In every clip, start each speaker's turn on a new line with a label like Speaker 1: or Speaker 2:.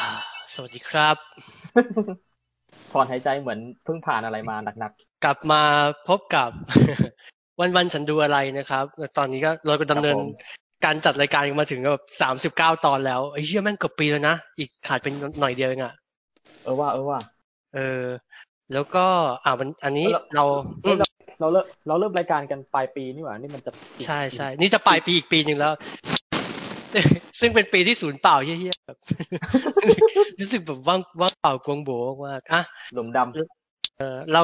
Speaker 1: ครับ
Speaker 2: ถอนหายใจเหมือนเพิ่งผ่านอะไรมาหนัก
Speaker 1: กลับมาพบกับ วันวันๆฉันดูอะไรนะครับ ตอนนี้ก็เราก็
Speaker 2: ๆ
Speaker 1: ดำเนิน
Speaker 2: ครับผม
Speaker 1: การจัดรายการมาถึงแบบสามสิบเก้าตอนแล้วไอ้เหี้ยแม่งเกือบปีแล้วนะ อีกขาดเป็นหน่อยเดียวเองอะ
Speaker 2: เออว่าเออว่า
Speaker 1: เออ แล้วก็อ่ามันอันนี้
Speaker 2: แล้ว
Speaker 1: เราอืม
Speaker 2: เราเริ่มเราเริ่มรายการกันปลายปีนี่หว่านี่มันจะ
Speaker 1: ใช่ใช่นี่จะปลายปีอีกปีหนึ่งแล้ว ซึ่งเป็นปีที่ศูนย์เปล่าเหี้ยๆแบบ รู้สึกแบบว่างว่างเปล่ากวงโบมากอ่ะ
Speaker 2: หลุมดำ
Speaker 1: เออเรา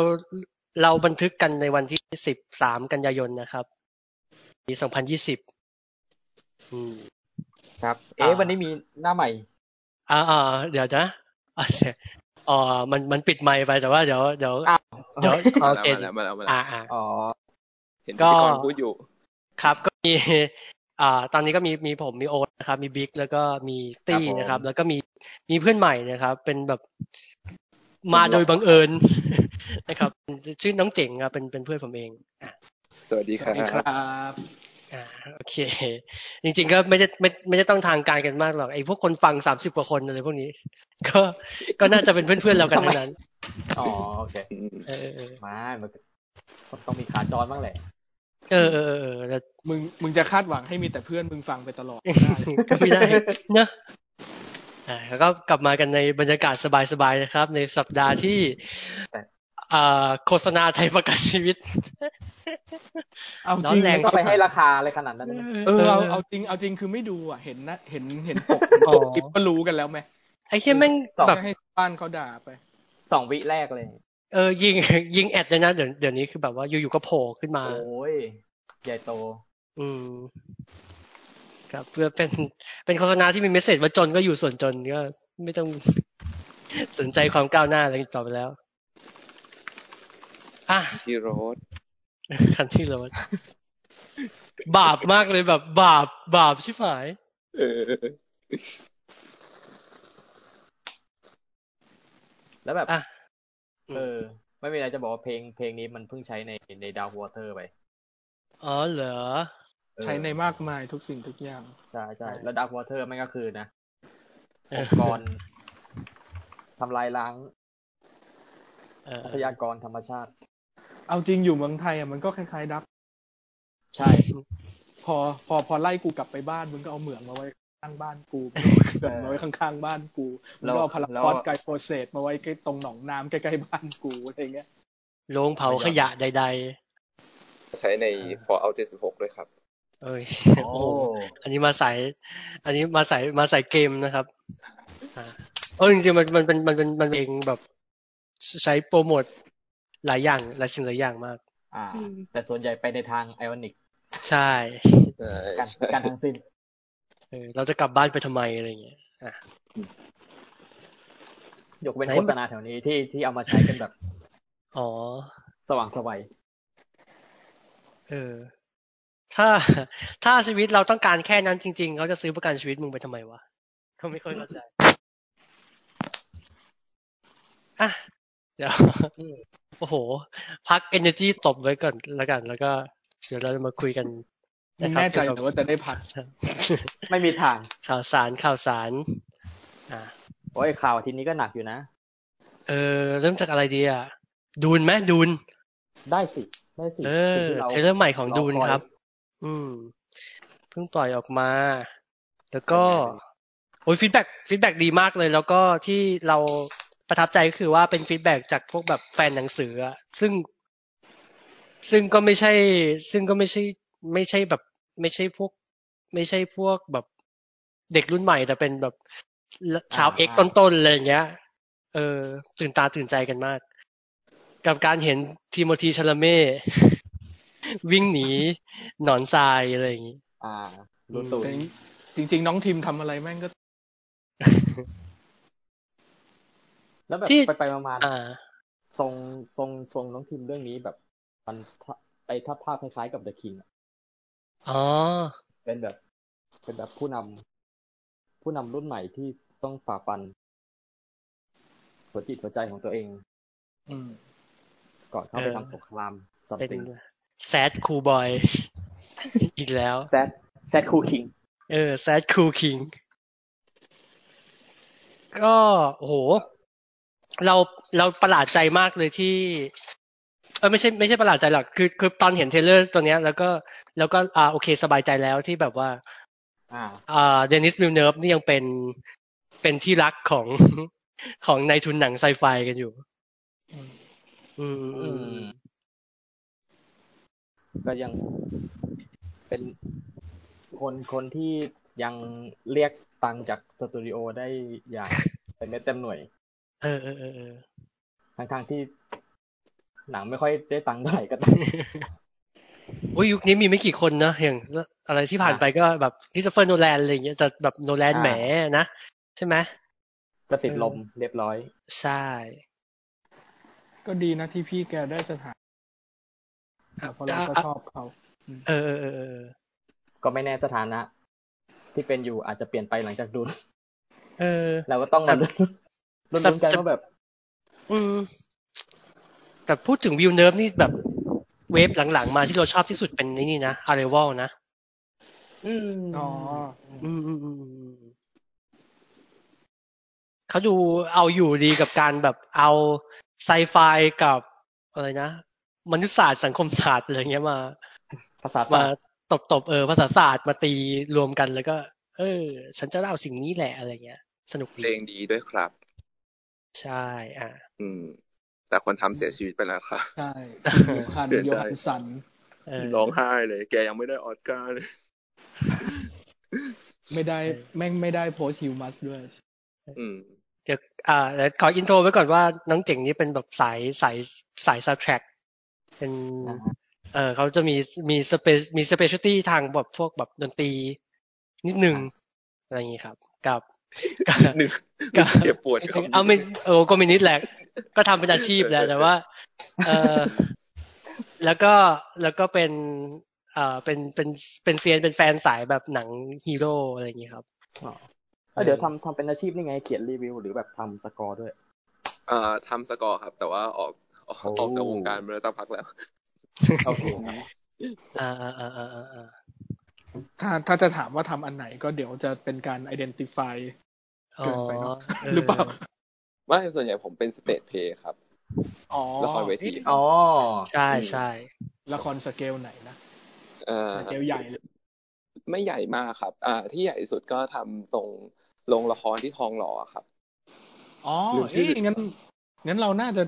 Speaker 1: เราบันทึกกันในวันที่สิบสามกันยายนนะครับปีสองพันยี่สิบอืม
Speaker 2: ครับ เอ๊ะ
Speaker 1: อ่า
Speaker 2: วันนี้มีหน้าใหม่
Speaker 1: อ่าอ่าเดี๋ยวนะ อ่าเดี๋ยวอ๋อมันมันปิดไมค์ไปแต่ว่าเดี๋ยวเดี๋ยว
Speaker 2: อ้าว
Speaker 1: เดี๋ยว
Speaker 3: มา
Speaker 1: โอ
Speaker 3: แล้ว
Speaker 1: เค
Speaker 3: มาแล้วมาแล้วมาแล้ว
Speaker 1: อ่าอ่า
Speaker 2: อ๋อ
Speaker 3: เห็น
Speaker 1: ก็
Speaker 3: พี่กรณ์พูดอยู่
Speaker 1: ครับก็มี อ่า ตอนนี้ก็มีมีผมมีโอ๊ตนะครับ มีบิ๊กแล้วก็มีตี้นะครับ แล้วก็มีมีเพื่อนใหม่นะครับ เป็นแบบมาโดยบังเอิญ นะครับชื่อน้องเจ๋งครับเป็นเป็นเพื่อนผมเองอ่ะ
Speaker 3: สวัสดี
Speaker 4: ส
Speaker 3: ค
Speaker 4: วัสดีค
Speaker 3: รั
Speaker 4: ร
Speaker 3: บั
Speaker 4: บ
Speaker 1: อ่าโอเค จริงๆก็ไม่ได้ไม่ไม่ได้ต้องทางการกันมากหรอกไอ้พวกคนฟังสามสิบกว่าคนอะไรพวกนี้ ก็ก็น่าจะเป็นเพื่อนๆเรากันทั้ง นั้น
Speaker 2: อ๋อโอเค
Speaker 3: อืม
Speaker 1: เออเออ
Speaker 2: มามันมันต้องมีขาจรบ้างแหละ
Speaker 1: เออเออเออเออแล้ว
Speaker 4: มึง มึงจะคาดหวังให้มีแต่เพื่อนมึงฟังไปตลอด
Speaker 1: ก็ไม่ได้เนอะอ่าแล้วก็กลับมากันในบรรยากาศสบายๆนะครับ ในสัปดาห์ที่อ่าโฆษณาไทยประกันชีวิต
Speaker 4: เอาจริง
Speaker 1: ร้อนแรง
Speaker 2: ก็ไปให้ราคาอะไรขนาดนั้นนะ
Speaker 4: เออเอาเอาจริงเอาจริงคือไม่ดูอ่ะ เห็นนะเห็นเห็นปก
Speaker 1: อ๋
Speaker 4: ป
Speaker 1: อ
Speaker 4: กกิบก็รู้กันแล้วไหม
Speaker 1: ไอ้เหี้ยแม่งแบบ
Speaker 4: ให้บ้านเขาด่าไป
Speaker 2: สองวิแรกเลย
Speaker 1: เออยิงยิงแอดเลยนะเดี๋ยวเดี๋ยวนี้คือแบบว่าอยู่ๆก็โผล่ขึ้นมา
Speaker 2: โอ้ยใหญ่โต
Speaker 1: อืมครับเพื่อเป็นเป็นโฆษณาที่มีเมสเซจว่าจนก็อยู่ส่วนจนก็ไม่ต้อง สนใจความก้าวหน้าอะไรต่อไปแล้วอ่ะ
Speaker 3: ที่โรส
Speaker 1: คันที่รถ บาปมากเลยแบบ บาปบาปชิบหาย
Speaker 3: เออ
Speaker 2: แล้วแบบ
Speaker 1: อ่ะ
Speaker 2: เออ ไม่มีอะไรจะบอกว่าเพลงเพลงนี้มันเพิ่งใช้ในในดาววอเตอร์ไป
Speaker 1: อ๋อเหรอ
Speaker 2: เออ
Speaker 4: ใช้ในมากมายทุกสิ่งทุกอย่าง
Speaker 2: ใช่ใช่แล้วดาววอเตอร์มันก็คือนะ
Speaker 1: เอ
Speaker 2: อ
Speaker 1: อง
Speaker 2: ค์กรทำลายล้าง
Speaker 1: เออ
Speaker 2: ทรัพยากรธรรมชาติ
Speaker 4: เอาจริงอยู่เมืองไทยอ่ะมันก็คล้ายๆดับ
Speaker 2: ใช่
Speaker 4: พอพอพอไล่กูกลับไปบ้านมึงก็เอาเหมืองมาไว้ข้างบ้านกูเกิดมาไว้ข้างๆบ้านกูมึงก็เอาพารา
Speaker 2: แล้ว
Speaker 4: คอนไกลโฟเซตมาไว้ใกล้ตรงหนองน้ำใกล้ๆบ้านกูอะไรเงี้ย
Speaker 1: โรงเผาขยะใด
Speaker 3: ใช้ใน Fallout 76 ด้วยครับ
Speaker 1: ๆเอ้ย
Speaker 2: โอ้
Speaker 1: โอ้โหอันนี้มาสายอันนี้มาสายมาสายเกมนะครับอ่าเออจริงๆมันมันเป็นมันเป็นมันเป็นเองแบบ ใช้โปรโมทหลายอย่างหลายสิ่งหลายอย่างมาก
Speaker 2: อ่า แต่ส่วนใหญ่ไปในทางไอออนิก
Speaker 1: ใช่
Speaker 3: ใช่
Speaker 2: กัน
Speaker 3: ใช่
Speaker 2: กันทั้งสิ้น
Speaker 1: เออเราจะกลับบ้านไปทำไมอะไรอย่างเงี้ย
Speaker 2: ยกเว้น
Speaker 1: ไหน
Speaker 2: โฆษณาแถวนี้ที่ที่เอามาใช้กันแบบ
Speaker 1: อ๋อ
Speaker 2: สว่างไสวัย
Speaker 1: เออ ถ้า ถ้าชีวิตเราต้องการแค่นั้นจริง ๆ เขาจะซื้อประกันชีวิตมึงไปทำไมวะเขาไม่ค่อยเข้าใจอ่ะเดี๋ยว โอ้โห พัก energy ตบไว้ก่อนแล้วกัน แล้วก็ เดี๋ยวเราจะมาคุยกันนะ
Speaker 4: มึง
Speaker 1: ครับ
Speaker 4: แน่ใจ
Speaker 1: เกี่ยว
Speaker 4: แต่
Speaker 1: กับ
Speaker 4: ว่าจะได้พัก
Speaker 2: ไม่มีทาง
Speaker 1: ข่าวสารข่าวสาร อ่า
Speaker 2: โอ้ยข่าวอาทีนี้ก็หนักอยู่นะ
Speaker 1: เออ เริ่มจากอะไรดีอ่ะ ดูนไหมดูน
Speaker 2: ได้สิ ได้สิ
Speaker 1: เออ
Speaker 2: สิ่งที่เรา
Speaker 1: เทรลเลอร์ใหม่ของดูน
Speaker 2: ออย
Speaker 1: ครับ อืม เพิ่งปล่อยออกมา แล้วก็โอ้ยฟีดแบ็กฟีดแบ็กดีมากเลย แล้วก็ที่เราประทับใจก็คือว่าเป็นฟีดแบ็กจากพวกแบบแฟนหนังสืออะซึ่ง ซึ่งก็ไม่ใช่ ซึ่งก็ไม่ใช่ ไม่ใช่แบบ ไม่ใช่พวก ไม่ใช่พวกแบบเด็กรุ่นใหม่ แต่เป็นแบบชาวเอกต้นๆอะไรอย่างเงี้ย เออ ตื่นตาตื่นใจกันมาก กับการเห็นทีโมธีชลเม่ วิ่งหนีหนอนทรายอะไรอย่างงี้
Speaker 2: อ่ารู้ตัว
Speaker 4: แต่จริงจริง ๆ น้องทีมทำอะไรแม่งก็
Speaker 2: แล้วแบบ
Speaker 1: ที่
Speaker 2: ไปไปๆมาๆ
Speaker 1: อ่า
Speaker 2: ทรงทรงทรงน้องพิมพ์เรื่องนี้แบบ มันถ้าไปถ้าภาพคล้ายๆกับเดอะคิง
Speaker 1: อ๋อ
Speaker 2: เป็นแบบ เป็นแบบผู้นำผู้นำรุ่นใหม่ที่ต้องฝ่าฟัน หัวจิตหัวใจของตัวเอง
Speaker 4: อืม
Speaker 2: ก่อนเข้าไป
Speaker 1: เออ
Speaker 2: ทำสงครามสัม
Speaker 1: เป็น
Speaker 2: ติง
Speaker 1: แซดคูบอย อีกแล้ว
Speaker 2: แซดแซดคูคิง
Speaker 1: เออแซดคูคิง ก็โอ้โห เราเราประหลาดใจมากเลยที่ เออไม่ใช่ไม่ใช่ประหลาดใจหรอกคือคือตอนเห็นเทรลเลอร์ตัวเนี้ย แล้วก็แล้วก็อ่าโอเคสบายใจแล้วที่แบบว่า
Speaker 2: อ่า
Speaker 1: อ่าเดนิสวิลเนฟนี่ยังเป็นเป็นที่รักของ ของนายทุนหนังไซไฟกันอยู่ อืมอืมอืม
Speaker 2: ก็ยังเป็นคนคนที่ยังเรียกตังค์จากสตูดิโอได้ อย่างเต็มเม็ดเต็มหน่วย
Speaker 1: เออเออเออเออ
Speaker 2: ทั้งทางๆที่หนังไม่ค่อยได้ตังค์เท่าไหร่ก็ต าม
Speaker 1: โอ้ยยุ คนี้มีไม่กี่คนเนอะอย่างอะไรที่ผ่านไปก็แบบคิสเฟอร์โนแลนอะไรอย่างเงี้ยแต่แบบโนแลน
Speaker 2: อ่า
Speaker 1: แหมนะ ใช่ไหม
Speaker 2: ก็ติดลมเรียบร้อย
Speaker 1: ใช่
Speaker 4: ก็ดีนะที่พี่แกได้สถานแต่เพราะเราก็ชอบเขา
Speaker 1: เออเออเออเออ
Speaker 2: ก็ไม่แน่สถานะ ที่เป็นอยู่อาจจะเปลี่ยน ไปหลังจากดู
Speaker 1: เออ
Speaker 2: เราก็ต้องมา
Speaker 1: แต่
Speaker 2: ลุ้นลุ้นลุ้นกัน
Speaker 1: แต่
Speaker 2: ว่าแบบ
Speaker 1: อืมแต่พูดถึงวิวเนิร์ฟนี่แบบเวฟหลังๆมาที่เราชอบที่สุดเป็นไอ้นี่นะอาริวอลนะ
Speaker 2: อืม
Speaker 4: อ๋อ
Speaker 1: อืมอืมอืมอืมอืมเขาดูเอาอยู่ดีกับการแบบเอาไซไฟกับอะไรนะมนุษยศาสตร์สังคมศาสตร์อะไรเงี้ยมา
Speaker 2: ภาษา
Speaker 1: มา
Speaker 2: ศาสตร์
Speaker 1: ตบตบๆเออภาษาศาสตร์มาตีรวมกันแล้วก็ เออ ฉันจะเล่าสิ่งนี้แหละอะไรเงี้ย สนุก
Speaker 3: เพล
Speaker 1: ดี
Speaker 3: งดีด้วยครับ
Speaker 1: ใช่อ่ะ
Speaker 3: อืม แต่คนทำเสียชีวิตไปแล้วครับ
Speaker 4: ใช่โยฮัน
Speaker 3: เสียใจ
Speaker 4: โยฮันสัน
Speaker 1: เออ
Speaker 3: ร้องไห้เลย แกยังไม่ได้ออสการ์เลย
Speaker 4: ไม่ได้
Speaker 1: เออ
Speaker 4: แม่งไม่ได้โพสฮิวมัสด้วย
Speaker 3: อืม
Speaker 1: เดี๋ยวอ่าเดี๋ยวขออินโทรไว้ก่อนว่าน้องเจ๋งนี้เป็นแบบสายสายสายซาวด์แทร็กเป็น
Speaker 2: นะฮะ
Speaker 1: เออเขาจะมีมีสเปซมีสเปเชียลตี้ทางแบบพวกแบบดนตรี นิดหนึ่งอะไรอย่างนี้ครับ กับกับ
Speaker 3: ห นึ่ง
Speaker 1: กับ
Speaker 3: เจ็บปวดครับ
Speaker 1: เอาไม่เออก็มินิดแหละ ก็ทำเป็นอาชีพแหละแต่ว่าเออ แล้วก็แล้วก็เป็นเออเป็นเป็นเป็นเซียนเป็นแฟนสายแบบหนังฮีโร่อะไรอย่างนี้ครับ
Speaker 2: เอ้ยเดี๋ยวทำทำเป็นอาชีพนี่ไง เขียนรีวิวหรือแบบทำสกอร์ ด้วย
Speaker 3: เอ่อทำสกอร์ครับ แต่ว่าออกออก
Speaker 2: โอ้
Speaker 3: ออกจากวงการมาแล้วสักพักแล้ว
Speaker 2: โอเคครับ
Speaker 1: อ่าอ่าอ่าอ่าอ่า
Speaker 4: ถ้าถ้าจะถามว่าทำอันไหนก็เดี๋ยวจะเป็นการ identify
Speaker 1: อ๋อ
Speaker 4: เกินไปเนอะ
Speaker 1: เห
Speaker 4: รือเปล่า
Speaker 3: ไม่ส่วนใหญ่ผมเป็นสเตจเพย์ครับ
Speaker 4: อ๋อ
Speaker 3: ละครเวทีครับ
Speaker 2: อ๋อ
Speaker 1: ใช่ใช่
Speaker 4: ละครสเกลไหนนะ
Speaker 3: เอ่อ
Speaker 4: สเกลใหญ่เลย
Speaker 3: ไม่ใหญ่มากครับ อ่า ที่ใหญ่สุดก็ทำตรงโรงละครที่ทองหล่อครับ
Speaker 4: อ๋อ
Speaker 3: ลืมชื่
Speaker 4: เอ้
Speaker 3: อ
Speaker 4: ยงั้นงั้นเราน่าจะ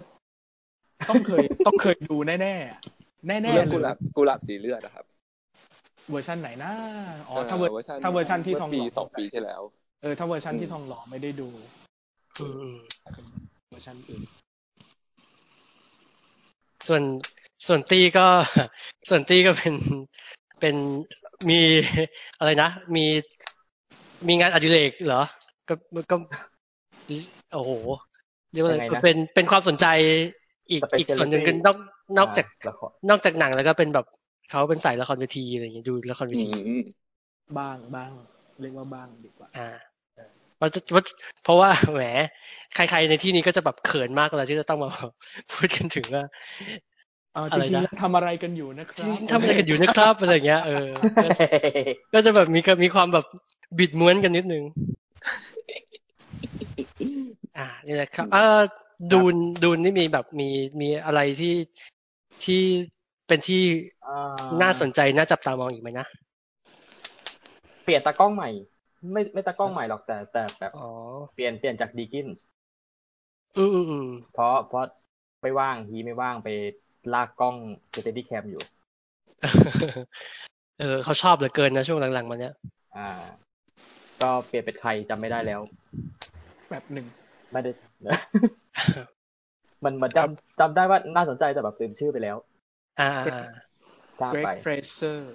Speaker 4: ต้องเคย ต้องเคยดูแน่ๆ แน่ๆ
Speaker 3: เรื่อง
Speaker 4: เล
Speaker 3: กุ
Speaker 4: ย
Speaker 3: หลาบกุหลาบสีเลือดนะครับ
Speaker 4: เวอร์ชันไหนนะอ๋อถ้าเวอร์
Speaker 3: ชัน
Speaker 4: ถ้าเวอร์ชันที่ทองหล่อ
Speaker 3: ปีสองปีที่แล้ว
Speaker 4: เออถ้าเวอร์ชัน
Speaker 3: อืม
Speaker 4: ที่ทองหล่อไม่ได้ดู
Speaker 1: อืมอืม
Speaker 4: เวอร์ชันอื่น
Speaker 1: ส่วนส่วนตี้ก็ ส่วนตี้ก็เป็น เป็นมี อะไรนะ มีมีงานอดิเรกเหรอ ก็ก็โอ้โหเรียกว่าอะ
Speaker 2: ยัง
Speaker 1: ไร
Speaker 2: ไงนะ
Speaker 1: เป็นเป็นความสนใจอีกอีก
Speaker 2: Specialty
Speaker 1: ส่วนหนึ่งคือนอกนอกจาก
Speaker 2: ละ คร
Speaker 1: นอกจากหนังแล้วก็เป็นแบบเขาเป็นสายละครเวทีอะไรอย่างเงี้ยดูละครเว
Speaker 3: อื
Speaker 1: ที
Speaker 3: ม
Speaker 4: บ้างบ้างเรียกว่าบ้างดีกว่า
Speaker 1: อ่าเพราะเพราะเพราะ ว่าแหมใคร ๆในที่นี้ก็จะแบบเขินมากเลยที่จะต้องมา พูดกันถึงว่า
Speaker 4: เอ่อ
Speaker 1: อะ
Speaker 4: จ
Speaker 1: ไร
Speaker 4: ริง
Speaker 1: นะ
Speaker 4: ๆแล้วทำอะไรกันอยู่นะครั
Speaker 1: จ
Speaker 4: บ
Speaker 1: ริงๆทำอะไรกันอยู่นะครับอะไรอย่างเงี้ยเออ ก็จะแบบมีก็มีความแบบบิดม้วนกันนิดนึง อ่านี่แหละครับเออดูนดูนนี่มีแบบมีมีอะไรที่ที่เป็นที่
Speaker 2: อ่
Speaker 1: น่าสนใจน่าจับตามองอีกไหมนะ
Speaker 2: เปลี่ยนตากล้องใหม่ ไม่ไม่ตากล้องใหม่หรอกแต่แต่แบบ
Speaker 1: อ๋อ
Speaker 2: เปลี่ยนเปลี่ยนจากดีกินส์
Speaker 1: อืมอืมอืม
Speaker 2: เพราะเพราะไม่ว่างฮีไม่ว่างไปลากกล้องสเตดี้แคมอยู่
Speaker 1: เออเขาชอบเหลือเกินนะช่วงหลังๆมาเนี้ย
Speaker 2: อ่า ก็เปลี่ยนเป็นใครจำไม่ได้แล้ว
Speaker 4: แบบหนึ่ง
Speaker 2: ไม่ได้ มันมันจำจำได้ว่าน่าสนใจแต่แบบลืมชื่อไปแล้ว
Speaker 1: อ่าอ่า
Speaker 2: ข้าม
Speaker 4: เกร
Speaker 2: ไป
Speaker 4: กเฟรเซอร์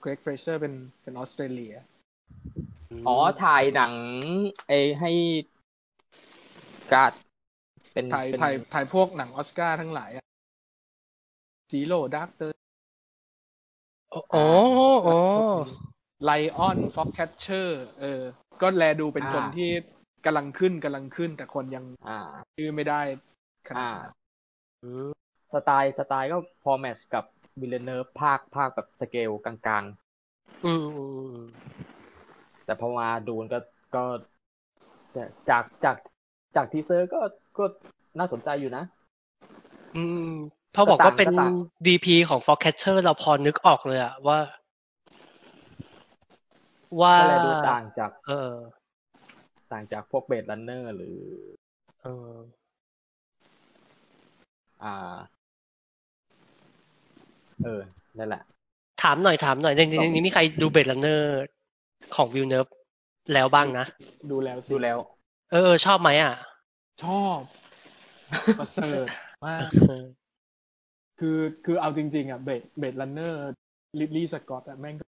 Speaker 4: เกรกเฟรเซอร์เป็นเป็นออสเตรเลีย
Speaker 2: อ๋อ ถ่ายหนังไอให้การ์ดเป็น
Speaker 4: ถ่าย
Speaker 2: เป็น
Speaker 4: ถ่ายถ่ายพวกหนังออสการ์ทั้งหลายอะซีโร่ดาร์กเตอร์
Speaker 1: อ๋ออ๋อ
Speaker 4: ไลออนฟ็อกแคทเชอร์เออ ก็แลดูเป็นคนที่กำลังขึ้นกำลังขึ้น แต่คนยัง
Speaker 2: อ่า
Speaker 4: ชื่อไม่ได้ขนา
Speaker 2: อ่า
Speaker 4: ดนั้น
Speaker 1: อืม
Speaker 2: สไตล์สไตล์ก็พอแมทช์กับวิลเลนเนอร์ภาคภาคแบบสเกลกลาง
Speaker 1: อืมอืมอืม
Speaker 2: ๆ แต่พอมาดูนก็ก็ แต่จากจากจากทีเซอร์ก็ก็น่าสนใจอยู่นะ
Speaker 1: อืมพอบอกว่าเป็น
Speaker 2: ก็ต่าง
Speaker 1: DP ของ Foxcatcher เราพอนึกออกเลยอะว่า ว่า
Speaker 2: ก็เลยดูต่างจาก
Speaker 1: เออ
Speaker 2: ต่างจากพวกเบด e ันเนอร์หรือ
Speaker 1: เออ
Speaker 2: อ่า เออนั่นแหละ
Speaker 1: ถามหน่อยถามหน่อยในในในนี้มีใครดูเบด e ันเนอร์ของวิวเนิร์แล้วบ้างนะ
Speaker 4: ดูแล้วสิ
Speaker 2: ดูแล้ว
Speaker 1: เออ ชอบไหมอ่ะ
Speaker 4: ชอบประเสริฐมาก
Speaker 1: เออ
Speaker 4: คือคือเอาจริง ๆ อ่ะเบดเบดลันเนอร์ลิลลี่สกอตอ่ะแม่งก็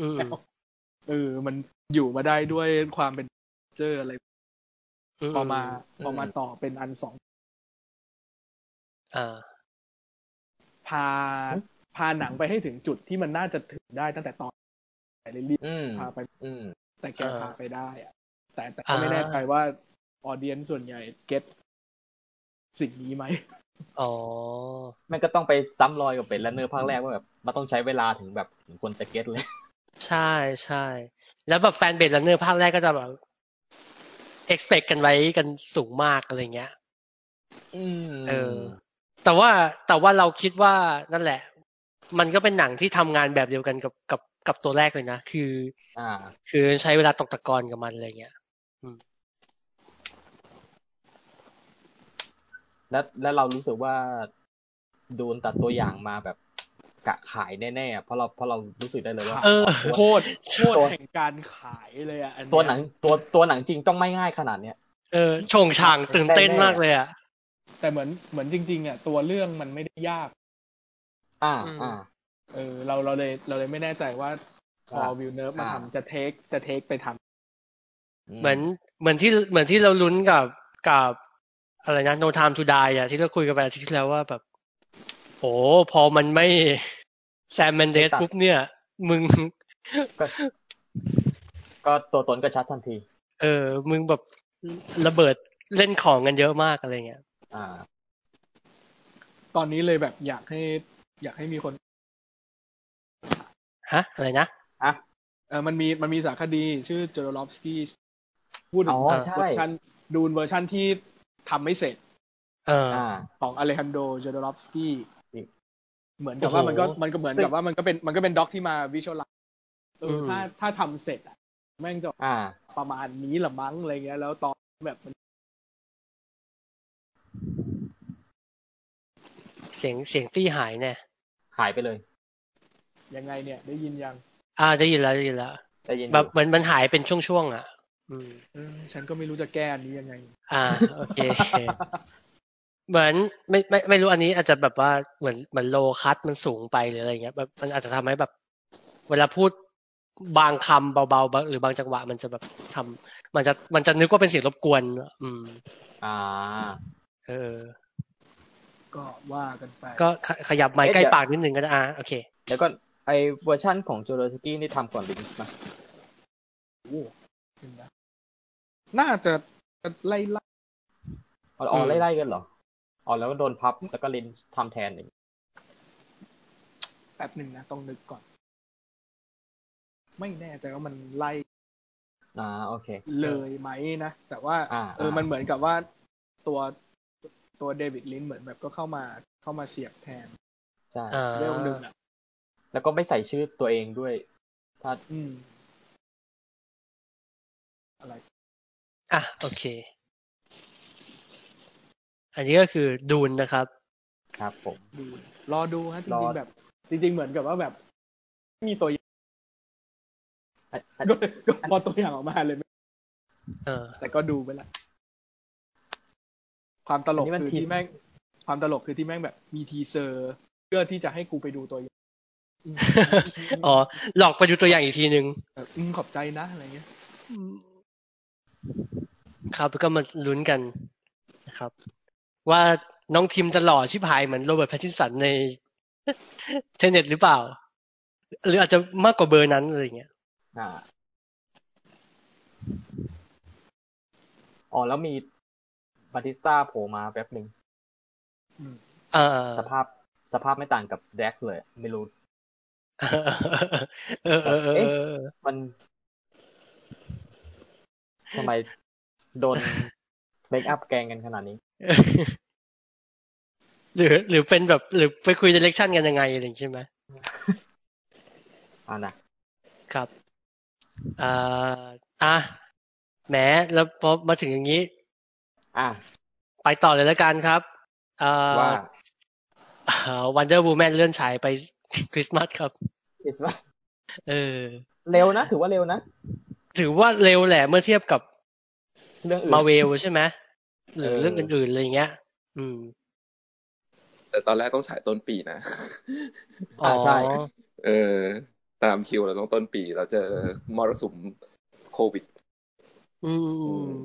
Speaker 1: อืม
Speaker 4: เออ มันอยู่มาได้ด้วยความเป็นเจออะไร
Speaker 1: อื
Speaker 4: พอมา
Speaker 2: อืม
Speaker 4: พอมาต่อเป็นอันสอง
Speaker 1: อ่า
Speaker 4: พา พาหนังไปให้ถึงจุดที่มันน่าจะถึงได้ตั้งแต่ตอนแต่ลิลลี่
Speaker 2: อืม
Speaker 4: พาไป
Speaker 2: อืม
Speaker 4: แต่แก
Speaker 1: อ่า
Speaker 4: พาไปได้อะแต่แต่ก็ไม่
Speaker 1: อ่า
Speaker 4: แน่ใจว่าออเดียนส่วนใหญ่เก็ตสิ่งนี้ ไหม
Speaker 1: อ๋อ
Speaker 2: แม่งก็ต้องไปซ้ำรอยกับเป็นแลนเนอร์ภาคแรกว่าแบบมันต้องใช้เวลาถึงแบบถึงคนจะเก็ตเลย
Speaker 1: ใช่ใช่ แล้วแบบแฟนเบด e ันเนอร์ภาคแรกก็จะแบบ expect กันไว้กันสูงมากอะไรเงี้ย
Speaker 2: อืม
Speaker 1: เออ แต่ว่าแต่ว่าเราคิดว่านั่นแหละ มันก็เป็นหนังที่ทำงานแบบเดียวกันกับกับกับตัวแรกเลยนะ คือ
Speaker 2: อ่า
Speaker 1: คือใช้เวลาตกตะกอนกับมันอะไรเงี้ย
Speaker 2: แล้วแล้วเรารู้สึกว่าดูนตัดตัวอย่างมาแบบกะขายแน่ๆ เพราะเราเพราะเรารู้สึกได้เลยว่า
Speaker 1: เออ
Speaker 2: ตัว
Speaker 4: โคตรโคตรแห่งการขายเลยอ่ะอัเย
Speaker 2: ตัวหนังตัวตัวหนังจริงต้องไม่ง่ายขนาดเนี้ย
Speaker 1: เออโฉงฉางตื่นเต้นมากเลยอ่ะ
Speaker 4: แต่เหมือนเหมือนจริง ๆอ่ะตัวเรื่องมันไม่ได้ยาก
Speaker 2: อ่า
Speaker 1: อืม
Speaker 2: อ่า
Speaker 4: เออเราเราเลยเราเลยไม่แน่ใจว่าพอ
Speaker 2: อ่า
Speaker 4: วิวเนิร์ฟมา
Speaker 2: อ่า
Speaker 4: ทำจะเทคจะเทคไปทำ
Speaker 1: เหมือนเหมือนที่เหมือนที่เราลุ้นกับกับอะไรนะ No Time to Die อ่ะที่เราคุยกันไปอาทิตย์ที่แล้วว่าแบบโอ้พอมันไม่แซมแมนเดส
Speaker 2: ไม่ตัด
Speaker 1: ปุ๊บเนี่ย มึง
Speaker 2: ก็ก็ตัวตนก็ชัดทันที
Speaker 1: เออ มึงแบบระเบิดเล่นของกันเยอะมากอะไรเงี้ย
Speaker 2: อ่า
Speaker 4: ตอนนี้เลยแบบอยากให้ อยากให้มีคน
Speaker 1: ฮะ อะไรนะ
Speaker 4: เออมันมีมันมีสารคดีชื่อเจอร์ลอฟสกี้พูดถึ
Speaker 2: อ๋
Speaker 4: ง
Speaker 2: อ
Speaker 4: เวอ
Speaker 2: ใช่
Speaker 4: ร์ชันดูนเวอร์ชันที่ทำไม่เสร็จ
Speaker 1: เออ
Speaker 2: อ่า
Speaker 4: ของอเลฮันโดเจอร์ดอฟสกี้
Speaker 2: นี่
Speaker 4: เหมือนกับว่า
Speaker 1: โอ้โห
Speaker 4: มันก็มันก็เหมือนกับว่ามันก็เป็นมันก็เป็นด็อกที่มาวิชวลไลซ์เอออ
Speaker 1: ม
Speaker 4: ถ้าถ้าทำเสร็จอ่ะแม่งจะ
Speaker 2: อ่า
Speaker 4: ประมาณนี้ละมั้งอะไรเงี้ย แล้วตอนแบบมัน
Speaker 1: เสียงเสียงตี้หายเนี่ย
Speaker 2: หายไปเลย
Speaker 4: ยังไงเนี่ย ได้ยินยัง
Speaker 1: อ่าได้ยินแล้วได้ยินแล้ว
Speaker 2: ได้ยินอ
Speaker 1: แบบ
Speaker 2: ยู่
Speaker 1: มันมันหายเป็นช่วงๆอ่ะ อืม
Speaker 4: เออฉันก็ไม่รู้จะแก้อันนี้ยังไง
Speaker 1: อ่า โอเคโอเค เหมือนไม่ไม่ไม่รู้อันนี้อาจจะแบบว่าเหมือนเหมือนโลคัสมันสูงไปหรืออะไรเงี้ยแบบมันอาจจะทำให้แบบ เวลาพูดบางคำเบาๆบางหรือบางจังหวะมันจะแบบทำมันจะมันจะนึกว่าเป็นเสียงรบกวน อืม
Speaker 2: อ่า
Speaker 1: เออ
Speaker 4: ก็ว่ากันไป
Speaker 1: ก็ขขยับไม้
Speaker 2: เอ๊ะ
Speaker 1: ใกล้
Speaker 2: เดี๋ยว
Speaker 1: ปากนิดนึงก็ได้อ่าโอเค
Speaker 2: แล้วก็ไอเวอร์ชั่นของโจโรสกี้นี่ทำก่อนลิงก์มา
Speaker 4: เห็นนะน่าจะไล่ไล่
Speaker 2: อ๋ออ๋อ
Speaker 1: อืม
Speaker 2: ไล่ๆกันเหรออ๋อแล้วก็โดนพับแล้วก็ลินทำแทนอย่างงี้
Speaker 4: แป๊บหนึ่งนะ ต้องนึกก่อน ไม่แน่ใจว่ามันไล่
Speaker 2: อ่า โอเค
Speaker 4: เลยไหมนะ แต่ว่า
Speaker 2: อ่า
Speaker 4: เออ มันเหมือนกับว่าตัวตัวเดวิดลินเหมือนแบบก็เข้ามาเข้ามาเสียบแทน
Speaker 2: ใช่
Speaker 1: อ่า
Speaker 4: เรื่องหนึ่งอ่ะ
Speaker 2: แล้วก็ไม่ใส่ชื่อตัวเองด้วย ถ้า
Speaker 4: อืม อะไร
Speaker 1: อ่ะโอเค อันนี้ก็คือดูนนะครับ
Speaker 2: ครับผม
Speaker 4: ดู รอดูฮะจ
Speaker 2: รอ
Speaker 4: ริงๆแบบ จริง ๆ เหมือนกับว่าแบบมีตัวอย่าง
Speaker 2: อัน อัน
Speaker 4: ก็ก็พอตัวอย่าง ออกมาเลย
Speaker 1: เออ
Speaker 4: แต่ก็ดูไปละ ความตลก
Speaker 2: อันนี้มัน
Speaker 4: คือ
Speaker 2: ที
Speaker 4: ที่แม่ง ความตลกคือที่แม่งแบบ มีทีเซอร์เพื่อที่จะให้กูไปดูตัวอย่างอืม
Speaker 1: อ๋อ หลอกไปดูตัวอย่างอีกทีนึง
Speaker 4: แบบอืมขอบใจนะอะไรเงี้ย
Speaker 1: ครับก็มาลุ้นกันนะครับ ว่าน้องทิมจะหล่อชิบหายเหมือนโรเบิร์ตแพตตินสันใน เทเน็ตหรือเปล่า หรืออาจจะมากกว่าเบอร์นั้นอะไรอย่างเงี้ย
Speaker 2: อ่าอ๋อแล้วมีบาติสต้าโผล่มาแป๊บหนึ่ง
Speaker 4: อืม
Speaker 1: เออ
Speaker 2: สภาพสภาพไม่ต่างกับแดกเลย ไม่รู้
Speaker 1: เออเออเออเออ
Speaker 2: มัน
Speaker 5: ทำไมโด นเมคอัพแกล้งกันขนาดนี้
Speaker 1: หรือ หรือเป็นแบบ หรือไปคุยเดเรคชั่นกันยังไงอะไรอย่างงี้ใช่ไหม
Speaker 5: เอานะครับ
Speaker 1: อ่าอ่ะแหม แล้วพอมาถึงอย่างนี้
Speaker 5: อ่ะ
Speaker 1: ไปต่อเลยแล้วกันครับอ่
Speaker 5: ว่า
Speaker 1: าวันเดอร์บูแมนเลื่อนฉายไป คริสต์มาสครับ
Speaker 5: คิดว่า
Speaker 1: เออ
Speaker 5: เร็วนะ ถือว่าเร็วนะ
Speaker 1: ถือว่าเร็วแหละเมื่อเทียบกับ
Speaker 5: เรื่องอื่น
Speaker 1: มาเวลใช่ไหมหรือ
Speaker 5: เออ
Speaker 1: เรื่องอื่นๆอะไรอย่างเงี้ย อืม
Speaker 3: แต่ตอนแรกต้องฉายต้นปีนะ
Speaker 1: อ๋อ
Speaker 5: ใช่
Speaker 3: เออ ตามคิวเราต้องต้นปีเราเจอมรสุมโควิด
Speaker 1: อืมอืม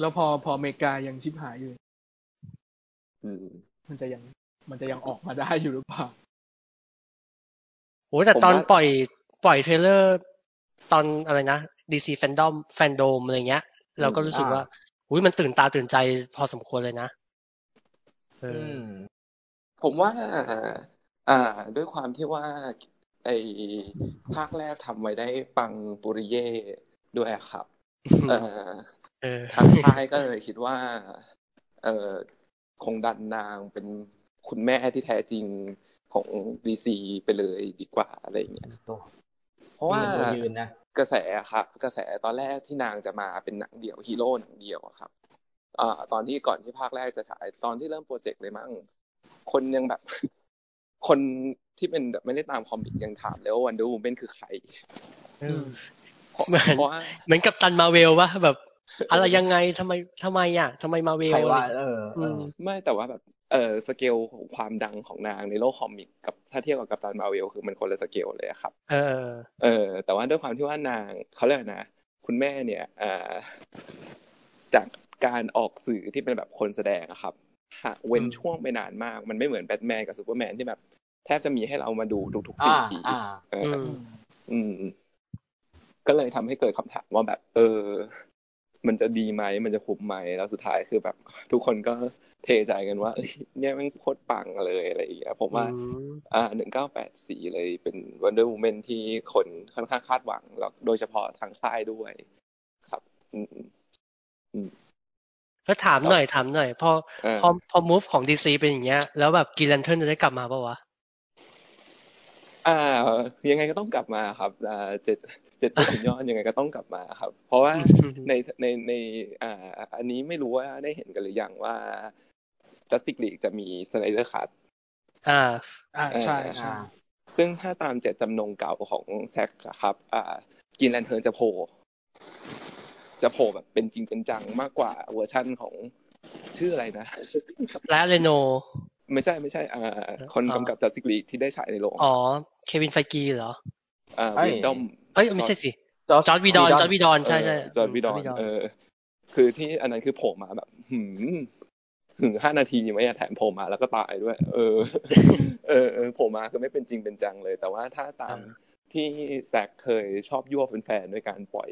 Speaker 4: แล้วพอพออเมริกายังชิบหายอยู่
Speaker 3: อืม
Speaker 4: มันจะยังมันจะยังออกมาได้อยู่หรือเปล่า
Speaker 1: โหแต่ตอน
Speaker 3: ผมว่า
Speaker 1: ปล่อย ปล่อยเทรลเลอร์ ตอนอะไรนะดีซีแฟนดอมแฟนโดมอะไรเงี้ย เราก็รู้สึกว่า อุ้ยมันตื่นตาตื่นใจพอสมควรเลยนะเออ
Speaker 5: อื
Speaker 1: อ
Speaker 5: ม
Speaker 3: ผมว่า อ่า ด้วยความที่ว่า ไอภาคแรกทำไว้ได้ปังปุริเย่ด้วยอะครับ เออ
Speaker 1: เออ
Speaker 3: ทางค่ายก็เลยคิดว่า เออคงดันนางเป็นคุณแม่ที่แท้จริงของดีซีไปเลยดีกว่าอะไรอย่างเงี้ย
Speaker 5: ตัว
Speaker 3: เพราะว่า
Speaker 5: ตัวยืนนะ
Speaker 3: กระแสอะครับ กระแสตอนแรกที่นางจะมาเป็นหนังเดี่ยวฮีโร่หนังเดี่ยวอะครับอ่าตอนที่ก่อนที่ภาคแรกจะฉายตอนที่เริ่มโปรเจกต์เลยมั้งคนยังแบบ คนที่เป็นแบบไม่ได้ตามคอมิกยังถามเลยว่าวันดูเป็นคือใคร
Speaker 1: เออ
Speaker 3: เพราะ
Speaker 1: เหมือน
Speaker 3: เพราะว่า
Speaker 1: เหมือนกับตันมาเวลวะแบบ อะไรยังไงทำไมทำไมอ่ะทำไมมาเวล
Speaker 5: ใครว่า
Speaker 1: อะไร
Speaker 5: เออเอ
Speaker 1: อื
Speaker 5: อ
Speaker 1: ม
Speaker 3: ไม่แต่ว่าแบบเออสเกลของความดังของนางในโลกคอมิกกับถ้าเทียบกับกัปตันมาร์เวลคือมันคนละสเกลเลยอะครับ
Speaker 1: เออ
Speaker 3: เออ แต่ว่าด้วยความที่ว่านางเขาเรียกอะไรนะ คุณแม่เนี่ยอ่าจากการออกสื่อที่เป็นแบบคนแสดงอะครับหากเว้น
Speaker 1: อืม
Speaker 3: ช่วงไปนานมาก มันไม่เหมือนแบทแมนกับซูเปอร์แมนที่แบบ แทบจะมีให้เรามาดูทุกๆ
Speaker 5: อ่า
Speaker 3: สี่ปี
Speaker 5: อ่า
Speaker 3: เออ
Speaker 1: อื
Speaker 3: อ
Speaker 1: ม
Speaker 3: อืม ก็เลยทำให้เกิดคำถามว่าแบบ เออ มันจะดีไหมมันจะคุ้มไหมแล้วสุดท้ายคือแบบ ทุกคนก็เทใจกันว่าเอ้ยเนี่ยแมันโคตรปังเลยอะไรอย่างเงี้ยผมว่า
Speaker 1: อืม
Speaker 3: อ่าหนึ่งเก้าแปดสี่เลยเป็น Wonder Woman ที่คนค่อนข้างคาดหวัง แล้วโดยเฉพาะทางค่ายด้วย ครับ อืม
Speaker 1: ก็ถามหน่อยถามหน่อยพอ
Speaker 3: เอ่า
Speaker 1: พอพอ move ของดีซีเป็นอย่างเงี้ย แล้วแบบกีแลนเทิร์นจะได้กลับมาปะวะ
Speaker 3: อ่า ยังไงก็ต้องกลับมาครับอ่าเจ็ดเจ็ดผู้สุดยอดยังไงก็ต้องกลับมาครับ เพราะว่า ในในในอ่าอันนี้ไม่รู้ว่าได้เห็นกันหรือยังว่าจัสติกลีกจะมีสไนเดอร์คัต
Speaker 1: อ่า
Speaker 4: อ่าใช่ใช่
Speaker 5: อ่า
Speaker 3: ซึ่งถ้าตามเจตจำนงเก่าของแซกครับ อ่ากินแลนเทิร์นจะโผล่จะโผล่แบบเป็นจริงเป็นจังมากกว่าเวอร์ชั่นของชื่ออะไรนะ
Speaker 1: และเรโน
Speaker 3: ไม่ใช่ไม่ใช่ อ่า คนกำกับจัสติกลีกที่ได้ฉายในโรง
Speaker 1: อ๋อ เควินไฟกีเหรอ
Speaker 3: อ่า
Speaker 5: เอ้ย
Speaker 3: วิดดอม
Speaker 1: เอ้ย ไม่ใช่สิ จอร์ดวีดอน จอร์ดวีดอน ใช่ใช่
Speaker 3: เออจอร์ดวิดอน เออ คือที่อันนั้นคือโผล่มาแบบ หืมถึงห้านาทีไหมอะแถมโผล่มาแล้วก็ตายด้วย เอ อ เออเออโผล่มาคือไม่เป็นจริงเป็นจังเลย แต่ว่าถ้าตามที่แซกเคยชอบยั่วแฟนๆด้วยการปล่อย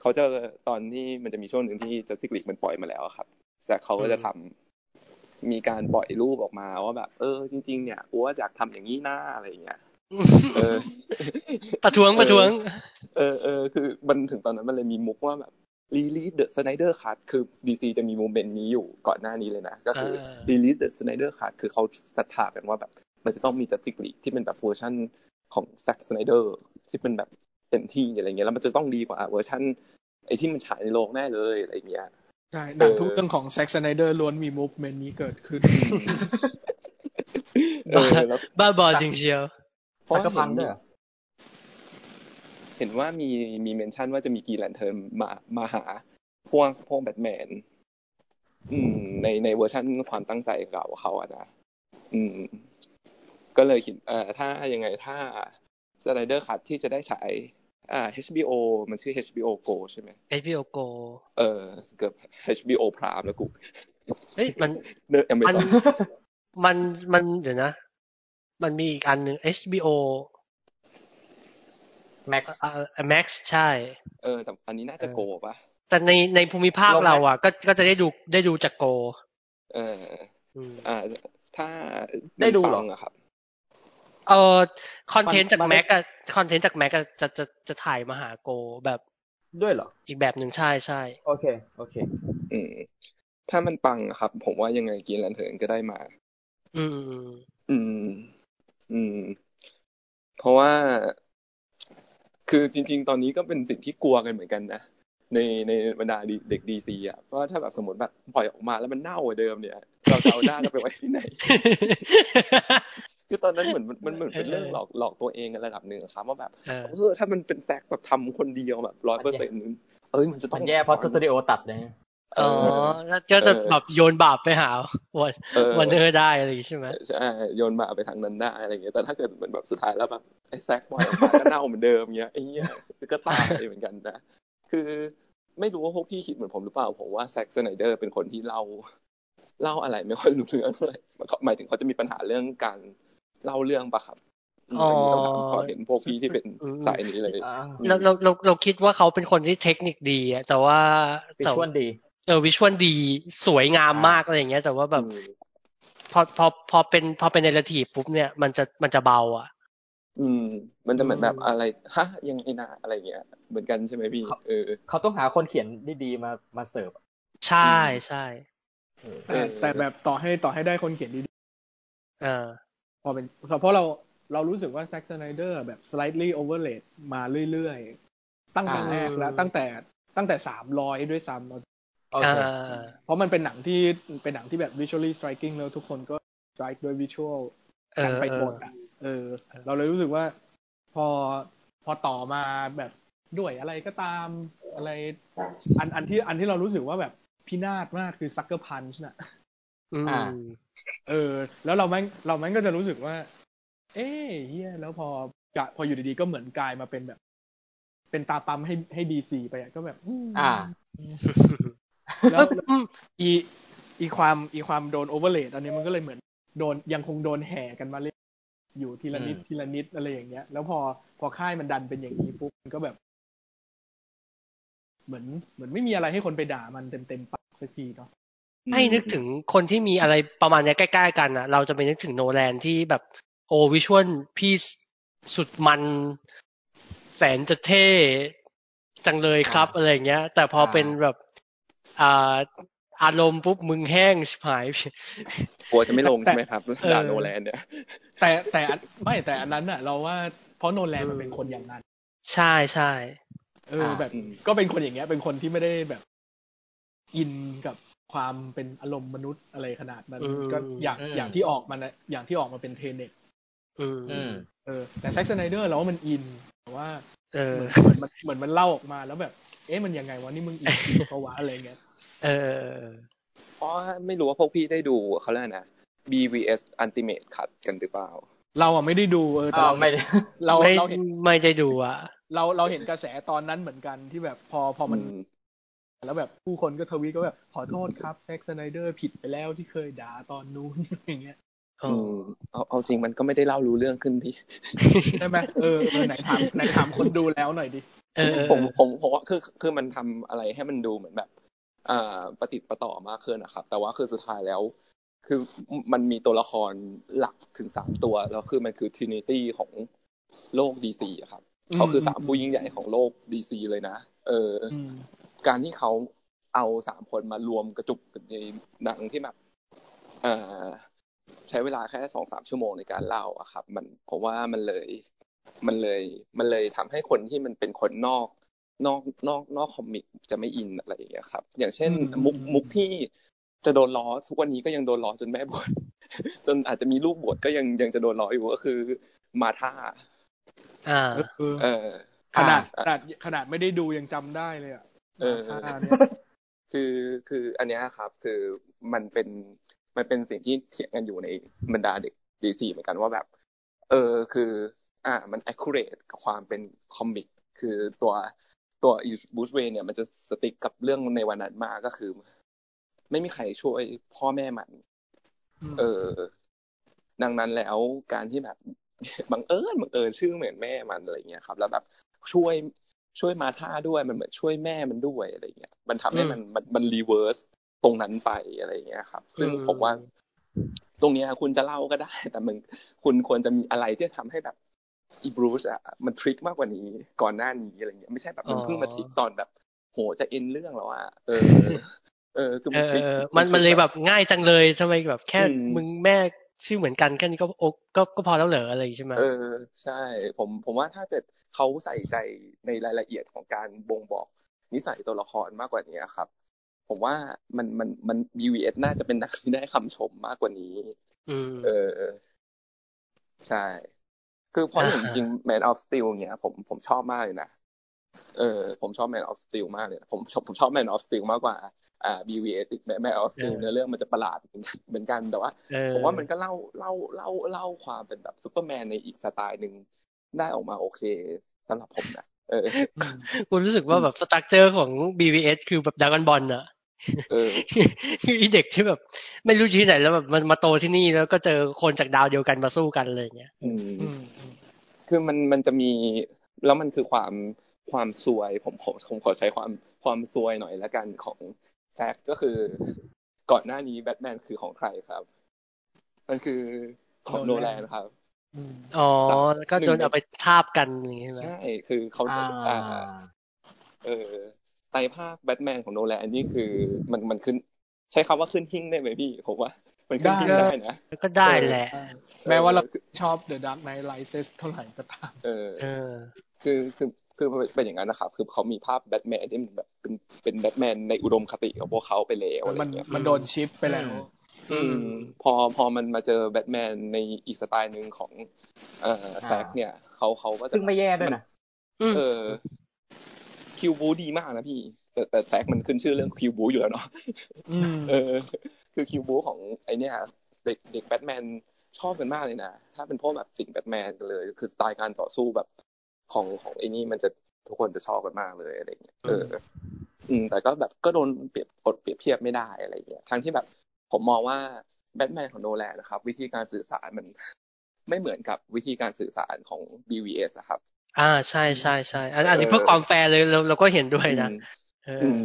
Speaker 3: เขาจะตอนที่มันจะมีช่วงหนึ่งที่จัสติกลิกมันปล่อยมาแล้วอะครับ แซกเขาก็จะทำมีการปล่อยรูปออกมาว่าแบบ เออ จริง ๆ เนี่ยกูว่าอยากทำอย่างนี้หน้าอะไรอย่างเงี้ย เอ อ
Speaker 1: ประท้วงประท้วง
Speaker 3: เออเออคือมันถึงตอนนั้นมันเลยมีมุกว่าแบบรีลีสเดอะสไนเดอร์คัคือดีซีจะมีโมเมนต์นี้อยู่ก่อนหน้านี้เลยนะ ก็คือ
Speaker 1: เออ
Speaker 3: รีลีสเดอะสไนเดอร์คัคือเขาศรัทธากันว่าแบบ มันจะต้องมีจัสติกลีที่เป็นแบบเวอร์ชันของแซ็กสไนเดอร์ที่เป็นแบบเต็มที่อะไรเงี้ยแล้วมันจะต้องดีกว่าเวอร์ชันไอ้ที่มันฉายในโรงแน่เลยอะไรเงี้ย
Speaker 4: ใช่หนังทุกเรื่องของแซ็กซ์ไนเดอร์ล้วนมีมูฟเมนต์นี้เกิดขึ้น
Speaker 3: เออแล้ว
Speaker 1: บ้าบอจริงเชียว
Speaker 3: เพ
Speaker 5: สั
Speaker 3: ราะ
Speaker 5: กกะพันด้วย
Speaker 3: เห็
Speaker 5: เหรอ
Speaker 3: นเห็นว่ามีมีเมนชั่นว่าจะมีกีแลนเทิร์นมามาหาพวกพวกแบทแมนอืม ในในเวอร์ชั่นความตั้งใจเก่าเขาอะนะอืม ก็เลยคิดเอ่อถ้ายังไงถ้าสไลเดอร์คัทที่จะได้ฉายอ่า HBO มันชื่อ HBO Go ใช่ไหม
Speaker 1: HBO Go
Speaker 3: เออเกือบ HBO Prime แล้วกู
Speaker 1: เอ้ย มัน
Speaker 3: เนื้อ Amazon
Speaker 1: มัน มัน มัน เดี๋ยวนะ มันมีอีกอันหนึ่ง HBO
Speaker 5: แม็ก
Speaker 1: อ่า Max ใช่
Speaker 3: เออแต่อันนี้น่าจะ
Speaker 1: เออ
Speaker 3: Go ป่ะ
Speaker 1: แต่ในในภูมิภาค
Speaker 5: ลง
Speaker 1: เรา
Speaker 5: Max
Speaker 1: อ่ะ ก็ก็จะได้ดูได้ดูจากโก
Speaker 3: เออ
Speaker 1: อืม
Speaker 3: อ่า ถ้า
Speaker 5: ได้ดูเหรอ
Speaker 3: มันปังอะครับ
Speaker 1: เออคอนเทนต์จาก
Speaker 5: มัน
Speaker 1: แม็กอะคอนเทนต์จากแม็กอะจะจะจะถ่ายมาหาโกแบบ
Speaker 5: ด้วยเหรอ
Speaker 1: อีกแบบหนึ่งใช่ใช่
Speaker 5: โอเค โอเค
Speaker 3: อืม ถ้ามันปังอะครับ ผมว่ายังไงกินแลนเทิร์นก็ได้มา
Speaker 1: อืมอืมอืม
Speaker 3: อืม อืม เพราะว่า คือจริง ๆ ตอนนี้ก็เป็นสิ่งที่กลัวกันเหมือนกันนะ ในในบรรดาเด็กดีซีอ่ะเพราะว่าถ้าแบบสมมติแบบปล่อยออกมาแล้วมันเน่ากว่าเดิมเนี่ย เราจะเอาหน้าเราไปไว้ที่ไหน คือตอนนั้นเหมือนมันมันเหมือนเป็นเรื่องหลอกหลอกตัวเองกันระดับหนึ่งอะครับว่าแบบ
Speaker 1: เออ
Speaker 3: เออถ้ามันเป็นแซกแบบทำคนเดียวแบบร้อยเปอร์เซ็นต์เอ้ยมันจะต้
Speaker 5: มั
Speaker 3: อน ง
Speaker 5: แย่เพราะสตูดิโอตัดนะ
Speaker 3: เอ
Speaker 1: อ๋อ
Speaker 3: อ
Speaker 1: แล้วก็จะ
Speaker 3: เออ
Speaker 1: แบบโยนบาปไปหาวัน
Speaker 3: เออ
Speaker 1: วันเนอร์ได้อะไรอย่างงี้ใช่ไหม
Speaker 3: ใช่โยนมาไปทางนั้นได้อะไรอย่างเงี้ยแต่ถ้าเกิดเหมือนแบบสุดท้ายแล้วแบบไอ้แซกปล่อยออกมาก็เน่าเหมือนเดิมเงี้ยไอ้เงี้ยก็ตายเหมือนกันนะคือไม่รู้ว่าพวกพี่คิดเหมือนผมหรือเปล่าผมว่าแซกสไนเดอร์เป็นคนที่เล่าเล่าอะไรไม่ค่อยรู้เรื่องเท่าไห ร่หมายถึงเขาจะมีปัญหาเรื่องการเล่าเรื่องปะครับอันนี้ต้องถามก่อนเห็นพวกพี่ที่เป็นสายนี้เลย
Speaker 1: เราเราเราเราคิดว่าเขาเป็นคนที่เทคนิคดีอะแต่ว่า
Speaker 5: วิ
Speaker 1: แต่
Speaker 5: ชวลดี
Speaker 1: เออวิชวลดีสวยงาม
Speaker 5: อ่าม
Speaker 1: มากอะไรอย่างเงี้ย แต่ว่าแบบพอพอพอเป็นพอเป็นเนรทีฟปุ๊บเนี่ยมันจะมันจะเบาอ่ะ
Speaker 3: อืม มันจะเหมือนแบบ
Speaker 1: อืม
Speaker 3: อะไรฮะยังไงนะอะไรอย่างเงี้ยเหมือนกันใช่ไหมพี่ เออ
Speaker 5: เขาต้องหาคนเขียนดีๆมามาเสิร์ฟอะ
Speaker 1: ใช่ใช่
Speaker 5: เออ
Speaker 4: แต่แต่แบบต่อให้ต่อให้ได้คนเขียนดี
Speaker 1: เออ
Speaker 4: ๆพอเป็นเพราะเราเรารู้สึกว่าแซ็กซ์ไนเดอร์แบบ slightly overlaid มาเรื่อยๆ ตั้งแต่แรกแล้ว
Speaker 1: อ่า
Speaker 4: ตั้งแต่ตั้งแต่สามร้อยด้วยซ้ำ
Speaker 5: โอ
Speaker 1: เอ
Speaker 5: เค
Speaker 1: อ
Speaker 4: เพราะมันเป็นหนังที่เป็นหนังที่แบบ visually striking แล้วทุกคนก็ strike ด้วย visual
Speaker 1: เอ
Speaker 4: กัน
Speaker 1: อ
Speaker 4: ไปหมดอ่ะ เออ เราเลยรู้สึกว่า พอพอต่อมาแบบด้วยอะไรก็ตามอะไร อันอันที่อันที่เรารู้สึกว่าแบบพินาศมากคือซักเกอร์พันช์น่ะ
Speaker 1: อืม
Speaker 5: อ่า
Speaker 4: เออ แล้วเราแม่งเราแม่งก็จะรู้สึกว่า เอ้ยเฮียแล้วพอจะพออยู่ดีๆก็เหมือนกลายมาเป็นแบบ เป็นตาปั๊มให้ให้ดีซีไปอะก็แบบอืม
Speaker 5: อ่า
Speaker 4: แล้ว
Speaker 1: อืม
Speaker 4: อีอีความอีความโดนโอเวอร์เลอันนี้มันก็เลยเหมือนโดนยังคงโดนแห่กันมาเรื่อยอยู่ทีละนิด
Speaker 5: อืม
Speaker 4: ทีละนิดอะไรอย่างเงี้ย แล้วพอพอค่ายมันดันเป็นอย่างนี้ปุ๊บมันก็แบบ เหมือนเหมือนไม่มีอะไรให้คนไปด่ามันเต็มเต็มๆปากสักทีเนาะ
Speaker 1: ให้นึกถึงคนที่มีอะไรประมาณเนี้ยใกล้ๆกันอ่ะ เราจะไปนึกถึงโนแลนที่แบบโอวิชวลพี่สุดมัน แสนจะเท่ จังเลยครับ อะไรอย่างเงี้ย แต่พอเป็นแบบ อ่า อารมณ์ปุ๊บมึงแห้งชิบหาย
Speaker 3: กลัวจะไม่ลงใช่ไหมครับด่าโนแลนเนี่ย
Speaker 4: แต่แต่อันไม่แต่อันนั้นอะเราว่าเพราะโนแลนมันเป็นคนอย่างนั้น
Speaker 1: ใช่ใช่
Speaker 4: เออ
Speaker 5: อ่า
Speaker 4: แบบ
Speaker 3: อืม
Speaker 4: ก็เป็นคนอย่างเงี้ย เป็นคนที่ไม่ได้แบบอินกับความเป็นอารมณ์มนุษย์อะไรขนาดนั้นก็อย่างอย่างที่ออกมานะอย่างที่ออกมาเป็นเทเน
Speaker 1: อืม
Speaker 5: อืม
Speaker 4: เออแต่แซ็กสไนเดอร์เราว่ามันอินแต่ว่า
Speaker 1: เออ
Speaker 4: เหมือนมันเหมือนมันเล่าออกมาแล้วแบบ เอ๊ะมันยังไงวะนี่มึงอินจริงเพราะวะอะไรเงี้ย
Speaker 1: เออเออเออ
Speaker 3: เพราะว่าไม่รู้ว่าพวกพี่ได้ดูเขาเรียกอะไรนะ BVS Ultimate Cut กันหรือเปล่า
Speaker 4: เราอ่ะไม่ได้ดูเออแต่
Speaker 5: เรา
Speaker 4: เรา
Speaker 5: ไม่ได้
Speaker 4: เรา
Speaker 1: ไม่
Speaker 4: เราเห็น
Speaker 1: ไม่ได้ดูอ่ะ
Speaker 4: เราเราเห็นกระแสตอนนั้นเหมือนกันที่แบบพอพอมันแล้วแบบผู้คนก็ทวีตก็แบบขอโทษครับแซ็กสไนเดอร์ผิดไปแล้วที่เคยด่าตอนนู้ น อย่างเงี้ย
Speaker 3: อืมเอาเอาจริงมันก็ไม่ได้เล่ารู้เรื่องขึ้นพี่
Speaker 4: ใช่ไหมเออเออไหนถามไหนถามคนดูแล้วหน่อยดิ
Speaker 1: เออเออ
Speaker 3: ผมผมผมว่าคือคือมันทำอะไรให้มันดูเหมือนแบบอ่าประติดประต่อมากขึ้นนะครับ แต่ว่าคือสุดท้ายแล้ว คือมันมีตัวละครหลักถึงสามตัว แล้วคือมันคือทรินิตี้ของโลกดีซีครับเขาคือสามผู้ยิ่งใหญ่ของโลกดีซีเลยนะเอออ
Speaker 4: อืม
Speaker 3: การที่เขาเอาสามคนมารวมกระจุกกันในหนังที่แบบเอ่อใช้เวลาแค่สองสามชั่วโมงในการเล่าอะครับ มันผมว่ามันเลย มันเลย มันเลยทำให้คนที่มันเป็นคนนอก นอกนอกนอกคอมิกจะไม่อินอะไรอย่างเงี้ยครับ อย่างเช่น มุกมุกที่จะโดนล้อทุกวันนี้ก็ยังโดนล้อจนแม่บวช จนอาจจะมีลูกบวชก็ยังยังจะโดนล้ออยู่ก็คือมาท่า
Speaker 1: อ่า
Speaker 4: เออ
Speaker 3: เออ
Speaker 4: ขนาด
Speaker 3: อ่า
Speaker 4: ขนาดขนาดไม่ได้ดูยังจำได้เลยอ่ะ
Speaker 3: เออ
Speaker 4: าเนี่ย
Speaker 3: คือคืออันเนี้ยครับ คือมันเป็นมันเป็นสิ่งที่เถียงกันอยู่ในบรรดาเด็กดีซีเหมือนกันว่าแบบ เออคือ อ่ามัน accurate กับความเป็นคอมิกคือตัวตัวอีบูสเวย์เนี่ยมันจะสติ๊กกับเรื่องในวันนั้นมากก็คือ ไม่มีใครช่วยพ่อแม่มัน
Speaker 4: อืม
Speaker 3: เออ ดังนั้นแล้วการที่แบบ บังเอิญบังเอิญชื่อเหมือนแม่มันอะไรเงี้ยครับ แล้วแบบช่วยช่วยมาท่าด้วยมันเหมือนช่วยแม่มันด้วยอะไรเงี้ยมันทำให้มันมันมันรีเวิร์สตรงนั้นไปอะไรเงี้ยครับ ซึ่ง
Speaker 1: อืม
Speaker 3: ผมว่า ตรงเนี้ยคุณจะเล่าก็ได้ แต่มึงคุณควรจะมีอะไรที่ทำให้แบบ อีบรูซอะมันทริกมากกว่านี้ก่อนหน้านี้อะไรเงี้ยไม่ใช่แบบมันเพิ่งมาทริกตอนแบบ โหจะเอ็นเรื่องแล้วอะเออ เออคือ
Speaker 1: เอ
Speaker 3: มัน
Speaker 1: อ
Speaker 3: ทริก
Speaker 1: เออมันมันเลยแบบง่ายจังเลยทำไมแบบแค่
Speaker 3: อืม
Speaker 1: มึงแม่ชื่อเหมือนกันแค่นี้ก็โอกก็ก็พอแล้วเหรออะไรอย่างงี้ใช่ไหม
Speaker 3: เออใช่ ผมผมว่าถ้าเกิดเขาใส่ใจในรายละเอียดของการบ่งบอกนิสัยตัวละครมากกว่านี้ครับ ผมว่ามันมันมัน BVS น่าจะเป็นหนังที่ได้คำชมมากกว่านี้
Speaker 1: อืม
Speaker 3: เออ ใช่ คือพอ
Speaker 1: อ่า
Speaker 3: ผมจริง Man of Steel เนี่ยผมผมชอบมากเลยนะ เออ ผมชอบ Man of Steel มากเลยนะผมชอบผมชอบ Man of Steel มากกว่า อ่า BVS อีก Man Man of Steel
Speaker 1: เออ
Speaker 3: เนื้อเรื่องมันจะประหลาดเหมือนกันแต่ว่า
Speaker 1: เออ
Speaker 3: ผมว่ามันก็เล่าเล่าเล่าเล่าความเป็นแบบซูเปอร์แมนในอีกสไตล์หนึ่งได้ออกมาโอเคสำหรับผมนะเออ
Speaker 1: กูรู้สึกว่าแบบสตั๊กเจอร์ของ BVS คือแบบดากอนบอลอะ
Speaker 3: เออ
Speaker 1: คืออีเด็กที่แบบ ไม่รู้ที่ไหนแล้วแบบมันมาโตที่นี่แล้วก็เจอคนจากดาวเดียวกันมาสู้กันอะไรอย่างเงี้ย
Speaker 3: อืม
Speaker 4: อืมอืม
Speaker 3: คือมันมันจะมีแล้วมันคือความความซวยผมผมผมขอใช้ความความซวยหน่อยละกันของแซกก็คือ ก่อนหน้านี้แบทแมนคือของใครครับ มันคือของโนแลนครับ
Speaker 4: อืม
Speaker 1: อ๋อ
Speaker 3: สาม
Speaker 1: แล้วก็
Speaker 3: หนึ่ง
Speaker 1: โดนเอาไปทาบกันอย่างเงี้ยใช่ไหม
Speaker 3: ใช่คือเขา
Speaker 5: อ่
Speaker 3: อ่า
Speaker 5: า
Speaker 3: เออไตรภาคแบทแมนของโนแลนนี่คือมันมันขึ้น ใช้คำว่าขึ้นหิ้งได้ไหมพี่ผมว่า มันขึ้นหิ้ง
Speaker 1: ได้
Speaker 3: ได้นะ
Speaker 1: แล้วก็ได้แหละ
Speaker 4: ใช่
Speaker 3: เออ
Speaker 4: แม้ว่าเราชอบ The Dark Knight Rises เท่าไหร่ก็ตาม
Speaker 3: เออ
Speaker 1: เออ
Speaker 3: คือคือคือเป็นอย่างนั้นนะครับ คือเขามีภาพแบทแมนที่มันแบบเป็นเป็นแบทแมนในอุดมคติของพวกเขาไปแล้วอะไร
Speaker 4: มัน
Speaker 3: เงี้ย
Speaker 4: มันโดนชิปไปแล้ว
Speaker 3: อืม พอพอมันมาเจอแบทแมนในอีกสไตล์หนึ่งของ เอ่อแซกเนี่ยเขาเขาก็จะ
Speaker 5: ซึ่งไม่แย่ด้วยนะ
Speaker 1: อืม
Speaker 3: เออ คิวบูดีมากนะพี่ แต่แต่แซกมันขึ้นชื่อเรื่องคิวบูอยู่แล้วเนาะ
Speaker 4: อืม
Speaker 3: เออคือคิวบูของไอเนี่ยเด็กเด็กแบทแมนชอบกันมากเลยนะ ถ้าเป็นพวกแบบติ่งแบทแมนกันเลย คือสไตล์การต่อสู้แบบของของไอนี่มันจะทุกคนจะชอบกันมากเลยอะไรอย่างเงี้ยเอออืมแต่ก็แบบก็โดนเปรียบกดเปรียบเทียบไม่ได้อะไรอย่างเงี้ยทั้งที่แบบผมมองว่าแบทแมนของโนแลนนะครับ วิธีการสื่อสารมัน ไม่เหมือนกับวิธีการสื่อสารของ BVS อะครับ
Speaker 1: อ่าใช่ใช่ใช่อันอันนี้
Speaker 3: เออ
Speaker 1: เพื่อความแฟร์เลยเราเราก็เห็นด้วยนะ
Speaker 3: อืม
Speaker 1: เออ
Speaker 3: อื
Speaker 1: อ
Speaker 3: ม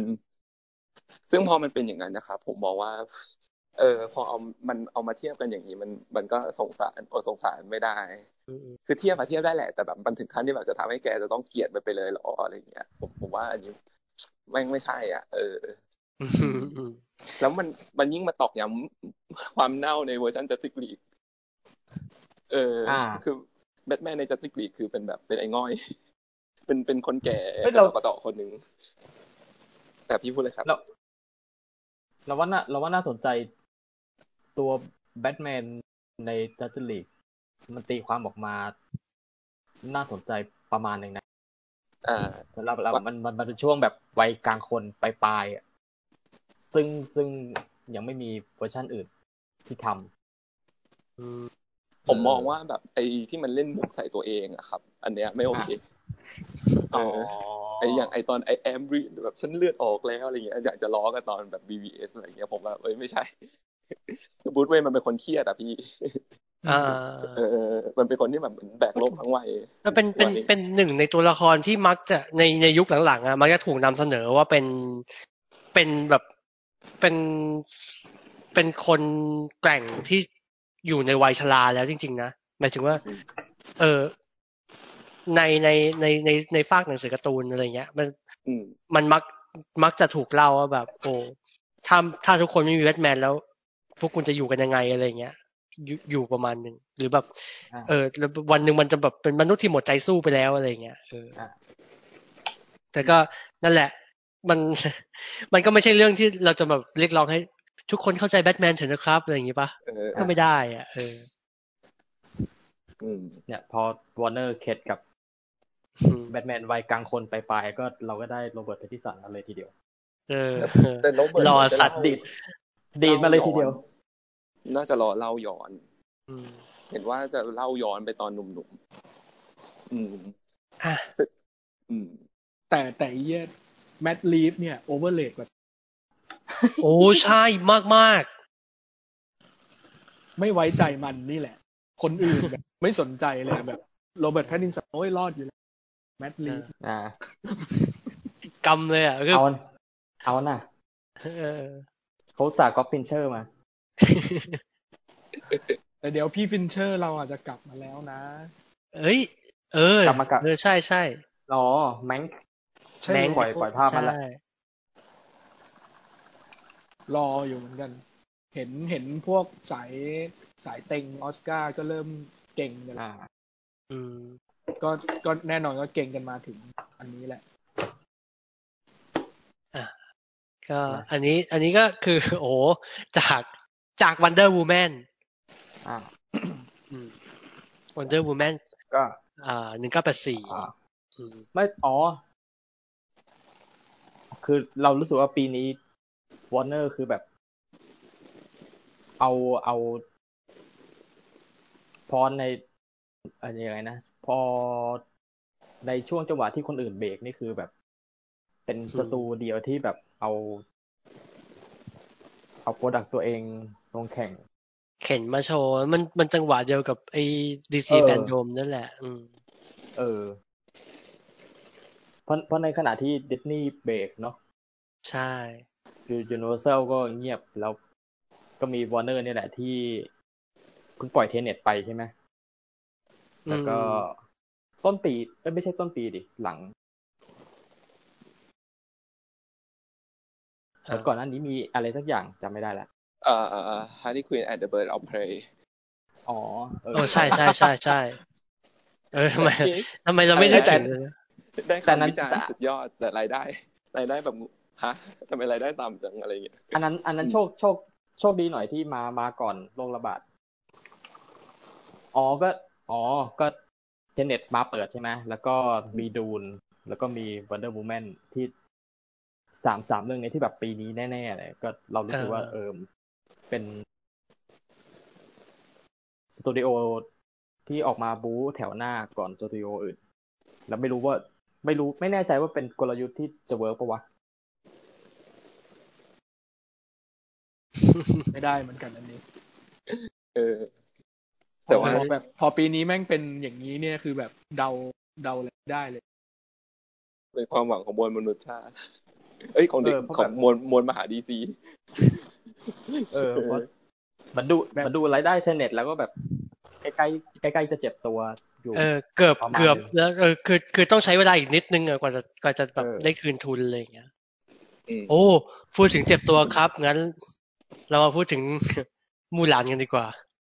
Speaker 3: ซึ่งพอมันเป็นอย่างนั้นนะครับผมมองว่า เออ พอเอามันเอามาเทียบกันอย่างนี้ มันมันก็สงสารอดสงสารไม่ได้
Speaker 1: อืม
Speaker 3: คือเทียบมาเทียบได้แหละแต่แบบมันถึงขั้นที่แบบจะทำให้แกจะต้องเกลียดมันไปเลยเหรออะไรอย่างเงี้ยผมผมว่าอันนี้แม่งไม่ใช่ อ่ะ เออ
Speaker 1: อืมอืม
Speaker 3: แล้วมันมันยิ่งมาตอกย้ำความเน่าในเวอร์ชันจัสติกลีกเอออา คือแบทแมนในจัสติกลีกคือเป็นแบบเป็นไอ้ง่อย เป็นเป็นคนแก่
Speaker 5: เฮ้ยเรา
Speaker 3: กระจอกกระจอกคนหนึ่งแต่พี่พูดเลยครับ
Speaker 5: เราว่าน่าเราว่าน่าสนใจตัวแบทแมนในจัสติลีกมันตีความออกมา น่าสนใจประมาณหนึ่งนะ
Speaker 3: อ่า
Speaker 5: เราเรามันมันมันเป็นช่วงแบบวัยกลางคนปลายๆอะซึ่งซึ่งยังไม่มีเวอร์ชั่นอื่นที่ท
Speaker 1: อืม
Speaker 3: ผมมองว่าแบบไอ้ที่มันเล่นมุกใส่ตัวเองอะครับ อันเนี้ยไม่โอเค
Speaker 5: ำ
Speaker 3: เออไอ้อย่างไอ้ตอนไอแอมรีแบบฉันเลือดออกแล้วอะไรเงี้ยอยากจะล้อกันตอนแบบ BVS อะไรเงี้ยผมว่าเอ้ยไม่ใช่ บูธเวยมันเป็นคนเครียดอะพี่
Speaker 1: อ่า
Speaker 3: เออ มันเป็นคนที่แบบเหมือนแบกโลกทั้งวัย
Speaker 1: แล้วเป็นเป็นเป็นหนึ่งในตัวละครที่มักจะในในยุคหลังๆอ่ะมักจะถูกนำเสนอว่าเป็นเป็นแบบเป็นเป็นคนแกร่งที่อยู่ในวัยชราแล้วจริง ๆ นะหมายถึงว่า เออในในในในในฝากหนังสือการ์ตูนอะไรเงี้ยมัน
Speaker 3: อืม
Speaker 1: มันมักมักจะถูกเล่าว่าแบบ โอ้ถ้าถ้าทุกคนไม่มีแบทแมนแล้ว พวกคุณจะอยู่กันยังไงอะไรเงี้ยอยู่อยู่ประมาณหนึ่งหรือแบบ
Speaker 5: อ่า
Speaker 1: เออแล้ววันหนึ่งมันจะแบบเป็นมนุษย์ที่หมดใจสู้ไปแล้วอะไรเงี้ยเออ
Speaker 5: อ่ะ
Speaker 1: แต่ก็นั่นแหละ มัน มันก็ไม่ใช่เรื่องที่เราจะแบบเรียกร้องให้ ทุกคนเข้าใจแบทแมนเถอะนะครับอะไรอย่างงี้ปะ
Speaker 3: เออ
Speaker 1: ก็ไม่ได้อ่ะเออ
Speaker 3: อืม
Speaker 5: เนี่ย พอวอร์เนอร์เข็ดกับ
Speaker 1: อืม
Speaker 5: แบทแมนวัยกลางคนปลายๆก็เราก็ได้โรเบิร์ตแพตติสันมาเลยทีเดียว
Speaker 1: เออ
Speaker 3: แต่โรเบิร์ต
Speaker 1: รอ
Speaker 3: น่าจะ
Speaker 1: สั
Speaker 3: เล่า
Speaker 1: ตว์
Speaker 5: ดีดดีดมาเลยทีเดียว
Speaker 3: น่าจะรอเล่าย้อน
Speaker 1: อืม
Speaker 3: เห็นว่าจะเล่าย้อนไปตอนหนุ่มๆอืม
Speaker 1: อ่ะ
Speaker 3: อืม
Speaker 4: แต่แต่ไอ้เหี้ยแมดลีฟเนี่ยโอเวอร์เลกว่า
Speaker 1: โอ้ใช่มากมาก
Speaker 4: ไม่ไว้ใจมันนี่แหละ คนอื่นแบบ ไม่สนใจเลยแบบโรเบิร์ตแพตตินสันโอ้ยรอดอยู่แล้วแมดลีฟ
Speaker 5: อ่า
Speaker 1: ๆกำเลยอ่ะคือ
Speaker 5: เอาเอาน่ะ
Speaker 1: เออ
Speaker 5: เขาสาก็ฟินเชอร์มา
Speaker 4: แต่เดี๋ยวพี่ฟินเชอร์เราอาจจะกลับมาแล้วนะ
Speaker 1: เอ้ย เออก
Speaker 6: ลับมากลับ
Speaker 1: เออใช่ใช่
Speaker 6: อ๋อแมงใช่
Speaker 1: แบงค์
Speaker 6: ปล่อยปล่อยภาพมันละ
Speaker 1: ใช่
Speaker 4: รออยู่เหมือนกัน เห็นเห็นพวกสายสายเต็งออสการ์ก็เริ่มเก่งกันแล้ว
Speaker 6: อ่า
Speaker 1: อืม
Speaker 4: ก็ก็แน่นอนก็เก่งกันมาถึงอันนี้แหละ
Speaker 1: ก็
Speaker 6: นะ
Speaker 1: อันนี้อันนี้ก็คือ โอ้โหจากจาก Wonder Woman
Speaker 6: อ่า
Speaker 1: อืม Wonder Woman
Speaker 6: ก็
Speaker 1: อ่าหนึ่งเก้าแปดสี่
Speaker 6: อ่า
Speaker 1: อืม
Speaker 2: ไม่อ๋อ คือเรารู้สึกว่าปีนี้วอร์เนอร์คือแบบ เอาเอาพอในอะไรยังไงนะ พอในช่วงจังหวะที่คนอื่นเบรกนี่คือแบบ เป็นสตูเดียวที่แบบเอา เอาโปรดักตัวเองลงแข่ง
Speaker 1: เข็นมาโชว์ มันมันจังหวะเดียวกับไอ้ DC
Speaker 2: เออ
Speaker 1: แฟนโดมนั่นแหละ อืม
Speaker 2: เออ เพราะเพราะในขณะที่ดิสนีย์เบรกเนาะ
Speaker 1: ใช่
Speaker 2: คือ Universal ก็เงียบแล้วก็มี Warner เนี่ยแหละที่เพิ่งปล่อยเทเน็ตไปใช่ไหมแล้วก็ต้นปีเอ้ยไม่ใช่ต้นปีดิ หลัง
Speaker 1: ครับ
Speaker 2: แล้วก่อนหน้านี้มีอะไรสักอย่างจำไม่ได้ละ
Speaker 3: เอ่อ Harley Quinn and the Bird of Prey
Speaker 2: อ๋อเออ
Speaker 1: โอ้ใช่ใช่ใช่ใช่เออทำไม
Speaker 3: ที่
Speaker 1: ทำไมเราไม่นึกถึงเลยนะ
Speaker 3: ได้คำวิจารณ์สุดยอดแต่รายได้ รายได้แบบฮะทำไมรายได้ต่ำจังอะไรเงี้ย
Speaker 2: อันนั้น อันนั้นโชคโชคโชคดีหน่อยที่มามาก่อนโรคระบาด อ๋อก็ อ๋อก็เทเน็ตมาเปิดใช่ไหมแล้วก็มีดูน แล้วก็มี Wonder Woman ที่สามสามเรื่องนี้ที่แบบปีนี้แน่ๆเลยก็เรารู้สึกว่า เออเป็นสตูดิโอที่ออกมาบู๊แถวหน้าก่อนสตูดิโออื่น แล้วไม่รู้ว่า ไม่รู้ไม่แน่ใจว่าเป็นกลยุทธ์ที่จะเวิร์กปะวะ
Speaker 4: ไม่ได้เหมือนกันอันนี้
Speaker 3: เออ แต่
Speaker 4: พ
Speaker 3: ว่า
Speaker 4: อแบบพอปีนี้แม่งเป็นอย่างนี้เนี่ยคือแบบเดาเดาอะไรไม่ได้เลย
Speaker 3: เป็นความหวังของมวลมนุษยชาติ เอ้ย ของเด็ก
Speaker 2: เออเพราะ
Speaker 3: ข
Speaker 2: แบ
Speaker 3: อง
Speaker 2: บ
Speaker 3: มวลมวลมหาดีซี
Speaker 2: เออเพราะ มันดู
Speaker 4: แบบ
Speaker 2: มันดูรายได้เทเน็ตแล้วก็แบบใกล้ใกล้ๆใกล้ๆจะเจ็บตัวอยู่
Speaker 1: เออเกือบ
Speaker 2: ประมาณ
Speaker 1: เกือบแล้วเออคือคือต้องใช้เวลาอีกนิดนึงอะกว่าจะกว่าจะแบบ
Speaker 2: เออ
Speaker 1: ได้คืนทุนอะไรอย่างเงี้ย
Speaker 3: อืม
Speaker 1: โอ้พูดถึงเจ็บตัวครับ งั้น เรามาพูดถึง มูหลานกันดีกว่า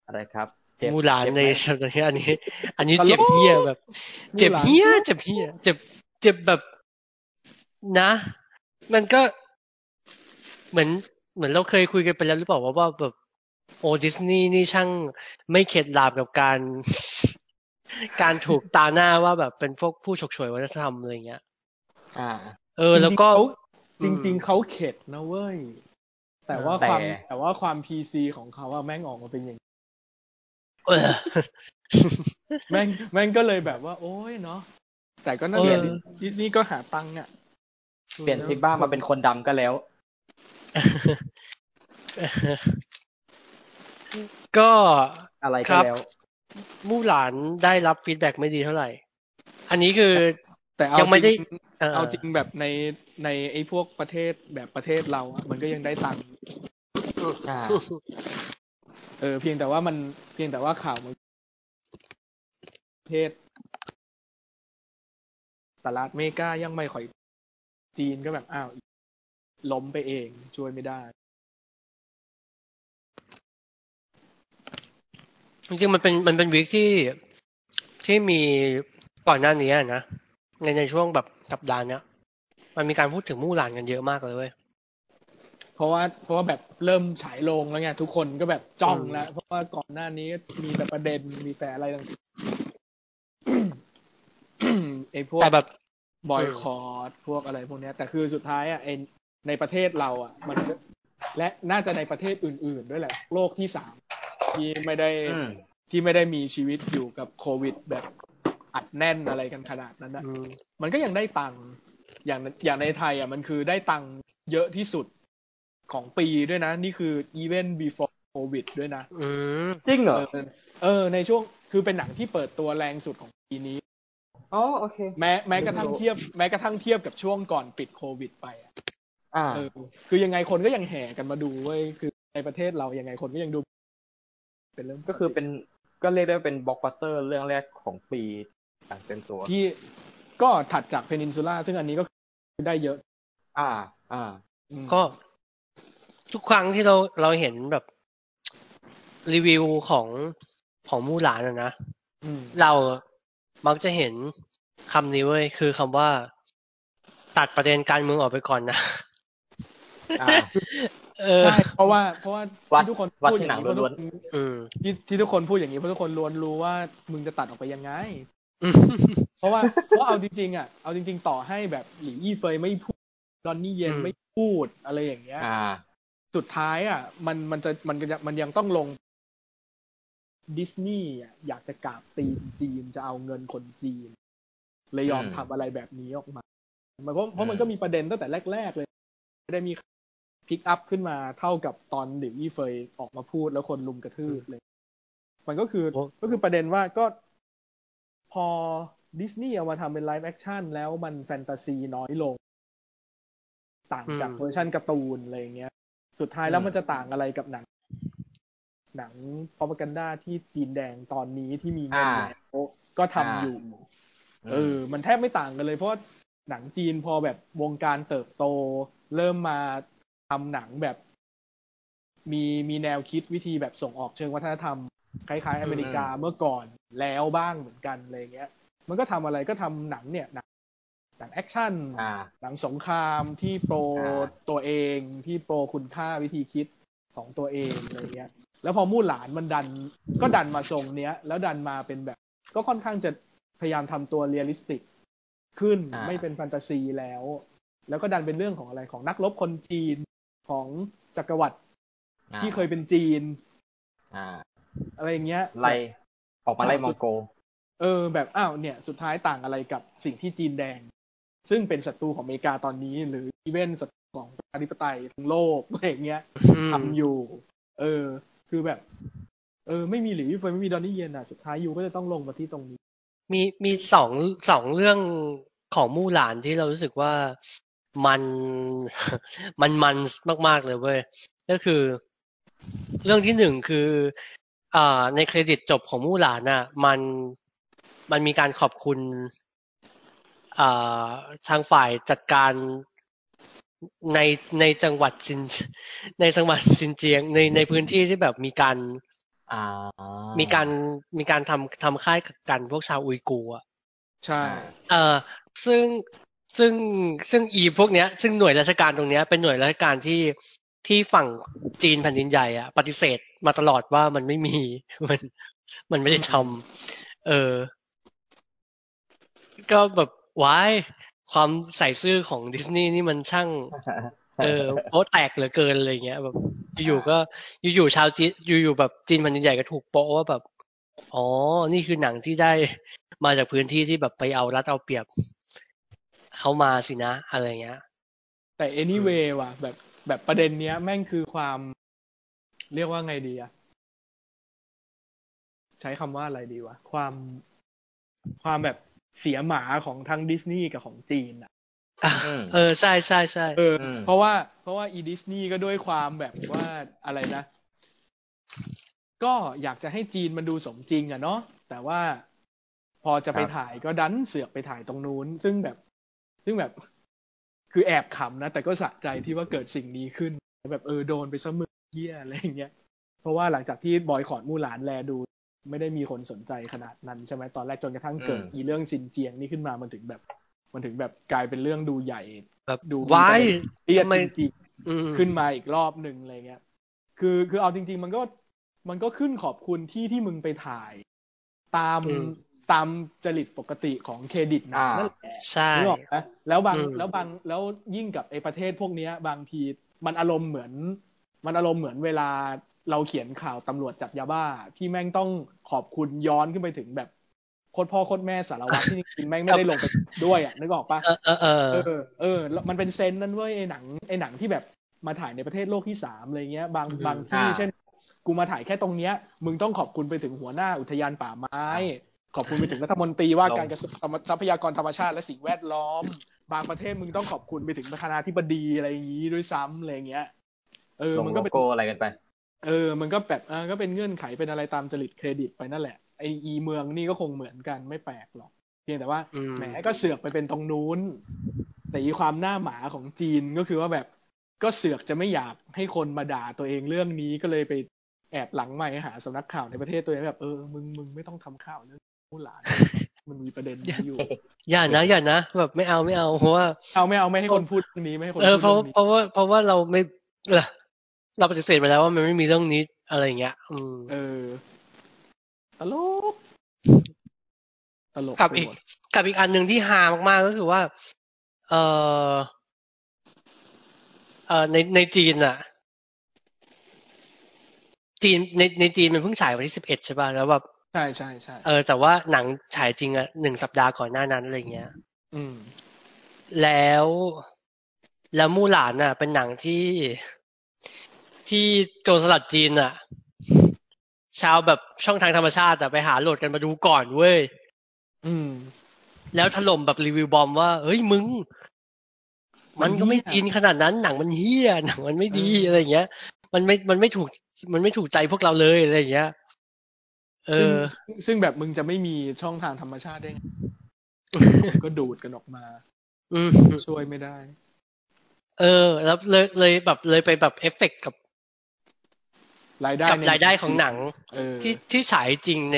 Speaker 2: อะไรครับ
Speaker 1: มูหลาน
Speaker 2: เจ็บ
Speaker 1: ใน
Speaker 2: ไหม
Speaker 1: ตอนนี้อันนี้ อันนี้
Speaker 4: ฮัลโหล
Speaker 1: เจ็บเฮี้ยแบบ เจ็บ
Speaker 4: มูหลาน
Speaker 1: เฮี้ยเจ็บเฮี้ยเจ็บเจ็บแบบนะ มันก็เหมือนเหมือนเราเคยคุยกันไปแล้วหรือเปล่าว่าว่าแบบโอดิสนีย์นี่ช่างไม่เข็ดหลาบกับการ การถูกตาหน้าว่าแบบเป็นพวกผู้ฉกฉวยวัฒนธรรมอะไรเงี้ย
Speaker 2: อ่า
Speaker 1: เออ แล้วก็
Speaker 4: จริงๆเขาจ
Speaker 1: อื
Speaker 4: ริง
Speaker 1: ม
Speaker 4: ๆเขาเข็ดนะเว้ย แต่ว่า
Speaker 2: แต่
Speaker 4: ความแต่ว่าความพีซีของเขาอะแม่งออกมาเป็นอย่างนี้
Speaker 1: เออ
Speaker 4: แม่งแม่งก็เลยแบบว่า โอ้ยเนาะแต่ก็นั่นแหละ
Speaker 1: เออ
Speaker 4: ดิสนี่ก็หาตังค์อะ
Speaker 2: เปลี่ยนซิกบ้ามาเป็นคนดำก็แล้ว
Speaker 1: ก็
Speaker 2: อะไร
Speaker 1: ค
Speaker 2: ก็
Speaker 1: รับ
Speaker 2: แล้ว
Speaker 1: มู่หลานได้รับฟีดแบ็กไม่ดีเท่าไหร่ อันนี้คือ
Speaker 4: แต่เอา
Speaker 1: ยังไม่ได้
Speaker 4: จริงเอาจริงแบบในในไอ้พวกประเทศแบบประเทศเราอะมันก็ยังได้ตังค์
Speaker 2: อ่า
Speaker 4: เออเพียงแต่ว่ามันเพียงแต่ว่าข่าวมันประเทศตลาดเมกายังไม่ค่อยจีนก็แบบอ้าวล้มไปเองช่วยไม่ได้
Speaker 1: จริงๆมันเป็นมันเป็นวีคที่ที่มีก่อนหน้านี้อะนะในในช่วงแบบสัปดาห์เนี้ยมันมีการพูดถึงมู่หลานกันเยอะมากเลยเว้ย
Speaker 4: เพราะว่าเพราะว่าแบบเริ่มฉายโรงแล้วไงทุกคนก็แบบจ้อง
Speaker 1: อืม
Speaker 4: แล้ว เพราะว่าก่อนหน้านี้ก็มีแต่ประเด็นมีแต่อะไรต่างๆ ไอ้พวก
Speaker 1: แต่แบบ
Speaker 4: บอยคอรดพวกอะไรพวกเนี้ยแต่คือสุดท้ายอ่ะไอ้ในประเทศเราอ่ะ มันก็และน่าจะในประเทศอื่น ๆ ด้วยแหละ โลกที่สามที่ไม่ได้
Speaker 2: อืม
Speaker 4: ที่ไม่ได้มีชีวิตอยู่กับโควิดแบบอัดแน่นอะไรกันขนาดนั้นนะ
Speaker 1: อืม
Speaker 4: มันก็ยังได้ตังค์อย่างอย่างในไทยอ่ะมันคือได้ตังค์เยอะที่สุดของปีด้วยนะ นี่คือ even before covid ด้วยนะ
Speaker 1: อืม
Speaker 2: จริงเหรอ
Speaker 4: เออเออ ในช่วงคือเป็นหนังที่เปิดตัวแรงสุดของปีนี้
Speaker 2: อ๋อ โอเค
Speaker 4: แม้แม้กระทั่งเทียบแม้กระทั่งเทียบกับช่วงก่อนปิดโควิดไปอะ
Speaker 2: อ่า
Speaker 4: เออ คือยังไงคนก็ยังแห่กันมาดูเว้ยคือในประเทศเรายังไงคนก็ยังดู เป็นเรื่อง
Speaker 2: ก็คือเป็นก็เรียกได้ว่าเป็นบล็อกบัสเตอร์เรื่องแรกของปี
Speaker 5: อ่ะเต็มตัว
Speaker 4: ที่ก็ถัดจากเพนินซูล่าซึ่งอันนี้ก็คือได้เยอะ
Speaker 5: อ่า อ่า
Speaker 4: อืม
Speaker 1: ก็ทุกครั้งที่เราเราเห็นแบบรีวิวของของมู่หลานอะนะ
Speaker 4: อืม
Speaker 1: เรามักจะเห็นคำนี้เว้ย คือคำว่า ตัดประเด็นการเมืองออกไปก่อนนะ
Speaker 5: อ่า
Speaker 1: เออ
Speaker 4: ใช่เพราะว่าเพราะว่า
Speaker 5: วัด
Speaker 4: ที่ทุกคน
Speaker 5: วัด
Speaker 4: พูด
Speaker 5: ที่
Speaker 4: อ
Speaker 5: หนั
Speaker 4: ย่าง งนี้เพราะ
Speaker 5: ล้
Speaker 4: ทุ
Speaker 5: วน
Speaker 4: กคน
Speaker 1: อืม
Speaker 4: ที่ที่ทุกคนพูดอย่างนี้เพราะทุกคนล้วนรู้ว่ามึงจะตัดออกไปยังไง
Speaker 1: อืม
Speaker 4: เพราะว่า เพราะเอาจริงๆอ่ะเอาจริง ๆ ต่อให้แบบหลีอี้เฟยไม่พูดดอนนี่เย็น
Speaker 1: อืม
Speaker 4: ไม่พูดอะไรอย่างเงี้ย
Speaker 5: อ่า
Speaker 4: สุดท้ายอ่ะ มันมันจะมันก็จะมันยังต้องลงดิสนีย์อ่ะอยากจะกราบตีนจีนจะเอาเงินคนจีน เลยยอม
Speaker 5: อืม
Speaker 4: ทำอะไรแบบนี้ออกมา มันเพราะเพ
Speaker 5: อื
Speaker 4: ราะ
Speaker 5: ม
Speaker 4: มันก็มีประเด็นตั้งแต่แรก ๆ เลยไม่ได้มีพิกอัพขึ้นมาเท่ากับตอนหลิวอี้เฟยออกมาพูดแล้วคนลุมกระทืบเลย มันก็คือ
Speaker 1: โอ้
Speaker 4: ก็คือประเด็นว่าก็พอดิสนีย์เอามาทำเป็นไลฟ์แอคชั่นแล้วมันแฟนตาซีน้อยลง ต่างจาก
Speaker 1: อืม
Speaker 4: เวอร์ชันการ์ตูนอะไรอย่างเงี้ย สุดท้ายแล้ว
Speaker 5: อืม
Speaker 4: มันจะต่างอะไรกับหนัง หนังพอ a กันดาที่จีนแดงตอนนี้ที่มีเงิน
Speaker 5: อ่า
Speaker 4: แล้วก็ทำ
Speaker 5: อ่า
Speaker 4: อยู่ เออ มันแทบไม่ต่างกันเลย เพราะว่าหนังจีนพอแบบวงการเติบโต เริ่มมาทำหนังแบบ มีมีแนวคิดวิธีแบบส่งออกเชิงวัฒนธรรม คล้ายๆ อเมริกาเมื่อก่อนแล้วบ้างเหมือนกันอะไรเงี้ย มันก็ทำอะไรก็ทำหนังเนี่ยหนังหนังแอคชั่น
Speaker 5: อ่า
Speaker 4: หนังสงครามที่โปร
Speaker 5: อ่า
Speaker 4: ตัวเองที่โปรคุณค่าวิธีคิดของตัวเองอะไรเงี้ย แล้วพอมู่หลานมันดันก็ดันมาทรงเนี้ย แล้วดันมาเป็นแบบ ก็ค่อนข้างจะพยายามทำตัวเรียลลิสติก ขึ้น
Speaker 5: อ่า
Speaker 4: ไม่เป็นแฟนตาซีแล้ว แล้วก็ดันเป็นเรื่องของอะไรของนักรบคนจีนของจักรวรรดิ
Speaker 5: อ่า
Speaker 4: ที่เคยเป็นจีน
Speaker 5: อ่า
Speaker 4: อะไรเงี้ย
Speaker 5: ไล่ ออกมาไล่มองโก
Speaker 4: เออแบบอ้าวเนี่ยสุดท้ายต่างอะไรกับสิ่งที่จีนแดง ซึ่งเป็นศัตรูของอเมริกาตอนนี้ หรืออีเวนศัตรูของประชาธิปไตยทั้งโลก อะไรอย่างเงี้ยทำอยู่ เออ คือแบบ เออ ไม่มีหลีวิเฟยไม่มีดอนนี่เย็นอ่ะสุดท้ายยูก็จะต้องลงมาที่ตรงนี้
Speaker 1: มีมีสองสองเรื่องของมู่หลานที่เรารู้สึกว่ามัน มันมันมาก ๆ เลยเว้ยก็คือ เรื่องที่หนึ่งคือ อ่า ในเครดิตจบของมู่หลานน่ะ มันมันมีการขอบคุณ อ่าทางฝ่ายจัดการในในจังหวัดซิน ในจังหวัดซินเจียง ในในพื้นที่ที่แบบมีการ
Speaker 5: อ่า มี
Speaker 1: มีการมีการทำทำค่ายกักกันพวกชาวอุยกูร์อะ
Speaker 4: ใช่
Speaker 5: อ่า
Speaker 1: เอ่อซึ่งซึ่งซึ่งอีพวกเนี้ย ซึ่งหน่วยราชการตรงเนี้ยเป็นหน่วยราชการที่ที่ฝั่งจีนแผ่นดินใหญ่อะปฏิเสธมาตลอดว่ามันไม่มี มันมันไม่ได้ทำเออ ก็แบบว้ายความใส่ซื่อของดิสนีย์นี่มันช่าง เออโป๊ะแตกเหลือเกินอะไรเงี้ยแบบอยู่ๆก็อยู่ๆชาวจีนอยู่ๆแบบจีนแผ่นดินใหญ่ก็ถูกโป๊ะว่าแบบ อ๋อ นี่คือหนังที่ได้ มาจากพื้นที่ที่แบบไปเอารัดเอาเปรียบเขามาสินะ อะไรเงี้ย
Speaker 4: แต่ anyway ว่ะ แบบแบบประเด็นเนี้ย แม่งคือความ เรียกว่าไงดีอะใช้คำว่าอะไรดีวะ ความความแบบเสียหมาของทั้งดิสนีย์กับของจีนอะ
Speaker 5: อืม
Speaker 1: เออใช่ใช่ใช่
Speaker 4: เอออ
Speaker 5: ม
Speaker 4: เพราะว่าเพราะว่าอีดิสนีย์ก็ด้วยความแบบว่าอะไรนะ ก็อยากจะให้จีนมันดูสมจริงอะเนาะแต่ว่าพอจะไป
Speaker 5: ครับ
Speaker 4: ถ่ายก็ดันเสือกไปถ่ายตรงนู้น ซึ่งแบบ ซึ่งแบบ คือแอบขำนะ แต่ก็สะใจที่ว่าเกิดสิ่งนี้ขึ้น แบบเออโดนไปซะมือเหี้ยอะไรอย่างเงี้ย เพราะว่าหลังจากที่บอยคอรดมู่หลานแลดู ไม่ได้มีคนสนใจขนาดนั้นใช่ไหมตอนแรกจนกระทั่งเกิด
Speaker 5: อืม
Speaker 4: อีเรื่องซินเจียงนี่ขึ้นมามันถึงแบบ มันถึงแบบกลายเป็นเรื่องดูใหญ่
Speaker 1: แบบ
Speaker 4: ดู
Speaker 1: ว้าย
Speaker 4: เรียด
Speaker 1: ทำไม
Speaker 4: จริง
Speaker 1: อืม
Speaker 4: ๆขึ้นมาอีกรอบหนึ่งอะไรเงี้ย คือคือเอาจริง ๆ มันก็มันก็ขึ้นขอบคุณที่ที่มึงไปถ่าย ตามตามจริตปกติของเครดิตหนะ
Speaker 5: อ่า
Speaker 4: นั่นแหละ
Speaker 1: ใช่
Speaker 4: นึกออกไหมแล้วบาง
Speaker 1: อืม
Speaker 4: แล้วบางแล้วยิ่งกับไอ้ประเทศพวกเนี้ย บางทีมันอารมณ์เหมือน มันอารมณ์เหมือนเวลาเราเขียนข่าวตำรวจจับยาบ้า ที่แม่งต้องขอบคุณย้อนขึ้นไปถึงแบบโคตรพ่อโคตรแม่สารวัตรที่จริงๆแม่งไม่ได้ลงไปด้วยอ่ะนึกออกปะ
Speaker 1: เออเออเออ
Speaker 4: เออ เออแล้วมันเป็นเซนส์นั่นเว้ยไอหนังไอหนังที่แบบมาถ่ายในประเทศโลกที่สามอะไรเงี้ย บาง
Speaker 1: อืม
Speaker 4: บางที่
Speaker 5: อ่า
Speaker 4: เช่น กูมาถ่ายแค่ตรงเนี้ย มึงต้องขอบคุณไปถึงหัวหน้าอุทยานป่าไม้ ขอบคุณไปถึงรัฐมนตรีว่า
Speaker 5: ลง
Speaker 4: การกระทรวง ทรัพยากรธรรมชาติและสิ่งแวดล้อม บางประเทศมึงต้องขอบคุณไปถึงประธานาธิบดีอะไรอย่างงี้ด้วยซ้ำอะไรเงี้ย เออ
Speaker 5: ลง
Speaker 4: มัน
Speaker 5: โล
Speaker 4: ก็เป็น
Speaker 5: โก้อะไรกันไป
Speaker 4: เออ มันก็แบบเออก็เป็นเงื่อนไขเป็นอะไรตามจริตเครดิตไปนั่นแหละ ไออีเมืองนี่ก็คงเหมือนกันไม่แปลกหรอก เพียงแต่ว่า
Speaker 1: อืม
Speaker 4: แหมก็เสือกไปเป็นตรงนู้น แต่อีความหน้าหมาของจีนก็คือว่าแบบก็เสือกจะไม่อยากให้คนมาด่าตัวเองเรื่องนี้ก็เลยไปแอบหลังไม่หาสำนักข่าวในประเทศตัวเองแบบเออมึงมึงไม่ต้องทำข่าวเรื่องผู้หลาน มันมีประเด็นนี้อยู่
Speaker 1: อย่านะอย่านะแบบไม่เอาไม่เอาเพราะว่า
Speaker 4: เอาไม่เอาไม่ให้คนพูดเรื่องนี้ไม่ให้คน
Speaker 1: เอ
Speaker 4: พูด
Speaker 1: อ
Speaker 4: เรื่
Speaker 1: เพราะ
Speaker 4: อ
Speaker 1: เพราะ
Speaker 4: งนี้
Speaker 1: ว่าเพราะว่าเราไม่เออเราปฏิเสธไปแล้วว่ามันไม่มีเรื่องนี้อะไรอย่างเงี้ย อืม
Speaker 4: เออตลกตลก
Speaker 1: กับ
Speaker 4: ไป
Speaker 1: อีก
Speaker 4: หมด
Speaker 1: กับอีกอันหนึ่งที่ฮามากๆก็คือว่า เออเออในในจีนอะจีนในในจีนมันเพิ่งฉายวันที่สิบเอ็ดใช่ป่ะแล้วแบบ
Speaker 4: ใช่ใช่ใช่
Speaker 1: เออแต่ว่าหนังฉายจริงอะหนึ่งสัปดาห์ก่อนหน้านั้นอะไรเงี้ย
Speaker 4: อืม
Speaker 1: แล้วแล้วมู่หลานน่ะ เป็นหนังที่ที่โจรสลัดจีนน่ะ ชาวแบบช่องทางธรรมชาติแต่ไปหาโหลดกันมาดูก่อนเว้ย
Speaker 4: อืม
Speaker 1: แล้วถล่มแบบรีวิวบอมว่า เฮ้ยมึง มันก็ไม่
Speaker 4: มันเหี้ย
Speaker 1: จีนขนาดนั้นหนังมันเฮี้ยหนังมันไม่ดี
Speaker 4: เอออ
Speaker 1: อะไรอย่างเงี้ย มันไม่มันไม่ถูก มันไม่ถูกใจพวกเราเลยอะไรอย่างเงี้ย เออ
Speaker 4: ซึ่งซึ่งซึ่งแบบมึงจะไม่มีช่องทางธรรมชาติได้ไง ก็ดูดกันออกมา
Speaker 1: อืม
Speaker 4: ช่วยไม่ได้
Speaker 1: เออ แล้วเลยเลยแบบเลยไปแบบเอฟเฟกต์กับ
Speaker 4: รายได้
Speaker 1: กับ
Speaker 4: ใน
Speaker 1: รายได้ของหนัง
Speaker 4: เออ
Speaker 1: ที่ที่ฉายจริงใน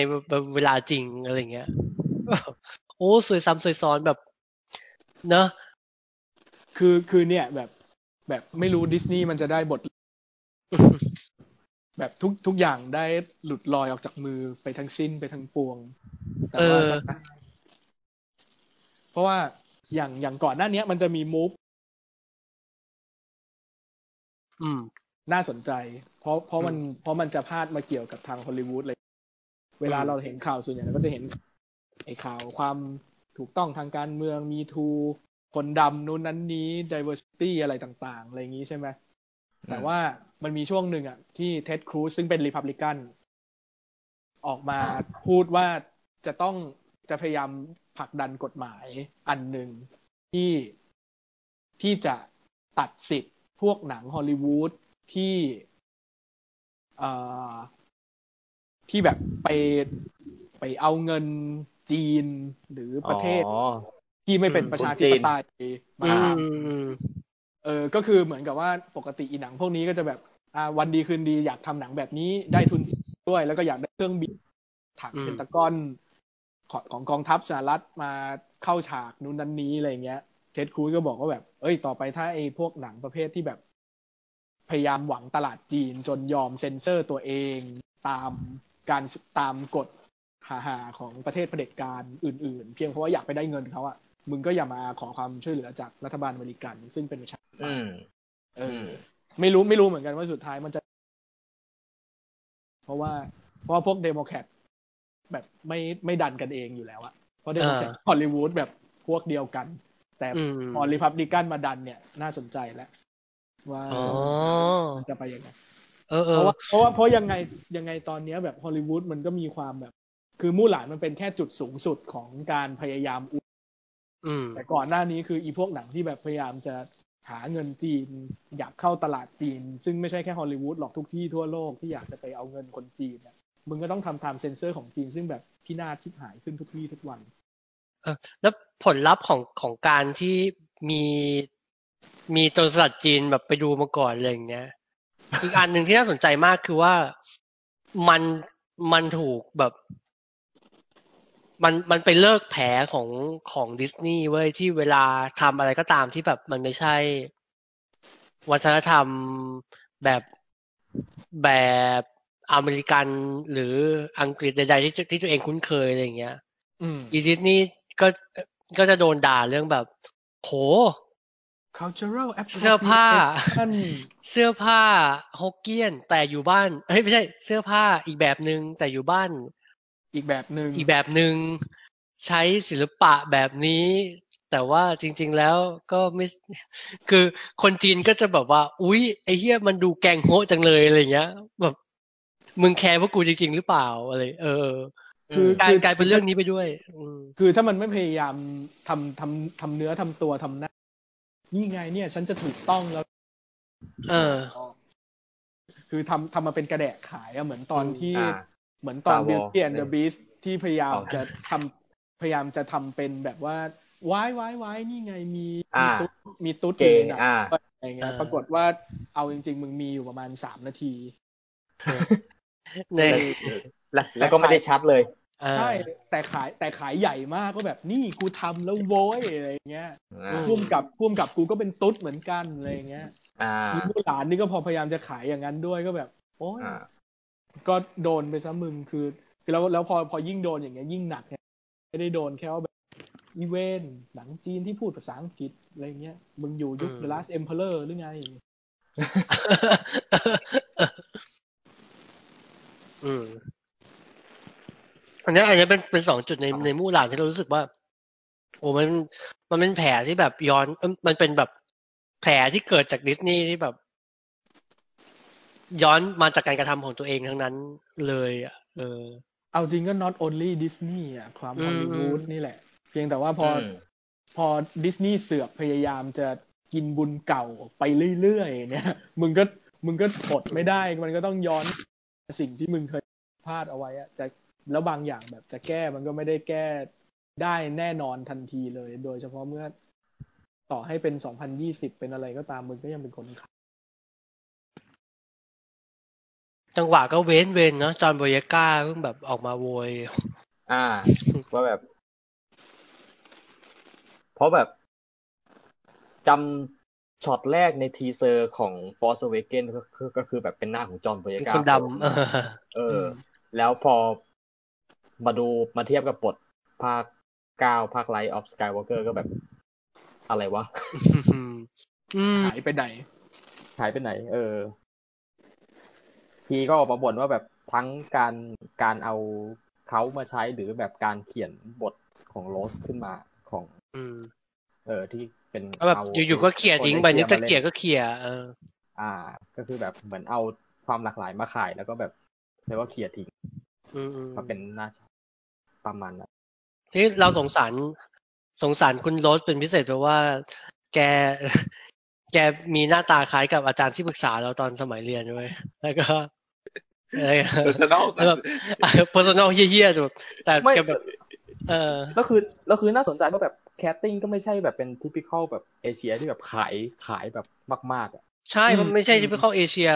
Speaker 1: เวลาจริงอะไรเงี้ย โอ้สวยซ้ำสวยซ้อนแบบ เนอะ
Speaker 4: คือคือเนี่ยแบบ แบบไม่รู้ดิสนีย์มันจะได้บท แบบทุกทุกอย่างได้หลุดลอยออกจากมือไปทั้งสิ้นไปทั้งปวง แต่
Speaker 1: เอ
Speaker 4: ว่า
Speaker 1: อ
Speaker 4: เพราะว่าอย่างอย่างก่อนหน้าเนี้ยมันจะมีมูฟ
Speaker 1: อืม
Speaker 4: น่าสนใจ เพราะเพราะมันเพราะมันจะพาดมาเกี่ยวกับทางฮอลลีวูดเลย เวลา
Speaker 1: อืม
Speaker 4: เราเห็นข่าวส่วนใหญ่เราก็จะเห็นไอ้ข่าวความถูกต้องทางการเมืองมีทูคนดำนู้นนั้นนี้ diversity อะไรต่าง ๆ อะไรอย่างนี้ใช่ไหม แต่ว่ามันมีช่วงหนึ่งอ่ะ ที่เท็ดครูซซึ่งเป็นรีพับลิกัน ออกมาพูดว่าจะต้องจะพยายามผลักดันกฎหมายอันหนึ่งที่ที่จะตัดสิทธิ์พวกหนังฮอลลีวูดที่เอ่อที่แบบไปไปเอาเงินจีนหรือประเทศ
Speaker 5: อ๋อ
Speaker 4: ที่ไม่เป็น
Speaker 5: อืม
Speaker 4: ประชา
Speaker 5: คนจี
Speaker 4: ธิป
Speaker 5: น
Speaker 4: ไตยมา
Speaker 1: อื
Speaker 4: ทำ
Speaker 1: ม
Speaker 4: เออ ก็คือเหมือนกับว่าปกติอีหนังพวกนี้ก็จะแบบ อ่า วันดีคืนดีอยากทำหนังแบบนี้ได้ทุนด้วย แล้วก็อยากได้เครื่องบินถัง
Speaker 1: อืม
Speaker 4: เพนตากอนของของกองทัพสหรัฐมาเข้าฉากนู้นนั้นนี้อะไรอย่างเงี้ย เท็ดครูซก็บอกว่าแบบ เอ้ย ต่อไปถ้าไอ้พวกหนังประเภทที่แบบ พยายามหวังตลาดจีนจนยอมเซ็นเซอร์ตัวเองตามการตามกฎหาหาๆของประเทศเผด็จการอื่น ๆ เพียงเพราะว่าอยากไปได้เงินเขาอะมึงก็อย่ามาขอความช่วยเหลือจากรัฐบาลอเมริกัน ซึ่งเป็นประชา
Speaker 5: อืม
Speaker 4: เอออ
Speaker 5: ม
Speaker 4: ไม่รู้ไม่รู้เหมือนกันว่าสุดท้ายมันจะ เพราะว่า เพราะว่าพวกเดโมแครตแบบไม่ไม่ดันกันเองอยู่แล้วอะเพราะเดโมแครต
Speaker 1: อ่า
Speaker 4: ฮอลลีวูดแบบพวกเดียวกัน แต่
Speaker 1: อืม
Speaker 4: พอริพับลิกันมาดันเนี่ย น่าสนใจแล้วว่า
Speaker 1: อ๋อ
Speaker 4: มันจะไปยังไง
Speaker 1: เออเอ
Speaker 4: เพราะ
Speaker 1: อ
Speaker 4: ว่าเพราะว่าเพราะยังไงยังไงตอนเนี้ยแบบฮอลลีวูดมันก็มีความแบบ คือมู่หลานมันเป็นแค่จุดสูงสุดของการพยายาม
Speaker 1: อืม
Speaker 4: แต่ก่อนหน้านี้คืออีพวกหนังที่แบบพยายามจะหาเงินจีน อยากเข้าตลาดจีน ซึ่งไม่ใช่แค่ฮอลลีวูดหรอกทุกที่ทั่วโลกที่อยากจะไปเอาเงินคนจีนน่ะมึงก็ต้องทำตามเซ็นเซอร์ของจีน ซึ่งแบบพินาศชิบหายขึ้นทุกวี่ทุกวัน
Speaker 1: แล้วผลลัพธ์ของของการที่มีมีโจรสลัดจีนแบบไปดูมาก่อนอะไรอย่างเงี้ย อีกอันหนึ่งที่น่าสนใจมากคือว่ามันมันถูกแบบ มันมันไปเลิกแผลของของดิสนีย์เว้ยที่เวลาทำอะไรก็ตามที่แบบมันไม่ใช่ วัฒนธรรมแบบแบบอเมริกันหรืออังกฤษใดๆที่ที่ตัวเองคุ้นเคยอะไรอย่างเงี้ย
Speaker 4: อืม
Speaker 1: อีดิสนี่ก็ก็จะโดนด่าเรื่องแบบ โห
Speaker 4: cultural
Speaker 1: เสื้อผ้า
Speaker 4: appropriation
Speaker 1: เสื้อผ้าฮกเกี้ยน แต่อยู่บ้านเฮ้ยไม่ใช่เสื้อผ้าอีกแบบหนึ่งแต่อยู่บ้าน
Speaker 4: อีกแบบหนึ่ง
Speaker 1: อีกแบบหนึ่งใช้ศิลปะแบบนี้ แต่ว่าจริง ๆแล้วก็ไม่ คือคนจีนก็จะแบบว่า อุ๊ย ไอเฮียมันดูแกงโฮะจังเลยอะไรอย่างเงี้ย แบบ มึงแคร์พวกกูจริง ๆ หรือเปล่าอะไรเออ
Speaker 4: คือ
Speaker 1: กลายกลายเป็นเรื่องนี้ไปด้วย อืม
Speaker 4: คือถ้ามันไม่พยายามทำทำทำเนื้อทำตัวทำหน้า นี่ไงเนี่ย ฉันจะถูกต้องแล้ว
Speaker 1: เออ
Speaker 4: คือทำทำมาเป็นกระแดะขายอะเหมือนตอน
Speaker 1: อืม
Speaker 4: ที่
Speaker 5: อ่า
Speaker 4: เหมือนตอน
Speaker 5: Star Wars
Speaker 4: Beauty and
Speaker 5: เล
Speaker 4: the
Speaker 5: ย
Speaker 4: Beast ที่พยายาม
Speaker 5: เอา
Speaker 4: จะทำ พยายามจะทำเป็นแบบว่าว้ายว้ายว้ายนี่ไงมี
Speaker 2: อ่า
Speaker 4: มีตุ๊ดมีตุ๊ด
Speaker 2: เกย์
Speaker 4: ในหนัง
Speaker 2: อ่า
Speaker 4: ด้วยอะไรเงี้ย
Speaker 1: อ่า
Speaker 4: ปรากฏว่าเอาจริง ๆ มึงมีอยู่ประมาณสามนาที
Speaker 1: ใน
Speaker 2: แล้วแล้วก็ไม่ได้ชัดเลย
Speaker 1: อ่า
Speaker 4: ใช่ แต่ขายแต่ขายใหญ่มากก็แบบนี่กูทำแล้วโว้ยอะไรเงี้ย
Speaker 1: อืม
Speaker 4: พ่วมกับพ่วมกับกูก็เป็นตุ๊ดเหมือนกันอะไรเงี้ย
Speaker 2: อ่า
Speaker 4: มีลูกหลานนี่ก็พอพยายามจะขายอย่างนั้นด้วยก็แบบ โอ้ย
Speaker 2: อ่า
Speaker 4: ก็โดนไปซะมึงคือคือแล้วแล้วพอพอยิ่งโดนอย่างเงี้ยยิ่งหนักเนี่ยไม่ได้โดนแค่ว่าแบบอีเวนหนังจีนที่พูดภาษาอังกฤษอะไรเงี้ยมึงอยู่ยุค The Last Emperor หรือไง
Speaker 1: อืมอันเนี้ยอันเนี้ยเป็นเป็นสองจุดในในมู่หลานที่เรารู้สึกว่า โอ้มันมันเป็นแผลที่แบบย้อนเอิ่มมันเป็นแบบแผลที่เกิดจากดิสนีย์ที่แบบ ย้อนมาจากการกระทำของตัวเองทั้งนั้นเลยอ่ะเออ
Speaker 4: เอาจริงก็ not only Disney อ่ะความ
Speaker 1: อืม
Speaker 4: ฮอลลีวูดนี่แหละ เพียงแต่ว่าพออ
Speaker 2: ม
Speaker 4: พอดิสนีย์เสือกพยายามจะกินบุญเก่าไปเรื่อยๆเนี่ย มึงก็มึงก็อดไม่ได้มันก็ต้องย้อนสิ่งที่มึงเคยพลาดเอาไว้อะจะแล้วบางอย่างแบบจะแก้มันก็ไม่ได้แก้ได้แน่นอนทันทีเลย โดยเฉพาะเมื่อต่อให้เป็น 2020 เป็นอะไรก็ตามมึงก็ยังเป็นคนขาย
Speaker 1: จังหวะก็เว้นเว้นเนาะจอห์นโบเยก้าเพิ่งแบบออกมาโวย
Speaker 2: อ่าว่าแบบ เพราะแบบจำช็อตแรกในทีเซอร์ของ Force Awakens ก็คือก็คือแบบเป็นหน้าของจอห์นบริ
Speaker 1: เป็น
Speaker 2: กา
Speaker 1: คนดำเอ อ
Speaker 2: เออ แล้วพอมาดูมาเทียบกับบทภาคเก้าภาคไลท์ออฟสกายวอล์กเกอร์ก็แบบ อะไรวะ
Speaker 1: อืม
Speaker 4: หายไปไหน
Speaker 5: หายไปไหน เออ ทีก็ออกมาบ่นว่าแบบทั้งการการเอาเขามาใช้หรือแบบการเขียนบทของโรสขึ้นมาของ
Speaker 1: อืม
Speaker 5: เออที่เป็น
Speaker 1: ก็แบบ
Speaker 5: เา
Speaker 1: อยู่ๆก็เคลียร์ทิ้งไปนึกจะเคลียร์ก็เคลียร์เออ
Speaker 5: อ่า ก็คือแบบเหมือนเอาความหลากหลายมาขายแล้วก็แบบเรียกว่าเคลียร์ทิ้ง
Speaker 1: อืมอืม
Speaker 5: มาเป็นหน้าประมาณนั้น
Speaker 1: นี่เราสงสารสงสารคุณโรสเป็นพิเศษเพราะว่า แก แกมีหน้าตาคล้ายกับอาจารย์ที่ปรึกษาเราตอนสมัยเรียนเว้ยแล้วก็อะไรอะ
Speaker 3: เออชแนล
Speaker 1: แล้วแบบเพอร์ซันอลเฮี้ยๆแบบแต่
Speaker 5: ไม่
Speaker 1: แกแบบเออ
Speaker 5: แล้วคือแล้วคือน่าสนใจว่าแบบแคสติ้งก็ไม่ใช่แบบเป็นทิพิคอลแบบเอเชียที่แบบขายขายแบบมากๆอ่ะ
Speaker 1: ใช่มันไม่ใช่
Speaker 4: อืม
Speaker 1: ที่เข้าเอเชีย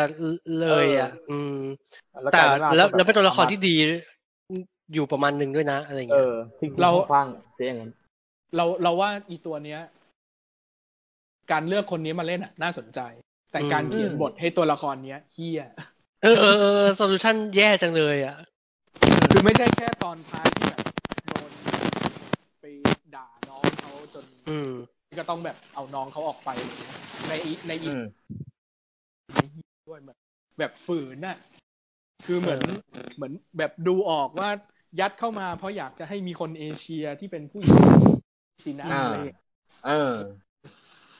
Speaker 1: เลยอ่ะ อืม
Speaker 5: ล้ว
Speaker 1: แต่
Speaker 5: กายเป็นว่า
Speaker 1: แล้ว
Speaker 5: ก็บบ
Speaker 1: แล้วเป็นตัวละครที่ดีอยู่ประมาณหนึ่งด้วยนะ อะไร
Speaker 5: เอ
Speaker 1: เงี้ย
Speaker 5: อทิ้ง
Speaker 4: เรา
Speaker 5: เราฟังเสียอย่างนั้น
Speaker 4: เราเราว่าอีตัวเนี้ย การเลือกคนนี้มาเล่นอ่ะ น่าสนใจ แต่การเขียนบทให้ตัวละครเนี้ยเฮีย
Speaker 1: เออเออเออโซลูชันแย่จังเลยอ่ะ
Speaker 4: คือไม่ใช่แค่ตอนท้ายที่แบบโดนไปด่าน้องเขาจน
Speaker 1: อืม
Speaker 4: ก็ต้องแบบเอาน้องเขาออกไปเลยนะในอีในอี
Speaker 2: อืม
Speaker 4: ในอีด้วยแบบแบบฝืนน่ะ คือเหมือนเหมือนแบบดูออกว่ายัดเข้ามาเพราะอยากจะให้มีคนเอเชียที่เป็นผู้หญิงสีหน้า
Speaker 2: อ่า
Speaker 4: อะไรอย่างเงี้ย
Speaker 2: เออ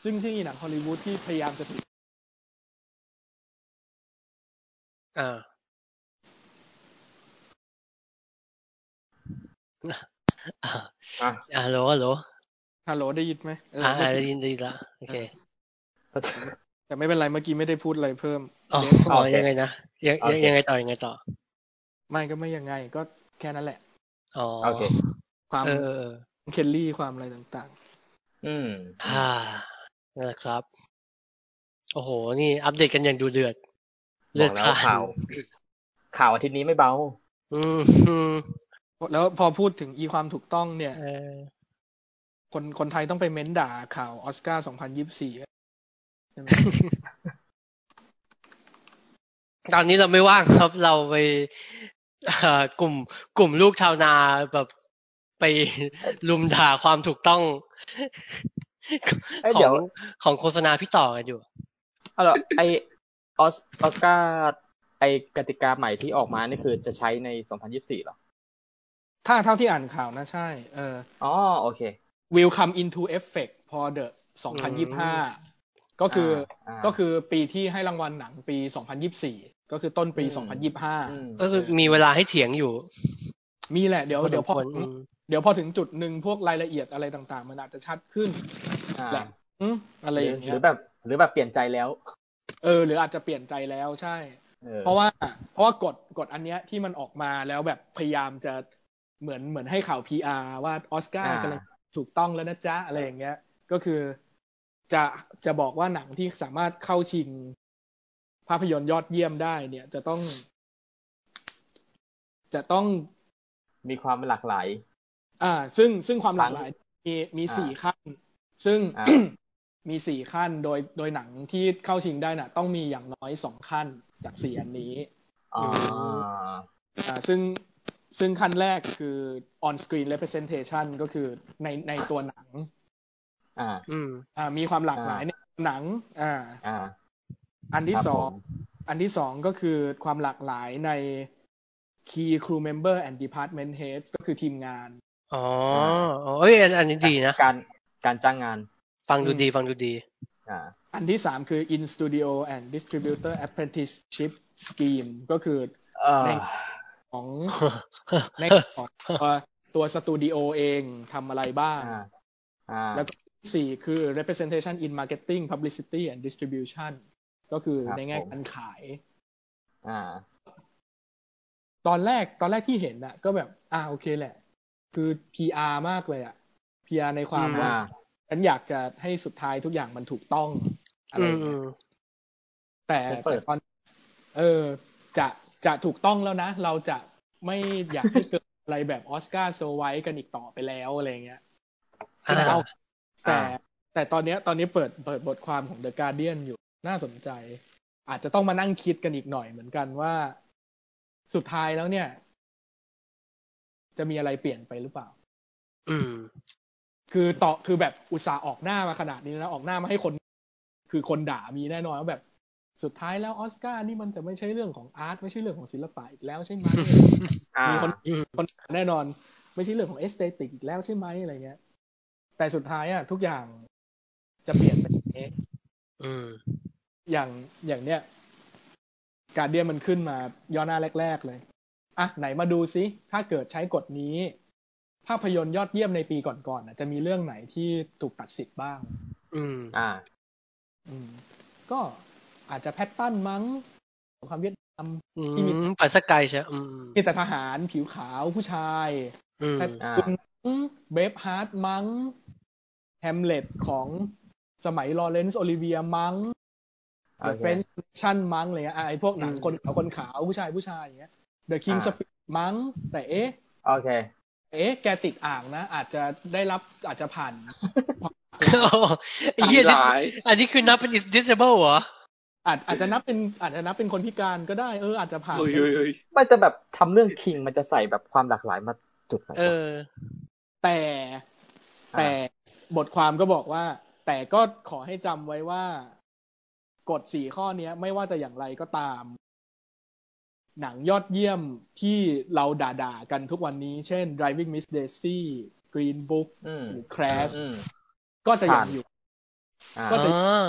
Speaker 4: ซึ่งที่หนังฮอลลีวูดที่พยายามจะถูก
Speaker 1: อ่า อ่า
Speaker 2: อ่ะ
Speaker 1: อ่าโหลฮัลโหล
Speaker 4: ฮัลโหลได้ยินไหมเออ
Speaker 1: อ่า
Speaker 4: เมื่
Speaker 1: อ่า
Speaker 4: อ
Speaker 1: ได้
Speaker 4: กี้
Speaker 1: ยินได้ยินละโอเค
Speaker 4: แต่ไม่เป็นไรเมื่อกี้ไม่ได้พูดอะไรเพิ่ม
Speaker 1: อ๋ออ๋อยังไงนะยัง
Speaker 2: โอเค
Speaker 1: ยังยังไงต่อยังไงต่อ
Speaker 4: ไม่ก็ไม่ยังไง ก็แค่นั้นแหละ
Speaker 1: อ๋อ
Speaker 2: โอเค
Speaker 4: ความ
Speaker 1: เออเออเออ
Speaker 4: เคลลี่ความอะไรต่าง
Speaker 2: อืม
Speaker 1: อ่านั่นแหละครับ โอ้โห นี่อัปเดตกันอย่างดูเดือด เลื
Speaker 2: บอ
Speaker 1: อด
Speaker 2: กแล้ว
Speaker 1: พล่าน
Speaker 2: ข่าว ข่าวอาทิตย์นี้ไม่เบา
Speaker 1: อืม อืม
Speaker 4: ๆ แล้วพอพูดถึงอีความถูกต้องเนี่ย
Speaker 1: เออ
Speaker 4: คนคนไทยต้องไปเม้นด่าข่าวออสการ์ 2024ใช่ไหม
Speaker 1: ตอนนี้เราไม่ว่างครับ เราไปเอ่อกลุ่ม กลุ่มลูกชาวนาแบบไป ลุมด่าความถูกต้อง
Speaker 2: เอ้ย
Speaker 1: ข
Speaker 2: เดี๋
Speaker 1: อย ง
Speaker 2: ว
Speaker 1: ของโฆษณาพี่ต่อกันอยู่
Speaker 2: เอาล่ะไอออสออสการ์ไอกติกาใหม่ที่ออกมานี่คือจะใช้ใน 2024เหรอ
Speaker 4: ถ้าเท่าที่อ่านข่าวนะใช่เออ
Speaker 2: อ๋อโอเค
Speaker 4: will come into effect for the
Speaker 1: อืม
Speaker 4: 2025 ก็คืออา ก็คือปีที่ให้รางวัลหนังปี 2024 ก็คือต้นปี
Speaker 2: อืม
Speaker 4: 2025
Speaker 1: ก็คือมีเวลาให้เถียงอยู่
Speaker 4: มีแหละเดี๋ยวเดี๋ยวพอ
Speaker 1: พอสมควรอืม
Speaker 4: เดี๋ยวพอถึงจุดหนึ่งพวกรายละเอียดอะไรต่างๆ มันอาจจะชัดขึ้น
Speaker 2: อ่า
Speaker 4: แหละอืมอะไรอย่าง
Speaker 2: หรื
Speaker 4: เงี้
Speaker 2: อย แบบ หรือแบบเปลี่ยนใจแล้ว
Speaker 4: เออหรืออาจจะเปลี่ยนใจแล้วใช่
Speaker 2: ออ
Speaker 4: เพราะว่าเพราะว่ากฎกฎอันเนี้ยที่มันออกมาแล้วแบบพยายามจะ เหมือนเหมือนให้ข่าว PR ว่าออสการ์
Speaker 2: อ่าก
Speaker 4: ำลังถูกต้องแล้วนะจ๊ะ อะไรอย่างเงี้ย ก็คือจะจะบอกว่าหนังที่สามารถเข้าชิง ภาพยนตร์ยอดเยี่ยมได้เนี่ย จะต้อง จะต้อง
Speaker 2: มีความหลากหลาย
Speaker 4: อ่า ซึ่งซึ่งความหลากหลาย มีมี
Speaker 2: อ่า
Speaker 4: สี่ขั้น ซึ่ง
Speaker 2: อ่า
Speaker 4: มีสี่ขั้นโดยโดยหนังที่เข้าชิงได้น่ะ ต้องมีอย่างน้อยสองขั้นจากสี่อันนี้
Speaker 2: อ๋อ
Speaker 4: อ่าซึ่งซึ่งขั้นแรกคือ on screen representation ก็คือในในตัวหนัง
Speaker 2: อ่า
Speaker 1: อืม
Speaker 4: อ่ามีความหลากหลาย
Speaker 2: อ่า
Speaker 4: ในหนังอ่า
Speaker 2: อ่า
Speaker 4: อันที่
Speaker 2: ครับ
Speaker 4: ส
Speaker 2: ผ
Speaker 4: อง
Speaker 2: ม
Speaker 4: อันที่สองก็คือความหลากหลายใน key crew member and department heads ก็คือทีมงาน
Speaker 1: อ๋ออ๋อเอ้ยอันอันนี้ดีนะ
Speaker 2: การการจ้างงาน
Speaker 1: ฟังดู
Speaker 4: อืม
Speaker 1: ดีฟังดูดี
Speaker 2: อ่า
Speaker 4: อันที่สามคือ in studio and distributor apprenticeship scheme ก็คือ
Speaker 2: เออ
Speaker 4: ของ ใน ของตัวตัวสตูดิโอเองทำอะไรบ้าง
Speaker 2: อ่าอ่า
Speaker 4: แล้วก็สี่คือ representation in marketing publicity and distribution ก็คือในแง่การขาย
Speaker 2: อ่า
Speaker 4: ตอนแรกตอนแรกที่เห็นน่ะ ก็แบบ อ่าโอเคแหละ คือ PR มากเลยอ่ะ PR ในความ
Speaker 1: อืม
Speaker 4: ว่า
Speaker 2: อ่า
Speaker 4: ฉันอยากจะให้สุดท้ายทุกอย่างมันถูกต้องอะไร
Speaker 1: อื
Speaker 4: อ
Speaker 1: ม
Speaker 4: ย่าง
Speaker 1: อื
Speaker 4: เงี้ย
Speaker 1: ม
Speaker 4: แต่
Speaker 2: ผมเปิ
Speaker 4: แต่
Speaker 2: ด
Speaker 4: ตอน เออ จะจะถูกต้องแล้วนะ เราจะไม่อยากให้เกิดอะไรแบบออสการ์โซไวท์กันอีกต่อไปแล้วอะไรอย่างเงี้ย
Speaker 1: อ่า
Speaker 4: เอาแต่
Speaker 2: อ่า
Speaker 4: แต่ตอนเนี้ยตอนนี้เปิดเปิดบทความของ The Guardian อยู่น่าสนใจ อาจจะต้องมานั่งคิดกันอีกหน่อยเหมือนกันว่า สุดท้ายแล้วเนี่ย จะมีอะไรเปลี่ยนไปหรือเปล่า
Speaker 1: อืม
Speaker 4: คือต่อคือแบบอุตส่าห์ออกหน้ามาขนาดนี้แล้วออกหน้ามาให้คน คือคนด่ามีแน่นอนว่าแบบ สุดท้ายแล้วออสการ์นี่มันจะไม่ใช่เรื่องของอาร์ตไม่ใช่เรื่องของศิลปะอีกแล้วใช่ไหม
Speaker 2: อ่า
Speaker 4: มีคน
Speaker 1: อืม
Speaker 4: คนแน่นอนไม่ใช่เรื่องของเอสเตติกอีกแล้วใช่ไหมอะไรเงี้ย แต่สุดท้ายอ่ะทุกอย่างจะเปลี่ยนไปอย่างนี้
Speaker 1: อืม
Speaker 4: อย่างอย่างเนี้ยการเดียมันขึ้นมาย่อหน้าแรก ๆ เลย อ่ะ ไหนมาดูซิ ถ้าเกิดใช้กฎนี้ ภาพยนตร์ยอดเยี่ยมในปีก่อนๆน่ะจะมีเรื่องไหนที่ถูกตัดสิทธิ์บ้าง
Speaker 1: อืม
Speaker 2: อ่า
Speaker 4: อืม ก็อาจจะแพตตันมั้งสงครามเวียดนาม
Speaker 1: อืมปัสกายใช่ อืม
Speaker 4: มีแต่ทหารผิวขาวผู้ชาย
Speaker 1: อืม
Speaker 4: แต่
Speaker 2: อ่า
Speaker 4: คุณเบฟฮาร์ดมัง้งแฮมเล็ตของสมัยลอเรนซ์โอลิเวียมัง้ง
Speaker 2: โอ
Speaker 4: เดอะ
Speaker 2: เค
Speaker 4: เฟนชั่นมั้งอะไรเงี้ยอ่ะไอพวกหนัง
Speaker 1: อืม
Speaker 4: คนขาวคนขาวผู้ชายผู้ชายอย่างเงี้ยเดอะคิง
Speaker 2: อ่า
Speaker 4: สปิมั้ง แต่เอ๊ะ
Speaker 2: โอเค
Speaker 4: เอ๊ะ แกติดอ่างนะ อาจจะได้รับอาจจะผ่าน
Speaker 1: โอ้ไอ้เหี้ย
Speaker 3: ห
Speaker 1: dis-
Speaker 3: ลาย
Speaker 1: อันนี้คือนับเป็น disable เหรอ
Speaker 4: อาจอาจจะนับเป็นอาจจะนับเป็นคนพิการก็ได้เอออาจจะผ่าน
Speaker 3: เฮ้ยเฮ้ยเฮ้ย
Speaker 2: ไม่แต่แบบทำเรื่องคิงมันจะใส่แบบความหลากหลายมาจุดไหนวะ
Speaker 1: เออ
Speaker 4: แต่
Speaker 2: อ่า
Speaker 4: แต่บทความก็บอกว่า แต่ก็ขอให้จำไว้ว่า กฎสี่ข้อเนี้ย ไม่ว่าจะอย่างไรก็ตาม หนังยอดเยี่ยมที่เราด่าๆกันทุกวันนี้ เช่น Driving Miss Daisy Green Book
Speaker 2: อืม
Speaker 4: หรือ Crash
Speaker 2: อืม
Speaker 4: ก็จะยัง
Speaker 2: ผ่าน
Speaker 4: อยู่
Speaker 2: อ่า
Speaker 4: ก็
Speaker 1: อ๋
Speaker 4: จะ
Speaker 1: อ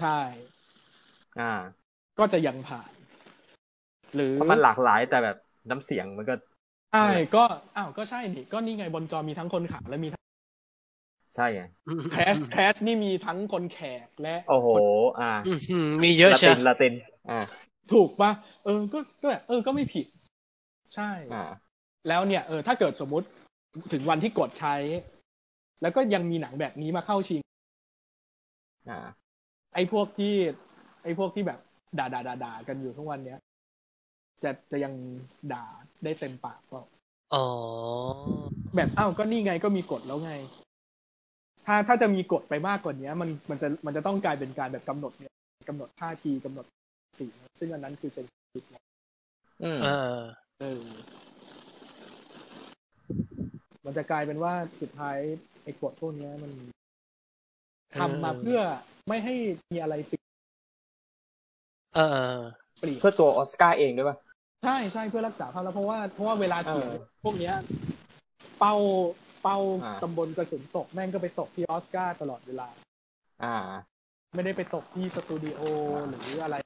Speaker 4: ใช่
Speaker 2: อ่า
Speaker 4: ก็จะยังผ่าน หรือ
Speaker 2: เพราะมันหลากหลายแต่แบบน้ำเสียงมันก็
Speaker 4: ใช่ก็อ้าวก็ใช่นี่ ก็นี่ไงบนจอมีทั้งคนขาวและมีทั้ง
Speaker 2: ใช่ไง
Speaker 4: Crash Crash นี่มีทั้งคนแขกและ
Speaker 2: โอ้โห อ่า
Speaker 1: อืมมีเยอะ
Speaker 2: ละ
Speaker 1: ใช่
Speaker 2: ตินละติน อ่า
Speaker 4: ถูกปะเออ ก็ก็แบบเออ ก็ไม่ผิด ใช่
Speaker 2: อ่า
Speaker 4: แล้วเนี่ย เออ ถ้าเกิดสมมติถึงวันที่กดใช้ แล้วก็ยังมีหนังแบบนี้มาเข้าชิง
Speaker 2: อ่า
Speaker 4: ไอ้พวกที่ ไอ้พวกที่แบบด่าด่าด่าด่ากันอยู่ทุกวันเนี้ย จะจะยังด่าได้เต็มปากก็
Speaker 1: อ๋อ
Speaker 4: แบบอ้าวก็นี่ไงก็มีกฎแล้วไง ถ้าถ้าจะมีกฎไปมากกว่านี้มันมันจะมันจะต้องกลายเป็นการแบบกำหนดเนี่ยกำหนดท่าทีกำหนดสีซึ่งอันนั้นคือเซนซิทีฟ
Speaker 2: อืม
Speaker 1: เออ
Speaker 4: เออ มันจะกลายเป็นว่าสุดท้ายไอ้กฎพวกเนี้ยมัน ทำมาเพื่อไม่ให้มีอะไรเปลี่ยน
Speaker 1: เออเออ
Speaker 4: เปลี่ยน
Speaker 2: เพื่อตัวออสการ์เองด้วยป่ะ
Speaker 4: ใช่ใช่เพื่อรักษาภาพแล้วเพราะว่าเพราะว่าเวลาเขียน
Speaker 2: เออ
Speaker 4: พวกเนี้ย เป้าเป้า
Speaker 2: อ่า
Speaker 4: ตำบลกระสุนตกแม่งก็ไปตกที่ออสการ์ตลอดเวลา
Speaker 2: อ่า
Speaker 4: ไม่ได้ไปตกที่สตูดิโอหรืออะไร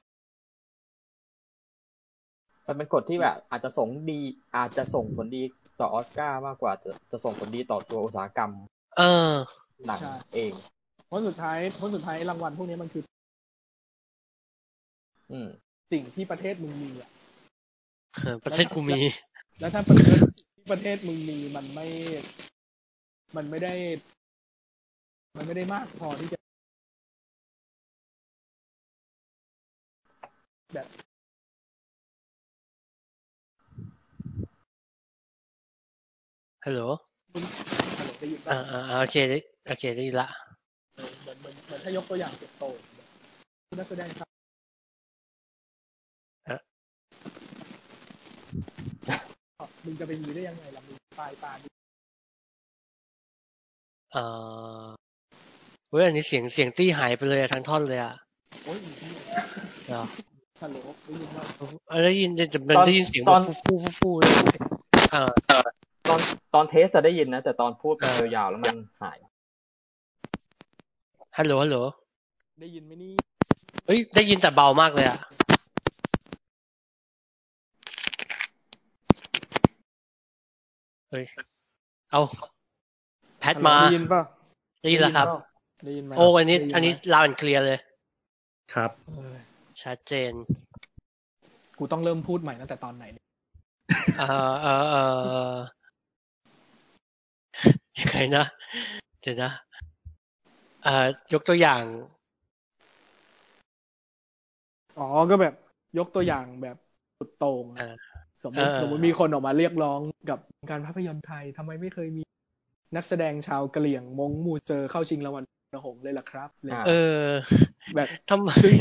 Speaker 2: มันเป็นกฎที่แบบอาจจะส่งดี อาจจะส่งผลดีต่อออสการ์มากกว่าจะจะส่งผลดีต่อตัวอุตสาหกรรม
Speaker 1: เออ
Speaker 2: หนัง
Speaker 4: ใช่
Speaker 2: เอง
Speaker 4: เพราะสุดท้ายเพราะสุดท้ายรางวัลพวกเนี้ยมันคือ
Speaker 2: อืม
Speaker 4: สิ่งที่ประเทศมึงมีอะ
Speaker 1: ประเทศกูมี
Speaker 4: แล้วถ้าประเทศ ประเทศมึงมีมันไม่ มันไม่ได้ มันไม่ได้มากพอที่จะ แบบ
Speaker 1: ฮัลโหล
Speaker 4: ฮัลโหลได้ยินปะ
Speaker 1: อ่าอ่าอ่าโอเคได้โอเคได้ยินละ
Speaker 4: เออเหมือนเหมือนเหมือนถ้ายกตัวอย่างเติบโตนักแสดงครับ
Speaker 1: ฮะ
Speaker 4: อ๋อมึงจะไปมีได้ยังไงล่ะมึงตายตาดิ
Speaker 1: เอ่อเว้ยอันนี้เสียงเสียงตี้หายไปเลยอะทั้งท่อนเลยอะ
Speaker 4: โอ้ยอีกที
Speaker 1: เหรอ
Speaker 4: ฮัลโหลได้ยินว่า
Speaker 1: เอ้ยได้ยินแต่มัน
Speaker 2: ตอน
Speaker 1: ได้ยินเสียง
Speaker 2: ตอน
Speaker 1: แบบฟู่ฟู่ฟู่ฟู่เออ
Speaker 2: ตอนตอนเทสอะได้ยินนะ แต่ตอนพูดแบบ
Speaker 1: เออ
Speaker 2: ยาวๆแล้วมันหาย
Speaker 1: ฮัลโหลฮัลโหล
Speaker 4: ได้ยินไหมนี่
Speaker 1: เอ้ยได้ยินแต่เบามากเลยอะเอ้ยเอาแพทมา
Speaker 4: ได้ยินป่ะ
Speaker 1: ได้ยินแล้วครับ
Speaker 4: ได้ยินไหม
Speaker 1: โอ้อันนี้
Speaker 4: ได้ยิไหม
Speaker 1: อันนี้ลาวน์เคลียร์เลย
Speaker 7: ครับ
Speaker 4: เออ
Speaker 1: ชัดเจน
Speaker 4: กูต้องเริ่มพูดใหม่ตั้งแต่ตอนไหนเนี่ย
Speaker 1: เอ่อเอ่อเอ่อยังไงนะ เดี๋ยวนะเอ่อยกตัวอย่าง
Speaker 4: อ๋อก็แบบยกตัวอย่างแบบสุดโต่ง
Speaker 1: เออ
Speaker 4: สมมติ
Speaker 1: เออ
Speaker 4: สมมติมีคนออกมาเรียกร้องกับการภาพยนตร์ไทยทำไมไม่เคยมีนักแสดงชาวกะเหรี่ยงมงมูเจอเข้าชิงรางวัลนหงส์เลยล่ะครับเลย
Speaker 2: อ่า
Speaker 1: เออ
Speaker 4: แบบ
Speaker 1: ทำไม
Speaker 4: ซึ่ง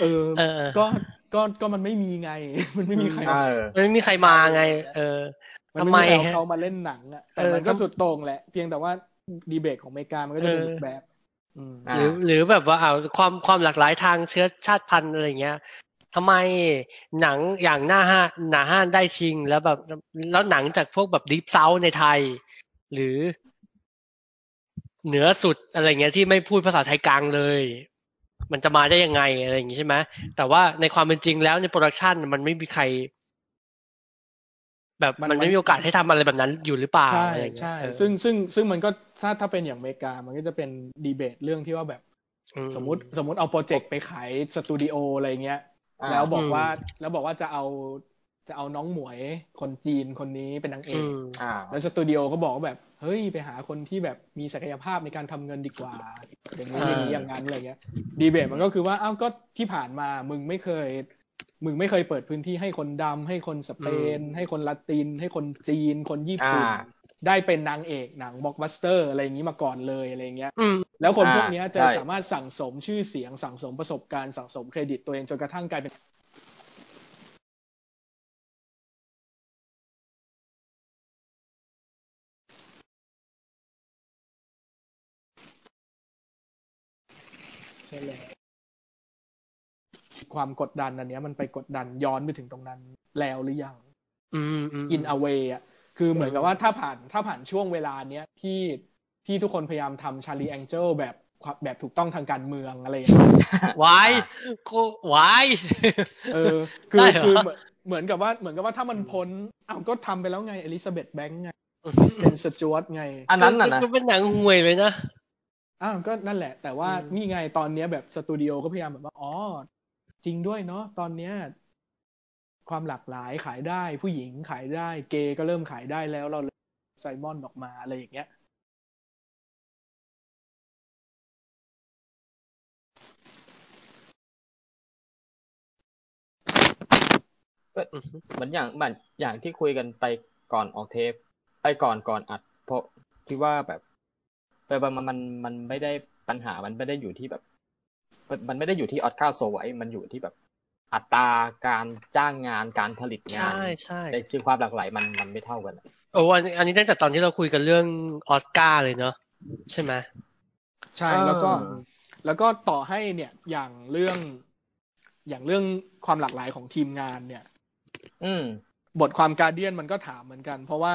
Speaker 4: เออ
Speaker 1: เออ
Speaker 4: ก็ก็ก็มันไม่มีไง มันไม่มีใคร
Speaker 2: เออ
Speaker 1: ไม่มีใครมาไง เออ
Speaker 4: น
Speaker 1: ทำไม
Speaker 4: ใครเอาเขามาเล่นหนังอ่ะแต่
Speaker 1: เออ
Speaker 4: มันก็
Speaker 1: ทำ
Speaker 4: สุดโต่งแหละ เพียงแต่ว่าดีเบตของอเมริกามันก็จะเป็นอีกแบบ อืม
Speaker 2: อ่า
Speaker 1: หรือหรือแบบว่าเอาความความหลากหลายทางเชื้อชาติพันธุ์อะไรอย่างเงี้ยทำไมหนังอย่างหน้าห้าหนาห้านได้ชิงแล้วแบบแล้วหนังจากพวกแบบดิฟเซาในไทย หรือ เหนือสุดอะไรเงี้ยที่ไม่พูดภาษาไทยกลางเลย มันจะมาได้ยังไงอะไรอย่างงี้ใช่ไหมแต่ว่าในความเป็นจริงแล้วในโปรดักชันมันไม่มีใคร แบบ
Speaker 4: มัน
Speaker 1: มันไม่มีโอกาสให้ทำอะไรแบบนั้นอยู่หรือเปล่า
Speaker 4: ใช่
Speaker 1: อะไรอย่างเงี้ย
Speaker 4: ใช่
Speaker 1: เออ
Speaker 4: ซึ่งซึ่งซึ่งมันก็ถ้าถ้าเป็นอย่างอเมริกามันก็จะเป็นดีเบตเรื่องที่ว่าแบบ
Speaker 1: อื
Speaker 4: สมมติสมมติเอาโปรเจกต์ไปขายสตูดิโออะไรเงี้ย
Speaker 2: อ่า
Speaker 4: แล้วบอกว่า
Speaker 1: อืม
Speaker 4: แล้วบอกว่าจะเอาจะเอาน้องหมวยคนจีนคนนี้เป็นนางเอ
Speaker 1: อื
Speaker 4: ก
Speaker 1: ม
Speaker 2: อ่า
Speaker 4: แล้วสตูดิโอก็บอกว่าแบบ เฮ้ยไปหาคนที่แบบมีศักยภาพในการทำเงินดีกว่า อย่างนู้น
Speaker 1: อ่า
Speaker 4: อย่างนี้อย่างนั้นอะไรเงี้ยดีเบตมันก็คือว่าอ้าวก็ที่ผ่านมามึงไม่เคย มึงไม่เคยเปิดพื้นที่ให้คนดำให้คนสเปน ให้คนละติน ให้คนจีน คนญี่ปุ่น
Speaker 2: อ่า
Speaker 4: ได้เป็นนางเอกหนังบล็อกบัสเตอร์อะไรอย่างนี้มาก่อนเลยอะไรเงี้ย
Speaker 1: อืม
Speaker 4: แล้วคนพวกเนี้ยจะ
Speaker 2: ใช่
Speaker 4: สามารถสั่งสมชื่อเสียงสั่งสมประสบการณ์สั่งสมเครดิตตัวเองจนกระทั่งกลายเป็น ใช่แล้วความกดดันอันเนี้ยมันไปกดดันย้อนไปถึงตรงนั้นแล้วหรือยัง
Speaker 1: อืมอืม
Speaker 4: in a way อ่ะ คือเหมือนกับว่าถ้าผ่านถ้าผ่านช่วงเวลาเนี้ยที่ที่ทุกคนพยายามทำชาลีแองเจลแบบความแบบถูกต้องทางการเมืองอะไรอย่างเงี้ย
Speaker 1: วายกูวาย
Speaker 4: เออ คื อ
Speaker 1: ได้เหรอ
Speaker 4: คือเหมือนเหมือนกับว่าเหมือนกับว่าถ้ามันพ้นอ้าวก็ทำไปแล้วไงอลิซาเบธแบงค์ไงเซนสจวตไง
Speaker 2: อันนั้นน่ะนะ
Speaker 1: มันเป็นหนังห่วยเลยนะ
Speaker 4: อ้าวก็นั่นแหละ แต่ว่า
Speaker 1: อืม
Speaker 4: นี่ไงตอนเนี้ยแบบสตูดิโอก็พยายามแบบว่าอ๋อจริงด้วยเนาะตอนเนี้ยความหลากหลายขายได้ผู้หญิงขายได้ เกย์ก็เริ่มขายได้แล้วเราเลยไซมอนออกมาอะไรอย่างเงี้ย
Speaker 2: เหมือนอย่างเหมือนอย่างที่คุยกันไปก่อนออกเทปไอ้ก่อนก่อนอัด เพราะที่ว่าแบบไปไปมันมันมันไม่ได้ปัญหามันไม่ได้อยู่ที่แบบ มันมันไม่ได้อยู่ที่ออดข้าวโซไว้มันอยู่ที่แบบ อัตราการจ้างงานการผลิตงาน
Speaker 1: ใช่ใช่
Speaker 2: ในชื่อความหลากหลายมันมันไม่เท่ากันอะ
Speaker 1: โอ้อันอันนี้ตั้งแต่ตอนที่เราคุยกันเรื่องออสการ์เลยเนาะใช่ไหม
Speaker 4: ใช่แล้วก็แล้วก็ต่อให้เนี่ยอย่างเรื่องอย่างเรื่องความหลากหลายของทีมงานเนี่ย
Speaker 2: อืม
Speaker 4: บทความการเดียนมันก็ถามเหมือนกัน เพราะว่า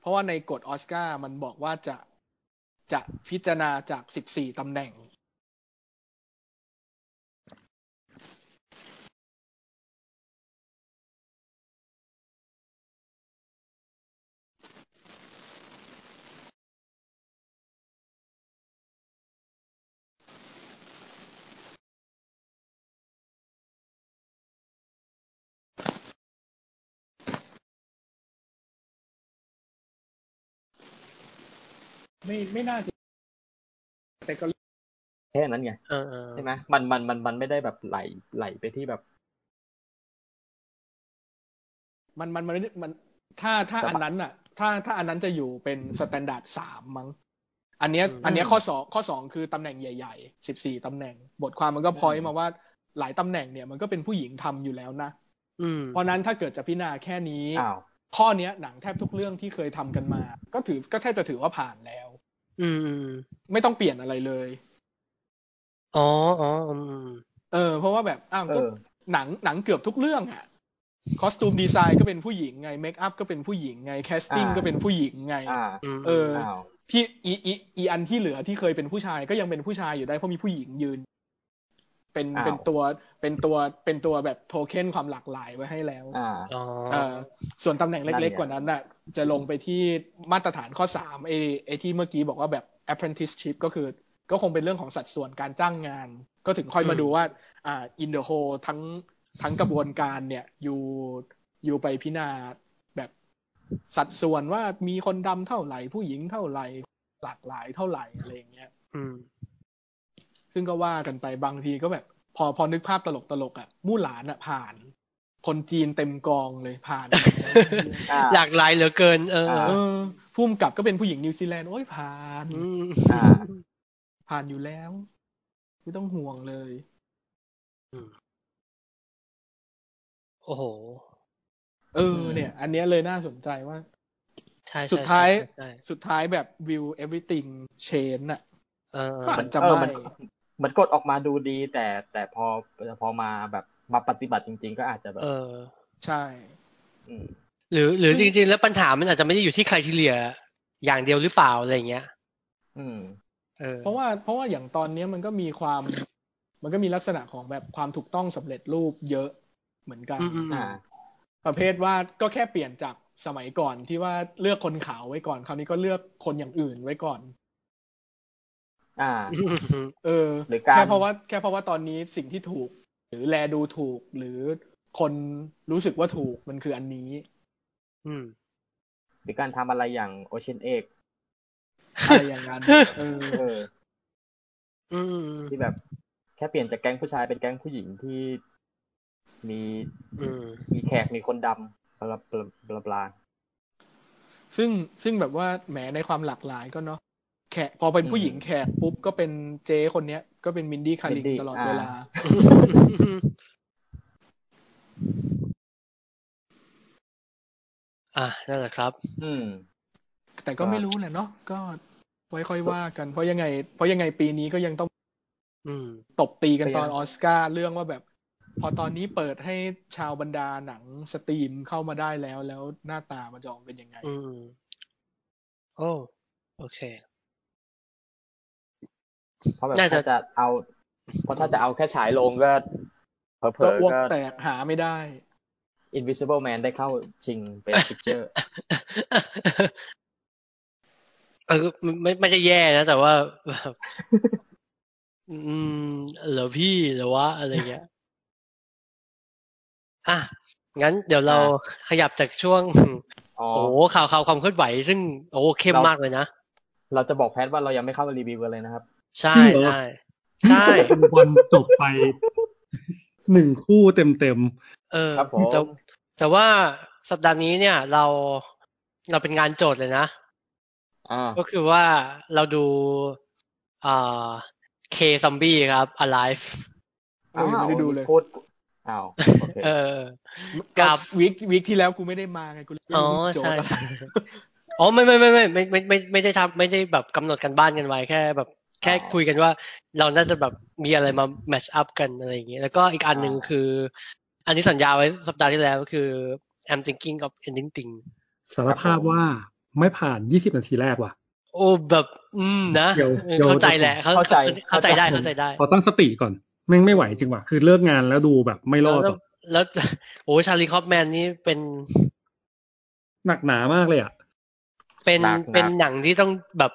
Speaker 4: เพราะว่าในกฎออสการ์มันบอกว่าจะจะพิจารณาจาก 14 ตำแหน่ง ไม่ไม่น่าจะแต่ก็
Speaker 2: แค่นั้นไง
Speaker 1: เออเออ
Speaker 2: ใช่ไหมมันมันมันมันไม่ได้แบบไหลไหลไปที่แบบ
Speaker 4: มันมันมันมันถ้าถ้า
Speaker 2: สบาย
Speaker 4: อันนั้นอ่ะ ถ้าถ้าอันนั้นจะอยู่เป็นสแตนดาร์ดสามมั้งอันเนี้ยอันเนี้ยข้อสองข้อสองคือตำแหน่งใหญ่ๆสิบสี่ตำแหน่ง บทความมันก็พอยต์มาว่าหลายตำแหน่งเนี่ยมันก็เป็นผู้หญิงทำอยู่แล้วนะ
Speaker 1: อืม
Speaker 4: เพราะนั้นถ้าเกิดจะพิจารณาแค่นี้
Speaker 2: อ้าว
Speaker 4: ข้อเนี้ยหนังแทบทุกเรื่องที่เคยทำกันมา ก็ถือก็แทบจะถือว่าผ่านแล้ว
Speaker 1: อืมอืม
Speaker 4: ไม่ต้องเปลี่ยนอะไรเลย
Speaker 1: อ๋ออ๋ออืมอืม
Speaker 4: เออ เพราะว่าแบบอ้าว
Speaker 2: เอ
Speaker 4: ก็
Speaker 2: อ
Speaker 4: หนังหนังเกือบทุกเรื่องอะคอสตูมดีไซน์ก็เป็นผู้หญิงไงเมคอัพก็เป็นผู้หญิงไงแคสติ้ง
Speaker 2: อ่า
Speaker 4: ก็เป็นผู้หญิงไง
Speaker 2: อ่า
Speaker 1: อืม
Speaker 4: เออ
Speaker 2: อ้าว
Speaker 4: ที่อีอีอีอันที่เหลือที่เคยเป็นผู้ชายก็ยังเป็นผู้ชายอยู่ได้เพราะมีผู้หญิงยืน เป็นเป็นตัวเป็นตัวเป็นตัวแบบโทเค็นความหลากหลายไว้ให้แล้ว
Speaker 2: อ่า
Speaker 1: อ๋อ
Speaker 4: เออส่วนตำแหน่ง
Speaker 2: นั่น
Speaker 4: เล็ก
Speaker 2: ไง
Speaker 4: ๆกว่านั้นน่ะ จะลงไปที่มาตรฐานข้อสามไอ้ไอ้ที่เมื่อกี้บอกว่าแบบ apprenticeship ก็คือ ก็คงเป็นเรื่องของสัดส่วนการจ้างงาน ก็ถึงค่อยมาดูว่า อ่า in the whole ทั้งทั้งกระบวนการเนี่ยอยู่อยู่ไปพิจารณาแบบสัดส่วนว่ามีคนดำเท่าไหร่ ผู้หญิงเท่าไหร่ หลากหลายเท่าไหร่อะไรอย่างเงี้ย
Speaker 1: อืม
Speaker 4: ซึ่งก็ว่ากันไปบางทีก็แบบ พอพอนึกภาพตลกตลกๆอ่ะมู่หลานอ่ะผ่าน คนจีนเต็มกองเลยผ่าน
Speaker 2: อ่า
Speaker 1: หลากหลายเหลือเกิน เออ
Speaker 2: อ่า
Speaker 4: เออพุ่มกับก็เป็นผู้หญิงนิวซีแลนด์ โอ้ยผ่าน
Speaker 1: อืม
Speaker 2: อ่า
Speaker 4: ผ่านอยู่แล้ว ไม่ต้องห่วงเลย
Speaker 1: โอ้โห
Speaker 4: เอออ
Speaker 2: ม
Speaker 4: เนี่ย อันเนี้ยเลยน่าสนใจว่า
Speaker 1: ใช่ใช่
Speaker 4: สุดท้าย
Speaker 1: ใช่ใช่
Speaker 4: สุดท้ายแบบ view everything change น่ะ
Speaker 1: เออ
Speaker 4: ก็อาจจะ
Speaker 2: เออ
Speaker 4: ไม่
Speaker 2: มันเหมือนกดออกมาดูดี แต่แต่พอแต่พอมาแบบมาปฏิบัติจริง ๆ ก็อาจจะแบบ
Speaker 1: เออ
Speaker 4: ใช่
Speaker 2: อืม
Speaker 1: หรือ หรือจริง ๆ แล้วปัญหามันอาจจะไม่ได้อยู่ที่ใครทีเลียอย่างเดียวหรือเปล่าอะไรเงี้ย
Speaker 2: อืม
Speaker 1: เออ
Speaker 4: เพราะว่าเพราะว่าอย่างตอนเนี้ยมันก็มีความ มันก็มีลักษณะของแบบความถูกต้องสำเร็จรูปเยอะเหมือนกัน
Speaker 1: อืมอืม
Speaker 2: อ่า
Speaker 4: ประเภทว่าก็แค่เปลี่ยนจากสมัยก่อนที่ว่าเลือกคนขาวไว้ก่อน คราวนี้ก็เลือกคนอย่างอื่นไว้ก่อน
Speaker 2: อ่า
Speaker 1: อืมอืม
Speaker 4: เออ
Speaker 2: หรือการ
Speaker 4: แค่เพราะว่าแค่เพราะว่าตอนนี้สิ่งที่ถูก หรือแลดูถูกหรือคนรู้สึกว่าถูกมันคืออันนี้
Speaker 1: อืม
Speaker 2: หรือการทำอะไรอย่างโอเชียนเอก
Speaker 4: อะไรอย่างนั้น เออ
Speaker 2: เออ
Speaker 1: อืม
Speaker 2: ที่แบบแค่เปลี่ยนจากแก๊งผู้ชายเป็นแก๊งผู้หญิงที่มี
Speaker 1: อืม
Speaker 2: มีแขกมีคนดำบลาบลาบลาบลา
Speaker 4: ซึ่งซึ่งแบบว่าแหมในความหลากหลายก็เนาะแขกพอเป็น
Speaker 2: อืม
Speaker 4: ผู้หญิงแขกปุ๊บก็เป็นเจคนเนี้ย ก็เป็นมินดี้คาลิง
Speaker 2: Mindy
Speaker 4: ตลอดเวลา
Speaker 1: อ่ะนั่นแหละครับ
Speaker 2: อืม
Speaker 4: แต่ก็
Speaker 2: ครับ
Speaker 4: ไม่รู้แหละเนาะก็ไว้ค่อยว่ากัน เพราะยังไง เพราะยังไงปีนี้ก็ยังต้อง
Speaker 1: อืม
Speaker 4: ตบตีกันตอน
Speaker 2: ก็ยัง
Speaker 4: ออสการ์เรื่องว่าแบบ พอตอนนี้เปิดให้ชาวบรรดาหนังสตรีมเข้ามาได้แล้วแล้วหน้าตามันจะออกเป็นยังไง
Speaker 1: อืม โอ้ โอเค
Speaker 2: เพราะแบบ
Speaker 1: น่าจะ
Speaker 2: ถ้าจะเอา เพราะถ้าจะเอาแค่ฉายลงก็เผล
Speaker 4: ก็
Speaker 2: อ
Speaker 4: อ้
Speaker 2: ๆ
Speaker 4: วก
Speaker 2: ก็
Speaker 4: แตกหาไม่ได้
Speaker 2: Invisible Man ได้เข้าชิงเป็นพิเจ อร์
Speaker 1: เออไม่ไม่จะแย่นะ แต่ว่าแบบอืมเหรอพี่เหรือว่าอะไรเงี้ย อ่ะ งั้นเดี๋ยวเราขยับจากช่วง
Speaker 2: อ๋อ
Speaker 1: โอ้โหข่าวข่าวความเคลื่อนไหว ซึ่งโอ้โหเข้ม
Speaker 2: เรา
Speaker 1: มากเลยนะ
Speaker 2: เราจะบอกแพทว่าเรายังไม่เข้ารีวิวเลยนะครับ
Speaker 1: ใช่
Speaker 7: จริงเหรอ
Speaker 1: ใช่ใช่
Speaker 7: คุณบอลจบไปหนึ่งคู่เต็มเต็ม
Speaker 1: เออ
Speaker 2: ครับผม
Speaker 1: แต่แต่ว่าสัปดาห์นี้เนี่ย เราเราเป็นงานโจทย์เลยนะ
Speaker 2: อ่า
Speaker 1: ก็คือว่าเราดูอ่าเคซอมบี้ครับ alive
Speaker 4: เออยังไม่ได้ดูเลย
Speaker 2: พูดอ้ าวโอเค
Speaker 1: เออ กั
Speaker 4: กับบ วิกวิกที่แล้วกูไม่ได้มาไงกูเลยไม่
Speaker 1: อ๋อ
Speaker 4: รู้โจท
Speaker 1: ใช่
Speaker 4: ย์อะไร
Speaker 1: ใช่อ๋อไม่ไม่ไม่ไม่ไม่ไม่ไม่ไม่ได้ทำไม่ได้แบบกำหนดกันบ้านกันไว้แค่แบบ แค่คุยกันว่า เราน่าจะแบบมีอะไรมาแมทช์อัพกันอะไรอย่างเงี้ยแล้วก็อีกอันหนึ่งคือ อันที่สัญญาไว้สัปดาห์ที่แล้วก็คือ I'm thinking of ending thing
Speaker 7: ๆสารภาพว่าไม่ผ่านยี่สิบนาทีแรกว่ะ
Speaker 1: โอ้แบบอืมนะ
Speaker 7: เดี๋ยว
Speaker 1: เออ
Speaker 7: เดี๋ยว
Speaker 1: เข้าใจแหละเขา
Speaker 2: เข้าใจ
Speaker 1: เข้าใจได้
Speaker 2: เข้า
Speaker 1: เข้า
Speaker 2: ใจ
Speaker 1: ใจได้
Speaker 7: ขอตั้งสติก่อนแม่งไม่ไหวจริงว่ะคือเลิกงานแล้วดูแบบไม่ร
Speaker 1: แล้ว
Speaker 7: อด
Speaker 1: แล้ว
Speaker 7: ว่ะ
Speaker 1: แล้วโอ้ชาลีคอปแมนนี่เป็น
Speaker 7: หนักหนามากเลยอ่ะ
Speaker 1: เป็น
Speaker 2: หนักหนัก
Speaker 1: เป็นหนังที่ต้องแบบ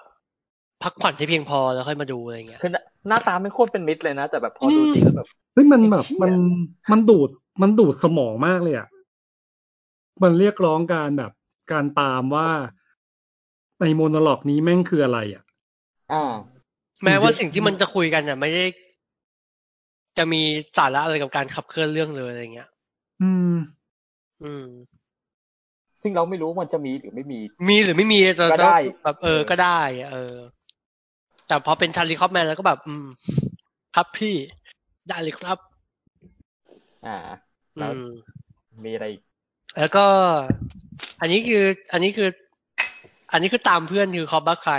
Speaker 1: พักผ่อนให้เพียงพอแล้วค่อยมาดูอะไรอย่างเงี้ย
Speaker 2: คือหน้าตาไม่โคตรเป็นมิตรเลยนะ แต่แบบพอ
Speaker 1: อื
Speaker 2: ดู
Speaker 1: ม
Speaker 2: จริงแล้วแบบ
Speaker 7: เฮ้ยมันแบบ
Speaker 2: ไอ้เหี้ย
Speaker 7: มันมันดูดมันดูดสมองมากเลยอ่ะ มันเรียกร้องการแบบการตามว่า ในโมโนล็อกนี้แม่งคืออะไรอ่ะ
Speaker 2: อ่า
Speaker 1: แม้ว่าสิ่งที่มันจะคุยกันเนี่ยไม่ได้ จะมีสาระอะไรกับการขับเคลื่อนเรื่องเลยอะไรเงี้ย
Speaker 7: อืม
Speaker 1: อืม
Speaker 2: ซึ่งเราไม่รู้มันจะมีหรือไม่มี
Speaker 1: มีหรือไม่มีแต่
Speaker 2: ก็ได้
Speaker 1: แบบเออ ก็ได้อะเออ แต่พอเป็นชาลีคอปแมนแล้วก็แบบ อืม ครับพี่ ได้เลยครับ
Speaker 2: อ่า แล้
Speaker 1: อืม
Speaker 2: วมีอะไรอีก
Speaker 1: แล้วก็ อันนี้คือ อันนี้คือ อันนี้คือตามเพื่อนคือคอบบัคไค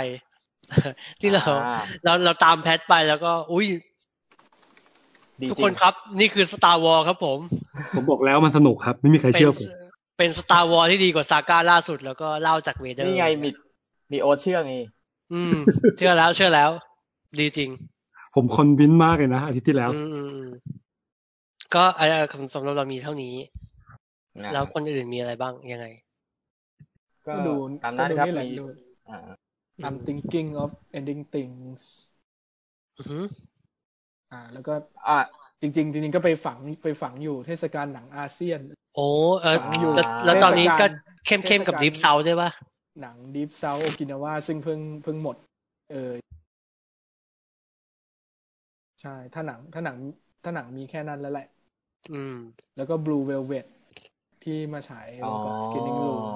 Speaker 1: ที่เรา
Speaker 2: อ่
Speaker 1: เราเราตามแพทไปแล้วก็ อุ้ย
Speaker 2: ดี
Speaker 1: ทุก
Speaker 2: จริ
Speaker 1: คน
Speaker 2: ง
Speaker 1: ครับ นี่คือสตาร์วอลครับผม
Speaker 7: ผมบอกแล้วมันสนุกครับ ไม่มีใคร
Speaker 1: เป็น
Speaker 7: เชื่อผม
Speaker 1: เป็นสตาร์วอลที่ดีกว่าซาก้าล่าสุด แล้วก็เล่าจากเวเดอร์
Speaker 2: นี่ไงมีมีโอเชื่องไง
Speaker 1: อืม เชื่อแล้วเชื่อแล้ว ดีจริง
Speaker 7: ผมคอนวินมากเลยนะอาทิตย์ที่แล้ว
Speaker 1: อืมอืมอืมก็เอ่อสำหรับเรามีเท่านี้
Speaker 2: นะ
Speaker 1: แล้วคนอื่นมีอะไรบ้างยังไง
Speaker 2: ก็
Speaker 4: ก็ดู
Speaker 2: ตาม
Speaker 4: ก็
Speaker 2: นั้นค
Speaker 4: ดู
Speaker 2: รับ
Speaker 4: นี่แหละ
Speaker 2: มี
Speaker 4: ดู
Speaker 2: อ่า
Speaker 4: I'm thinking of ending things
Speaker 1: อือหือ
Speaker 4: อ่า แล้วก็
Speaker 2: อ่า
Speaker 4: จริง ๆ จริง ๆ ก็ไปฝังไปฝังอยู่เทศกาลหนังอาเซียน
Speaker 1: โอ้เออ
Speaker 4: ฝังอยู่
Speaker 1: จะแล้วตอนนี้ก็เข้ม
Speaker 4: เท
Speaker 1: เข้
Speaker 4: ศ
Speaker 1: ม
Speaker 4: กาล
Speaker 1: กับดิฟเซาได้วยปะ
Speaker 4: หนังดีฟเซาโอกินาวาซึ่งเพิ่งเพิ่งหมด เออใช่ ถ้าหนังถ้าหนังถ้าหนังมีแค่นั้นแล้วแหละ
Speaker 1: อืม
Speaker 4: แล้วก็ Blue Velvet ที่มาฉายลงกับ Screening Room
Speaker 2: อ๋อ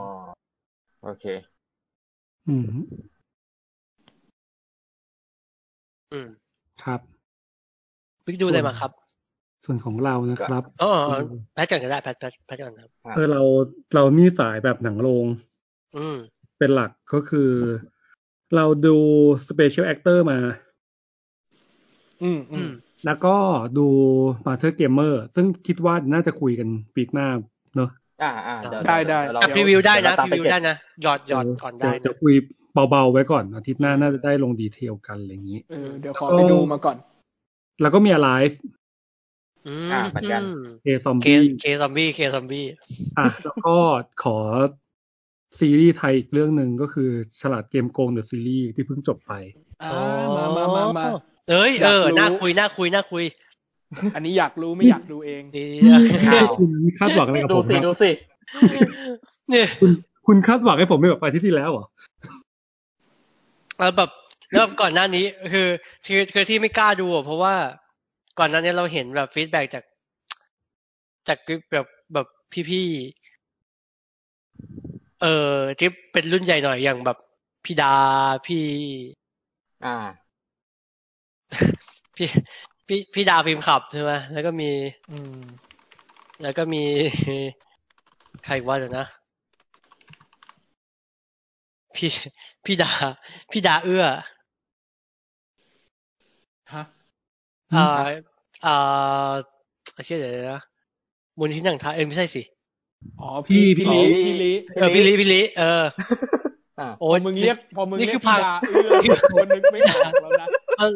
Speaker 2: โอเค
Speaker 7: อืม
Speaker 1: อืม
Speaker 7: ครับ
Speaker 1: พี่ดูอะไรมาครับ
Speaker 7: ส่วนของเรานะครับ
Speaker 1: อ๋ออ๋อแพทก่อนก็ได้แพทแพทแพทก่อนครับ
Speaker 2: ครับ
Speaker 7: เออเราเรานี่สายแบบหนังโรง
Speaker 1: อืม
Speaker 7: เป็นหลักก็คือ เราดูสเปเชียลแอคเตอร์มา
Speaker 4: อืมอื
Speaker 1: อื
Speaker 4: ม
Speaker 1: ม
Speaker 7: แล้วก็ดูมาเธอร์เกมเมอร์ซึ่งคิดว่าน่าจะคุยกันปีกหน้าเนอะ
Speaker 2: อ่าอ่าเยว
Speaker 4: ได้ได้
Speaker 2: เยวเรา
Speaker 1: แต่พรีวิวได้นะ
Speaker 2: เดี๋ยวเราตาม
Speaker 1: พรีวิว
Speaker 2: ไปเก็บ
Speaker 1: ได้นะหยอดหยอดก่อนได้
Speaker 7: เดี๋ยวจะ
Speaker 1: นะ
Speaker 7: คุยเบาๆไว้ก่อนอาทิตย์หน้าน่าจะได้ลงดีเทลกันอะไรอย่างนี้
Speaker 4: เออเดี๋ยวขอไปดูมาก่อน
Speaker 7: แล้วก็มีอะไร
Speaker 1: อื
Speaker 2: อ่ะ
Speaker 1: ม
Speaker 2: เหมือนกัน
Speaker 7: เอซอม
Speaker 1: เค
Speaker 7: บี้
Speaker 1: เคซอมบี้เคซอมบี้
Speaker 7: อ่ะแล้วก็ขอซีรีส์ไทยอีกเรื่องหนึ่งก็คือฉลาดเกมโกงเดอะซีรีส์ที่เพิ่งจบไป
Speaker 4: อ่ามามามามา
Speaker 1: เอ้ยเออ
Speaker 4: อยากรู้
Speaker 1: น่าคุยน่าคุยน่าคุย
Speaker 4: อันนี้อยากรู้ไม่อยากดูเอง
Speaker 1: ดี
Speaker 2: อ้าว
Speaker 7: คุณคาดหวังอะไรกับ
Speaker 2: ดู
Speaker 7: ผม
Speaker 2: สิ
Speaker 7: นะ
Speaker 2: ดูสิ
Speaker 1: เนี่ย
Speaker 7: คุณคาดหวังให้ผมไม่แบบอาทิตย์ที่แล้วเหรอ
Speaker 1: แล้วแบบแล้วก่อนหน้านี้คือคือคือที่ไม่กล้าดูอ่ะเพราะว่าก่อนหน้านี้เราเห็นแบบฟีดแบ็จาก จากแบบแบบพี่ๆเออที่เป็นรุ่นใหญ่หน่อยอย่างแบบพี่ดาพี่
Speaker 2: อ่า
Speaker 1: พี่พี่พี่ดาวพิมพ์ขับใช่ไหมแล้วก็มี
Speaker 4: อืม
Speaker 1: แล้วก็มี ใครอีกว่าเดี๋ยวนะ พี่พี่ดา พี่ดาเอื้อ
Speaker 4: ฮะ
Speaker 1: อ่าอ่าเชื่อเดี๋ยวนะมูลนิธิหนังไทยเอ้ยไม่ใช่สิ
Speaker 4: อ๋อ พี่
Speaker 7: พี่
Speaker 4: พี่ลิ
Speaker 2: อ๋อพี่
Speaker 4: พี่
Speaker 1: เออพี่ลิ
Speaker 4: ลิ
Speaker 1: พี่ลิเออ
Speaker 2: อ่า
Speaker 1: โอ้
Speaker 4: พอย มึงเรียกพอมึง
Speaker 1: นี่
Speaker 4: เรีย
Speaker 1: คื
Speaker 4: ก
Speaker 1: อ
Speaker 4: พี่
Speaker 1: พัง
Speaker 4: ดาเอื้อคนนึกไม่ออกแล้วนะ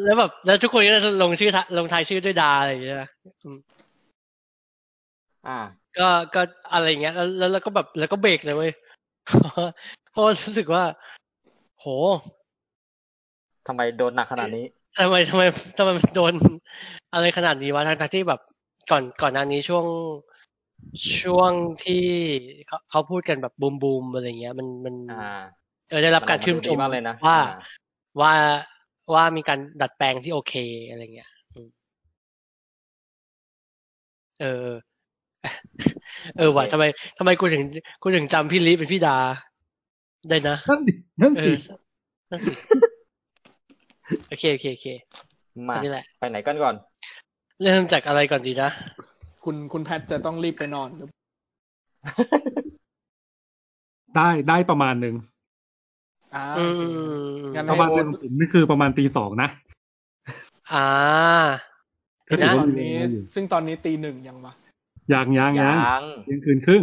Speaker 1: แล้วแบบแล้วทุกคนก็จะลงชื่อทะลงท้ายชื่อด้วยดาอะไรอย่างเงี้ยนะ
Speaker 2: อ่า
Speaker 1: ก็ก็อะไรอย่างเงี้ย แล้วแล้วแล้วก็แบบแล้วก็เบรกเลยเว้ย เพราะว่ารู้สึกว่า โห
Speaker 2: ทำไมโดนหนักขนาดนี้
Speaker 1: ทำไมทำไมทำไมมันโดน อะไรขนาดนี้วะทั้งทั้งที่แบบก่อนก่อนหน้านี้ช่วงช่วงที่เขาเขาพูดกันแบบบูมบูมอะไรเงี้ย มันมัน
Speaker 2: อ่า
Speaker 1: เออได้รับการชื่นชม
Speaker 2: นออกาดูดีมากเลยนะ
Speaker 1: ว่า
Speaker 2: อ่า
Speaker 1: ว่าว่ามีการดัดแปลงที่โอเคอะไรเงี้ยอืมเออ เออว่ะทำไมทำไมกูถึงกูถึงจำพี่ลิเป็นพี่ดา ได้นะ
Speaker 7: นั่นดินั่น
Speaker 1: เอ
Speaker 7: สิ
Speaker 1: อนั่นสิโอเคโอเคโอเค
Speaker 2: มา
Speaker 1: อันนี้แหละ
Speaker 2: ไปไหนกันก่อน
Speaker 1: เริ่มจากอะไรก่อนดีนะ
Speaker 4: คุณคุณแพทจะต้องรีบไปนอน
Speaker 7: ได้ได้ประมาณหนึ่ง
Speaker 4: อ่า
Speaker 1: อืม
Speaker 4: โอเคงั้น
Speaker 7: ประ
Speaker 4: ให้
Speaker 7: มาณ
Speaker 4: โอ
Speaker 7: หนึ่
Speaker 4: ต
Speaker 7: งของผมนี่คือประมาณตีสองนะ
Speaker 1: อ่า
Speaker 7: ก็ถือ
Speaker 4: ต
Speaker 7: ว่า
Speaker 4: อน
Speaker 7: มีเว
Speaker 4: นี้
Speaker 7: ลาอยู่
Speaker 4: ซึ่งตอนนี้ตีหนึ่งยังวะ
Speaker 7: ยางยาง
Speaker 2: ยั
Speaker 7: ยาง
Speaker 2: ง
Speaker 7: เที่ยงคืนครึ่ง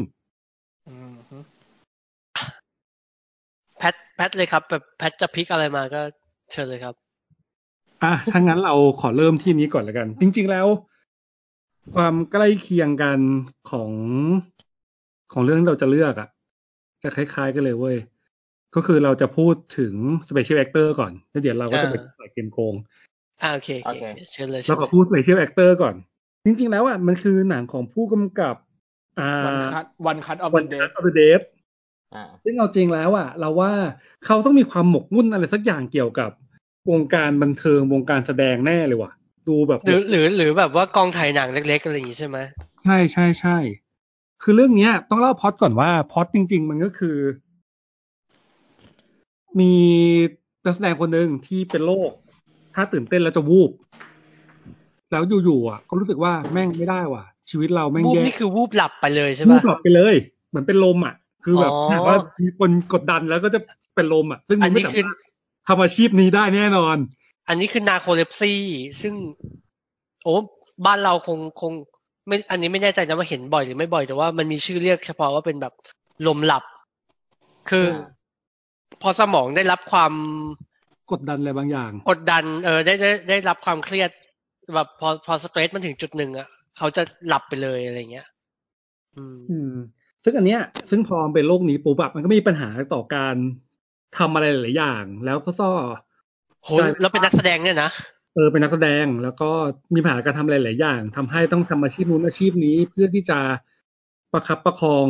Speaker 4: อืมฮึ
Speaker 1: แพทแพทเลยครับแบบแพทจะพลิกอะไรมาก็เชิญเลยครับ
Speaker 7: อ่ะถ้างั้นเราขอเริ่มที่นี้ก่อนละกัน จริง ๆแล้ว ความใกล้เคียงกันของของเรื่องที่เราจะเลือกอะ่ะ จะคล้าย ๆ กันเลยเว้ย ก็คือเราจะพูดถึงสเปเชียลแอคเตอร์ก่อนแล้วเดี๋ยวเราก็จะไป
Speaker 1: อ่า
Speaker 7: ใส่เกมโกง
Speaker 1: อ่าโอเคโอเค
Speaker 2: โอ
Speaker 1: โอเค
Speaker 2: เค
Speaker 1: เชิญเลยเชิ
Speaker 7: เรา
Speaker 1: ญ
Speaker 7: ขอพูดสเปเชียลแอคเตอร์ก่อน จริง ๆ แล้วอ่ะมันคือหนังของผู้กำกับ อ่า
Speaker 4: วันคัดวันคัดออฟ
Speaker 7: วัน
Speaker 4: เด
Speaker 7: คัท
Speaker 4: ย์
Speaker 7: ออฟเดต
Speaker 2: อ่า
Speaker 7: ซึ่งเอาจริงแล้วอะเราว่าเขาต้องมีความหมกมุ่นอะไรสักอย่างเกี่ยวกับวงการบันเทิงวงการแสดงแน่เลยว่ะ ดูแบบ
Speaker 1: หรือหรือหรือแบบว่ากองถ่ายหนังเล็ก ๆอะไรอย่างงี้ใช่ไหม
Speaker 7: ใช่ใช่ใช่ คือเรื่องเนี้ย ต้องเล่าพล็อดก่อนว่าพล็อดจริง ๆ มันก็คือ มีนักแสดงคนหนึ่งที่เป็นโรคถ้าตื่นเต้นแล้วจะวูบ แล้วอยู่ๆอ่ะ ก็รู้สึกว่าแม่งไม่ได้ว่ะ ชีวิตเราแม่ง
Speaker 1: วูบ
Speaker 7: แย่
Speaker 1: นี่คือวูบหลับไปเลยใช่
Speaker 7: วู
Speaker 1: ปะ
Speaker 7: บหลับไปเลย เหมือนเป็นลมอ่ะ คือแบบ
Speaker 1: อ๋อ
Speaker 7: ถ้าหากว่ามีคนกดดันแล้วก็จะเป็นลมอ่ะ ซึ่ง
Speaker 1: อั
Speaker 7: มัน นไม่
Speaker 1: นี้
Speaker 7: สา
Speaker 1: คือ
Speaker 7: มารถทำอาชีพนี้ได้แน่นอน
Speaker 1: อันนี้คือนาโคเลปซีซึ่ง โอ้บ้านเราคงคง ไม่ อันนี้ไม่แน่ใจนะว่าเห็นบ่อยหรือไม่บ่อยแต่ว่ามันมีชื่อเรียกเฉพาะว่าเป็นแบบลมหลับ คือ
Speaker 2: อ่า
Speaker 1: พอสมองได้รับความ
Speaker 7: กดดันอะไรบางอย่าง
Speaker 1: กดดันเออได้ได้ได้รับความเครียดแบบพอพอสเตรสมันถึงจุดหนึ่งอ่ะเขาจะหลับไปเลยอะไรเงี้ย อืม
Speaker 7: อืมซึ่งอันเนี้ย ซึ่งพอมันเป็นโรคนี้ปุ๊บอะมันก็มีปัญหาต่อการทำอะไรหลายๆอย่าง แล้วก็ซ่อ
Speaker 1: โห
Speaker 7: ใช่
Speaker 1: แล้วเป็นนักแสดงเนี่ยนะ
Speaker 7: เออเป็นนักแสดงแล้วก็มีปัญหาการทำอะไรหลายๆอย่างทำให้ต้องทำอาชีพนู้นอาชีพนี้เพื่อที่จะประคับประคอง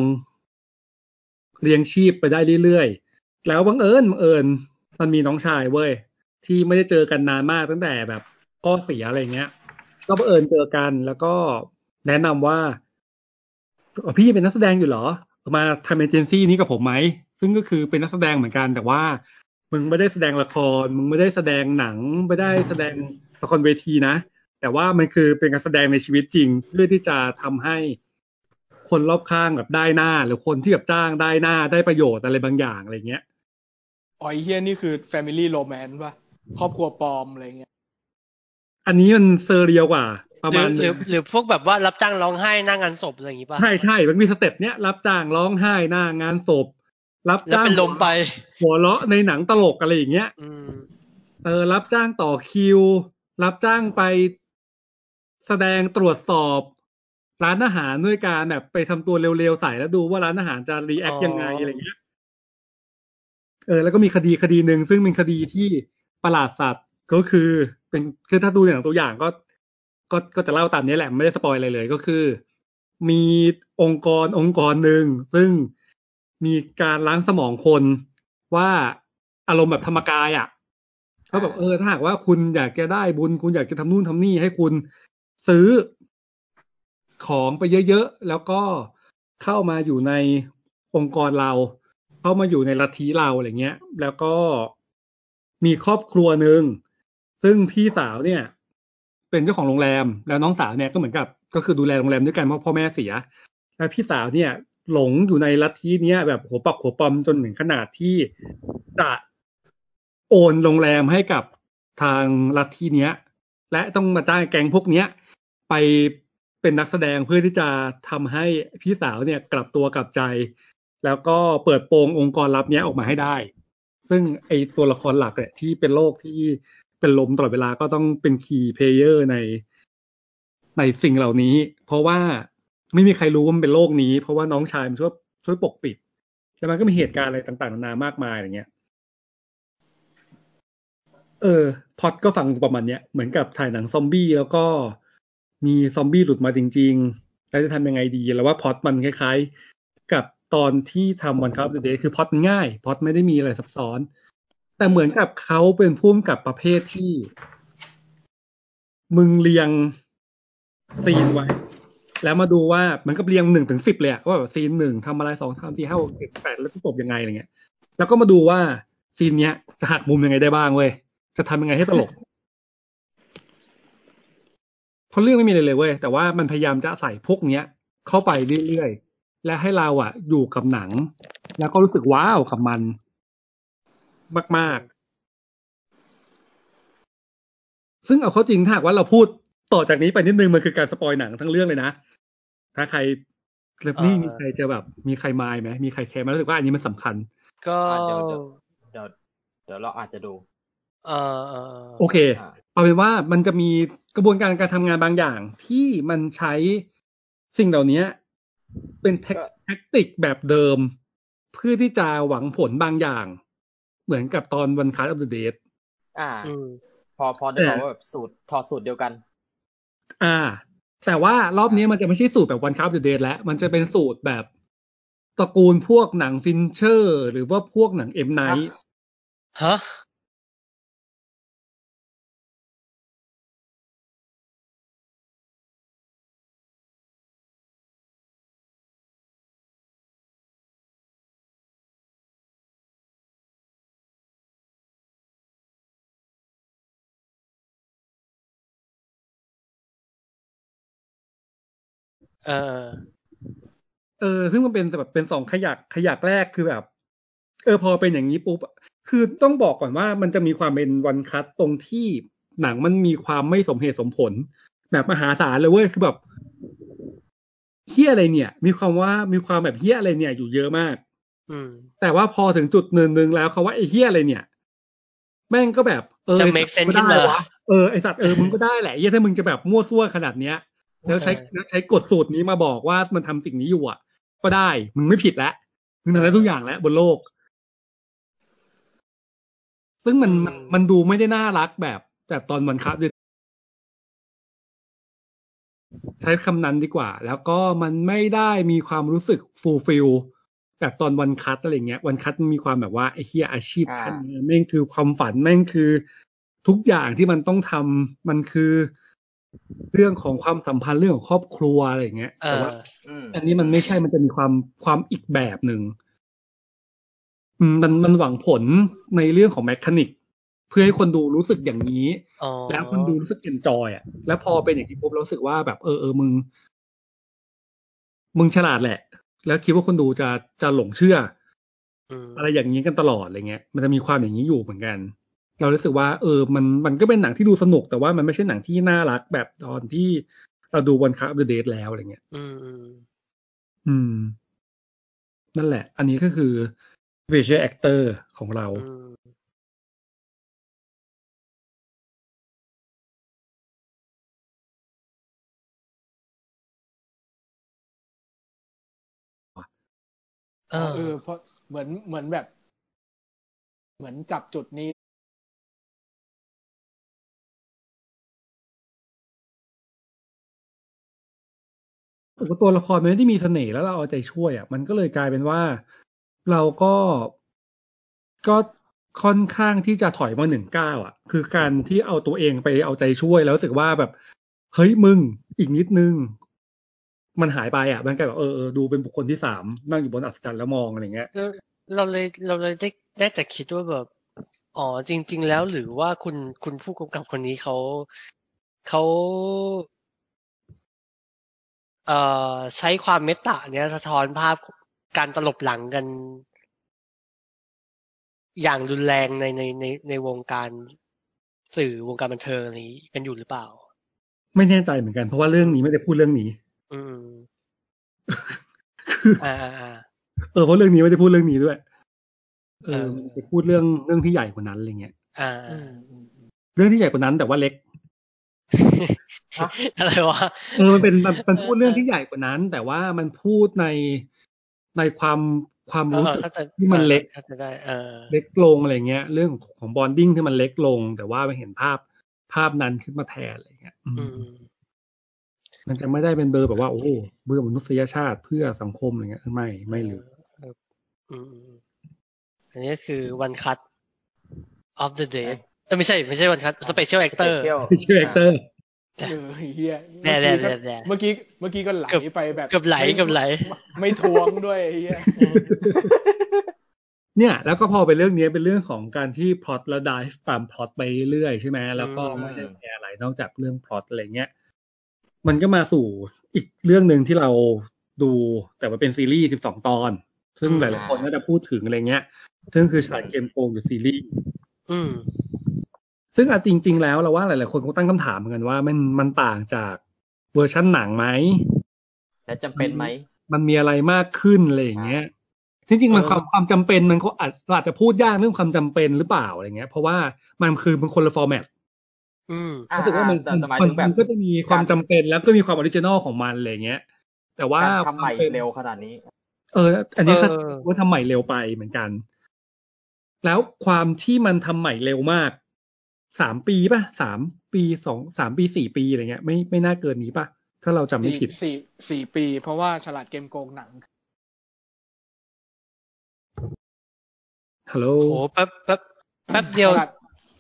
Speaker 7: เลี้ยงชีพไปได้เรื่อยๆ แล้วบังเอิญบังเอิญมันมีน้องชายเว้ยที่ไม่ได้เจอกันนานมากตั้งแต่แบบก็เสียอะไรเงี้ย ก็บังเอิญเจอกันแล้วก็แนะนำว่าเออพี่เป็นนักแสดงอยู่เหรอ มาทำเอเจนซี่นี้กับผมไหมซึ่งก็คือเป็นนักแสดงเหมือนกันแต่ว่า มึงไม่ได้แสดงละคร มึงไม่ได้แสดงหนัง ไม่ได้แสดงละครเวทีนะ แต่ว่ามันคือเป็นการแสดงในชีวิตจริง เพื่อที่จะทำให้คนรอบข้างแบบได้หน้า หรือคนที่แบบจ้างได้หน้าได้ประโยชน์อะไรบางอย่างอะไรเงี้ย
Speaker 4: อ๋อไอ้เฮียนี่คือ Family Romance ป่ะ ครอบครัวปลอมอะไรเงี้ย
Speaker 7: อันนี้มันเซอร์เรียลกว่า ประ
Speaker 1: หรื
Speaker 7: มา
Speaker 1: อ
Speaker 7: ณ
Speaker 1: ห
Speaker 7: ห
Speaker 1: รื
Speaker 7: นึ
Speaker 1: อง หรือพวกแบบว่ารับจ้างร้องไห้หน้างานศพอะไรอย่างงี้ป่ะ
Speaker 7: ใช่ใช่มันมีสเต็ปเนี้ยรับจ้างร้องไห้หน้างานศพ รับ
Speaker 1: แล้ว
Speaker 7: จ้าง
Speaker 1: เป็นลมไป
Speaker 7: หัวเราะในหนังตลกอะไรอย่างเงี้ย
Speaker 1: อืม
Speaker 7: เออรับจ้างต่อคิว รับจ้างไปแสดงตรวจสอบ ร้านอาหารด้วยการแบบไปทำตัวเร็วๆใส่แล้วดูว่าร้านอาหารจะรีแอค
Speaker 1: อ๋อ
Speaker 7: ยังไงอะไรเงี้ยเออแล้วก็มีคดีคดีหนึ่งซึ่งเป็นคดีที่ประหลาดสัตว์ก็คือ เป็นคือถ้าดูอย่างตัวอย่างก็ ก็ก็จะเล่าตามนี้แหละ ไม่ได้สปอยอะไรเลยก็คือ มีองค์กรองค์กรหนึ่งซึ่งมีการล้างสมองคนว่าอารมณ์แบบธรรมกายอ่ะ เขาแบบเออถ้าหากว่าคุณอยากจะได้บุญ คุณอยากจะทำนู่นทำนี่ให้คุณซื้อของไปเยอะๆ แล้วก็เข้ามาอยู่ในองค์กรเรา เข้ามาอยู่ในลัทธิเราอะไรเงี้ย แล้วก็มีครอบครัวหนึ่งซึ่งพี่สาวเนี่ย เป็นเจ้าของโรงแรม แล้วน้องสาวเนี่ยก็เหมือนกับ ก็คือดูแลโรงแรมด้วยกันเพราะพ่อแม่เสีย แล้วพี่สาวเนี่ย หลงอยู่ในลัทธิเนี้ยแบบหัวปักหัวปอมจนถึงขนาดที่จะโอนโรงแรมให้กับทางลัทธิเนี้ย และต้องมาจ้างแก๊งพวกเนี้ย ไปเป็นนักแสดงเพื่อที่จะทำให้พี่สาวเนี่ยกลับตัวกลับใจ แล้วก็เปิดโปงองค์กรลับเนี้ยออกมาให้ได้ ซึ่งไอตัวละครหลักเนี่ยที่เป็นโรคที่เป็นลมตลอดเวลาก็ต้องเป็นคีย์เพลเยอร์ในในสิ่งเหล่านี้ เพราะว่าไม่มีใครรู้ว่ามันเป็นโรคนี้ เพราะว่าน้องชายมันช่วยช่วยปกปิดแล้วมันก็มีเหตุการณ์อะไรต่างๆนานามากมายอะไรเงี้ย เออพล็อดก็ฟังประมาณเนี้ยเหมือนกับถ่ายหนังซอมบี้แล้วก็มีซอมบี้หลุดมาจริงๆ แล้วจะทำยังไงดี แล้วว่าพล็อดมันคล้ายๆ กับตอนที่ทำวันครับเดย์คือพล็อดมันง่ายพล็อดไม่ได้มีอะไรซับซ้อน แต่เหมือนกับเขาเป็นพุ่มกับประเภทที่ มึงเรียงซีนไว้ แล้วมาดูว่ามันก็เรียงหนึ่งถึงสิบเลยอะว่าแบบซีนหนึ่งทำอะไรสองสามสี่ห้าหกเจ็ดแปดแล้วจบยังไงอะไรเงี้ย แล้วก็มาดูว่าซีนเนี้ยจะหักมุมยังไงได้บ้างเว้ย จะทำยังไงให้ตลก เพราะเรื่องไม่มีอะไรเลยเว้ย แต่ว่ามันพยายามจะใส่พวกเนี้ย เข้าไปเรื่อยๆ และให้เราอ่ะ อยู่กับหนัง แล้วก็รู้สึกว้าวกับมัน มากๆ ซึ่งเอาเข้าจริงถ้าหากว่าเราพูดต่อจากนี้ไปนิดนึงมันคือการสปอยหนังทั้งเรื่องเลยนะ ถ้าใครเล็บนี่มีใครจะแบบ มีใครมายไหมมีใครแคร์ไหมรู้สึกว่าอันนี้มันสำคัญ
Speaker 1: ก็
Speaker 2: อ่าเดี๋ยวเดี๋ยว เดี๋ยวเดี๋ยวเราอาจจะดู
Speaker 1: เออเออเอ
Speaker 7: โอ
Speaker 1: อ
Speaker 7: เค
Speaker 2: อ่า
Speaker 7: เอาเป็นว่ามันจะมีกระบวนการการทำงานบางอย่าง ที่มันใช้สิ่งเหล่านี้เป็นแท็กแท็กติกแบบเดิม เพื่อที่จะหวังผลบางอย่าง เหมือนกับตอนวันคัสอัปเดต
Speaker 2: อ่า
Speaker 1: อืม
Speaker 2: พอพอได้บอกว่าแบบสูตรถอดสูตรเดียวกัน
Speaker 7: อ่า แต่ว่ารอบนี้มันจะไม่ใช่สูตรแบบวันคัสอัปเดตแล้ว มันจะเป็นสูตรแบบ ตระกูลพวกหนังฟินเชอร์ หรือว่าพวกหนังเอ็มไนท์
Speaker 1: ฮะเออ
Speaker 7: เออ ซึ่งมันเป็นแบบเป็นสองขยักขยักแรกคือแบบ เออ พอเป็นอย่างนี้ปุ๊บอะคือต้องบอกก่อนว่ามันจะมีความเป็นวันคัตตรงที่หนังมันมีความไม่สมเหตุสมผล แบบมหาศาลเลยเว้ยคือแบบเฮี้ยอะไรเนี่ย มีความว่ามีความแบบเฮี้ยอะไรเนี่ย อยู่เยอะมาก
Speaker 1: อืม
Speaker 7: แต่ว่าพอถึงจุดหนึ่งนึงแล้วเขาว่าไอ้เฮี้ยอะไรเนี่ย แม่งก็แบบเออ
Speaker 1: จะ
Speaker 7: ไอ้
Speaker 1: make
Speaker 7: สัต
Speaker 1: sense
Speaker 7: ว์ก็
Speaker 1: ขึ้น
Speaker 7: ได้
Speaker 1: มา
Speaker 7: วะเออไอสัตว์เออมึงก็ได้แหละเฮี้ยถ้ามึงจะแบบมั่วซั่วขนาดเนี้ย แล้วใช้แล้วใช้กฎสูตรนี้มาบอกว่ามันทำสิ่งนี้อยู่อ่ะ ก็ได้ มึงไม่ผิดแล้วมึงทำได้ทุกอย่างแล้วบนโลก ซึ่งมัน
Speaker 1: อืม
Speaker 7: มันมันดูไม่ได้น่ารักแบบแบบตอนวันครับด้วยใช้คำนั้นดีกว่า แล้วก็มันไม่ได้มีความรู้สึกฟูลฟิลแบบตอนวันคัตอะไรเงี้ย วันคัตมันมีความแบบว่าไอ้เฮียอาชีพ
Speaker 2: อ่า
Speaker 7: ขั้นนี้แม่งคือความฝันแม่งคือ ทุกอย่างที่มันต้องทำมันคือเรื่องของความสัมพันธ์เรื่องของครอบครัวอะไรอย่างเงี้ย
Speaker 1: เอ
Speaker 7: แต่
Speaker 1: อ
Speaker 7: ว่า
Speaker 2: อืม
Speaker 7: อันนี้มันไม่ใช่ มันจะมีความความอีกแบบหนึ่งอืมมันมันหวังผลในเรื่องของแมคานิก เพื่อให้คนดูรู้สึกอย่างนี้
Speaker 1: อ๋อ
Speaker 7: แล้วคนดูรู้สึกเอนจอยอ่ะ แล้วพอเป็นอย่างที่ปุ๊บเรารู้สึกว่าแบบเออเออมึง มึงฉลาดแหละ แล้วคิดว่าคนดูจะจะหลงเชื่อ
Speaker 1: อืม
Speaker 7: อะไรอย่างนี้กันตลอดอะไรเงี้ย มันจะมีความอย่างนี้อยู่เหมือนกัน เรารู้สึกว่า เออ มันมันก็เป็นหนังที่ดูสนุก แต่ว่ามันไม่ใช่หนังที่น่ารักแบบตอนที่เราดูวันคาร์บเดเดทแล้วอะไรเงี้ย
Speaker 1: อืมอืม
Speaker 7: อืม นั่นแหละ อันนี้ก็คือ visual actor ของเรา
Speaker 1: อืมเออ
Speaker 4: เออเพราะเหมือนเหมือนแบบ เหมือนจับจุดนี้
Speaker 7: รู้สึกว่าตัวละครมันไม่ได้มีเสน่ห์แล้วเราเอาใจช่วยอ่ะมันก็เลยกลายเป็นว่า เราก็ก็ค่อนข้างที่จะถอยมาหนึ่งก้าวอ่ะ คือการที่เอาตัวเองไปเอาใจช่วยแล้วรู้สึกว่าแบบ เฮ้ยมึงอีกนิดนึง มันหายไปอ่ะ มันกลายแบบเออเออดูเป็นบุคคลที่สามนั่งอยู่บนอัศจรรย์แล้วมองอะไรเงี้ย
Speaker 1: เราเราเลยเราเลยได้ได้แต่คิดว่าแบบ อ๋อจริง ๆ แล้วหรือว่าคุณคุณผู้กำกับคนนี้เขาเขาเอ่อใช้ความเมตตาเนี่ยสะท้อนภาพการตลบหลังกัน อย่างรุนแรงในในในในวงการสื่อวงการบันเทิงอะไรนี้กันอยู่หรือเปล่า
Speaker 7: ไม่แน่ใจเหมือนกันเพราะว่าเรื่องนี้ไม่ได้พูดเรื่องนี้
Speaker 1: อืม
Speaker 7: คือ
Speaker 1: อ่าอ่าอ่า
Speaker 7: เออเพราะเรื่องนี้ไม่ได้พูดเรื่องนี้ด้วย เอ
Speaker 1: เอ
Speaker 7: อ
Speaker 1: อ
Speaker 7: มันไปพูดเรื่องเรื่องที่ใหญ่กว่านั้นอะไรเงี้ย
Speaker 1: อ่า
Speaker 7: เรื่องที่ใหญ่กว่านั้นแต่ว่าเล็ก
Speaker 1: อะไรวะ
Speaker 7: เออมันเป็นมันมันพูด
Speaker 1: เออ
Speaker 7: เรื่องที่ใหญ่กว่านั้น แต่ว่ามันพูดในในความความ
Speaker 1: เออ
Speaker 7: รู้
Speaker 1: เออ
Speaker 7: สึก
Speaker 1: เข้าใจ
Speaker 7: ที่มันเล็ก
Speaker 1: เข้าใจได้ เออ
Speaker 7: เล็กลงอะไรเงี้ย เรื่องของบอนดิ้งที่มันเล็กลง แต่ว่าไปเห็นภาพภาพนั้นขึ้นมาแทนอะไรเงี้ยอืม
Speaker 1: อืม
Speaker 7: มันจะไม่ได้เป็นเบอร์แบบว่าโอ้โหเบอร์มนุษยชาติเพื่อสังคมอะไรเงี้ยเออไม่ไม่เลย
Speaker 1: อืมอืมอืมอันนี้ก็คือ one cut of the day เออไม่ใช่ไม่ใช่ one cut special
Speaker 2: เต
Speaker 1: actor
Speaker 2: เชียล
Speaker 7: ชื่อแอคเตอร์
Speaker 4: เออเฮีย
Speaker 1: แน่แน่แน่แน่
Speaker 4: เมื่อกี้เมื่อกี้ก็ไหล
Speaker 1: เกือบ
Speaker 4: ไปแบบ
Speaker 1: เกับไหล
Speaker 4: ม่
Speaker 1: เกับไหล
Speaker 4: ไม่ทวงด้วยเฮีย
Speaker 7: เนี่ยแล้วก็พอเป็นเรื่องนี้เป็นเรื่องของการที่พล็อตและดายตามพล็อตไปเรื่อยๆใช่ไหมแล้วก็
Speaker 1: อืม
Speaker 7: ไม่ได้แคร์อะไรนอกจากเรื่องพล็อตอะไรเงี้ยมันก็มาสู่อีกเรื่องหนึ่งที่เราดูแต่ว่าเป็นซีรีส์ 12 ตอน ซึ่งหลายๆคนน่าจะพูดถึงอะไรเงี้ย ซึ่งคือฉลาดเกมโกงหรือซีรีส์
Speaker 1: อืม
Speaker 7: ซึ่งอ่ะจริง ๆ แล้วเราว่าหลายๆคนคงตั้งคำถามเหมือนกันว่ามันมันต่างจากเวอร์ชันหนังไหม
Speaker 2: และจำเป็นไหม
Speaker 7: มันมีอะไรมากขึ้นอะไรอย่างเงี้ย จริงๆ มันความความจำเป็นมันก็อาจอาจจะพูดยากเรื่องความจำเป็นหรือเปล่าอะไรเงี้ย เพราะว่ามันคือมันคนละฟอร์แมต
Speaker 1: อืม
Speaker 2: อ่า
Speaker 7: รู้สึกว่ามัน
Speaker 2: แต่แต่หมาย
Speaker 7: มั
Speaker 2: ถึงแบบ
Speaker 7: นก็จะมีความจำเป็นแล้วก็มีความออริจินอลของมันอะไรเงี้ย แต่ว่า
Speaker 2: การทำใหม่
Speaker 7: ความเป็น
Speaker 2: เร็วขนาดนี้
Speaker 7: เออ อันนี้ก็
Speaker 1: เออ
Speaker 7: ว่าทำใหม่เร็วไปเหมือนกัน แล้วความที่มันทำใหม่เร็วมากสามปีป่ะสามปีสองสามปีสี่ปีอะไรเงี้ย ไม่ไม่น่าเกินนี้ป่ะถ้าเราจำไม่
Speaker 4: สี่
Speaker 7: ผิด
Speaker 4: สี่สี่ปี เพราะว่าฉลาดเกมโกงหนัง
Speaker 7: ฮัลโหล
Speaker 1: โอ้โหแป๊บแป๊บแป๊บเดียว
Speaker 4: ฉลาด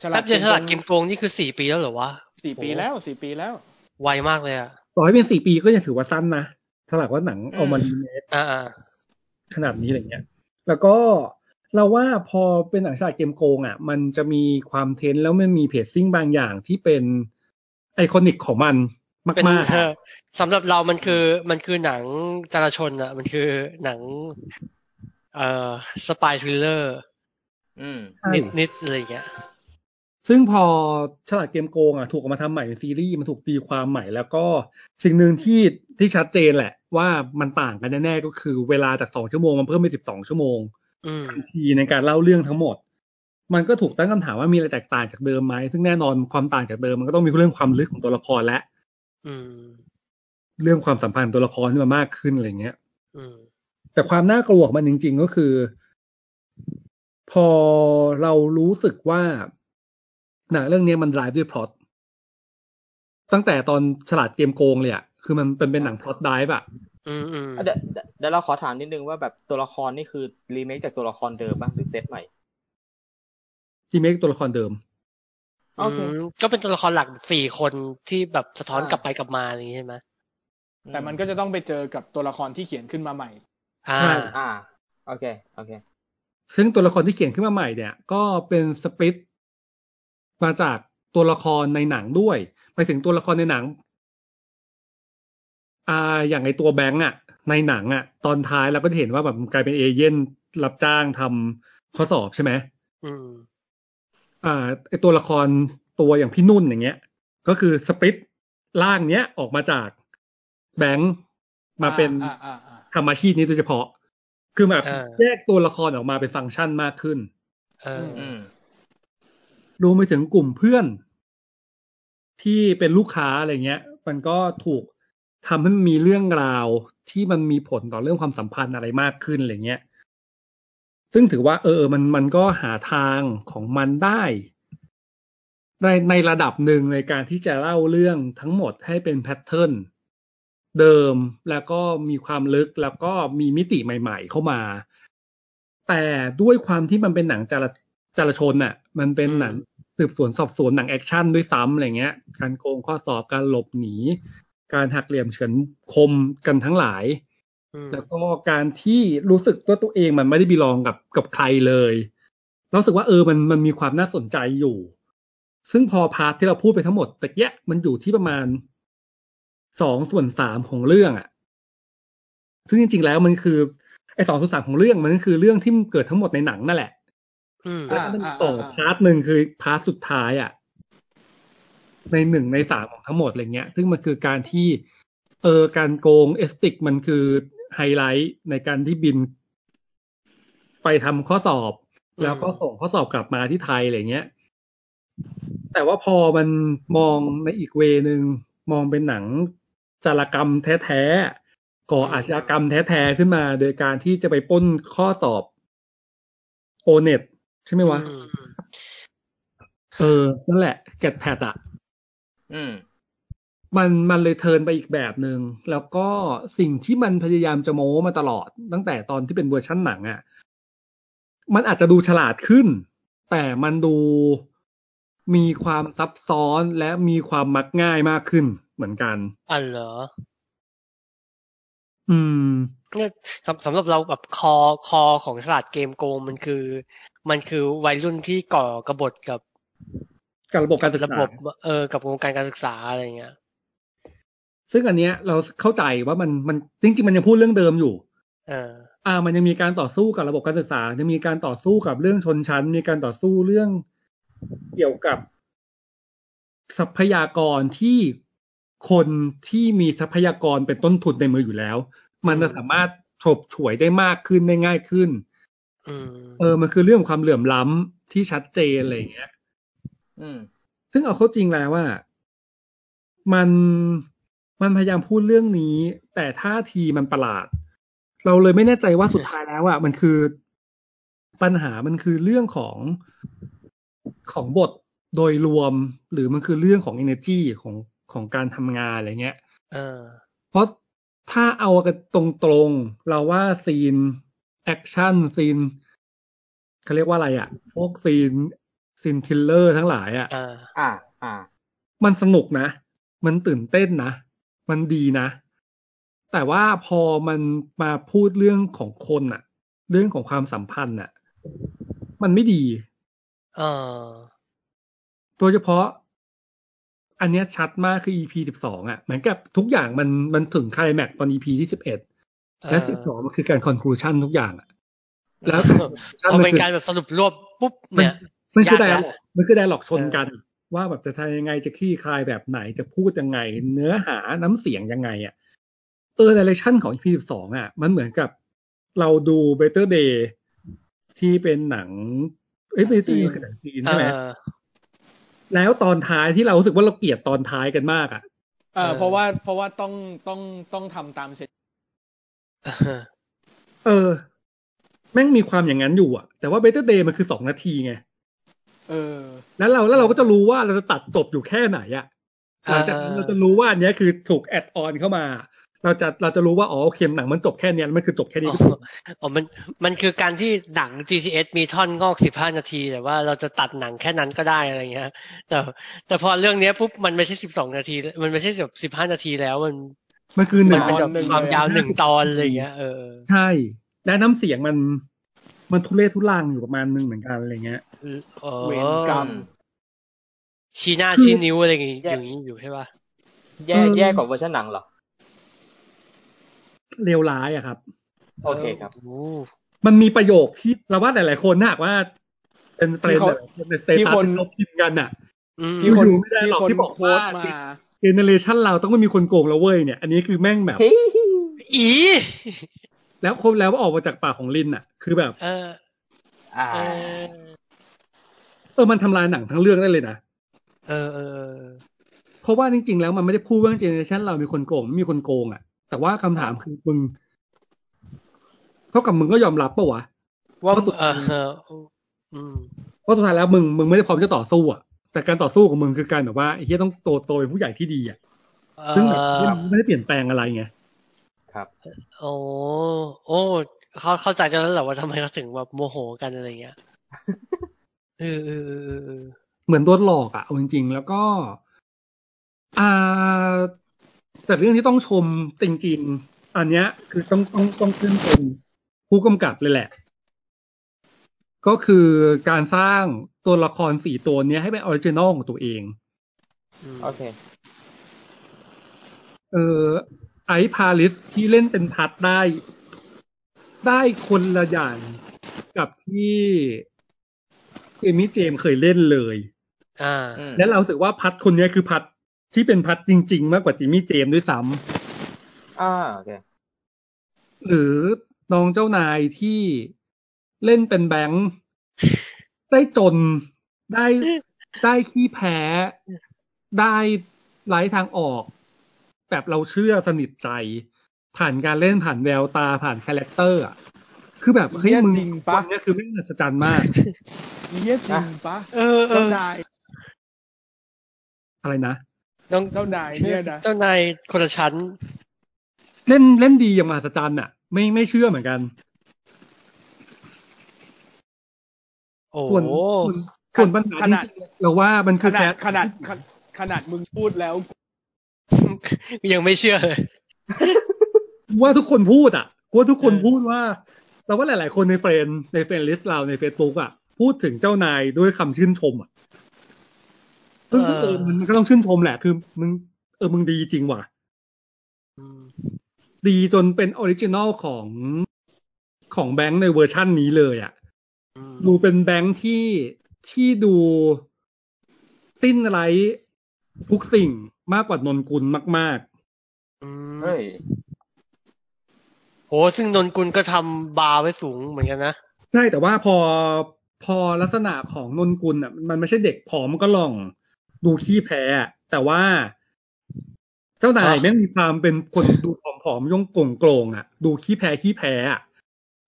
Speaker 4: ฉลา
Speaker 1: แป๊
Speaker 4: ด
Speaker 1: บเดียวฉลาดเกม
Speaker 4: จริง
Speaker 1: โกงนี่คือสี่ปีแล้วเหรอวะ
Speaker 4: ๆสี่ปีแล้วสี่ปีแล้ว
Speaker 1: ไวมากเลยอ่ะ
Speaker 7: ต่อให้เป็นสี่ปีก็ยังถือว่าสั้นนะถ้าหากว่าหนังเอามารีเมค
Speaker 1: อ่าอ่า
Speaker 7: ขนาดนี้อะไรเงี้ย แล้วก็เราว่าพอเป็นหนังฉากเกมโกงอ่ะ มันจะมีความเทนส์แล้วมันมีเพจซิ่งบางอย่างที่เป็นไอคอนิกของมัน
Speaker 1: เป็น
Speaker 7: มาก
Speaker 1: เออสำหรับเรามันคือมันคือหนังจราชนอ่ะ มันคือหนัง เอ่อสปายทริลเลอร์
Speaker 2: อืม
Speaker 7: ๆใช่
Speaker 1: นิดนิดๆอะไรอย่างเงี้ย
Speaker 7: ซึ่งพอฉลาดเกมโกงอ่ะถูกเอามาทำใหม่เป็นซีรีส์มันถูกตีความใหม่ แล้วก็สิ่งหนึ่งที่ที่ชัดเจนแหละ ว่ามันต่างกันแน่ๆก็คือเวลาจากสองชั่วโมงมันเพิ่มเป็นสิบสองชั่วโมง
Speaker 1: อืม
Speaker 7: ทันทีในการเล่าเรื่องทั้งหมด มันก็ถูกตั้งคำถามว่ามีอะไรแตกต่างจากเดิมไหม ซึ่งแน่นอนความต่างจากเดิมมันก็ต้องมีเรื่องความลึกของตัวละครและ
Speaker 1: อืม
Speaker 7: เรื่องความสัมพันธ์ตัวละครที่มันมากขึ้นอะไรเงี้ย
Speaker 1: อืม
Speaker 7: แต่ความน่ากลัวของมันจริง ๆ ก็คือ พอเรารู้สึกว่าหนังเรื่องเนี้ยมัน drive ด้วยพล็อตตั้งแต่ตอนฉลาดเกมโกงเลยอะคือมันเป็นเป็นหนังพล็อต drive อะ
Speaker 1: อืมอืม
Speaker 2: เดี๋ยวเดี๋ยวเดี๋ยวเราขอถามนิดนึงว่าแบบตัวละครนี่คือรีเมคจากตัวละครเดิมป่ะหรือเซตใหม่
Speaker 7: ที่ไม่ใช่ตัวละครเดิม
Speaker 2: โอเค
Speaker 1: อืมก็เป็นตัวละครหลักสี่คนที่แบบสะท้อนกลับไปกลับมาอย่างนี้ใช่ไหม
Speaker 4: แต่มันก็จะต้องไปเจอกับตัวละครที่เขียนขึ้นมาใหม่
Speaker 1: อ่า
Speaker 7: ใช่
Speaker 2: อ่า โอเค โอเค
Speaker 7: ซึ่งตัวละครที่เขียนขึ้นมาใหม่เนี่ย ก็เป็นสปลิตมาจากตัวละครในหนังด้วย ไปถึงตัวละครในหนัง อ่า อย่างไอตัวแบงค์อะในหนังอะตอนท้ายเราก็จะเห็นว่าแบบมันกลายเป็นเอเย่นรับจ้างทำข้อสอบใช่ไหม
Speaker 1: อืม
Speaker 7: อ่าไอตัวละครตัวอย่างพี่นุ่นอย่างเงี้ย ก็คือสปลิตร่างเนี้ยออกมาจากแบงค์มาเป็น
Speaker 4: อ่าอ่าอ่า
Speaker 7: ทำอาชีพนี้โดยเฉพาะ คือแบบ
Speaker 1: เออ
Speaker 7: แยกตัวละครออกมาเป็นฟังก์ชันมากขึ้น
Speaker 1: เออ
Speaker 2: อืม
Speaker 7: รวมไปถึงกลุ่มเพื่อน ที่เป็นลูกค้าอะไรเงี้ย มันก็ถูกทำให้มันมีเรื่องราวที่มันมีผลต่อเรื่องความสัมพันธ์อะไรมากขึ้นอะไรเงี้ย ซึ่งถือว่า เออเออมันมันก็หาทางของมันได้ ในในระดับหนึ่งในการที่จะเล่าเรื่องทั้งหมดให้เป็นแพทเทิร์นเดิมแล้วก็มีความลึกแล้วก็มีมิติใหม่ ๆ เข้ามา แต่ด้วยความที่มันเป็นหนังจารจารชนน่ะ มันเป็นหนังสืบสวนสอบสวนหนังแอคชั่นด้วยซ้ำอะไรเงี้ย การโกงข้อสอบการหลบหนี การหักเหลี่ยมเฉือนคมกันทั้งหลาย
Speaker 1: อืม
Speaker 7: แล้วก็การที่รู้สึกว่าตัวเองมันไม่ได้บีลองกับกับใครเลยแล้วรู้สึกว่าเออมันมันมีความน่าสนใจอยู่ ซึ่งพอพาร์ทที่เราพูดไปทั้งหมดตะเกียะมันอยู่ที่ประมาณสองส่วนสามของเรื่องอะ่ะ ซึ่งจริงๆแล้วมันคือไอ้สองส่วนสามของเรื่องมันก็คือเรื่องที่มันเกิดทั้งหมดในหนังนั่นแหละ
Speaker 1: อืม
Speaker 4: อ่า
Speaker 7: มัน
Speaker 4: อ่า
Speaker 7: ต่อ
Speaker 4: อ่า
Speaker 7: พาร์ทหนึ่งคือพาร์ทสุดท้ายอะ่ะ ในหนึ่งในสามของทั้งหมดอะไรเงี้ย ซึ่งมันคือการที่เออการโกงเอสติกมันคือไฮไลท์ในการที่บินไปทำข้อสอบ
Speaker 1: อืม
Speaker 7: แล้วก็ส่งข้อสอบกลับมาที่ไทยอะไรเงี้ย แต่ว่าพอมันมองในอีกเวนึง มองเป็นหนังจารกรรมแท้ๆก่ออาชญากรรมแท้ๆขึ้นมา โดยการที่จะไปปล้นข้อสอบโอเน็ตใช่ไหมวะ
Speaker 1: อืม
Speaker 7: เออ นั่นแหละแกดแพดอะ
Speaker 2: อืม
Speaker 7: มันมันเลยเทิร์นไปอีกแบบหนึง่งแล้วก็สิ่งที่มันพยายามจะโม้มาตลอด ตั้งแต่ตอนที่เป็นเวอร์ชั่นหนังอะ่ะ มันอาจจะดูฉลาดขึ้น แต่มันดูมีความซับซ้อนและมีความมักง่ายมากขึ้นเหมือนกัน
Speaker 1: อันเหรอ
Speaker 7: อืม
Speaker 1: เนี่ยสำสำหรับเราแบบคอคอของฉลาดเกมโกงมันคือ มันคือวัยรุ่นที่ก่อกบฏกับ
Speaker 7: กับระบบการศึก
Speaker 1: ระ
Speaker 7: ษา
Speaker 1: บบเออกับวงการการศึกษาอะไรเงี้ย
Speaker 7: ซึ่งอันเนี้ยเราเข้าใจว่ามันมันจริง ๆ มันยังพูดเรื่องเดิมอยู่
Speaker 1: เออ
Speaker 7: อ่า มันยังมีการต่อสู้กับระบบการศึกษา ยังมีการต่อสู้กับเรื่องชนชั้น มีการต่อสู้เรื่องเกี่ยวกับทรัพยากรที่คนที่มีทรัพยากรเป็นต้นทุนในมืออยู่แล้ว มันจะสามารถฉบฉวยได้มากขึ้นได้ง่ายขึ้น
Speaker 1: อืม
Speaker 7: เออ มันคือเรื่องความเหลื่อมล้ำที่ชัดเจนอะไรอย่างเงี้ย
Speaker 2: อืม
Speaker 7: ซึ่งเอาเข้าจริงแล้วว่า มันมันพยายามพูดเรื่องนี้ แต่ท่าทีมันประหลาด เราเลยไม่แน่ใจว่าสุดท้ายแล้วอ่ะมันคือปัญหามันคือเรื่องของของบทโดยรวม หรือมันคือเรื่องของ energy ของของการทำงานอะไรเงี้ย
Speaker 1: เออ
Speaker 7: เพราะถ้าเอากันตรงๆ เราว่าซีน แอคชั่นซีน เขาเรียกว่าอะไรอ่ะ พวกซีนซีนทริลเลอร์ทั้งหลายอ่ะ
Speaker 1: อ่า
Speaker 2: อ่า อ่า
Speaker 7: มันสนุกนะ มันตื่นเต้นนะ มันดีนะ แต่ว่าพอมันมาพูดเรื่องของคนอะเรื่องของความสัมพันธ์อะมันไม่ดี
Speaker 1: เออ
Speaker 7: โดยเฉพาะ อันเนี้ยชัดมากคือ EP สิบสองอะเหมือนกับทุกอย่างมันมันถึงไคลแม็กซ์ตอน EP ที่สิบเอ็ดและสิบสองมันคือการคอนคลูชันทุกอย่างอะแล้ว
Speaker 1: พ อเป็นการแบบสรุปรวบปุ๊บเนี่ย
Speaker 7: มันคือได
Speaker 1: ยากละ
Speaker 7: ร์ล็อกมันคือไดร์ล็อกชน
Speaker 1: เออ
Speaker 7: กัน ว่าแบบจะทำยังไงจะคลี่คลายแบบไหนจะพูดยังไง เนื้อหาน้ำเสียงยังไงอ่ะเออเนเรชั่นของ EP 12 อ่ะ มันเหมือนกับเราดู Better Day ที่เป็นหนัง เอ้ยไม่ใช่คือหนังจีนใช่ไหม
Speaker 1: เออ
Speaker 7: แล้วตอนท้ายที่เรารู้สึกว่าเราเกลียดตอนท้ายกันมากอ่ะ
Speaker 4: เออเพราะว่าเพราะว่าต้องต้องต้องทำตามเสร็จ
Speaker 7: เออ แม่งมีความอย่างนั้นอยู่อ่ะ แต่ว่า Better Day มันคือสองนาทีไง
Speaker 4: เออ
Speaker 7: แล้วเราแล้วเราก็จะรู้ว่าเราจะตัดจบอยู่แค่ไหนอะห
Speaker 1: อ่า
Speaker 7: ลังจากนั้นเราจะรู้ว่าอันเนี้ยคือถูกแอดออนเข้ามา เราจะเราจะรู้ว่าอ๋อโอเคหนังมันจบแค่เนี้ยแล้วมันคือจบแค่นี้
Speaker 1: อ๋ออ๋อมันมันคือการที่หนัง GTS มีท่อนงอก 15 นาที แต่ว่าเราจะตัดหนังแค่นั้นก็ได้อะไรเงี้ย แต่แต่พอเรื่องเนี้ยปุ๊บมันไม่ใช่ 12 นาที มันไม่ใช่แบบ15 นาทีแล้วมัน
Speaker 7: มันคือห
Speaker 1: มันเป็
Speaker 7: นึ่ง
Speaker 1: น
Speaker 4: ต
Speaker 1: แบ
Speaker 4: อบ นหนึ่ง
Speaker 1: ความ
Speaker 4: เลยอะ
Speaker 1: ยาวหนึ่งตอนอะไรเงี้ยเออ
Speaker 7: ใช่ และน้ำเสียงมันมันทุเรศทุลังอยู่ประมาณนึงเหมือนกันอะไรเงี้ย
Speaker 1: เออ
Speaker 4: เวรกรรม
Speaker 1: ชี้หน้าชี้นิ้วอะไรอย่างงี้อย่างงี้อยู่ใช่ป่ะ
Speaker 2: แย่
Speaker 7: เออ
Speaker 2: แย่กว่าเวอร์ชันหนังเหรอ
Speaker 7: เลวร้ายอะครับ
Speaker 2: โอเคครับ
Speaker 1: โอ้
Speaker 7: มันมีประโยคที่เราว่าหลาย ๆ คนน่าว่า เป็นเฟรนด์หลายๆคนในสเต
Speaker 4: ที่
Speaker 7: ตัส
Speaker 4: คน
Speaker 7: ที่เขาพิมพ์กันอะ
Speaker 1: อืม
Speaker 4: ที่คน
Speaker 7: อยู่ไม่ได้
Speaker 4: ที่
Speaker 7: หรอก
Speaker 4: คน
Speaker 7: ที่บอก
Speaker 4: โค้ด
Speaker 7: ว่า
Speaker 4: มา
Speaker 7: เจเนเรชันเราต้องไม่มีคนโกงแล้วเว้ยเนี่ย อันนี้คือแม่งแบบ
Speaker 1: อี
Speaker 7: แล้วคนแล้วว่าออกมาจากปากของลินอะคือแบบ
Speaker 1: เออ
Speaker 2: อ่า
Speaker 1: เออ
Speaker 7: เออมันทำลายหนังทั้งเรื่องได้เลยนะ
Speaker 1: เออเออ
Speaker 7: เพราะว่าจริงๆ แล้วมันไม่ได้พูดเรื่องเจเนอเรชันเรามีคนโกงไม่มีคนโกงอะ่ะ แต่ว่าคำถามคือมึงเท่ากับมึงก็ยอมรับปะวะ
Speaker 1: ว่าเออเอออืม
Speaker 7: ว่าสุดท้ายแล้วมึงมึงไม่ได้พร้อมจะต่อสู้อะ่ะแต่การต่อสู้ของมึงคือการแบบว่าไอ้เฮียต้องโตโตเป็นผู้ใหญ่ที่ดีอะ่ะซึ่งแบบที่มันไม่ได้เปลี่ยนแปลงอะไรไง
Speaker 1: โอ้โอ้เขาเข้าใจกันแล้วแหละว่าทำไมเขาถึงแบบโมโหกันอะไรเงี้ยเออเออเออเออเออ
Speaker 7: เหมือนโดนหลอกอะ่ะเอาจริง ๆ แล้วก็ อ่า แต่เรื่องที่ต้องชมจริงๆ อันเนี้ย คือต้องต้องต้องขึ้นชมผู้กำกับเลยแหละ ก็คือการสร้างตัวละครสี่ตัวเนี้ยให้เป็นออริจินอลของตัวเอง
Speaker 1: อืม
Speaker 2: โอเค
Speaker 7: เออไอซ์พาลิสที่เล่นเป็นพัดได้ ได้คนละอย่างกับที่เอมิเจมส์เคยเล่นเลย
Speaker 1: อ่า
Speaker 2: อืม
Speaker 7: และเรารู้สึกว่าพัดคนเนี้ยคือพัดที่เป็นพัดจริง ๆ มากกว่าจิมมี่เจมส์ด้วยซ้ำ
Speaker 2: อ่าโอเค
Speaker 7: หรือน้องเจ้านายที่เล่นเป็นแบงค์ ได้จนได้ได้ขี้แพ้ ได้ไร้ทางออก แบบเราเชื่อสนิทใจ ผ่านการเล่นผ่านแววตาผ่านคาแรคเตอร์อ่ะ คือแบบเฮ้ย
Speaker 4: เหี้ย
Speaker 7: มึง
Speaker 4: จริงปะ
Speaker 7: คนเนี้ยคือไม่งมหัศจรรย์มาก
Speaker 4: เฮียจริงปะ
Speaker 1: เออเออ
Speaker 4: เจ้านาย
Speaker 7: อะไรนะ
Speaker 1: ต้อง
Speaker 4: เจ้านายเนี่ยนะ
Speaker 1: เจ้านายคนละชั้น
Speaker 7: เล่นเล่นดีอย่างมหัศจรรย์อ่ะ ไม่ไม่เชื่อเหมือนกัน
Speaker 1: โอ้
Speaker 7: ส่วน
Speaker 1: โห
Speaker 7: ส่วนส่วนปัญหาจริงๆเราว่ามัน
Speaker 4: ข
Speaker 7: คือ
Speaker 4: นา
Speaker 7: แค
Speaker 4: ด
Speaker 7: ส
Speaker 4: ขนาดขนาดขนาดมึงพูดแล้ว
Speaker 1: ยังไม่เชื่อเลย
Speaker 7: ว่าทุกคนพูดอ่ะกูว่าทุกคน
Speaker 1: เออ
Speaker 7: พูดว่าเราว่าหลาย ๆ คนในเฟรนด์ในเฟรนลิสต์เราใน Facebook อ่ะ พูดถึงเจ้านายด้วยคำชื่นชมอ่ะซึ่งเออมันมันก็ต้องชื่นชมแหละ คือมึงเออมึงดีจริงว่ะ
Speaker 1: อืม
Speaker 7: ดีจนเป็นออริจินอลของของแบงค์ในเวอร์ชั่นนี้เลยอ่ะ
Speaker 1: อืม
Speaker 7: ดูเป็นแบงค์ที่ที่ดูสิ้นไรทุกสิ่งมากกว่านนกุลมาก
Speaker 1: อืม
Speaker 2: เฮ้ย
Speaker 1: โหซึ่งนนกุลก็ทำบาร์ไว้สูงเหมือนกันนะ
Speaker 7: ๆ ใช่แต่ว่าพอพอลักษณะของนนกุลอ่ะ มันไม่ใช่เด็กผอมก็หลอง ดูขี้แพ้อะแต่ว่า เจ้านายแม่งมีความเป็นคนดูผอมๆย่งโกงโกงๆอ่ะ ดูขี้แพ้ขี้แพ้อ่ะ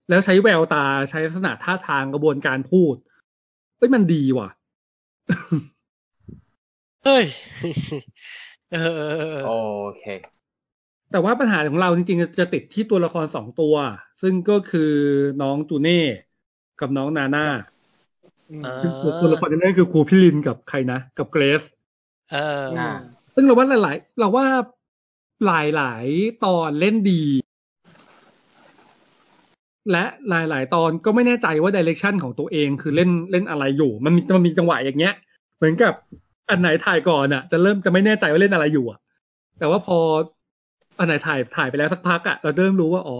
Speaker 7: แล้วใช้แววตาใช้ลักษณะท่าทางกระบวนการพูดเอ้ยมันดีว่ะ
Speaker 1: เฮ้ย เออเออเออเออ
Speaker 2: โอเค
Speaker 7: แต่ว่าปัญหาของเราจริงๆ จะติดที่ตัวละครสองตัว ซึ่งก็คือน้องจูเน่ กับน้องนาน่า
Speaker 1: อ่า
Speaker 7: ตัวละครในเรื่องคือครูพิลินกับใครนะ กับเกรซ
Speaker 1: เออ
Speaker 2: อ่า
Speaker 7: ซึ่งเราว่าหลาย ๆ เราว่าหลายหลายๆตอนเล่นดี และหลายหลายๆตอนก็ไม่แน่ใจว่าดิเรกชันของตัวเองคือเล่นเล่นอะไรอยู่ มันมีมันมีจังหวะอย่างเงี้ย เหมือนกับอันไหนถ่ายก่อนอ่ะ จะเริ่มจะไม่แน่ใจว่าเล่นอะไรอยู่อ่ะ แต่ว่าพออันไหนถ่ายถ่ายไปแล้วสักพักอ่ะเราเริ่มรู้ว่าอ๋อ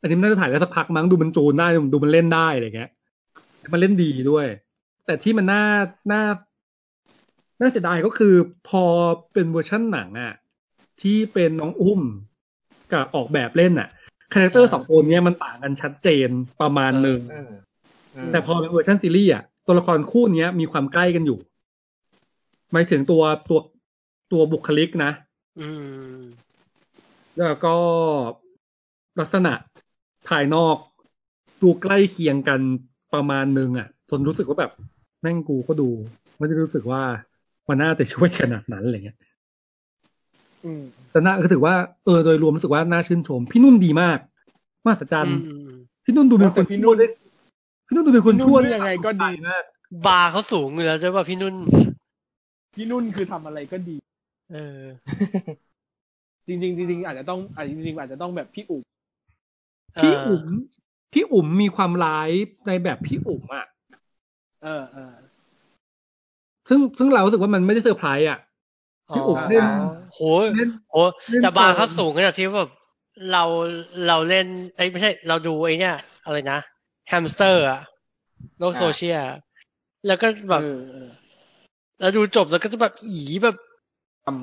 Speaker 7: อันนี้มันน่าจะถ่ายแล้วสักพักมั้งดูมันจูนได้ดูมันเล่นได้อะไรเงี้ยมันเล่นดีด้วย แต่ที่มันน่าน่า น่าเสียดายก็คือพอเป็นเวอร์ชั่นหนังอะที่เป็นน้องอุ้มกับออกแบบเล่นอะคาแรคเตอร์
Speaker 1: เออ
Speaker 7: สองคนเนี้ยมันต่างกันชัดเจนประมาณหนึ่ง
Speaker 2: เออเออ
Speaker 7: แต่พอเป็นเวอร์ชันซีรีส์อะตัวละครคู่เนี้ยมีความใกล้กันอยู่หมายถึงตัวตัวตัวบุคลิกนะ
Speaker 1: อืม
Speaker 7: แล้วก็ลักษณะภายนอกดูใกล้เคียงกันประมาณหนึงอ่ะทนรู้สึกว่าแบบแม่งกูก็ดูไม่ได้รู้สึกว่ามันน่าจะช่วยขนาดนั้นอะไรเงี้ย
Speaker 4: อืม
Speaker 7: แต่น่าก็ถือว่าเออโดยรวมรู้สึกว่าน่าชื่นชม พี่นุ่นดีมากมหัศจรรย์
Speaker 1: อืมอืม
Speaker 7: พี่นุ่นดูเป็นคนชั่วได้พี่นุ่นดูเป็นคนชั่วด้
Speaker 4: ยังไงก็ดี
Speaker 7: มาก
Speaker 1: บาร์เขาสูงอยู่แล้วใช่ป่ะพี่นุ่น
Speaker 4: พี่นุ่นคือทำอะไรก็ดี
Speaker 1: เออ
Speaker 4: จริงๆจริงๆอาจจะต้องอาจจริงๆอาจจะต้องแบบพี่อุ๋ม
Speaker 7: พี่อุ๋มพี่อุ๋มมีความร้ายในแบบพี่อุ๋มอ่ะ
Speaker 4: เออเออ
Speaker 7: ซึ่งซึ่งเรารู้สึกว่ามันไม่ได้เซอร์ไพรส์อ่ะ พี่อุ๋มเล่น
Speaker 1: โห
Speaker 7: เล่น
Speaker 1: โหแต่บาร์เขาสูงขนาดที่แบบเราเราเล่นไอ้ยไม่ใช่ เราดูไอ้เนี่ยอะไรนะแฮมสเตอร์อะโลกโซเชียลอะแล้วก็แบบ
Speaker 4: เออเออ
Speaker 1: แล้วดูจบแล้วก็จะแบบอีแบบ
Speaker 4: อืม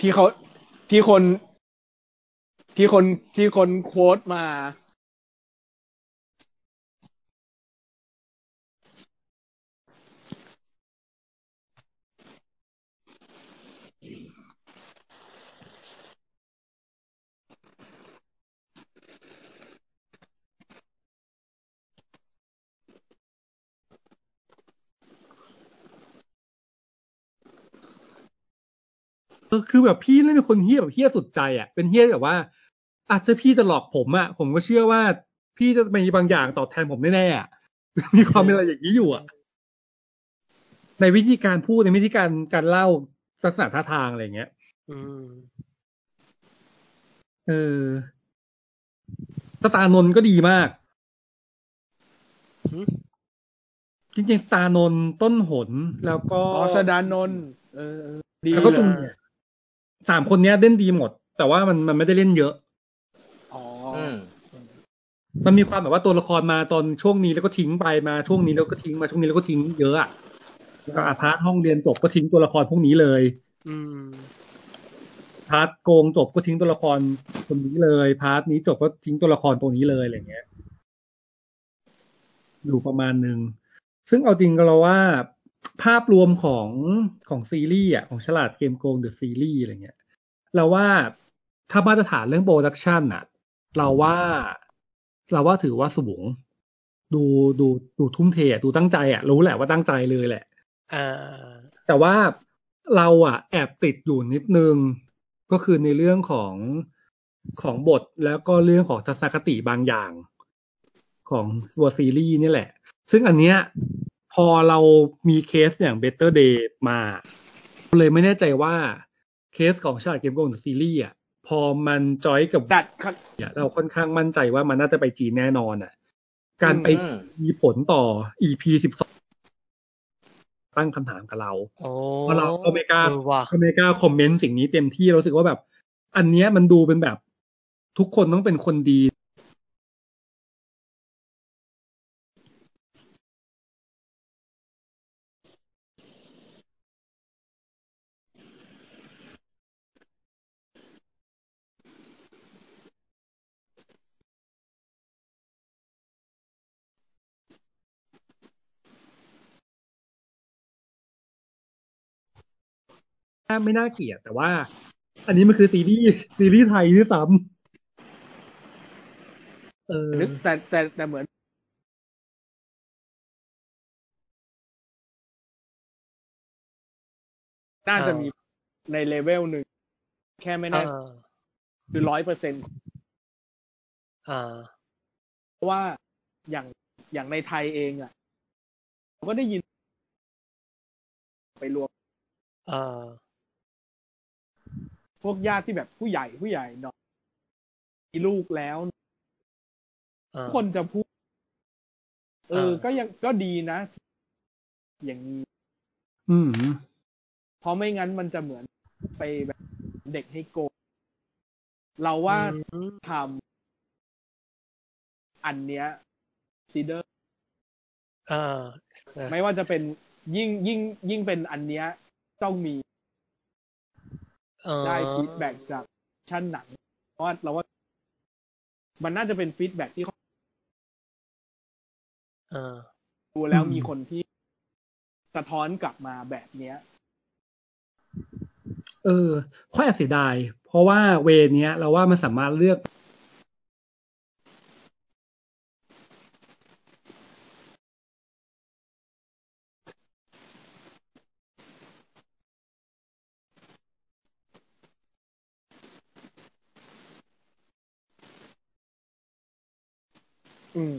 Speaker 4: ที่เขาที่คน ที่คนที่คนโค้ดมา
Speaker 7: เออคือแบบพี่เล่นเป็นคนเฮี้ยแบบเฮี้ยสุดใจอ่ะเป็นเฮี้ยแบบว่าอาจจะถ้าพี่จะหลอกผมอ่ะผมก็เชื่อว่าพี่จะมีบางอย่างตอบแทนผมแน่ๆอ่ะ มีความเป็นอะไรอย่างนี้อยู่อ่ะ ในวิธีการพูดในวิธีการการเล่าลักษณะท่าทางอะไรอย่างเงี้ย
Speaker 1: อืม
Speaker 7: เออสตาร์นนท์ก็ดีมาก
Speaker 1: หึ
Speaker 7: จริงๆสตาร์นนท์ต้นหนแล้วก็
Speaker 4: อ๋อสดานนท์เออเออดี
Speaker 7: แล้วก็
Speaker 4: เล
Speaker 7: จุน
Speaker 4: ย
Speaker 7: เนี่ยสามคนเนี้ยเล่นดีหมด แต่ว่ามันมันไม่ได้เล่นเยอะ
Speaker 4: อ๋อ
Speaker 2: อืม
Speaker 7: มันมีความแบบว่าตัวละครมาตอนช่วงนี้แล้วก็ทิ้งไปมาช่วงนี้แล้วก็ทิ้งมาช่วงนี้แล้วก็ทิ้งเยอะอะแล้วก็อาพาร์ทห้องเรียนจบก็ทิ้งตัวละครพวกนี้เลย
Speaker 1: อืม
Speaker 7: พาร์ทโกงจบก็ทิ้งตัวละครคนนี้เลย พาร์ทนี้จบก็ทิ้งตัวละครตัวนี้เลยอะไรอย่างเงี้ยอยู่ประมาณหนึ่งซึ่งเอาจริงก็เราว่า ภาพรวมของของซีรีส์อ่ะของฉลาดเกมโกงเดอะซีรีส์อะไรเงี้ยเราว่าถ้ามาตรฐานเรื่องโปรดักชันอ่ะ เราว่าเราว่าถือว่าสูง ดูดูดูทุ่มเทอะดูตั้งใจอ่ะรู้แหละว่าตั้งใจเลยแหละ
Speaker 1: อ่า
Speaker 7: แต่ว่าเราอ่ะ แอบติดอยู่นิดนึง ก็คือในเรื่องของของบทแล้วก็เรื่องของทัศนคติบางอย่าง ของตัวซีรีส์เนี่ยแหละ ซึ่งอันเนี้ยพอเรามีเคสอย่าง Better Day มา เลยไม่แน่ใจว่าเคสของฉลาดเกมโกงหรือซีรีส์อ่ะพอมันจอยกับ
Speaker 4: ดัดคัด
Speaker 7: เนี่ยเราค่อนข้างมั่นใจว่ามันน่าจะไปจีนแน่นอนอ่ะ การไป
Speaker 2: อืม
Speaker 7: มีผลต่อ EP สิบสองตั้งคำถามกับเรา
Speaker 1: โอ้
Speaker 7: เพราะเราก็ไม่กล้า
Speaker 1: เออว่ะ
Speaker 7: อเมริกาคอมเมนต์สิ่งนี้เต็มที่เรารู้สึกว่าแบบ อันเนี้ยมันดูเป็นแบบทุกคนต้องเป็นคนดี ไม่น่าเกลียดแต่ว่า อันนี้มันคือซีรีส์ ซีรีส์ไทยด้วยซ้ำเออ
Speaker 4: นึกแต่แต่แต่เหมือน น่าจะมีในเลเวลหนึ่ง แค่ไม่แน่
Speaker 1: อ่า
Speaker 4: คือร้อยเปอร์เซ็นต์
Speaker 1: อ่า
Speaker 4: เพราะว่าอย่างอย่างในไทยเองอ่ะเราก็ได้ยิน ไปรวม
Speaker 1: อ่า
Speaker 4: พวกญาติที่แบบผู้ใหญ่ผู้ใหญ่หนอยมีลูกแล้ว
Speaker 1: อ่า
Speaker 4: คนจะพูด เออ
Speaker 1: เออ
Speaker 4: ก็ยังก็ดีนะ อย่างนี้
Speaker 7: อืม
Speaker 4: เพราะไม่งั้นมันจะเหมือนไปแบบเด็กให้โกงเราว่า
Speaker 1: อืม
Speaker 4: ทำอันเนี้ยซีเดอร์
Speaker 1: อ่า
Speaker 4: ไม่ว่าจะเป็นยิ่งยิ่ง ยิ่งเป็นอันเนี้ย ต้องมี
Speaker 1: อ่า
Speaker 4: ได้ฟีดแบ็จากชั้นหนังเพราะว่าเราว่า มันน่าจะเป็นฟีดแบ็ที่
Speaker 1: อ่า
Speaker 4: ดูแล้วมีคนที่สะท้อนกลับมาแบบเนี้ย
Speaker 7: เออข้อแอบเสียดายเพราะว่าเวเนี้ย เราว่ามันสามารถเลือก
Speaker 4: อืม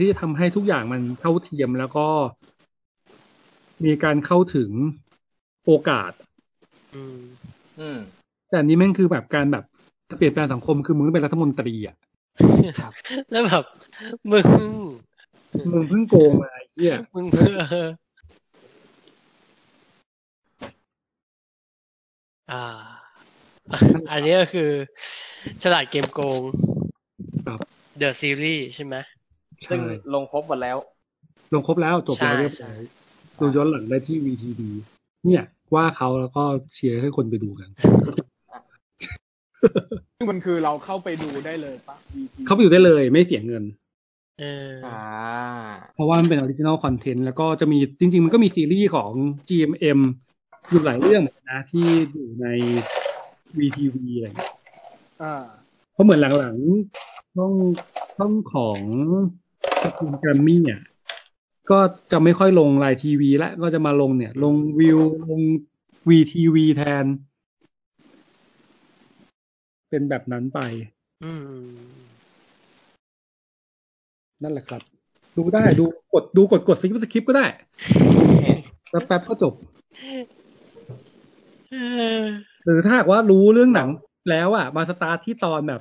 Speaker 7: ที่ทำให้ทุกอย่างมันเท่าเทียมแล้วก็มีการเข้าถึงโอกาส
Speaker 1: อืม
Speaker 2: อืม
Speaker 7: แต่อันนี้แม่งคือแบบการแบบจะเปลี่ยนแปลงสังคมคือมึงต้องเป็นรัฐมนตรีอ่ะ
Speaker 1: แล้วแบบ มึง
Speaker 7: มึงเพิ่งโกงมาไอ้เหี้ย
Speaker 1: มึงเออ อ่า อันนี้ก็คือ ฉลาดเกมโกง
Speaker 7: ครับ
Speaker 1: เดอะซีรีส์ใช่ไหม
Speaker 2: ซึ่
Speaker 7: ใช่
Speaker 2: งลงครบหมดแล้ว
Speaker 7: ลงครบแล้วจบแล้วเรียบ
Speaker 1: ใช่
Speaker 7: ร้อยดูย้อนหลังได้ที่ VTV เนี่ย ว่าเขาแล้วก็เชียร์ให้คนไปดูกัน
Speaker 4: ซึ่งมันคือเราเข้าไปดูได้เลยปะ VT
Speaker 7: เขาไปดูได้เลยไม่เสียเงิน
Speaker 1: เออ
Speaker 2: อ่า
Speaker 7: เพราะว่ามันเป็นออริจินอลคอนเทนต์แล้วก็จะมีจริง ๆ มันก็มีซีรีส์ของ GMM อยู่หลายเรื่องเหมือนกันนะที่อยู่ใน VTV อะไรอย่างเงี้ย
Speaker 4: อ่า
Speaker 7: เพราะเหมือนหลังๆช่องช่องของตระกูลแกรมมี่เนี่ย ก็จะไม่ค่อยลงไลน์ทีวีแล้วก็จะมาลงเนี่ย ลงวิวลงวีทีวีแทน เป็นแบบนั้นไป
Speaker 1: อืม
Speaker 7: นั่นแหละครับ ดูได้ดูกดดูกดกดสกิปสกิปก็ได้ แป๊บแป๊บก็จบ
Speaker 1: เออ
Speaker 7: หรือถ้าหากว่ารู้เรื่องหนังแล้วอ่ะ มาสตาร์ทที่ตอนแบบ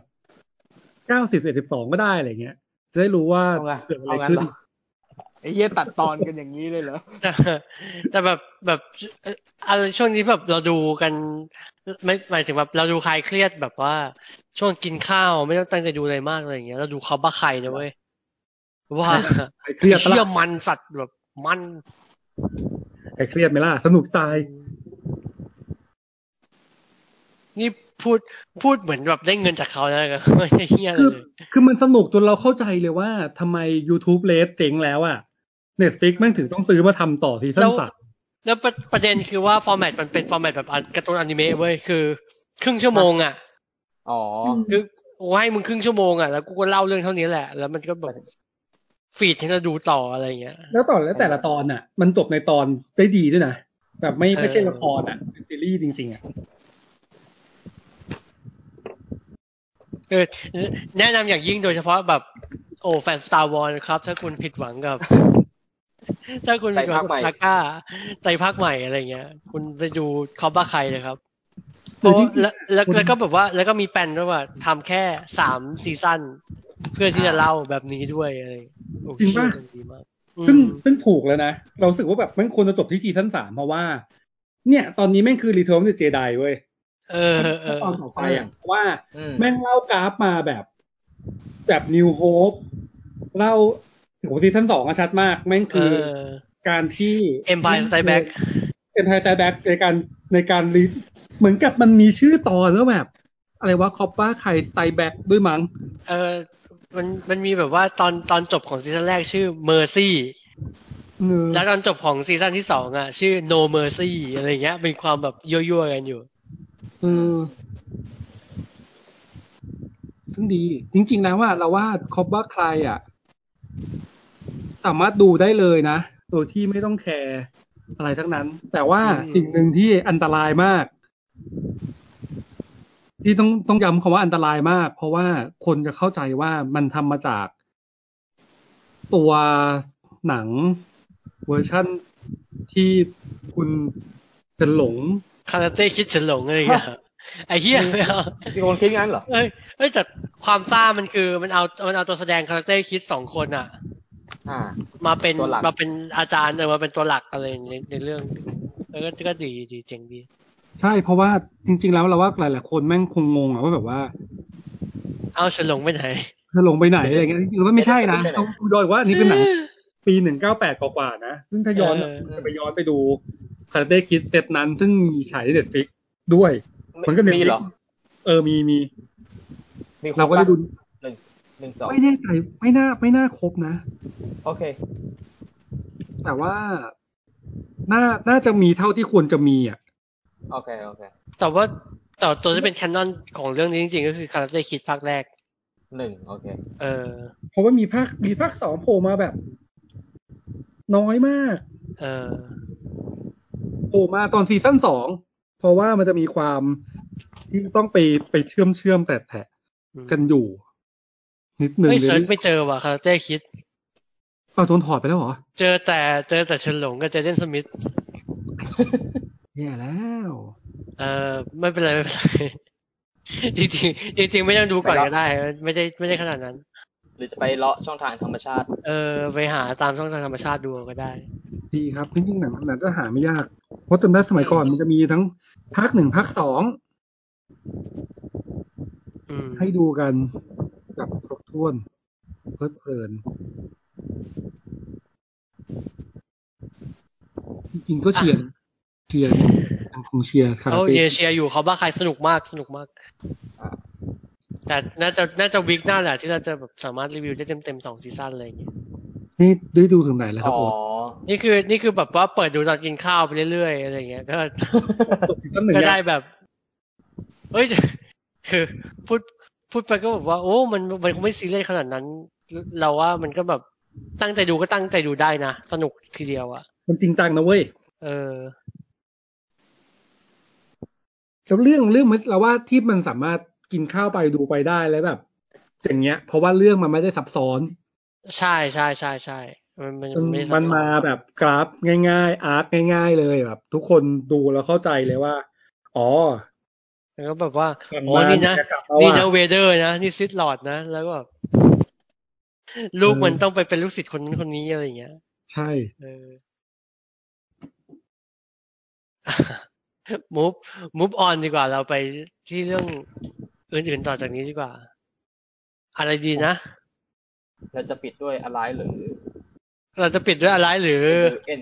Speaker 7: เก้าสิบเอ็ดสิบสองก็ได้อะไรเงี้ย จะได้รู้ว่า
Speaker 2: เอาไง
Speaker 7: เกิดอะไร
Speaker 2: เอาไง
Speaker 7: ขึ้น
Speaker 2: เหรอ
Speaker 4: ไอ้เหี้ยตัดตอนกันอย่างนี้เลยเหรอ
Speaker 1: แต่ แต่แบบแบบเอ่ออะไรช่วงนี้แบบเราดูกันไม่หมายถึงแบบเราดูคลายเครียดแบบว่า ช่วงกินข้าวไม่ต้องตั้งใจดูอะไรมากอะไรอย่างเงี้ยเราดูคาบ้าไข่นะเว้ยว่า
Speaker 7: ใครเครียดปะ
Speaker 1: เชี่ย
Speaker 7: ล่ะ
Speaker 1: มันสัตว์แบบมัน
Speaker 7: ใครเครียดไหมล่ะ สนุกตาย
Speaker 1: นี่พูดพูดเหมือนแบบได้เงินจากเขาแล้วก็ไม่ ได้เฮียอะไร
Speaker 7: คือ
Speaker 1: เลย
Speaker 7: คือมันสนุกจนเราเข้าใจเลยว่าทำไม YouTube เลสเจ๊งแล้วอะ Netflix แม่งถึงต้องซื้อมาทำต่อซีซั่นสาม
Speaker 1: แล้วประประเด็นคือว่าฟอร์แมตมันเป็นฟอร์แมตแบบอันการ์ตูนอนิเมะเว้ยคือ ครึ่งชั่วโมงอ่ะ
Speaker 2: อ๋อ
Speaker 1: คือกูให้มึงครึ่งชั่วโมงอ่ะแล้วกูก็เล่าเรื่องเท่านี้แหละ แล้วมันก็แบบฟีดให้เราดูต่ออะไรอย่างเงี้ย
Speaker 7: แล้วตอนแล้วแต่ละตอนอะมันจบในตอนได้ดีด้วยนะ แบบไม่
Speaker 1: เออ
Speaker 7: ไม่ใช่ละครอะเป็นซีรีส์จริง ๆอะ
Speaker 1: เออแนะนำอย่างยิ่งโดยเฉพาะแบบ โอ้แฟนสตาร์วอลครับ ถ้าคุณผิดหวังกับ ถ้าคุณผิดหวัง
Speaker 2: ไตรภาค
Speaker 1: กับ
Speaker 2: ใหม่
Speaker 1: ซาก้าไตรภาคใหม่อะไรเงี้ย คุณไปดูคอบ้าใครเลยครับ
Speaker 7: ห
Speaker 1: เพ
Speaker 7: รือ
Speaker 1: ราะ
Speaker 7: จริง
Speaker 1: แล้วแล้วแล้วก็แบบว่า แล้วก็มีแปลนด้วยว่าทำแค่สามซีซั่น เพื่อที่จะเล่าแบบนี้ด้วยอะไรโอเค
Speaker 7: จริงปะ
Speaker 1: มันดีมาก
Speaker 7: ซึ่ง
Speaker 1: อืม
Speaker 7: ซึ่งถูกแล้วนะ เรารู้สึกว่าแบบแม่งควรจะจบที่ซีซั่นสามเพราะว่า เนี่ย ตอนนี้แม่งคือรีเทิร์นเจไดเว้ย
Speaker 1: เออเออ
Speaker 7: ตอนต่อไปอ่ะเพราะว่า
Speaker 2: อืม
Speaker 7: แม่งเล่ากราฟมาแบบ แบบนิวโฮปเล่าโอ้โหซีซั่นสองอะชัดมาก แม่ง
Speaker 1: เอ
Speaker 7: คือ
Speaker 1: อ
Speaker 7: การที่
Speaker 1: Empire Strikes Back
Speaker 7: เอ็มพายไตแบ็กในการในการรีเหมือนกับมันมีชื่อตอนแล้วแบบ อะไรวะคอปป้าใครไตแบ็กด้วยมั้ง
Speaker 1: เออมันมันมีแบบว่าตอนตอนจบของซีซั่นแรกชื่อ Mercy แล้วตอนจบของซีซั่นที่สองอ่ะ ชื่อ No Mercy อะไรเงี้ยเป็นความแบบยั่วๆกันอยู่
Speaker 7: เออซึ่งดี จริง ๆ แล้วว่าเราว่าคอบว่าใครอ่ะ สามารถดูได้เลยนะ โดยที่ไม่ต้องแคร์อะไรทั้งนั้น แต่ว่า
Speaker 1: อืม
Speaker 7: สิ่งหนึ่งที่อันตรายมาก ที่ต้องต้องย้ำคำว่าอันตรายมาก เพราะว่าคนจะเข้าใจว่ามันทำมาจาก ตัวหนังเวอร์ชั่นที่คุณจะหลง
Speaker 1: คาราเต้คิดเฉินหลงอะไรเงี้ย ไอ้เหี้ย ไม่เอา
Speaker 2: มีคนคิดงั้นเหรอ
Speaker 1: เอ้ยเอ้ยแต่ความซ่ามันคือมันเอามันเอาตัวแสดงคาราเต้คิดสองคนอ่ะ
Speaker 2: อ่า
Speaker 1: มาเป็น
Speaker 2: ตัวหลัก
Speaker 1: มาเป็นอาจารย์เออมาเป็นตัวหลักอะไรในในเรื่องเออก็ก็ดีดีเจ๋งดี
Speaker 7: ใช่เพราะว่าจริง ๆ แล้วเราว่าหลายๆคนแม่งคงงงอะว่าแบบว่า
Speaker 1: เอาเฉินหลงไปไหน
Speaker 7: เธอลงไปไหนอะไรเงี้ยจริงๆแล้วว่าไม่ใช่นะ
Speaker 2: ไม่ได้สนุกเลยนะ
Speaker 7: ต้องดูย้อนว่าอันนี่เป็นหนังปีหนึ่งเก้าแปดกว่าๆนะ ซึ่งถ้าย้อน
Speaker 1: เออ
Speaker 7: จะไปย้อนไปดูคาราเต้คิดเซตนั้น ซึ่งมีฉายในเด็ดฟิกด้วย มันก็
Speaker 2: มีเหรอ
Speaker 7: เออมีมี
Speaker 2: มีครบ
Speaker 7: เราก็ได้ดู
Speaker 2: ปะหนึ่งหนึ่งสอง
Speaker 7: ไม่แน่ใจไม่น่าไม่น่าครบนะ
Speaker 2: โอเค
Speaker 7: แต่ว่าน่าน่าจะมีเท่าที่ควรจะมีอ่ะ
Speaker 2: โอเค โอเค
Speaker 1: แต่ว่าแต่ตัวที่เป็นแคนนอนของเรื่องนี้จริงๆ ก็คือคาราเต้คิดภาคแรก
Speaker 2: หนึ่งโอเค
Speaker 1: เออ
Speaker 7: เพราะว่ามีภาคมีภาคสองโผล่มาแบบ น้อยมาก
Speaker 1: เออ
Speaker 7: โผล่มาตอนซีซั่นสอง เพราะว่ามันจะมีความที่ต้องไปไปเชื่อมเชื่อมๆแตะแตะกันอยู่ นิดนึง
Speaker 1: ไม่
Speaker 7: เล
Speaker 1: เซิร์ช
Speaker 7: ย
Speaker 1: ไม่เจอว่ะคาราเต้คิด
Speaker 7: เอาโดนถอดไปแล้วเหรอ
Speaker 1: เจอแต่เจอแต่เฉินหลงกับเจเดนสมิธ
Speaker 7: แย่แล้ว
Speaker 1: เออไม่เป็นไรไม่เป็นไร จริงๆจริงๆไม่ต้องดูก่อนก็ได้ ไม่ได้ไม่ได้ขนาดนั้น
Speaker 2: หรือจะไปเลาะช่องทางธรรมชาติ
Speaker 1: เออไปหาตามช่องทางธรรมชาติดูเอาก็ได้
Speaker 7: ดีครับจริงๆหนังหนังก็หาไม่ยาก เพราะจำได้สมัยก่อนมันจะมีทั้งภาคหนึ่งภาคสอง
Speaker 1: อืม
Speaker 7: ให้ดูกันแบบครบถ้วนเพลิดเพลิน จริงๆก็เชียร์เชียร์ยังคงเชียร์คารา
Speaker 1: โอ้
Speaker 7: เต้
Speaker 1: เยเชียร์อยู่เขาบ้าใครสนุกมากสนุกมาก แต่น่าจะน่าจะวีคหน้าแหละที่เราจะแบบสามารถรีวิวได้เต็มเต็มๆสองซีซั่นอะไรอย่างเงี้ย
Speaker 7: นี่ได้ดูถึงไหนแล้วครั
Speaker 2: อ๋
Speaker 7: บ
Speaker 2: อ
Speaker 7: โอ๊ต
Speaker 1: นี่คือนี่คือแบบว่าเปิดดูตอนกินข้าวไปเรื่อยๆอะไรอย่างเงี้ย ก็
Speaker 7: จบซีซั่นหนึ่ง
Speaker 1: ก็
Speaker 7: ยัง
Speaker 1: ได้แบบเอ้ย คือพูดพูดไปก็แบบว่า โอ้ มันมันคงไม่ซีเรียสขนาดนั้น เราว่ามันก็แบบตั้งใจดูก็ตั้งใจดูได้นะ สนุกทีเดียวอะ
Speaker 7: มันจริงจังนะเว้ย
Speaker 1: เออ
Speaker 7: แล้วเรื่องเรื่องมันเราว่าที่มันสามารถกินข้าวไปดูไปได้แล้วแบบ อย่างเงี้ย เพราะว่าเรื่องมันไม่ได้ซับซ้อน
Speaker 1: ใช่ใช่ใช่ใช่มันมันไได้ซับซ้อ
Speaker 7: มันมาแบบกราฟง่ายๆ อาร์ตง่ายๆเลยแบบ ทุกคนดูแล้วเข้าใจเลยว่า อ๋อ
Speaker 1: แล้วก็แบบว่า
Speaker 7: มัน
Speaker 1: อ๋อ
Speaker 7: มา
Speaker 1: นี่นะ
Speaker 7: จะกลับมาว่านี่
Speaker 1: นี่นะเวเดอร์นะนี่ซิดลอร์ดนะ แล้วก็แบบลูกมันต้องไปเป็นลูกศิษย์คนนั้นคนนี้อะไรอย่างเงี้ย
Speaker 7: ใช่
Speaker 1: เออ มูฟมูฟออนดีกว่าเราไปที่เรื่องอื่นๆต่อจากนี้ดีกว่า อะไรดีนะ
Speaker 2: แล้วจะปิดด้วยอะไรหรือ
Speaker 1: เราจะปิดด้วยอะไรหรือ
Speaker 2: หรือเอ็น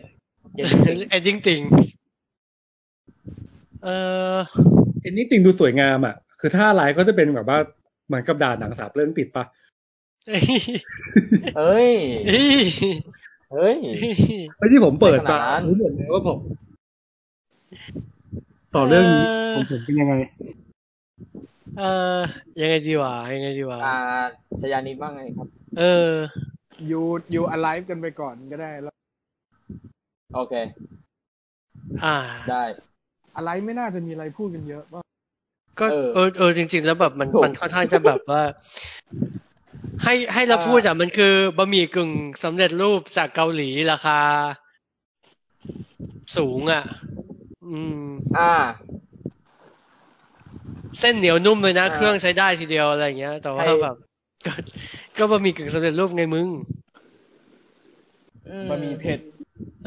Speaker 2: เอ็นดิ้ง
Speaker 1: เอ็ดดิ้งติงเออ
Speaker 7: อันนี้ติงดูสวยงามอ่ะ คือถ้าลายก็จะเป็นแบบว่าเหมือนกับด่าหนังสามเรื่องปิดปะ
Speaker 1: เฮ้ย
Speaker 2: เฮ้ย
Speaker 1: เฮ้ย
Speaker 2: เฮ้ย
Speaker 7: ไอ้ที่ผมเปิดมา
Speaker 2: ไม่ขนาดนั้น
Speaker 7: รู้หมดเลยว่าผม ต่อเรื่องนี้ผมผมเป็นยังไง
Speaker 1: เออยังไงดีวะยังไงดีวะ
Speaker 2: อ่าชยานิบ้างไงครับ
Speaker 1: เออ
Speaker 4: ยูยู alive กันไปก่อนก็ได้แล้ว
Speaker 2: โอเค
Speaker 1: อ่า
Speaker 2: ได้
Speaker 4: alive ไม่น่าจะมีอะไรพูดกันเยอะว่า
Speaker 1: ก็
Speaker 2: เออ
Speaker 1: เออเออจริง ๆ แล้วแบบมัน
Speaker 2: ถูก
Speaker 1: มันค่อนข้างจะแบบว่า ให้ให้เราพูดอ่ะมันคือบะหมี่กึ่งสำเร็จรูปจากเกาหลีราคา สูงอ่ะ อืม
Speaker 2: อ่า
Speaker 1: เส้นเหนียวนุ่มเลยนะ
Speaker 2: อ่า
Speaker 1: เครื่องใช้ได้ทีเดียวอะไรอย่างเงี้ย แต่ว่า
Speaker 2: ใช่
Speaker 1: แบบ ก็ก็บะหมี่กึ่งสำเร็จรูปไงมึง
Speaker 2: อื
Speaker 4: บะหมี่เผ็ด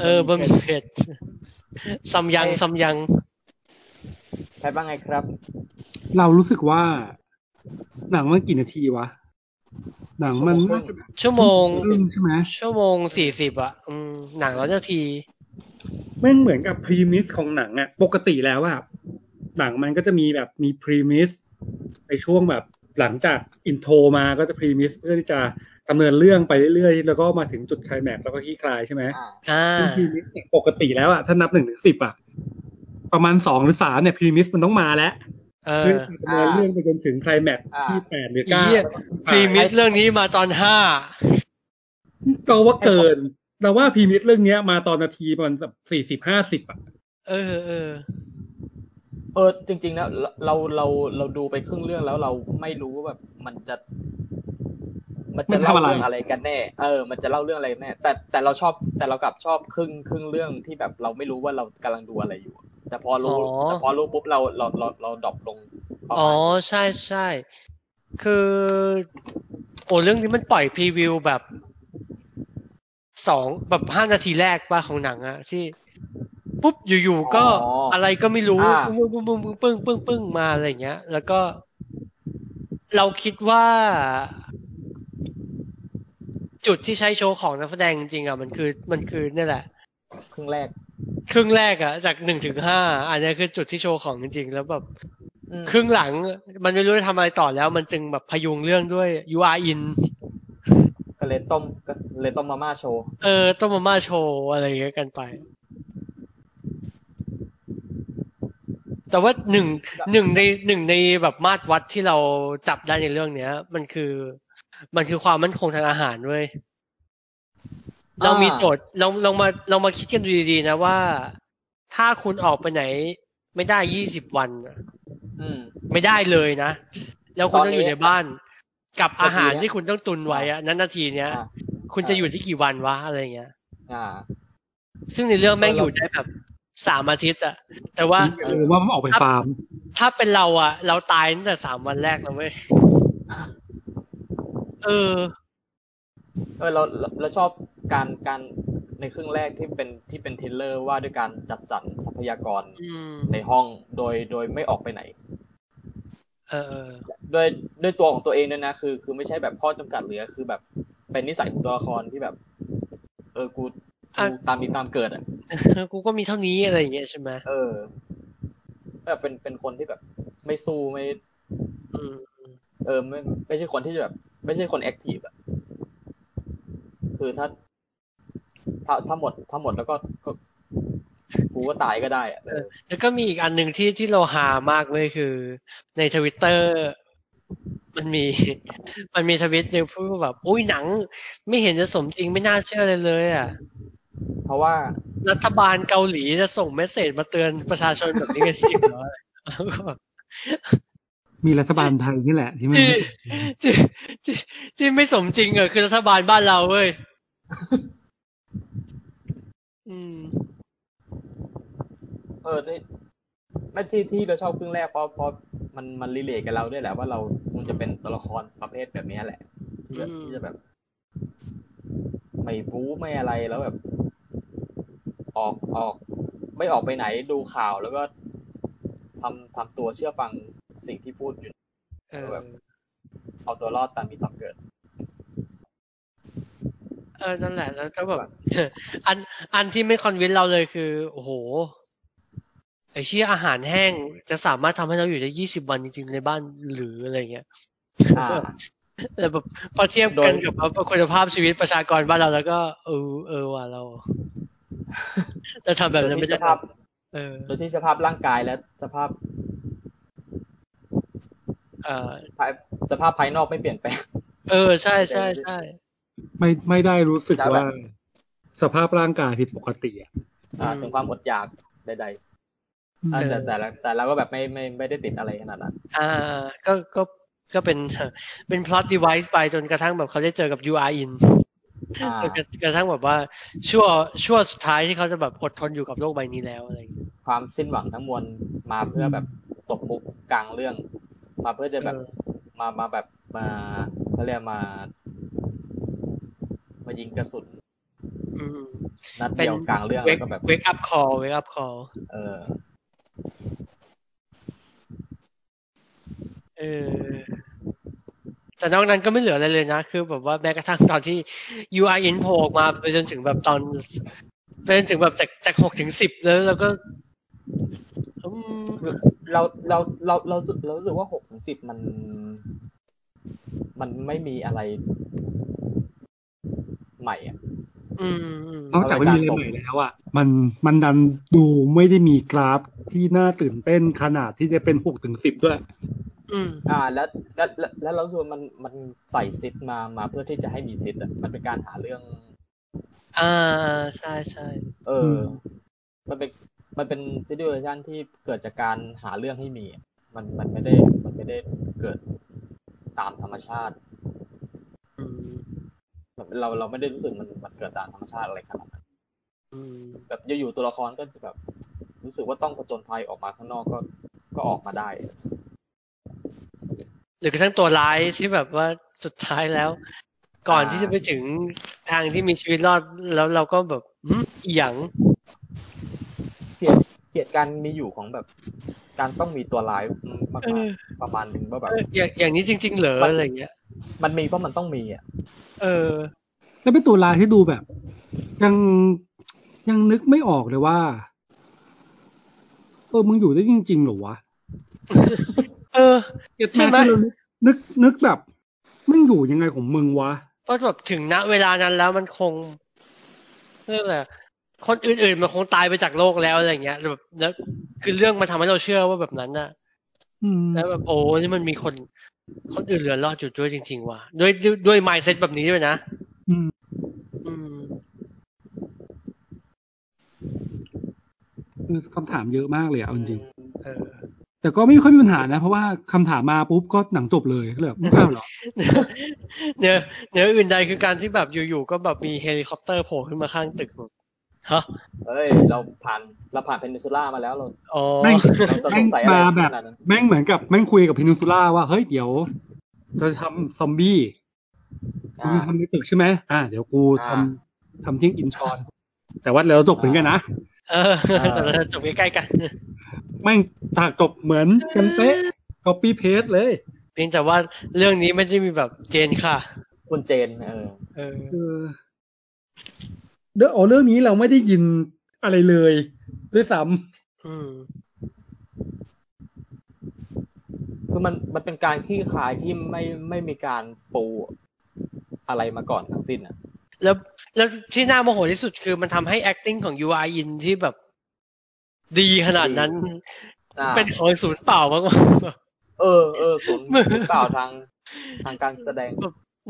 Speaker 1: เออบะหมี่เผ็ดซัมยังซัมยัง
Speaker 2: ใครบ้างไงครับ
Speaker 7: เรารู้สึกว่า หนังมันกี่นาทีวะ หนังมัน
Speaker 2: ชั่วโมงค
Speaker 1: ชั่วโมง
Speaker 2: รึ่ง
Speaker 7: ครึ่งใช่ไหม
Speaker 1: ชั่วโมงสี่สิบอ่ะอืมหนังร้อยนาที
Speaker 7: แม่งเหมือนกับพรีมิสของหนังอะปกติแล้วอะหนังมันก็จะมีแบบมีพรีมิสในช่วงแบบหลังจากอินโทรมาก็จะพรีมิสเพื่อที่จะดำเนินเรื่องไปเรื่อยๆ แล้วก็มาถึงจุดไคลแม็กซ์แล้วก็ขี้คลายใช่ไหม
Speaker 2: อ่า
Speaker 1: อ่า
Speaker 7: พรีมิสเนี่ยปกติแล้วอะถ้านับหนึ่งถึงสิบอะประมาณสองหรือสามเนี่ยพรีมิสมันต้องมาแล้ว
Speaker 1: เออ
Speaker 7: เพื่อจะดำเนินเรื่องไปจนถึงไคลแม็กซ์ที่แปดหรือ
Speaker 1: อี
Speaker 7: เก้า
Speaker 1: เหี้ยพรีมิสเรื่องนี้มาตอนห้า
Speaker 7: เราว่าเกินเราว่าพรีมิสเรื่องเนี้ยมาตอนนาทีประมาณสี่สิบห้าสิบอะ
Speaker 1: เออเออ
Speaker 2: เออจริง ๆ แล้วเราเราเราเราดูไปครึ่งเรื่องแล้วเราไม่รู้ว่าแบบมันจะ มันจะเล่าเรื่องอะไรกันแน่ เออ มันจะเล่าเรื่องอะไรกันแน่ แต่แต่เราชอบแต่เรากลับชอบครึ่งครึ่งเรื่องที่แบบเราไม่รู้ว่าเรากำลังดูอะไรอยู่ แต่พอรู้
Speaker 1: อ๋อ
Speaker 2: แต่พอรู้ปุ๊บเราเราเราเราดรอปลงประ
Speaker 1: อ๋อ
Speaker 2: มาณ
Speaker 1: ใช่ใช่ คือโอ้เรื่องนี้มันปล่อยพรีวิวแบบสองแบบห้านาทีแรกป่ะของหนังอะที่ ปุ๊บอยู่ๆก็อะไรก็ไม่รู้ปึ้งปึ้งปึ้งปึ้งปึ้งปึ้งปึ้งมาอะไรอย่างเงี้ย แล้วก็ เราคิดว่า จุดที่ใช้โชว์ของนักแสดงจริงๆอะมันคือ มันคือเนี่ยแหละ
Speaker 2: ครึ่งแรก
Speaker 1: ครึ่งแรกอะจากหนึ่งถึงห้าอันเนี้ยคือจุดที่โชว์ของจริงๆ แล้วแบบ
Speaker 2: อืม
Speaker 1: ครึ่งหลังมันไม่รู้จะทำอะไรต่อแล้ว มันจึงแบบพยุงเรื่องด้วย U R in
Speaker 2: ก็เลยต้มก็เลยต้มมาม่าโชว์
Speaker 1: เออต้มมาม่าโชว์อะไรอย่างเงี้ยกันไป แต่ว่าหนึ่งหนึ่งในหนึ่งในแบบมาตรวัดที่เราจับได้ในเรื่องเนี้ย มันคือ มันคือความมั่นคงทางอาหารเว้ย
Speaker 2: อ่า
Speaker 1: เรามีโจทย์ลองลองมาลองมาคิดกันดูดีๆนะว่า ถ้าคุณออกไปไหน ไม่ได้ยี่สิบวันน่ะ
Speaker 2: อืม
Speaker 1: ไม่ได้เลยนะ แล้วคุณ
Speaker 2: ต
Speaker 1: ต้
Speaker 2: อ
Speaker 1: อน ง
Speaker 2: นี้
Speaker 1: อยู่ในบ้าน กับอาหาร
Speaker 2: นาทีเนี้ย
Speaker 1: ที่คุณต้องตุนไว้อะนั้นนาทีเนี้ย
Speaker 2: อ่า
Speaker 1: คุณจะ
Speaker 2: อ่า
Speaker 1: อยู่ที่กี่วันวะอะไรเงี้ย
Speaker 2: อ่า
Speaker 1: ซึ่งในเรื่องแม่ง
Speaker 2: เรา
Speaker 1: อยู่ได้แบบสามอาทิตย์อะแต่ว่า
Speaker 7: หรือว่ามันออกไปฟาร์ม
Speaker 1: ถ้าเป็นเราอะเราตายตั้งแต่สามวันแรกแล้วเว้ยเออ
Speaker 2: เออเราเราเราชอบการการในครึ่งแรกที่เป็นที่เป็นเทรลเลอร์ว่าด้วยการจัดสรรทรัพยากร
Speaker 1: อืม
Speaker 2: ในห้องโดยโดยไม่ออกไปไหน
Speaker 1: เออเออ
Speaker 2: ด้วยด้วยตัวของตัวเองด้วยนะคือ คือไม่ใช่แบบข้อจำกัดเหลือคือแบบเป็นนิสัยของตัวละครที่แบบ เออกูกูตามมีตามเกิดอ่ะ
Speaker 1: กูก็มีเท่านี้อะไรอย่างเงี้ยใช่ไหม
Speaker 2: เออแบบเป็นเป็นคนที่แบบ ไม่สู้ไม่
Speaker 1: อืม
Speaker 2: เออไม่ไม่ใช่คนที่แบบ ไม่ใช่คนแอคทีฟอะคือถ้าถ้าถ้าหมดถ้าหมดแล้วก็ก็กูก็ตายก็ได้อะ
Speaker 1: เออ แล้วก็มีอีกอันหนึ่งที่ที่เราหามากเลยคือ ในทวิตเตอร์มันมี มันมีทวิตหนึ่งพูดว่าแบบอุ้ยหนัง ไม่เห็นจะสมจริงไม่น่าเชื่อเลยเลยอ่ะ
Speaker 2: เพราะว่า
Speaker 1: รัฐบาลเกาหลีจะส่งเมสเซจมาเตือนประชาชนแบบนี้กันจริงเหรอ
Speaker 7: มีรัฐบาลไทยนี่แหละ ที่มัน
Speaker 1: ที่ที่ที่ที่ไม่สมจริงอ่ะคือรัฐบาลบ้านเราเว้ย อืม
Speaker 2: เออที่ไม่ที่ที่เราชอบครึ่งแรกเพราะเพราะมันมันรีเลทกับเราด้วยแหละว่าเราคงจะเป็นตัวละครประเภทแบบนี้แหละ
Speaker 1: อืม
Speaker 2: แบบที่จะแบบ ไม่บู๊ไม่อะไรแล้วแบบ ออกออก ไม่ออกไปไหนดูข่าวแล้วก็ทำทำตัวเชื่อฟังสิ่งที่พูดอยู่
Speaker 1: เออ
Speaker 2: เอาตัวรอดตามมีตามเกิด
Speaker 1: เออ นั่นแหละ แล้วก็แบบ อัน อันที่ไม่คอนวินเราเลยคือ โอ้โห ไอ้เชี่ยอาหารแห้งจะสามารถทำให้เราอยู่ได้ยี่สิบวันจริงๆ ในบ้านหรืออะไรเงี้ย
Speaker 2: อ่า
Speaker 1: แล้วแบบพอเทียบกันกับว่าคุณภาพชีวิตประชากรบ้านเราแล้วก็ เออ เออว่ะ เราจะทำแบบ
Speaker 2: โดย
Speaker 1: นั้น
Speaker 2: ที่
Speaker 1: ไม่
Speaker 2: ส
Speaker 1: ได้หร
Speaker 2: ภา
Speaker 1: อ
Speaker 2: พ
Speaker 1: กเออ
Speaker 2: โดยที่สภาพร่างกายและสภาพ
Speaker 1: เออ
Speaker 2: ภายสภาพภายนอกไม่เปลี่ยนแปลง
Speaker 1: เออ ใช่ใช่ใช่
Speaker 7: ไม่ไม่ได้รู้สึก
Speaker 2: แล้วแบ
Speaker 7: ว่า
Speaker 2: บ
Speaker 7: สภาพร่างกายผิดปกติอะ
Speaker 2: อ่า
Speaker 1: อืม
Speaker 2: ถึงความอดอยากใดๆอ่า
Speaker 1: เออ
Speaker 2: แต่แต่ละแต่เราก็แบบไม่ไม่ไม่ได้ติดอะไรขนาดนั้น
Speaker 1: อ่า ก็ ก็ ก็เป็น เป็น plot device ไปจนกระทั่งแบบเขาได้เจอกับ UR in
Speaker 2: อ่า
Speaker 1: จนกระกระทั่งแบบว่าชั่วชั่วสุดท้ายที่เขาจะแบบอดทนอยู่กับโลกใบนี้แล้วอะไรอย่างเงี้ย
Speaker 2: ความสิ้นหวังทั้งมวลมาเพื่อแบบตกมุกกลางเรื่อง มาเพื่อจะแบบ
Speaker 1: เออ
Speaker 2: มามาแบบมา เขาเรียกมา มายิงกระสุน
Speaker 1: อืม
Speaker 2: นัด
Speaker 1: เป็น
Speaker 2: เดียวกลางเรื่อง
Speaker 1: เว
Speaker 2: แล้
Speaker 1: ก
Speaker 2: วก็แบบ
Speaker 1: เวกอัพคอลเวกอัพคอล
Speaker 2: เออ
Speaker 1: เออแต่นอกนั้นก็ไม่เหลืออะไรเลยนะ คือแบบว่าแม้กระทั่งตอนที่ UI in โผล่ออกมาไปจนถึงแบบตอนไปจนถึงแบบจากจากหกถึงสิบแล้วแล้วก็อืม
Speaker 2: เราเราเราเรารู้สึกเรารู้สึกว่าหกถึงสิบมัน มันไม่มีอะไร ใหม่อะ
Speaker 1: อืมอืม
Speaker 7: นอกจากไม่มีอะไรใหม่แล้วอ่ะมันมันดันดูไม่ได้มีกราฟที่น่าตื่นเต้นขนาดที่จะเป็นหกถึงสิบด้วย
Speaker 1: อืม
Speaker 2: อ่าแล้วแล้วแล้วแล้วเราส่วนมันมันใส่ซิดมามาเพื่อที่จะให้มีซิดอ่ะมันเป็นการหาเรื่อง
Speaker 1: อ่าใช่ใช่
Speaker 2: เอออ
Speaker 7: ม
Speaker 2: มันเป็นมันเป็นซิดูเอชันที่เกิดจากการหาเรื่องให้มีอะมันมันไม่ได้มันไม่ได้เกิดตามธรรมชาติ
Speaker 1: อืม
Speaker 2: เราเราไม่ได้รู้สึกมันมันเกิดตามธรรมชาติอะไรขนาดนั้น
Speaker 1: อืม
Speaker 2: แบบอยู่ๆตัวละครก็แบบ รู้สึกว่าต้องผจญภัยออกมาข้างนอกก็ก็ออกมาได้อะ
Speaker 1: หรือกระทั่งตัวร้ายที่แบบว่าสุดท้ายแล้ว ก่อนที่จะไปถึงทางที่มีชีวิตรอดแล้วเราก็แบบอืมอหย่าง
Speaker 2: เกลียดเกลียดการมีอยู่ของแบบ การต้องมีตัวร้ายมาก
Speaker 1: เออ
Speaker 2: ๆประมาณหนึงว่าแบบ
Speaker 1: อย่างอย่างนี้จริง ๆ เหรออะไรเงี้ย
Speaker 2: มันมีเพราะมันต้องมีอ่ะ
Speaker 1: เออ
Speaker 7: แล้วเป็นตัวลายที่ดูแบบ ยังยังนึกไม่ออกเลยว่าเออมึงอยู่ได้จริงๆเหรอวะ
Speaker 1: เออ
Speaker 7: ใช่
Speaker 1: ใช่
Speaker 7: ไห
Speaker 1: ไห
Speaker 7: ม
Speaker 1: ม
Speaker 7: คือเรานึกนึกนึกแบบมึงอยู่ยังไงของมึงวะ
Speaker 1: เพราะแบบถึงณเวลานั้นแล้วมันคงเรื่องอะไรอะคนอื่นๆมันคงตายไปจากโลกแล้วอะไรเงี้ยแบบแล้วคือเรื่องมันทำให้เราเชื่อว่าแบบนั้นน่ะ
Speaker 7: อืม
Speaker 1: แล้วแบบโอ้นี่มันมีคน คนอื่นเหลือรอดอยู่ด้วยจริง ๆ ว่ะด้วยด้วยด้วยมายเซ็ตแบบนี้ด้วยนะ
Speaker 7: อืม
Speaker 1: อืม
Speaker 7: คือคำถามเยอะมากเลยอะเอาจริง
Speaker 1: เออ
Speaker 7: ๆแต่ก็ไม่ค่อยมีปัญหานะ เพราะว่าคำถามมาปุ๊บก็หนังจบเลยก็เลยแบบอ้าวเหรอ
Speaker 1: เนื้อเนื้ออื่นใดคือการที่แบบอยู่ๆก็แบบมีเฮลิคอปเตอร์โผล่ขึ้นมาข้างตึกแบบฮะ
Speaker 2: เอ้ย เราผ่านเราผ่านเพนินซูล่ามาแล้วเรา
Speaker 1: อ๋อ
Speaker 7: แม่ง
Speaker 2: เราจะ
Speaker 7: แม่
Speaker 2: ส
Speaker 7: ง
Speaker 2: งสัยอะไร
Speaker 7: มาแบบ
Speaker 2: ขนาดนั้น
Speaker 7: แม่งเหมือนกับแม่งคุยกับพินุสุล่าว่าเฮ้ยเดี๋ยวเราจะทำซอมบี้ กู
Speaker 2: อ่า
Speaker 7: ทำในตึกใช่ไหมอ่า เดี๋ยวกูทำ
Speaker 2: อ่า
Speaker 7: ทำทิ้งอินชอน แต่ว่าเราจบเหมือนกันนะ
Speaker 1: เออ แต่เราจะจบใกล้ๆกัน
Speaker 7: แม่งตากจบเหมือนกันเป๊ะ copy paste เลย
Speaker 1: เพียงแต่ว่าเรื่องนี้ไม่ได้มีแบบเจนค่ะ
Speaker 2: คุณเจน เออ
Speaker 1: เออ
Speaker 7: เออเด้อเอาเรื่องนี้เราไม่ได้ยินอะไรเลย ด้วยซ้
Speaker 1: อืม
Speaker 2: คือมันมันเป็นการขี้คายที่ไม่ไม่มีการปูอะไรมาก่อนทั้งสิ้นอ่ะ
Speaker 1: แล้วแล้วที่น่าโมโหที่สุดคือมันทำให้ acting ของ UI in ที่แบบ ดีขนาดนั้น
Speaker 2: อ่า
Speaker 1: เป็นของศูนย์เปล่ามากๆ
Speaker 2: เออเออศูนย์ศูนย์เปล่าทางทางการแสดง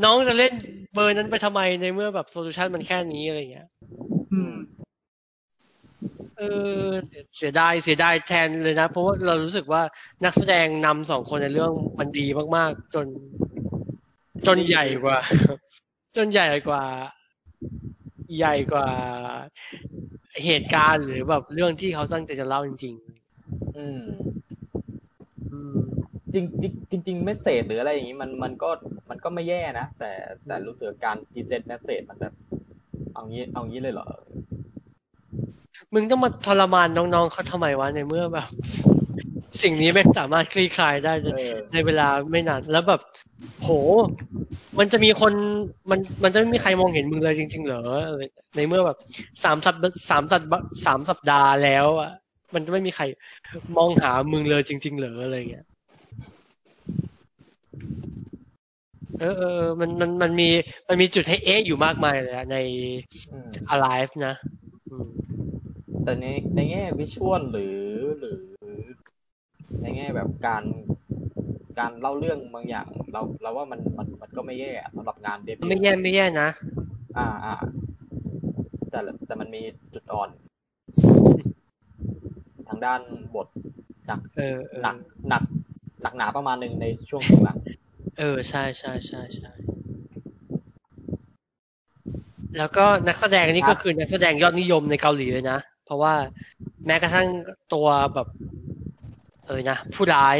Speaker 1: น้องจะเล่นเบอร์นั้นไปทำไมในเมื่อแบบโซลูชันมันแค่นี้อะไรเงี้ย
Speaker 7: ำ
Speaker 2: อืม
Speaker 1: เออเสียเสียดายเสียดายแทนเลยนะ เพราะว่าเรารู้สึกว่านักแสดงนำสองคนในเรื่องมันดีมากๆ จน จนใหญ่กว่า จนใหญ่กว่า ใหญ่กว่าเหตุการณ์หรือแบบเรื่องที่เขาตั้งใจจะเล่าจริง
Speaker 2: อืม
Speaker 1: ๆ อืม
Speaker 2: จริงจริงจริงเมสเซจหรืออะไรอย่างนี้มันมันก็มันก็ไม่แย่นะ แต่แต่รู้สึกการพรีเซนต์เมสเซจมันแบบเอางี้เอางี้เลยเหรอ
Speaker 1: มึงต้องมาทรมานน้องๆเขาทำไมวะในเมื่อแบบ สิ่งนี้ไม่งสามารถคลี่คลายได้ใน
Speaker 2: เออ
Speaker 1: ในเวลาไม่นานแล้วแบบ โห มันจะมีคนมันมันจะไม่มีใครมองเห็นมึงเลยจริง ๆ เหรออะไรในเมื่อแบบสามสัปสามสัปสามสัปดาห์แล้วอ่ะมันจะไม่มีใครมองหามึงเลยจริง ๆ เหรออะไรเงี้ยเออเออเออมันมันมันมีมันมีจุดให้เอ๊ะอยู่มากมายเลยอะใน
Speaker 2: อืม
Speaker 1: alive นะ อืม
Speaker 2: แต่ในในแง่วิชวลหรือหรือ ในแง่แบบการการเล่าเรื่องบางอย่าง เราเราว่ามันมันมันก็ไม่แย่อะสำหรับงานเดบิวต์
Speaker 1: ไม่แย่ไม่แย่นะ
Speaker 2: อ่าอ่าแต่ละแต่มันมีจุดอ่อน ทางด้านบทหนัก
Speaker 1: เออเออ
Speaker 2: หนักหนักหนักหนาประมาณหนึ่งในช่วงช่วงหลัง
Speaker 1: เออใช่ใช่ใช่ใช่แล้วก็นักแสดงนี่ก็คือนักแสดงยอดนิยมในเกาหลีเลยนะ เพราะว่าแม้กระทั่งตัวแบบ เออนะ ผู้ร้าย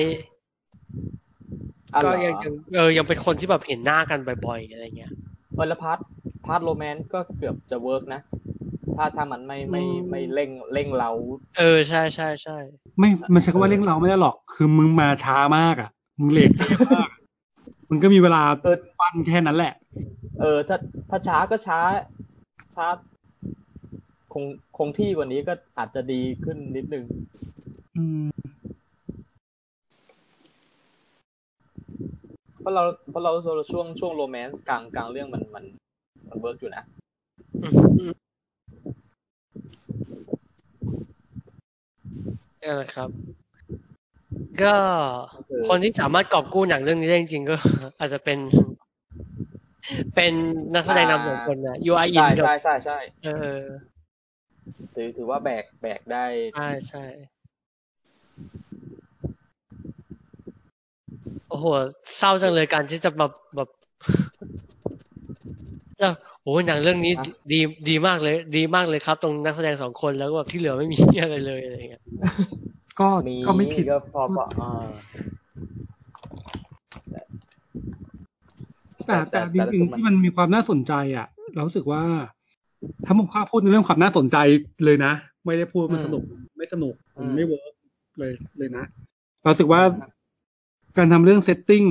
Speaker 2: อ่ะเหร
Speaker 1: ก็
Speaker 2: อ
Speaker 1: ยังยังเออยังเป็นคนที่แบบเห็นหน้ากันบ่อยๆอะไรเงี้ย
Speaker 2: เออแล้วพาร์ทพาร์ทโรแมนต์ก็เกือบจะเวิร์กนะ ถ้าถ้ามันไม่ไม่
Speaker 1: อืม
Speaker 2: ไม่เร่งเร่งเรา
Speaker 1: เออใช่ใช่ใช่
Speaker 7: ไม่มันใช้คำว่าเร่งเราไม่ได้หรอก คือมึงมาช้ามากอ่ะ มึงเลทมาก มึงก็มีเวลา
Speaker 2: เออ
Speaker 7: ปั้นแค่นั้นแหละ
Speaker 2: เออถ้าถ้าช้าก็ช้า ช้า คงคงที่กว่านี้ก็อาจจะดีขึ้นนิดนึง
Speaker 7: อืม
Speaker 2: เพราะเราเพราะเราช่วงช่วงโรแมนต์กลางกลางเรื่องมันมันมันเวิร์กอยู่นะ
Speaker 1: อืมนั่นแหละครับ ก็คนที่สามารถกอบกู้หนังเรื่องนี้ได้จริงๆก็ อาจจะเป็น เป็นนักแสดงนำสองคนนะยูไออิน
Speaker 2: ใช่
Speaker 1: กับ
Speaker 2: ใช่ใช่ใช่
Speaker 1: เออ
Speaker 2: ถือถือว่าแบกแบกได้
Speaker 1: ใช่ใช่โอ้โหเศร้าจังเลยการที่จะแบบแบบ แล้วโอ้โหหนังเรื่องนี้
Speaker 2: ฮะ
Speaker 1: ดีดีมากเลย ดีมากเลยครับ ตรงนักแสดงสองคนแล้วก็แบบที่เหลือไม่มี อะไรเลยอะไรอย่างเงี้ย
Speaker 7: ก็
Speaker 2: มี
Speaker 7: ก็ไม่ผิด
Speaker 2: ก็พอพออ่า
Speaker 7: แต่
Speaker 2: แต่
Speaker 7: แต่จ
Speaker 2: แต่
Speaker 7: ริง
Speaker 2: รู้สึกมัน
Speaker 7: ๆที่มันมีความน่าสนใจอ่ะ เรารู้สึกว่า ถ้ามุมค่าพูดในเรื่องความน่าสนใจเลยนะ ไม่ได้พูดมันสนุกไม่สนุก
Speaker 2: อืม
Speaker 7: ไม่เวิร์กเลยเลยนะ เรารู้สึกว่าการทำเรื่องเซตติ้ง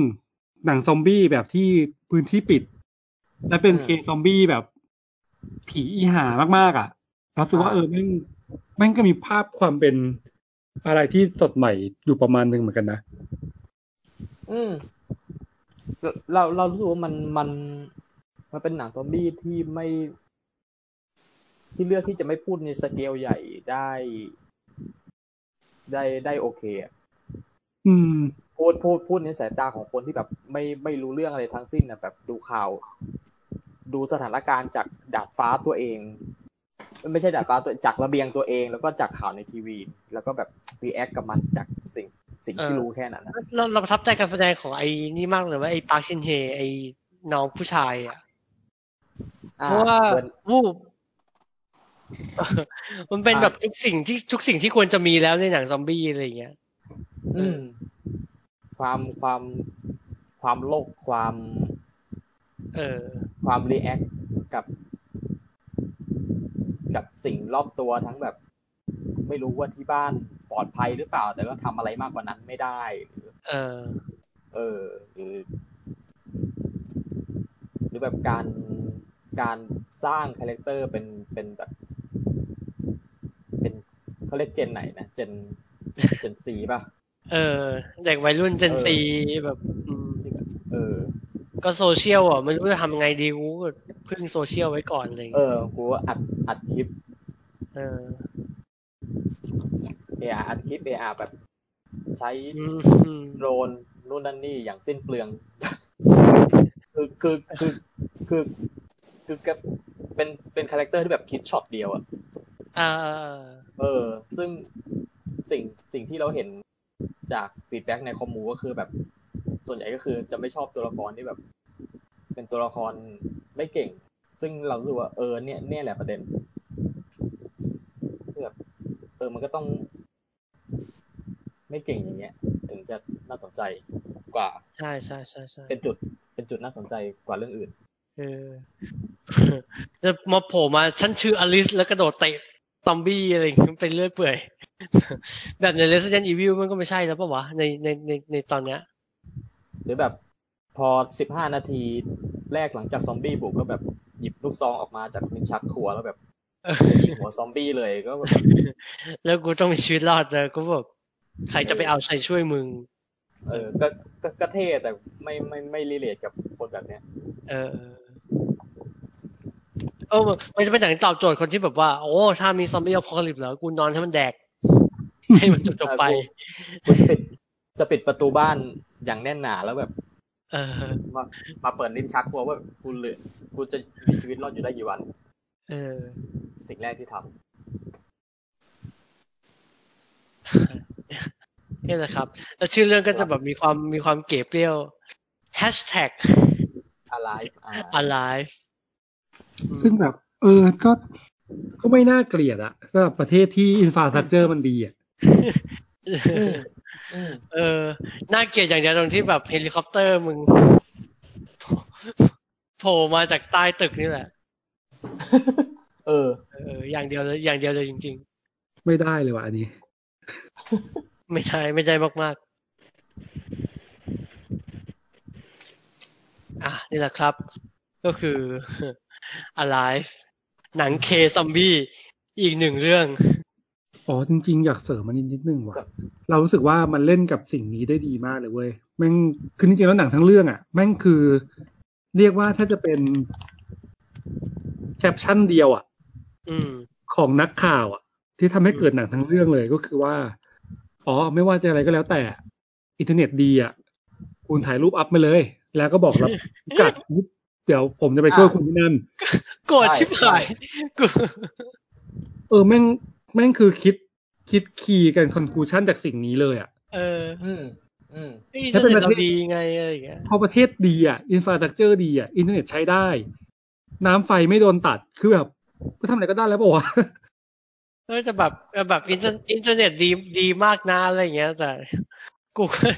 Speaker 7: หนังซอมบี้แบบที่พื้นที่ปิด และเป็นเคสซอมบี้แบบผีอีหามากๆอ่ะ เรารู้สึกว่าเออแม่งแม่งก็มีภาพความเป็นอะไรที่สดใหม่อยู่ประมาณหนึงเหมือนกันนะ
Speaker 2: อืมเราเราเรารู้สึกว่ามันมันมันเป็นหนังซอมบี้ที่ไม่ ที่เลือกที่จะไม่พูดในสเกลใหญ่ได้ ได้ได้โอเคอะ
Speaker 7: อืม
Speaker 2: พูดพูดพูดในสายตาของคนที่แบบ ไม่ไม่รู้เรื่องอะไรทั้งสิ้นนะแบบ ดูข่าว ดูสถานการณ์จากดาดฟ้าตัวเองไม่ใช่ดาดฟ้าตัวจากระเบียงตัวเอง แล้วก็จากข่าวในทีวี แล้วก็แบบรีแอคกับมันจากสิ่งสิ่งที่
Speaker 1: เออ
Speaker 2: รู้แค่นั้นนะ
Speaker 1: เราเราประทับใจการแสดงของไอ้นี่มากเลยว่าไอ้ปาร์คชินเฮไอ้น้องผู้ชายอ่ะ เพราะว่าวูบ มันเป็น
Speaker 2: อ่า
Speaker 1: แบบทุกสิ่งที่ทุกสิ่งที่ควรจะมีแล้วในหนังซอมบี้อะไรอย่างเงี้ย
Speaker 2: อืมความความความโลกความ
Speaker 1: เออ
Speaker 2: ความรีแอคกับ กับสิ่งรอบตัวทั้งแบบ ไม่รู้ว่าที่บ้านปลอดภัยหรือเปล่า แต่ก็ทำอะไรมากกว่านั้นไม่ได้หรือ
Speaker 1: เออ
Speaker 2: เออหรือหรือแบบการการสร้างคาแรคเตอร์เป็นเป็นแบบ เป็นเขาเรียกเจนไหนนะเจนเจนสีป่ะ
Speaker 1: เออ เด็กวัยรุ่นเจน
Speaker 2: เออ
Speaker 1: ซีแบบอืม
Speaker 2: เออ
Speaker 1: ก็โซเชียลอ่ะไม่รู้จะทำยังไงดีกูก็พึ่งโซเชียลไว้ก่อนอะไรอย่าง
Speaker 2: เอ
Speaker 1: เลย
Speaker 2: อกูว่าอัดอัดคลิป
Speaker 1: เออ
Speaker 2: เออาอัดคลิปเออาแบบใช้
Speaker 1: อืมอืม
Speaker 2: โดรนนู่นนั่นนี่อย่างสิ้นเปลือง คือคือคือคือคือแกเป็นเป็นคาแรคเตอร์ที่แบบคิดช็อตเดียวอะ
Speaker 1: อ่า
Speaker 2: เออ ซึ่งสิ่งสิ่งที่เราเห็นจากฟีดแบ็กในคอมมูก็คือแบบ ส่วนใหญ่ก็คือจะไม่ชอบตัวละครที่แบบ เป็นตัวละครไม่เก่ง ซึ่งเรารู้สึกว่าเออเนี่ยเนี่ยแหละประเด็นคือแบบเออมันก็ต้อง ไม่เก่งอย่างเงี้ย ถึงจะน่าสนใจกว่า
Speaker 1: ใช่ใช่ใช่ใช่
Speaker 2: เป็นจุดเป็นจุดน่าสนใจกว่าเรื่องอื่น
Speaker 1: เออ จะมาโผล่มาฉันชื่ออลิสแล้วกระโดดเตะซอมบี้อะไรอย่างเงี้ยไปเรื่อยเปื่อย แบบใน Resident Evil มันก็ไม่ใช่แล้วปะวะในในในในตอนเนี้ย
Speaker 2: หรือแบบพอสิบห้านาทีแรกหลังจากซอมบี้บุกก็แบบหยิบลูกซองออกมาจากลิ้นชักครัวแล้วแบบ
Speaker 1: เออ
Speaker 2: ยิงหัวซอมบี้เลยก็แบบ
Speaker 1: แล้วกูต้องมีชีวิตรอดแล้วก็แบบใครจะไปเอาใครช่วยมึง
Speaker 2: เออก็ก็ก็เท่แต่ไม่ไม่ไม่รีเลทกับคนแบบเนี้ย
Speaker 1: เออ เออมันจะเป็นหนังตอบโจทย์คนที่แบบว่า โอ้ ถ้ามีซอมบี้อพอลิปเหรอ กูนอนให้มันแดก ให้มันจบจ บๆไป
Speaker 2: คุณจะปิดจะปิดประตูบ้านอย่างแน่นหนาแล้วแบบ
Speaker 1: เออ
Speaker 2: มามาเปิดลิ้นชักครัวว่ากูเหลือกูจะมีชีวิตรอดอยู่ได้กี่วัน
Speaker 1: เออ
Speaker 2: สิ่งแรกที่ทำ
Speaker 1: นี่แหละครับ แล้วชื่อเรื่องก็จะแบบมีความมีความเก๋เปรี้ยว hashtag
Speaker 2: alive อ่า
Speaker 1: alive อืม
Speaker 7: ซึ่งแบบ เออ ก็ ก็ไม่น่าเกลียดอะสำหรับประเทศที่อินฟาส r ั c เจอร์มันดีอะ
Speaker 1: เออ น่าเกลียดอย่างเดียวตรงที่แบบเฮลิคอปเตอร์มึงโผล่มาจากใต้ตึกนี่แหละ
Speaker 2: เออ
Speaker 1: เออ อย่างเดียวเลยอย่างเดียวเลยจริง
Speaker 7: ไม่ได้เลยว่ะอันนี้
Speaker 1: ๆ ไม่ใช่ไม่ใช่มากๆ อ่ะนี่แหละครับ ก็คือ alive หนังเคซอมบี้อีกหนึ่งเรื่อง
Speaker 7: อ๋อจริงๆ อยากเสริมมันนิดนิดนึงว่ะ เรารู้สึกว่ามันเล่นกับสิ่งนี้ได้ดีมากเลยเว้ยแม่งคือจริงๆแล้วหนังทั้งเรื่องอ่ะแม่งคือ เรียกว่าถ้าจะเป็นแคปชั่นเดียวอ่ะ
Speaker 1: อืม
Speaker 7: ของนักข่าวอ่ะ ที่ทำให้เกิดหนังทั้งเรื่องเลยก็คือว่า อ๋อ ไม่ว่าจะอะไรก็แล้วแต่ อินเทอร์เน็ตดีอ่ะ คุณถ่ายรูปอัพมาเลย แล้วก็บอกรับพิกัดปุ๊บเดี๋ยวผมจะไปช่วยคุณที่นั่น
Speaker 1: โกรธชิบหายกู
Speaker 7: เออแม่งแม่งคือคิดคิดคีย์กันคอนคลูชันจากสิ่งนี้เลยอ่ะ
Speaker 1: เออ
Speaker 2: อืม อืม
Speaker 1: นี่ถ้าเป็นเราดีไงอะไรอย่างเงี้ย
Speaker 7: พอประเทศดีอ่ะอินฟราสตรักเจอร์ดีอ่ะอินเทอร์เน็ตใช้ได้ น้ำไฟไม่โดนตัดคือแบบก็ทำอะไรก็ได้แล้วป่าวะ
Speaker 1: เออแต่แบบเออแบบอินเทอร์อินเทอร์เน็ตดีดีมากนะอะไรอย่างเงี้ย แต่ กู ก็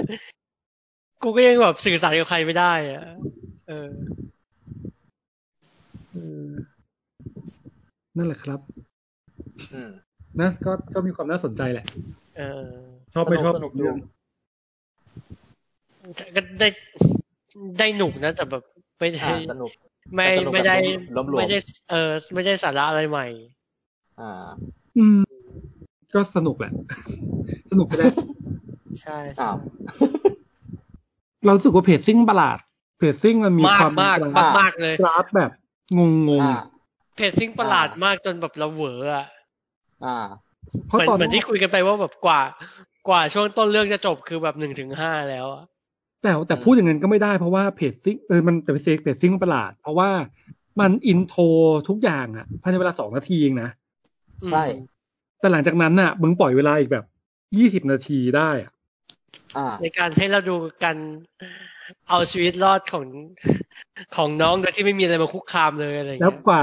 Speaker 1: กูก็ยังแบบสื่อสารกับใครไม่ได้อะเออ
Speaker 7: นั่นแหละครับ
Speaker 2: อืม
Speaker 7: นะก็ก็มีความน่าสนใจแหละ
Speaker 1: เออ
Speaker 7: ชอบไม่ชอบ
Speaker 2: สนุกอยู่
Speaker 1: แต่ก็ได้ได้หนุกนะ แต่แบบไม่ได้
Speaker 2: อ่าสนุก
Speaker 1: ไม่
Speaker 2: สนุกแบบ
Speaker 1: ไม่ได้
Speaker 2: รวมๆ
Speaker 1: ไม่ได้ เออ ไม่ได้สาระอะไรใหม่
Speaker 2: อ่า
Speaker 7: อืม ก็สนุกแหละ สนุกไปได้
Speaker 1: ใช่ใช่
Speaker 2: อ้าว
Speaker 7: เรารู้สึกว่าเพจซิ่งประหลาดเพจซิ่งมันมี
Speaker 1: มาก
Speaker 7: ความ
Speaker 1: มาก
Speaker 7: กราฟ
Speaker 1: มากมากเลย
Speaker 7: กราฟแบบงง
Speaker 2: อ่า
Speaker 1: เพจซิ่งประหลาดมากจนแบบเราเหวออะ
Speaker 2: อ่า
Speaker 7: ๆ
Speaker 1: เห
Speaker 7: เพราะ
Speaker 1: มือน
Speaker 7: ตอน
Speaker 1: เหมือนที่คุยกันไปว่าแบบกว่ากว่าช่วงต้นเรื่องจะจบคือแบบหนึ่งถึงห้าแล้วอะ
Speaker 7: แต่แต่พูดอย่างนั้นก็ไม่ได้เพราะว่าเพจซิ่งเออมันแต่เพจเพจซิ่งมันประหลาด เพราะว่ามันอินโทรทุกอย่างอ่ะภายในเวลาสองนาทีเองนะ
Speaker 2: ใช่
Speaker 7: แต่หลังจากนั้นน่ะ มึงปล่อยเวลาอีกแบบยี่สิบนาทีได้อะ
Speaker 2: อ่า
Speaker 1: ในการให้เราดูกันเอาชีวิตรอดของของน้องโดยที่ไม่มีอะไรมาคุกคามเลยอะไรอย่าง
Speaker 7: แล้ว
Speaker 1: เงี้ย
Speaker 7: กว่า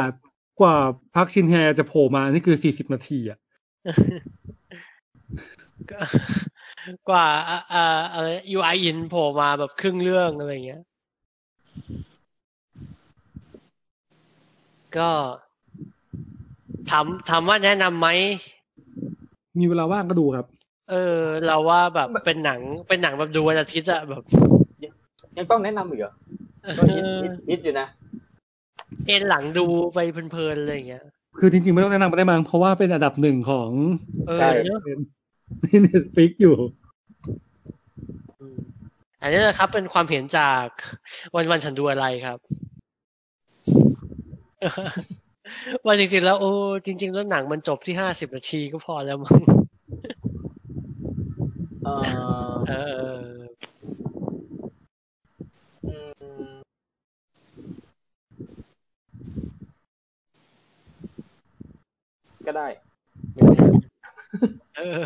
Speaker 7: กว่าพักชินแฮจะโผล่มานี่คือสี่สิบนาทีอ่ะ
Speaker 1: ก็กว่าเอ่ออะไรยูไออินโผล่มาแบบครึ่งเรื่องอะไรอย่างเงี้ย ก็ถามถามว่าแนะนำไหม
Speaker 7: มีเวลาว่างก็ดูครับ
Speaker 1: เออ เราว่าแบบเป็นหนังเป็นหนังแบบดูวันอาทิตย์อะแบบ
Speaker 2: ยังต้องแนะนำอีกเหรอก็ฮิตฮิตฮิตอยู่นะ
Speaker 1: เอ็นหลังดูไปเพลินๆอะไรอย่างเงี้ย
Speaker 7: คือจริงๆ ไม่ต้องแนะนำก็ได้มั้งเพราะว่าเป็นอันดับหนึ่งของ
Speaker 1: เออ
Speaker 2: ใช่
Speaker 1: เนอะ
Speaker 7: เน็ตฟิกอยู่
Speaker 1: อืมอันนี้นะครับเป็นความเห็นจากวันวันๆฉันดูอะไรครับ ว่าจริงๆ แล้วโอ้จริง ๆ แล้วหนังมันจบที่ห้าสิบนาทีก็พอแล้วมั้ง
Speaker 2: เออ
Speaker 1: เออ
Speaker 2: อืมก็ได้
Speaker 1: เออ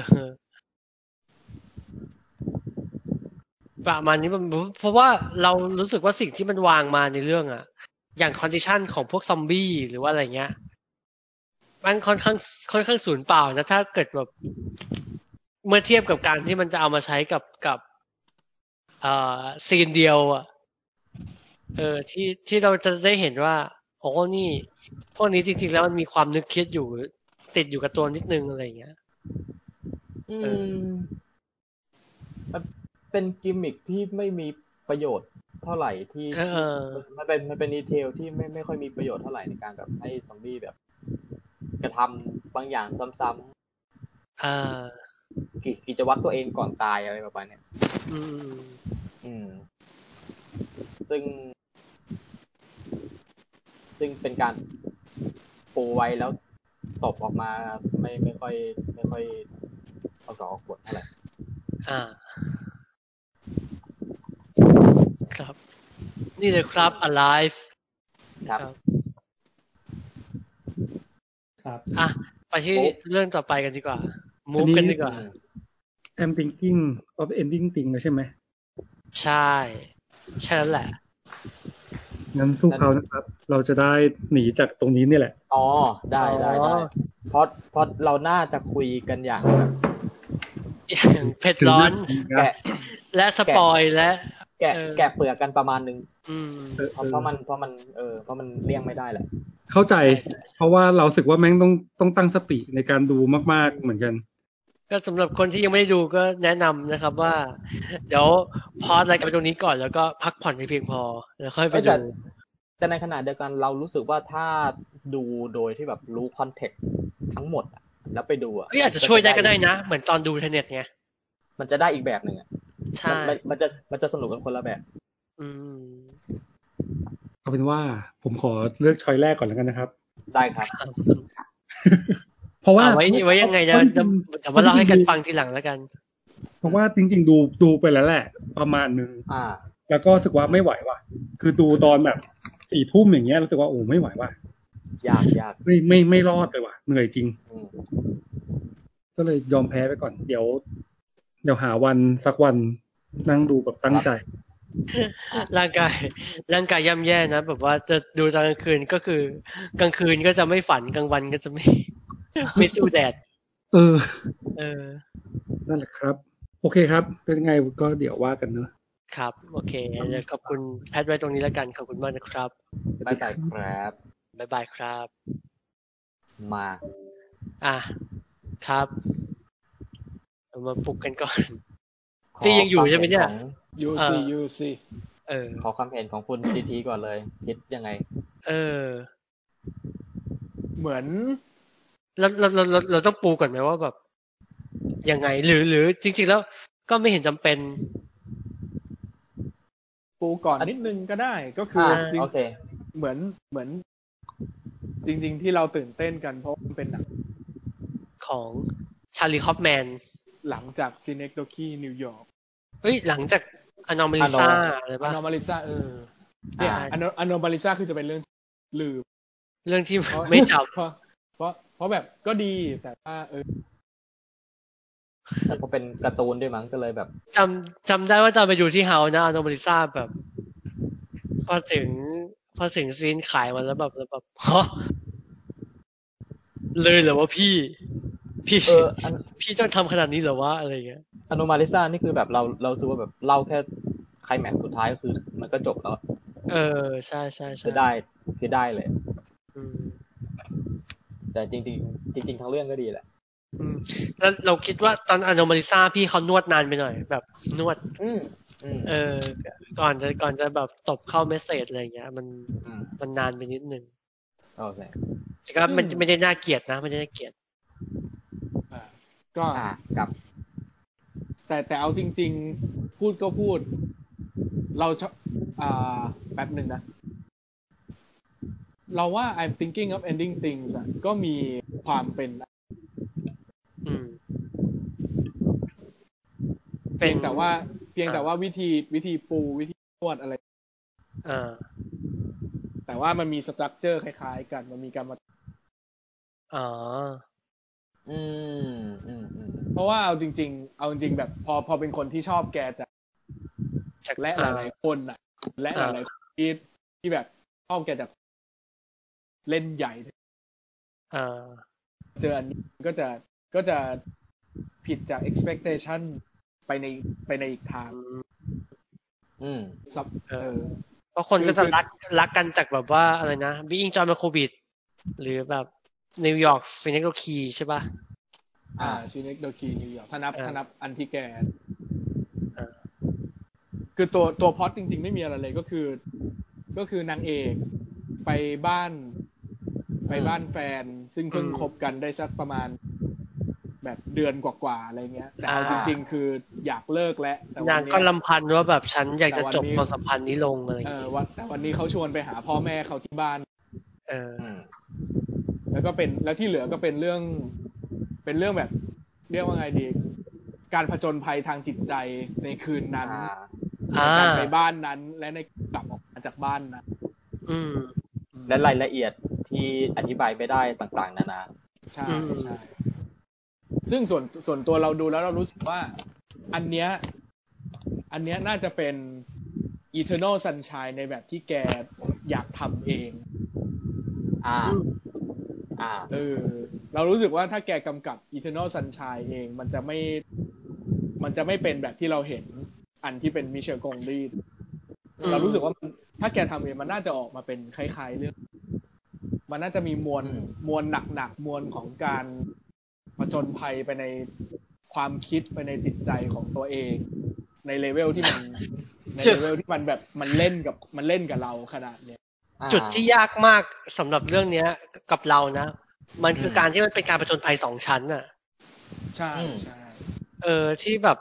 Speaker 1: ประมาณนี้มันเพราะว่าเรารู้สึกว่าสิ่งที่มันวางมาในเรื่องอะอย่างคอนดิชันของพวกซอมบี้หรือว่าอะไรเงี้ย มันค่อนข้างค่อนข้างสูญเปล่านะถ้าเกิดแบบ เมื่อเทียบกับการที่มันจะเอามาใช้กับกับเอ่อซีนเดียวอะเออที่ที่เราจะได้เห็นว่าโอ้นี่ พวกนี้จริงๆแล้วมันมีความนึกคิดอยู่ ติดอยู่กับตัวนิดนึงอะไรอย่างเงี้ย
Speaker 2: อืมมันเป็นกิมมิคที่ไม่มีประโยชน์เท่าไหร่ที่
Speaker 1: เออ
Speaker 2: มันเป็นมันเป็นดีเทลที่ไม่ไม่ค่อยมีประโยชน์เท่าไหร่ในการแบบให้ซอมบี้แบบ กระทำบางอย่างซ้ำ
Speaker 1: อ่า
Speaker 2: ๆกิกิจวัตรตัวเองก่อนตายอะไรประมาณเนี้ย
Speaker 1: อืม
Speaker 2: อืม ซึ่ง ซึ่งเป็นการปูไว้แล้วตบออกมาไม่ไม่ค่อย ไม่ค่อยเอาต่อเอาขวดเท่าไหร่
Speaker 1: อ่า ครับ นี่เลยครับ alive
Speaker 2: ครับ
Speaker 7: ครับ
Speaker 1: อ่ะ ไปที่
Speaker 2: Move
Speaker 1: เรื่องต่อไปกันดีกว่า มู
Speaker 7: อั
Speaker 1: ฟ
Speaker 7: นนี้
Speaker 1: กันดีกว่า
Speaker 7: I'm thinking of ending thing แล้วใช่ไหม
Speaker 1: ใช่ใช่แล้วแหละ
Speaker 7: งั้นสู้เขานะครับ เราจะได้หนีจากตรงนี้เนี่ยแหละ
Speaker 2: อ๋อ ได้ได้
Speaker 1: อ๋
Speaker 2: ได้
Speaker 1: อ
Speaker 2: เพราะเพราะเราน่าจะคุยกันอย่างแบบ
Speaker 1: อย่างเผ็ดร้อน
Speaker 7: แกะ
Speaker 2: แกะ
Speaker 1: และสปอยและ
Speaker 2: แกะ
Speaker 1: เออ
Speaker 2: แกะเปลือกกันประมาณนึง
Speaker 1: อืม
Speaker 2: เพราะเพราะมันเพราะมันเออเพราะมันเลี่ยงไม่ได้แหละ
Speaker 7: เข้าใจ
Speaker 1: ใช่ใช่
Speaker 7: เพราะว่าเราสึกว่าแม่งต้องต้องตั้งสติในการดูมาก ๆ เหมือนกัน
Speaker 1: ก็สำหรับคนที่ยังไม่ได้ดูก็แนะนำนะครับว่า เดี๋ยวพอดรายการไปตรงนี้ก่อนแล้วก็พักผ่อนให้เพียงพอ แล้วค่อยไป
Speaker 2: แต่
Speaker 1: ดู
Speaker 2: แต่ในขณะเดียวกันเรารู้สึกว่าถ้าดูโดยที่แบบรู้คอนเทกต์ทั้งหมดอะแล้วไปดูอะ
Speaker 1: ก็อาจจะช่วยได้ก็ได้นะ เหมือนตอนดูเทเน็ตไง
Speaker 2: มันจะได้อีกแบบหนึ่งอะ
Speaker 1: ใช่
Speaker 2: มันมันจะมันจะสนุกกันคนละแบบ
Speaker 1: อืม
Speaker 7: เอาเป็นว่าผมขอเลือกช้อยแรกก่อนแล้วกันนะครับ
Speaker 2: ได้ครับ
Speaker 7: เพราะว่า
Speaker 1: เอาไว้ไว้ยังไงเดี๋ยวเดี๋ยวเดี๋ยวมาเล่าให้กันฟังทีหลังแล้วกัน
Speaker 7: เพราะว่าจริง ๆ ดูดูไปแล้วแหละ ประมาณนึง
Speaker 2: อ่า
Speaker 7: แล้วก็รู้สึกว่าไม่ไหวว่ะ คือดูตอนแบบสี่ทุ่มอย่างเงี้ยรู้สึกว่าโอ้ไม่ไหวว่ะ
Speaker 2: ยากยาก
Speaker 7: ไม่ไม่ไม่รอดเลยว่ะ เหนื่อยจริง
Speaker 2: อืม
Speaker 7: ก็เลยยอมแพ้ไปก่อน เดี๋ยว เดี๋ยวหาวันสักวันนั่งดูแบบตั้งใจ
Speaker 1: ร่างกายร่างกายย่ำแย่นะแบบว่าจะดูตอนกลางคืนก็คือกลางคืนก็จะไม่ฝันกลางวันก็จะไม่ ไม่สู้แดด
Speaker 7: เออ
Speaker 1: เออ
Speaker 7: นั่นแหละครับ โอเคครับ เป็นไงก็เดี๋ยวว่ากันเนอะ
Speaker 1: ครับ โอเคเดี๋ยวขอบคุณแพทย์ไว้ตรงนี้แล้วกันขอบคุณมากนะครับ
Speaker 2: ได้แต่ครับ
Speaker 1: บ๊ายบายครับ
Speaker 2: มา
Speaker 1: อ่ะครับเอามาปลุกกันก่อน
Speaker 2: ขอ
Speaker 1: นี่ยังอยู่ใช่ไหมเนี่ย
Speaker 2: ความห็ข
Speaker 4: ยูซียูซี
Speaker 1: เออ
Speaker 2: องขอความเห็นของคุณซีทีก่อนเลย คิดยังไง
Speaker 1: เออ
Speaker 4: เหมือน
Speaker 1: เราเราเราเราเราต้องปูก่อนไหมว่าแบบยังไง หรือหรือจริง ๆ แล้วก็ไม่เห็นจำเป็น
Speaker 4: ปูก่อน
Speaker 2: อัน
Speaker 4: นิดนึงก็ได้ก็คือ
Speaker 2: อ่า
Speaker 4: จริง
Speaker 2: โอเค
Speaker 4: เหมือนเหมือน จริง ๆ ที่เราตื่นเต้นกันเพราะมันเป็นหนัง
Speaker 1: ของชาลีคอปแมน
Speaker 4: หลังจากซินเนกโดคีนิวยอร์ก
Speaker 1: เอ้ยหลังจากอนอม a ลิซ่า
Speaker 2: Anom-
Speaker 1: อะไร
Speaker 4: อ
Speaker 1: ป่ะ
Speaker 4: นอมาลิซาเออเนี่ย
Speaker 2: อ่า
Speaker 4: อนอมาลิซาคือจะเป็นเรื่องที่ลืม
Speaker 1: เรื่อง ที่
Speaker 4: เพราะ
Speaker 1: ไม่จ
Speaker 4: เพราะเพราะเพราะแบบก็ดีแต่ว่าเออ
Speaker 2: แต่พอเป็นการ์ตูนด้วยมั้งก็เลยแบบ
Speaker 1: ำจำจำได้ว่าตอนไปดูที่เฮานะอนอมลิซ่าแบบ พอถึง พอถึงซีนขายมันแล้วแบบแล้วแบบฮะเลยเหรอวะพี่ พี่
Speaker 2: เอออัน
Speaker 1: พี่ต้องทำขนาดนี้เหรอวะอะไรเงี้ย
Speaker 2: อนุมาลิซ่านี่คือแบบเราเราซื้อว่าแบบเล่าแค่ไคลแม็กซ์สุดท้ายก็คือ มันก็จบแล้ว
Speaker 1: เออ ใช่ใช่ใช่
Speaker 2: คือได้คือได้เลย
Speaker 1: อืม
Speaker 2: แต่จริง ๆ จริง ๆทั้งเรื่องก็ดีแหละ
Speaker 1: อืมแล้วเราคิดว่าตอนอนอมลิซ่าพี่เขานวดนานไปหน่อย แบบนวด
Speaker 2: อืมอืม
Speaker 1: เออ ก่อนจะก่อนจะแบบตบเข้าเมสเซจอะไรเงี้ย มัน
Speaker 2: อืม
Speaker 1: มันนานไปนิดนึง
Speaker 2: โอเค
Speaker 1: แต่ก็มันไม่ได้น่าเกลียดนะไม่ได้น่าเกลียด
Speaker 4: อ่าก็
Speaker 2: อ่ากับ
Speaker 4: แต่แต่เอาจริง ๆ พูดก็พูด เราชอบอ่าแป๊บหนึ่งนะ เราว่า I'm thinking of ending things อะก็มีความเป็น
Speaker 1: อืม เป็
Speaker 4: เพี
Speaker 1: น
Speaker 4: ยงแต่ว่า เพียงแต่ว่าวิธีวิธีปูวิธีนวดอะไร
Speaker 1: เออ
Speaker 4: แต่ว่ามันมีสตรัคเจอร์คล้ายๆ กันมันมีการมา
Speaker 1: อ๋อ
Speaker 2: อืมอืมอืม
Speaker 4: เพราะว่าเอาจริง ๆ เอาจริงๆแบบพอพอเป็นคนที่ชอบแกจะ
Speaker 1: จาก
Speaker 4: และหลายๆคนน่ะ และหลายๆคนที่ที่แบบชอบแกจากเล่นใหญ่
Speaker 1: ๆอ่า
Speaker 4: เจออันนี้ก็จะก็จะผิดจาก expectation ไปในไปในอีกทาง
Speaker 2: อืม
Speaker 4: ซับเออ
Speaker 1: เพราะคนก็จะ
Speaker 4: คือ
Speaker 1: รักรักกันจากแบบว่าอะไรนะบิ๊กจอห์นมาโควิด หรือแบบนิวยอร์กฟินิกโลคีใช่ป่ะ
Speaker 4: อ่าชินเน็กโดคีนิวยอร์กถ้านับ
Speaker 1: เออ
Speaker 4: ถ้านับอันที่แก
Speaker 1: เออ
Speaker 4: คือตัวตัวพล็อตจริง ๆ ไม่มีอะไรเลยก็คือ ก็คือนางเอกไปบ้าน ไปบ้านแฟน ซึ่งเพิ่งคบกันได้สักประมาณ แบบเดือนกว่าๆอะไรเงี้ย แต่เอาจริง ๆ คืออยากเลิกแล้วแต่วัน
Speaker 1: าง
Speaker 4: เนี้
Speaker 1: ก็
Speaker 4: ย
Speaker 1: ลำพันว่าแบบฉันอยากจะ
Speaker 4: แต่วัน
Speaker 1: จบ
Speaker 4: นี้
Speaker 1: ความสัมพันธ์นี้ลงอะไรอ
Speaker 4: เอย่าง อ
Speaker 1: เงี้ย
Speaker 4: วันแต่วันนี้เขาชวนไปหาพ่อแม่เขาที่บ้าน
Speaker 1: เออ
Speaker 2: อืม
Speaker 4: แล้วก็เป็นแล้วที่เหลือก็เป็นเรื่อง เป็นเรื่องแบบ เรียกว่าไงดี การผจญภัยทางจิตใจในคืนนั้น
Speaker 2: อ่า
Speaker 1: อ่า
Speaker 4: การไปบ้านนั้น และในกลับออกมาจากบ้านนั้น
Speaker 1: อืม
Speaker 2: และรายละเอียดที่อธิบายไม่ได้ต่าง ๆ นานา
Speaker 4: ใช่
Speaker 1: อืม
Speaker 4: ใช่ซึ่งส่วนส่วนตัวเราดูแล้วเรารู้สึกว่า อันเนี้ย อันเนี้ยน่าจะเป็น Eternal Sunshine ในแบบที่แกอยากทำเอง
Speaker 2: อ่า อ่า
Speaker 4: เออ เรารู้สึกว่าถ้าแกกำกับ Eternal Sunshine เอง มันจะไม่ มันจะไม่เป็นแบบที่เราเห็นอันที่เป็นมิเชลกงดีด
Speaker 1: อืม
Speaker 4: เรารู้สึกว่ามันถ้าแกทำเองมันน่าจะออกมาเป็นคล้ายๆเรื่อง มันน่าจะมีมวล
Speaker 2: อืม
Speaker 4: มวลหนักๆมวลของการผจญภัยไปในความคิดไปในจิตใจของตัวเอง ในเลเวลที่มันในเลเวลที่มันแบบมันเล่นกับมันเล่นกับเราขนาดเนี้ย
Speaker 2: อ่า
Speaker 1: จุดที่ยากมากสำหรับเรื่องเนี้ยกับเรานะ มันคืออ
Speaker 2: ม
Speaker 1: การที่มันเป็นการผจญภัยสองชั้นน่ะ
Speaker 4: ใช่
Speaker 2: อืม
Speaker 4: ใช่
Speaker 1: เออที่แบบ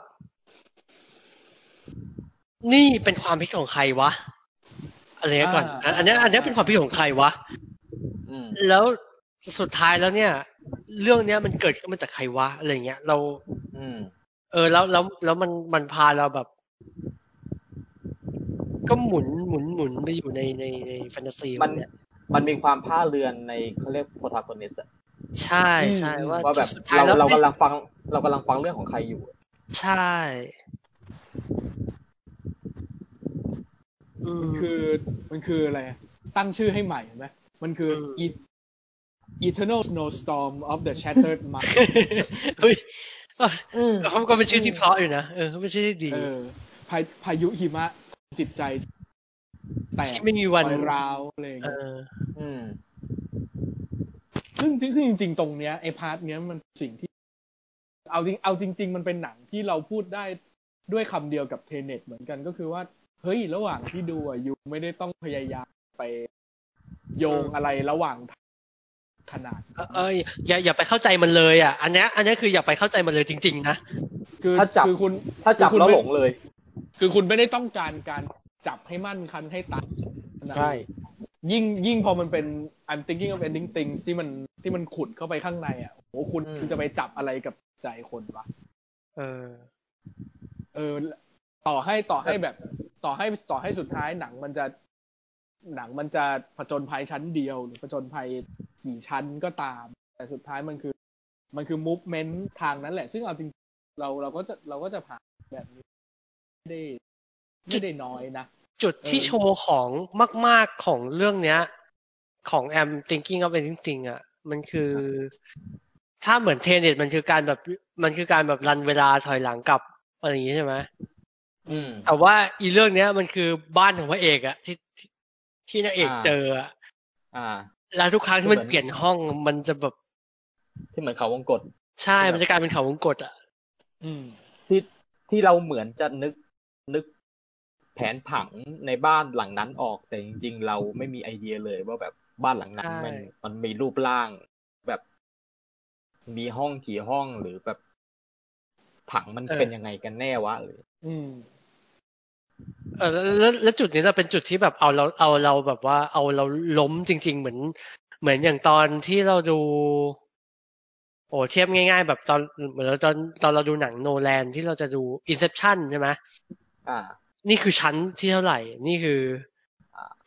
Speaker 1: นี่เป็นความผิดของใครวะอะไรเงี้ยก่อนอันอันเนี้ยอันเนี้ยเป็นความผิดของใครวะ
Speaker 2: อืม
Speaker 1: แล้วสุดท้ายแล้วเนี่ย เรื่องเนี้ยมันเกิดขึ้นมาจากใครวะอะไรเงี้ยเรา
Speaker 2: อืม
Speaker 1: เออแล้วแล้วแล้วมันมันพาเราแบบ ก็หมุนหมุนหมุนไปอยู่ในในในแฟนตาซี
Speaker 2: มัน
Speaker 1: เนี่ย
Speaker 2: มันมีความผ้าเรือนในเขาเรียกโพทาโกนิส
Speaker 1: ใช่ใช่ว่า
Speaker 2: ว่าแบบ
Speaker 1: สุดท้าย
Speaker 2: เรา
Speaker 1: แล้ว
Speaker 2: เรากำลังฟังเรากำลังฟังเรื่องของใครอยู่
Speaker 1: ใช่อืม
Speaker 4: คือมันคืออะไรอะตั้งชื่อให้ใหม่ไหมมันคืออ
Speaker 1: ม
Speaker 4: E- Eternal Snowstorm of the Shattered Mind
Speaker 1: เฮ้ย
Speaker 2: อืม
Speaker 1: เขาก็เป็นชื่อที่เพราะอยู่นะเออเขาเป็นชื่อที่ดี
Speaker 4: เออพาพายุหิมะจิตใจ แต่
Speaker 1: ที่ไม่มีวัน
Speaker 4: ราวอะไรอย่าง
Speaker 1: เอ
Speaker 4: เงี้ย
Speaker 1: อ
Speaker 2: อืม
Speaker 4: ซึ่งซึ่งซึ่งจริง ๆ ตรงเนี้ยไอพาร์ทเนี้ยมันสิ่งที่ เอาจริงเอาจริง ๆ มันเป็นหนังที่เราพูดได้ด้วยคำเดียวกับเทเน็ตเหมือนกันก็คือว่า เฮ้ย ระหว่างที่ดูอะยูไม่ได้ต้องพยายามไปโยง
Speaker 1: อืม
Speaker 4: อะไรระหว่างทางขนาด
Speaker 1: เออเอออย่าอย่าไปเข้าใจมันเลย อ่ะ อันเนี้ยอันเนี้ยคืออย่าไปเข้าใจมันเลยจริง ๆ นะ
Speaker 4: คือ
Speaker 2: ถ้าจับ
Speaker 4: คือคุณ
Speaker 2: ถ้าจับ
Speaker 4: คือคุณ
Speaker 2: แล้ว
Speaker 4: ไม่
Speaker 2: หลงเลย
Speaker 4: คือคุณไม่ได้ต้องการการจับให้มั่นคันให้ตัดนะ
Speaker 2: ใช่
Speaker 4: ยิ่งยิ่งพอมันเป็น I'm thinking of ending things ที่มันที่มันขุดเข้าไปข้างในอ่ะโอ้โหคุณ
Speaker 2: อืม
Speaker 4: คุณจะไปจับอะไรกับใจคนวะ
Speaker 1: เออ
Speaker 4: เออ ต่อให้ต่อให้แบบ ต่อให้ต่อให้สุดท้ายหนังมันจะหนังมันจะผจญภัยชั้นเดียว หรือผจญภัยกี่ชั้นก็ตาม แต่สุดท้ายมันคือ มันคือ movement ทางนั้นแหละ ซึ่งเอาจริงๆเราเราก็จะเราก็จะผ่านแบบนี้ ไม่ได้ไม่ได้น้อยนะ
Speaker 1: จุดที่
Speaker 4: เออ
Speaker 1: โชว์ของมาก ๆของเรื่องเนี้ย ของ I'm thinking of anything อ่ะ มันคือ ถ้าเหมือนเทเน็ตมันคือการแบบ มันคือการแบบรันเวลาถอยหลังกลับอะไรอย่างงี้ใช่ไหม
Speaker 2: อืม
Speaker 1: แต่ว่าอีเรื่องเนี้ยมันคือบ้านของพระเอกอ่ะที่ที่ที่นางเอก
Speaker 2: อ่า
Speaker 1: เจออะ
Speaker 2: อ่า
Speaker 1: แล้วทุกครั้งที่มัน
Speaker 2: เหมือน
Speaker 1: เปลี่ยนห้องมันจะแบบ
Speaker 2: ที่เหมือนเขาวงกฏ
Speaker 1: ใช่มันจะกลายเป็นเขาวงกฏอ่ะ
Speaker 4: อืม
Speaker 2: ที่ที่เราเหมือนจะนึกนึกแผนผังในบ้านหลังนั้นออกแต่จริงๆ เราไม่มีไอเดียเลยว่าแบบบ้านหลังนั้น
Speaker 1: ใช่
Speaker 2: มันมันมีรูปร่าง แบบ มีห้องกี่ห้องหรือแบบผังมันเป็นยังไงกันแน่วะหรือ
Speaker 4: อืม
Speaker 1: เออแล้วแล้วแล้วจุดนี้เราเป็นจุดที่แบบเอาเราเอาเราแบบว่าเอาเราล้มจริง ๆ เหมือน เหมือนอย่างตอนที่เราดู โอ้เทียบง่ายๆ แบบตอนเหมือนเราตอนตอนเราดูหนังโนแลนที่เราจะดู Inception ใช่ไหม
Speaker 2: อ่า
Speaker 1: นี่คือชั้นที่เท่าไหร่ นี่คือ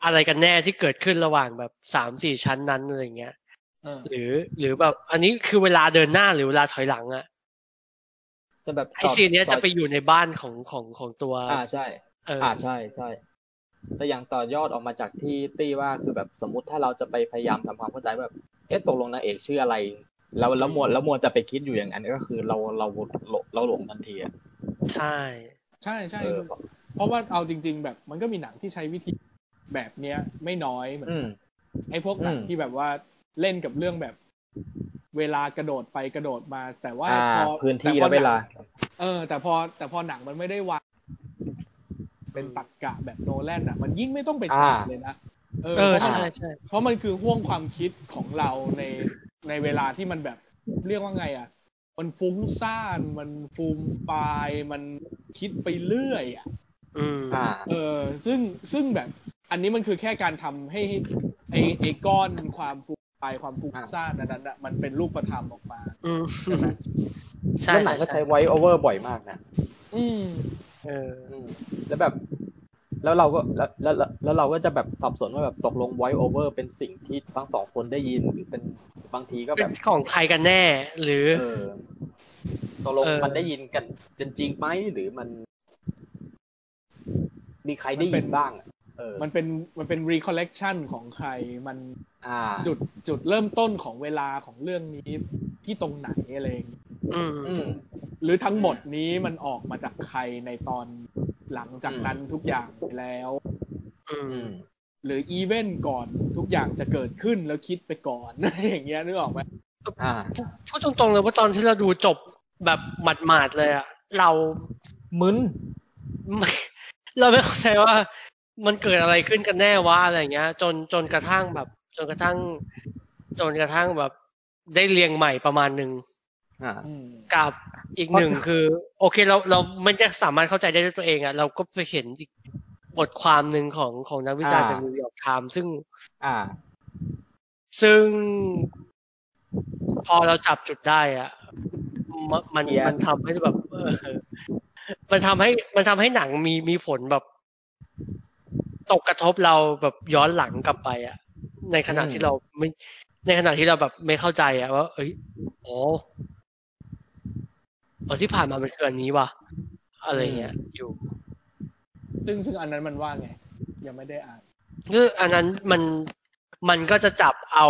Speaker 1: อะไรกันแน่ที่เกิดขึ้นระหว่างแบบสามสี่ชั้นนั้นอะไรอย่างเงี้ย
Speaker 4: เออ
Speaker 1: หรือ หรือแบบ อันนี้คือเวลาเดินหน้าหรือเวลาถอยหลังอะ
Speaker 2: จะแบบ
Speaker 1: ไอซีนเนี้ยจะไปอยู่ในบ้านของของของตัว
Speaker 2: อ่าใช่
Speaker 1: เอออ
Speaker 2: อ่าใช่ใช่แต่อย่างต่อยอดออกมาจากที่ตี้ว่าคือแบบสมมติถ้าเราจะไปพยายามทำความเข้าใจว่าแบบเอ๊ะตกลงนางเอกชื่ออะไร แล้วแล้วมวลแล้วมวลจะไปคิดอยู่อย่างนั้นก็คือเราเราเราเราหลงทันทีอะ
Speaker 1: ใช่
Speaker 4: ใช่ใช่
Speaker 2: เออ
Speaker 4: เพราะว่าเอาจริง ๆ แบบ มันก็มีหนังที่ใช้วิธีแบบเนี้ย ไม่น้อยเหมือน
Speaker 2: อืม
Speaker 4: ไอ้พวกหนัง
Speaker 2: อืม
Speaker 4: ที่แบบว่าเล่นกับเรื่องแบบ เวลากระโดดไปกระโดดมา แต่ว่า
Speaker 2: อ่า
Speaker 4: พอ
Speaker 2: พื้นที่
Speaker 4: ต่พอ
Speaker 2: และเวลา
Speaker 4: หนังเออ แต่พอแต่พอหนังมันไม่ได้วางเป็นตรรกะแบบโนแลนอ่ะ มันยิ่งไม่ต้องไปจับ
Speaker 2: อ่า
Speaker 4: เลยนะ
Speaker 1: เออ
Speaker 4: พราะ
Speaker 1: ใช่
Speaker 4: มัน
Speaker 1: ใช่
Speaker 4: เพราะมันคือห่วงความคิดของเราในในเวลาที่มันแบบเรียกว่าไงอ่ะ มันฟุ้งซ่าน มันฟูมฟายมันคิดไปเรื่อยอ่ะ
Speaker 1: อืม
Speaker 2: อ่า
Speaker 4: เออซึ่งซึ่งแบบ อันนี้มันคือแค่การทำให้ไอไอก้อนความฟูมฟายความฟุ้งซ่านนั้นน่ะมันเป็นรูปธรรมออกมา
Speaker 1: อืม
Speaker 4: ใช่ไหม
Speaker 1: ใช่
Speaker 2: แล้วหนังก็ใช้ไวโอเวอร์บ่อยมากนะ
Speaker 4: อืม
Speaker 1: เออ
Speaker 2: อืมแล้วแบบ แล้วเราก็แล้วแล้วแล้วแล้วเราก็จะแบบสับสนว่าแบบตกลงไวโอเวอร์เป็นสิ่งที่ทั้งสองคนได้ยินหรือเป็นบางทีก็แบ
Speaker 1: เป็น
Speaker 2: บ
Speaker 1: ของใครกันแน่ หรือ
Speaker 2: เออตกลง
Speaker 1: เออ
Speaker 2: มันได้ยินกันจริงจริงไหมหรือมัน มีใครได้
Speaker 4: มันเป็
Speaker 2: ยิน
Speaker 4: น
Speaker 2: บ้างอะเออ
Speaker 4: มันเป็นมันเป็น recollection ของใครมัน
Speaker 2: อ่า
Speaker 4: จุดจุดเริ่มต้นของเวลาของเรื่องนี้ที่ตรงไหนอะไรอย่างเงี้ย
Speaker 1: อืม
Speaker 2: อืม
Speaker 4: หรือทั้งหมดนี้มันออกมาจากใครในตอนหลังจากนั้นทุกอย่างไปแล้ว
Speaker 1: อื
Speaker 2: อื
Speaker 1: ม
Speaker 2: ม
Speaker 4: หรืออีเวนต์ก่อนทุกอย่างจะเกิดขึ้นแล้วคิดไปก่อน อะไรอย่างเงี้ยนึกออกไหม
Speaker 2: อ่า
Speaker 1: พูดตรงๆเลยว่าตอนที่เราดูจบแบบหมาดๆเลยอะเรา
Speaker 2: มึน
Speaker 1: ไม่ เราไม่เข้าใจว่ามันเกิดอะไรขึ้นกันแน่วะอะไรเงี้ย จนจนกระทั่งแบบ จนกระทั่ง จนกระทั่งแบบ ได้เรียงใหม่ประมาณหนึ่ง
Speaker 2: อ่า
Speaker 4: อืม
Speaker 1: กับอีกหนึ่งคือ โอเคเราเราไม่ได้สามารถเข้าใจได้ด้วยตัวเองอะเราก็ไปเห็นอีกบทความหนึ่งของของนักวิจารณ์
Speaker 2: อ่า
Speaker 1: จากนิวยอร์กไทม์ซึ่ง
Speaker 2: อ่า
Speaker 1: ซึ่งพอเราจับจุดได้อะมมัน
Speaker 2: เขียน
Speaker 1: มันทำให้แบบ เออมันทำให้มันทำให้หนังมีมีผลแบบ ตกกระทบเราแบบย้อนหลังกลับไปอะในขณะที่เราไม่ในขณะที่เราแบบไม่เข้าใจอะว่า เอ้ยอ๋อเออที่ผ่านมามันคืออันนี้ว่ะอะไรเงี้ยอยู่
Speaker 4: ซึ่งซึ่งอันนั้นมันว่าไง ยังไม่ได้อ่าน
Speaker 1: คืออันนั้นมันมันก็จะจับเอา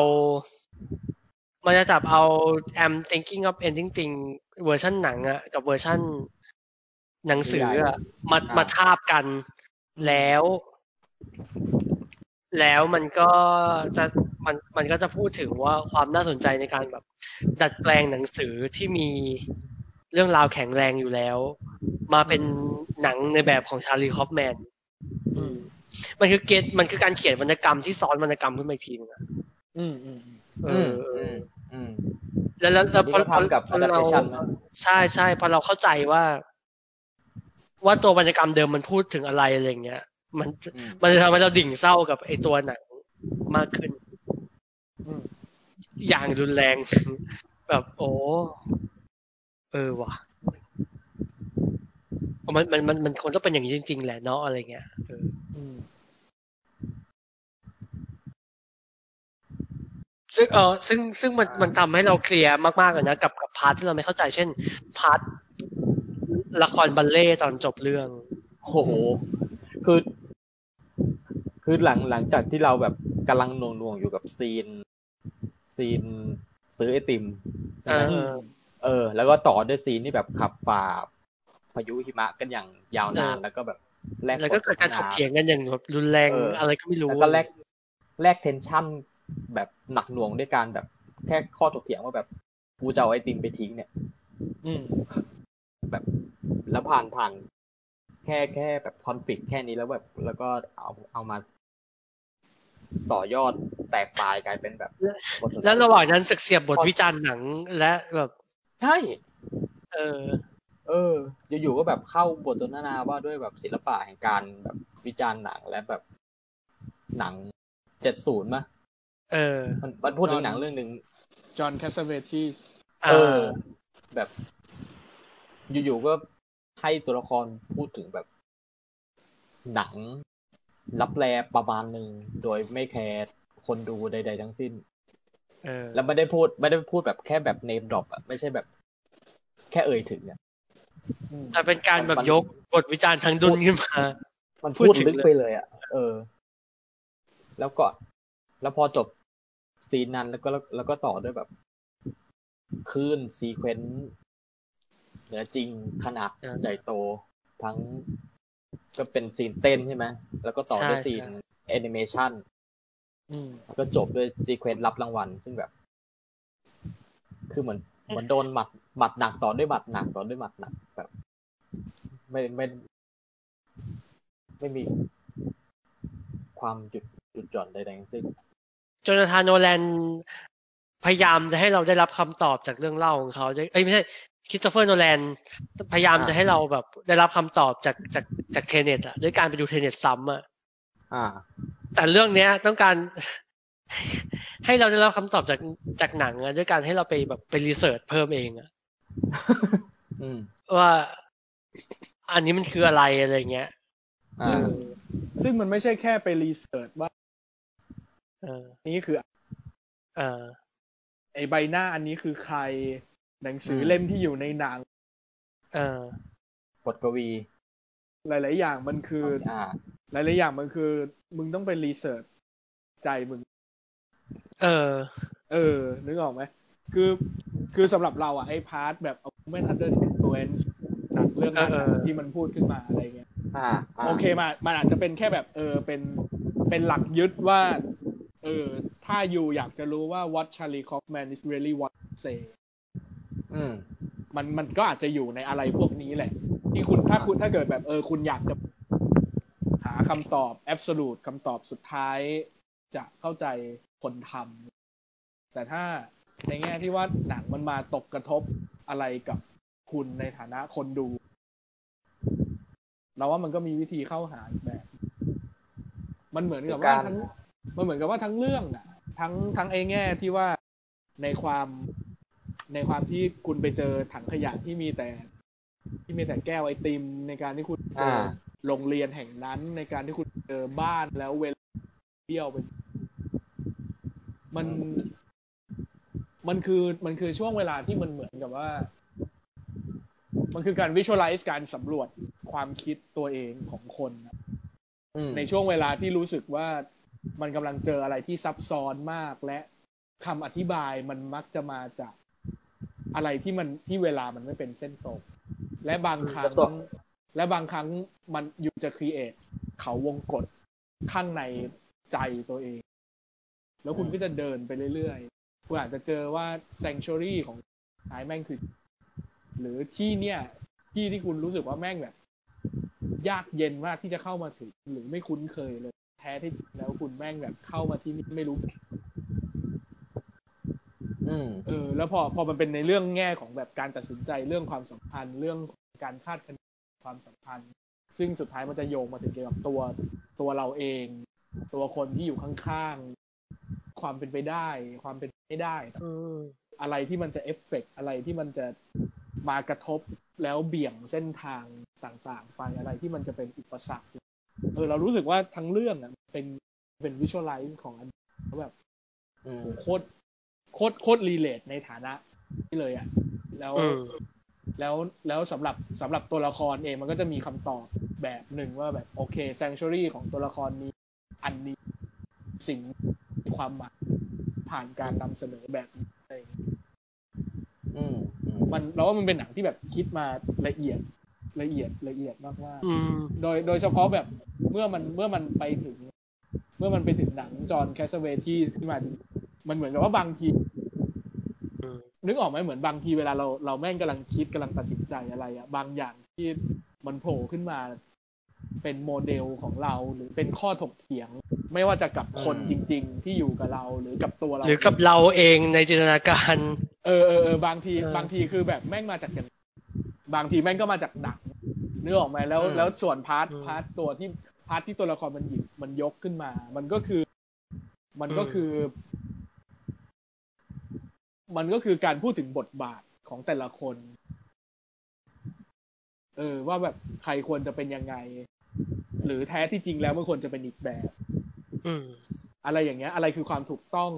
Speaker 1: มันจะจับเอา I'm thinking of ending thing เวอร์ชันหนังอะกับเวอร์ชันหนังสืออะมา
Speaker 2: อ่าม
Speaker 1: มาทาบกันแล้ว แล้วมันก็จะมันมันก็จะพูดถึงว่าความน่าสนใจในการแบบ ดัดแปลงหนังสือที่มีเรื่องราวแข็งแรงอยู่แล้ว มาเป็นหนังในแบบของชาลีคอฟแมน มันคือเกตมันคือการเขียนวรรณกรรมที่ซ้อนวรรณกรรมขึ้นมาอีกทีนึงอะ
Speaker 4: อืมอืมอืม
Speaker 1: เอ
Speaker 2: อื
Speaker 1: ออ
Speaker 2: มอืมอืม
Speaker 1: แล้วแล้วแล้วพ
Speaker 2: นี่
Speaker 1: อ
Speaker 2: ก็ทำกับ
Speaker 1: พอเรา
Speaker 2: adaptation นะ
Speaker 1: ใช่ใช่พอเราเข้าใจว่า ว่าตัววรรณกรรมเดิมมันพูดถึงอะไรอะไรอย่างเงี้ย มัน
Speaker 2: อืม
Speaker 1: มันจะทำให้เราดิ่งเศร้ากับไอตัวหนังมากขึ้น
Speaker 4: อืม
Speaker 1: อย่างรุนแรง แบบโอ้เออว่ะมันมันมันมันควรต้องเป็นอย่างนี้จริง ๆ แหละเนาะอะไรเงี้ยเออ
Speaker 4: อืม
Speaker 1: ซึ่งเออซึ่งซึ่งมันมันทำให้เราเคลียร์มากๆเลยนะกับกับพาร์ทที่เราไม่เข้าใจเช่นพาร์ทละครบัลเล่ต์ตอนจบเรื่อง
Speaker 2: โอ้โห คือ คือหลังหลังจากที่เราแบบกำลังหน่วงๆอยู่กับซีน ซีนซื้อไอติม
Speaker 1: เอ
Speaker 2: ใช่ไหม
Speaker 1: อ
Speaker 2: เออ แล้วก็ต่อด้วยซีนที่แบบขับฝ่าพายุหิมะกันอย่างยาวนาน
Speaker 1: เออ
Speaker 2: แล้วก็แบบแลก
Speaker 1: แล้วก็
Speaker 2: บ
Speaker 1: เกิ
Speaker 2: ท
Speaker 1: ด
Speaker 2: ส
Speaker 1: การ
Speaker 2: นท
Speaker 1: ถก
Speaker 2: นา
Speaker 1: เถียงกันอย่างแบบรุนแรง
Speaker 2: เอออ
Speaker 1: อะไรก็ไม่รู้
Speaker 2: แล้วก็แลกแลกเทนชั่นแบบหนักหน่วงด้วยการแบบแค่ข้อถกเถียงว่าแบบกูจะเอาไอติมไปทิ้งเนี่ย
Speaker 4: อืม
Speaker 2: แบบแล้วผ่านผ่านแค่แค่แบบคอนฟ lict แค่นี้แล้วแบบ แล้วก็เอาเอามา ต่อยอดแตกปลายกลายเป็นแบบบทสนทนา
Speaker 1: แล้วระหว่างนั้นศึกเสียบบทวิจารณ์หนังและแบบ
Speaker 2: ใช่
Speaker 1: เออ
Speaker 2: เออ อยู่ๆก็แบบเข้าบทสนทนาว่าด้วยแบบศิลปะแห่งการแบบวิจารณ์หนังและแบบหนังเจ็ดศูนย์มะ
Speaker 1: เออ
Speaker 2: มันมันพูดถึงหนังเรื่องหนึ่ง
Speaker 4: จอห์นแคสเวทีส
Speaker 2: เออ แบบ อยู่ๆก็ให้ตัวละครพูดถึงแบบ หนัง รับแลประมาณหนึ่งโดยไม่แคร์คนดูใด ๆ ทั้งสิ้น
Speaker 1: เออ
Speaker 2: แล้วไม่ได้พูด ไม่ได้พูดแบบแค่แบบเนมดรอปอะไม่ใช่แบบ แค่เอ่ยถึงเนี่ย
Speaker 1: แต่เป็นการแบบยกบทวิจารณ์ทางดุนขึ้นมา
Speaker 2: มัน
Speaker 1: พู
Speaker 2: พู
Speaker 1: ด
Speaker 2: ด
Speaker 1: ถึง
Speaker 2: ลึกไปเลยอะเออ แล้วก็แล้วพอจบซีนนั้นแล้วก็แล้วก็ต่อด้วยแบบคลื่นซีเควนซ์เหนือจริงขนาดใหญ่โต ทั้งก็เป็นซีนเต้นใช่ไหมแล้วก็ต่อด้วยซีนแอนิเมชัน
Speaker 4: อืม
Speaker 2: แล้วก็จบด้วยซีเควนซ์รับรางวัล ซึ่งแบบ คือเหมือนเหมือนโดนหมัดหมัดหนักต่อด้วยหมัดหนักต่อด้วยหมัดหนักแบบ ไม่ไม่ ไม่มีความหยุดหยุดหย่อนใดๆทั้งสิ้น
Speaker 1: โจนาธานโนแลนพยายามจะให้เราได้รับคำตอบจากเรื่องเล่าของเขาด้วยเอ้ยไม่ใช่คริสโตเฟอร์โนแลนพยายามจะให้เราแบบได้รับคำตอบจากจากจากเทเนตอะด้วยการไปดูเทเนตซ้ำอะ
Speaker 2: อ่า
Speaker 1: แต่เรื่องเนี้ยต้องการ ให้เราได้รับคำตอบจากจากหนังอะด้วยการให้เราไปแบบไปรีเสิร์ชเพิ่มเองอะ
Speaker 2: อืม
Speaker 1: ว่าอันนี้มันคืออะไรอะไรเงี้ย
Speaker 2: อ่า
Speaker 4: ซึ่งมันไม่ใช่แค่ไปรีเสิร์ชว่า
Speaker 1: เออ
Speaker 4: นี่คือ
Speaker 1: เออ
Speaker 4: ไอใบหน้าอันนี้คือใคร หนังสืออ
Speaker 2: ม
Speaker 4: เล่มที่อยู่ในหนัง
Speaker 1: เออบ
Speaker 2: ทกวี
Speaker 4: หลาย ๆ อย่างมันคือ
Speaker 2: อ่า
Speaker 4: หลาย ๆ อย่างมันคือ มึงต้องไปรีเสิร์ชใจมึง
Speaker 1: เออ
Speaker 4: เออ นึกออกไหม คือ คือสำหรับเราอะไอ้พาร์ทแบบเอา ไม่ทันเดินอินฟลูเอนซ์จากเรื่องนั้น
Speaker 1: เออ
Speaker 4: อะ
Speaker 1: เออ
Speaker 4: ที่มันพูดขึ้นมาอะไรเงี้ย
Speaker 5: อ่าา
Speaker 4: โอเคมามันอาจจะเป็นแค่แบบเออเป็นเป็นหลักยึดว่า เออ ถ้าอยู่อยากจะรู้ว่า what Charlie Kaufman is really what to say
Speaker 5: อืม
Speaker 4: มันมันก็อาจจะอยู่ในอะไรพวกนี้แหละ ที่คุณถ้าคุณถ้าเกิดแบบเออ คุณอยากจะหาคำตอบ absolute คำตอบสุดท้ายจะเข้าใจคนทำแต่ถ้าในแง่ที่ว่าหนังมันมาตกกระทบอะไรกับคุณในฐานะคนดู เราว่ามันก็มีวิธีเข้าหาอีกแบบ มันเหมือนกับว่า
Speaker 5: คือการ
Speaker 4: ทั้งมันเหมือนกับว่าทั้งเรื่องน่ะ ทั้งทั้งไอ้แง่ที่ว่าในความในความที่คุณไปเจอถังขยะที่มีแต่ ที่มีแต่แก้วไอติม ในการที่คุณเจอ
Speaker 5: อ่า
Speaker 4: โรงเรียนแห่งนั้น ในการที่คุณเจอบ้านแล้วเวลาเบี้ยวไป มัน มันคือมันคือช่วงเวลาที่มันเหมือนกับว่า มันคือการวิชวลไลซ์การสำรวจความคิดตัวเองของคนนะ
Speaker 5: อืม
Speaker 4: ในช่วงเวลาที่รู้สึกว่ามันกำลังเจออะไรที่ซับซ้อนมากและคำอธิบายมันมักจะมาจากอะไรที่มันที่เวลามันไม่เป็นเส้นตรงและบางครั้งและบางครั้งมันอยู่จะครีเอทเขาวงกฏข้างในใจตัวเอง แล้วคุณก็จะเดินไปเรื่อยๆคุณอาจจะเจอว่า sanctuary ของท้ายแม่งคือ หรือที่เนี่ย ที่ที่คุณรู้สึกว่าแม่งแบบ ยากเย็นมากที่จะเข้ามาถึง หรือไม่คุ้นเคยเลย แท้ที่จริงแล้วคุณแม่งแบบเข้ามาที่นี่ไม่รู้
Speaker 5: อืม
Speaker 4: เออ แล้วพอพอมันเป็นในเรื่องแง่ของแบบการตัดสินใจเรื่องความสัมพันธ์ เรื่องการคาดคะเนความสัมพันธ์ ซึ่งสุดท้ายมันจะโยงมาถึงเกี่ยวกับตัวตัวเราเอง ตัวคนที่อยู่ข้างๆ ความเป็นไปได้ ความเป็นไม่ได้
Speaker 1: อืม
Speaker 4: อะไรที่มันจะเอฟเฟกต์อะไรที่มันจะมากระทบแล้วเบี่ยงเส้นทางต่างๆ ไปอะไรที่มันจะเป็นอุปสรรคเออเรารู้สึกว่าทั้งเรื่องอ่ะเป็นเป็นวิชวลไลซ์ของอันแล้วแบบ
Speaker 5: อืม
Speaker 4: โหโคตรโคตรโคตรรีเลทในฐานะนี่เลยอ่ะ แล้ว
Speaker 1: อืม
Speaker 4: แล้วแล้วสำหรับสำหรับตัวละครเองมันก็จะมีคำตอบแบบหนึ่งว่าแบบโอเคแซงช u รี่ของตัวละครนี้ อันนี้สิ่งมีความหมายผ่านการนำเสนอแบบนี้อะไรอย่างเงี้ย
Speaker 5: อืมอืม
Speaker 4: มันเราว่ามันเป็นหนังที่แบบคิดมาละเอียดละเอียดละเอียดมากๆ
Speaker 1: อืม
Speaker 4: โดยโดยเฉพาะแบบเมื่อมันเมื่อมันไปถึง เมื่อมันไปถึงหนังจอห์นแคสเวที่ขึ้นมาจริงมันเหมือนกับว่าบางที
Speaker 1: อืม
Speaker 4: นึกออกไหมเหมือนบางทีเวลาเราเราแม่งกำลังคิดกำลังตัดสินใจอะไรอะบางอย่างที่มันโผล่ขึ้นมา เป็นโมเดลของเราหรือเป็นข้อถกเถียง ไม่ว่าจะกับคนจริง ๆ ที่อยู่กับเราหรือกับตัวเรา
Speaker 1: หรือกับเราเองในจินตนาการ
Speaker 4: เออเออเออบางที
Speaker 1: เออบ
Speaker 4: างทีคือแบบแม่งมาจากอย่างบางทีแม่งก็มาจากหนังนึกออกไหมแล้ว
Speaker 5: อืม
Speaker 4: แล้วส่วนพาร์ท
Speaker 1: อืม
Speaker 4: พาร์ทตัวที่พาร์ทที่ตัวละครมันหยิบมันยกขึ้นมา มันก็คือ มันก็
Speaker 1: อืม
Speaker 4: คือ มันก็คือการพูดถึงบทบาทของแต่ละคน เออ ว่าแบบใครควรจะเป็นยังไง หรือแท้ที่จริงแล้วมันควรจะเป็นอีกแบบ
Speaker 1: อืม
Speaker 4: อะไรอย่างเงี้ย อะไรคือความถูกต้อง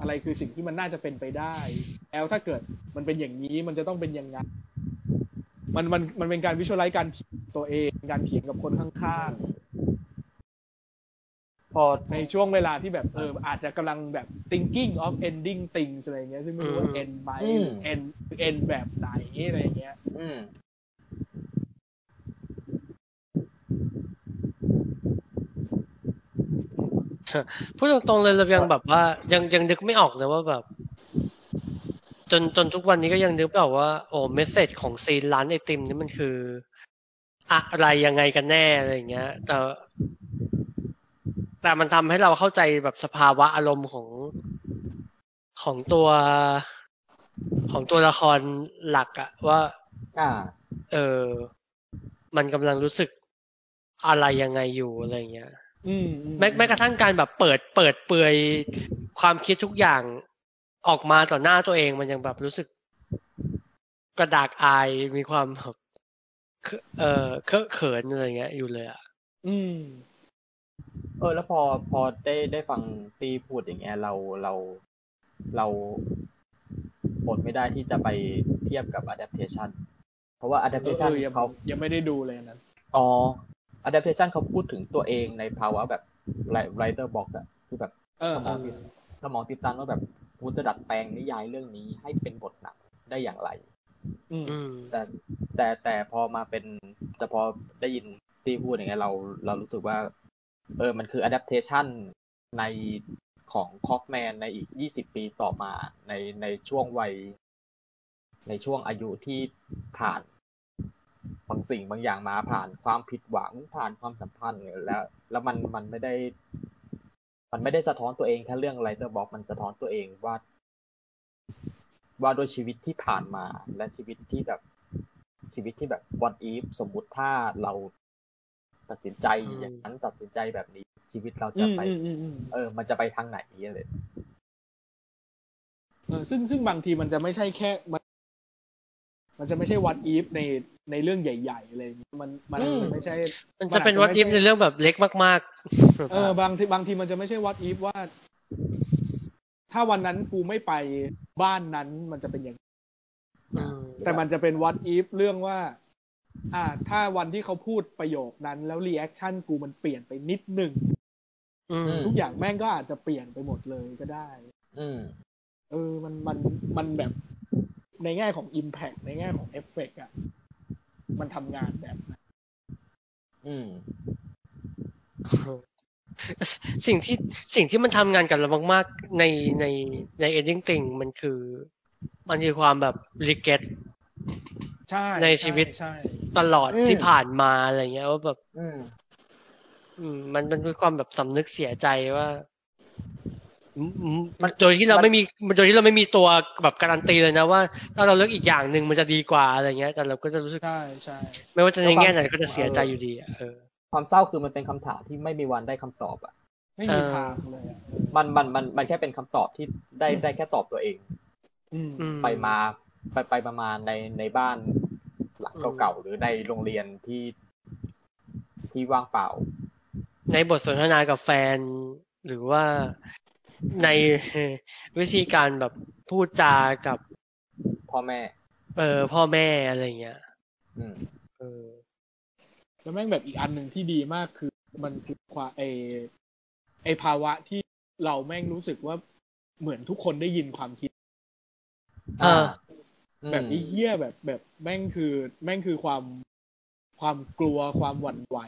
Speaker 4: อะไรคือสิ่งที่มันน่าจะเป็นไปได้ แล้วถ้าเกิดมันเป็นอย่างนี้มันจะต้องเป็นอยังไงมันมันมันเป็นการวิชวลไลซ์การเถียงตัวเอง การเถียงกับคนข้าง
Speaker 5: พอ
Speaker 4: ๆ ในช่วงเวลาที่แบบเอออาจจะกำลังแบบ thinking of ending things อะไรเงี้ย ซึ่งไม่รู้ว่า
Speaker 1: อืม
Speaker 4: end ไหม
Speaker 5: อื
Speaker 4: ห
Speaker 5: ม
Speaker 4: รือ end end แบบไหนอะไรเงี้ย
Speaker 5: อืม
Speaker 1: พูดตรงๆเลยเรายังแบบว่า ยังยังนึกไม่ออกเลยว่าแบบ จนจนทุกวันนี้ก็ยังนึกไม่ออกว่า โอ้เมสเซจของซีนร้านไอติมนี่มันคือ อะไรยังไงกันแน่อะไรอย่างเงี้ย แต่ แต่มันทำให้เราเข้าใจแบบสภาวะอารมณ์ของของตัวของตัวละครหลักอะว่า
Speaker 5: อ่า
Speaker 1: เออ มันกำลังรู้สึกอะไรยังไงอยู่อะไรอย่างเงี้ย
Speaker 4: อืมอื
Speaker 1: แม้แม้กระทั่งการแบบเปิดเปิดเปลือยความคิดทุกอย่างออกมาต่อหน้าตัวเองมันยังแบบรู้สึกกระดากอายมีความแบบเคเออเคอะเขินอะไรเงี้ย อยู่เลยอ่ะ
Speaker 4: อืม
Speaker 2: เออแล้วพอพอได้ได้ฟังตีพูดอย่างเงี้ยเราเราเราอดไม่ได้ที่จะไปเทียบกับ adaptation เพราะว่า
Speaker 4: เออเอ
Speaker 2: adaptation
Speaker 4: อยัง
Speaker 2: เขา
Speaker 4: ยังไม่ได้ดูเลยอันนั้น
Speaker 2: อ๋อ adaptation เขาพูดถึงตัวเองในภาวะแบบ write- writer box อะคือแบบ
Speaker 4: เออ
Speaker 2: สมอง
Speaker 4: เออ
Speaker 2: สมองติดตันว่าแบบกูจะดัดแปลงนิยายเรื่องนี้ให้เป็นบทหนังได้อย่างไร
Speaker 4: อืม
Speaker 1: อืม
Speaker 2: แต่แต่แต่พอมาเป็นแต่พอได้ยินที่พูดอย่างเงี้ยเราเรารู้สึกว่า เออมันคือ adaptation ในของคอกแมนในอีก 20 ปีต่อมาในในช่วงวัย ในช่วงอายุที่ผ่านบางสิ่งบางอย่างมาผ่านความผิดหวังผ่านความสัมพันธ์แล้ว แล้วมันมันไม่ได้ มันไม่ได้สะท้อนตัวเองแค่เรื่องไรเดอร์บ็อกมันสะท้อนตัวเองว่า ว่าด้วยชีวิตที่ผ่านมาและชีวิตที่แบบชีวิตที่แบบวันอีฟสมมุติถ้าเราตัดสินใจ
Speaker 1: อืม
Speaker 2: อย่างนั้นตัดสินใจแบบนี้ ชีวิตเรา
Speaker 4: อื
Speaker 2: จะ
Speaker 4: ม
Speaker 2: ไป
Speaker 4: อืมอืมอืม
Speaker 2: เออ มันจะไปทางไหนเนี่ยเลย
Speaker 4: เออซึ่งซึ่งบางทีมันจะไม่ใช่แค่มัน มันจะไม่ใช่วัดอีฟในในเรื่องใหญ่ๆอะไรอย่างเงี้ยมันมันอาจจะไม่ใช่
Speaker 1: มันจะเป็นวัตถิฟในเรื่องแบบเล็กมาก
Speaker 4: เออบางทีบางทีมันจะไม่ใช่วัดอีฟว่า ถ้าวันนั้นกูไม่ไปบ้านนั้นมันจะเป็นอย่าง
Speaker 1: ๆอืม
Speaker 4: แต่มันจะเป็นวัดอีฟเรื่องว่า อ่า ถ้าวันที่เขาพูดประโยคนั้น แล้วรีแอคชั่นกูมันเปลี่ยนไปนิดหนึ่ง
Speaker 1: อืม
Speaker 4: ทุกอย่างแม่งก็อาจจะเปลี่ยนไปหมดเลยก็ได้
Speaker 2: อืม
Speaker 4: เออ มันมันมันแบบในแง่ของ Impact ในแง่ของ Effect อ่ะ มันทำงานแบบนั้น
Speaker 2: อืม
Speaker 1: สิ่งที่สิ่งที่มันทำงานกับเรามากๆในในใน ending thing มันคือ มันคือความแบบ regret
Speaker 4: ใช่
Speaker 1: ในชีวิต
Speaker 4: ใช่ใช่
Speaker 1: ตลอด
Speaker 4: อืม
Speaker 1: ที่ผ่านมาอะไรเงี้ยว่าแบบ
Speaker 2: อืม
Speaker 1: อืม มันมันคือความแบบสำนึกเสียใจว่าอืมอืม
Speaker 2: มัน
Speaker 1: โดยที่เราไม่มีโดยที่เราไม่มีตัวแบบการันตีเลยนะว่า ถ้าเราเลือกอีกอย่างหนึ่งมันจะดีกว่าอะไรเงี้ย แต่เราก็จะรู้สึก
Speaker 4: ใช่ใช่
Speaker 1: ไม่ว่าจะในแง่ไหนก็จะเสียใจอยู่ดีอะเออ
Speaker 2: ความเศร้าคือมันเป็นคำถามที่ไม่มีวันได้คำตอบอ่ะ
Speaker 4: ไม่
Speaker 1: เอ
Speaker 4: มี
Speaker 1: อ
Speaker 4: ทางเลยอ่ะเออ
Speaker 2: มันมันมันมันแค่เป็นคำตอบที่ได้ได้แค่ตอบตัวเอง
Speaker 4: อืม
Speaker 1: อื
Speaker 2: ไปมาไปไปประมาณในในบ้านหลังเก่าๆหรือในโรงเรียนที่ที่ว่างเปล่า
Speaker 1: ในบทสนทนากับแฟน หรือว่าใน วิธีการแบบพูดจากับ
Speaker 2: พ่อแม่
Speaker 1: เออพ่อแม่อะไรเงี้ย
Speaker 2: อืม
Speaker 1: เออ
Speaker 4: แล้วแม่งแบบอีกอันหนึ่งที่ดีมากคือมันคือความไอไอภาวะที่เราแม่งรู้สึกว่าเหมือนทุกคนได้ยินความคิด
Speaker 1: อ่า
Speaker 4: แบบไอ้เหี้ยแบบแบบแม่งคือแม่งคือความความกลัวความหวั่นไหว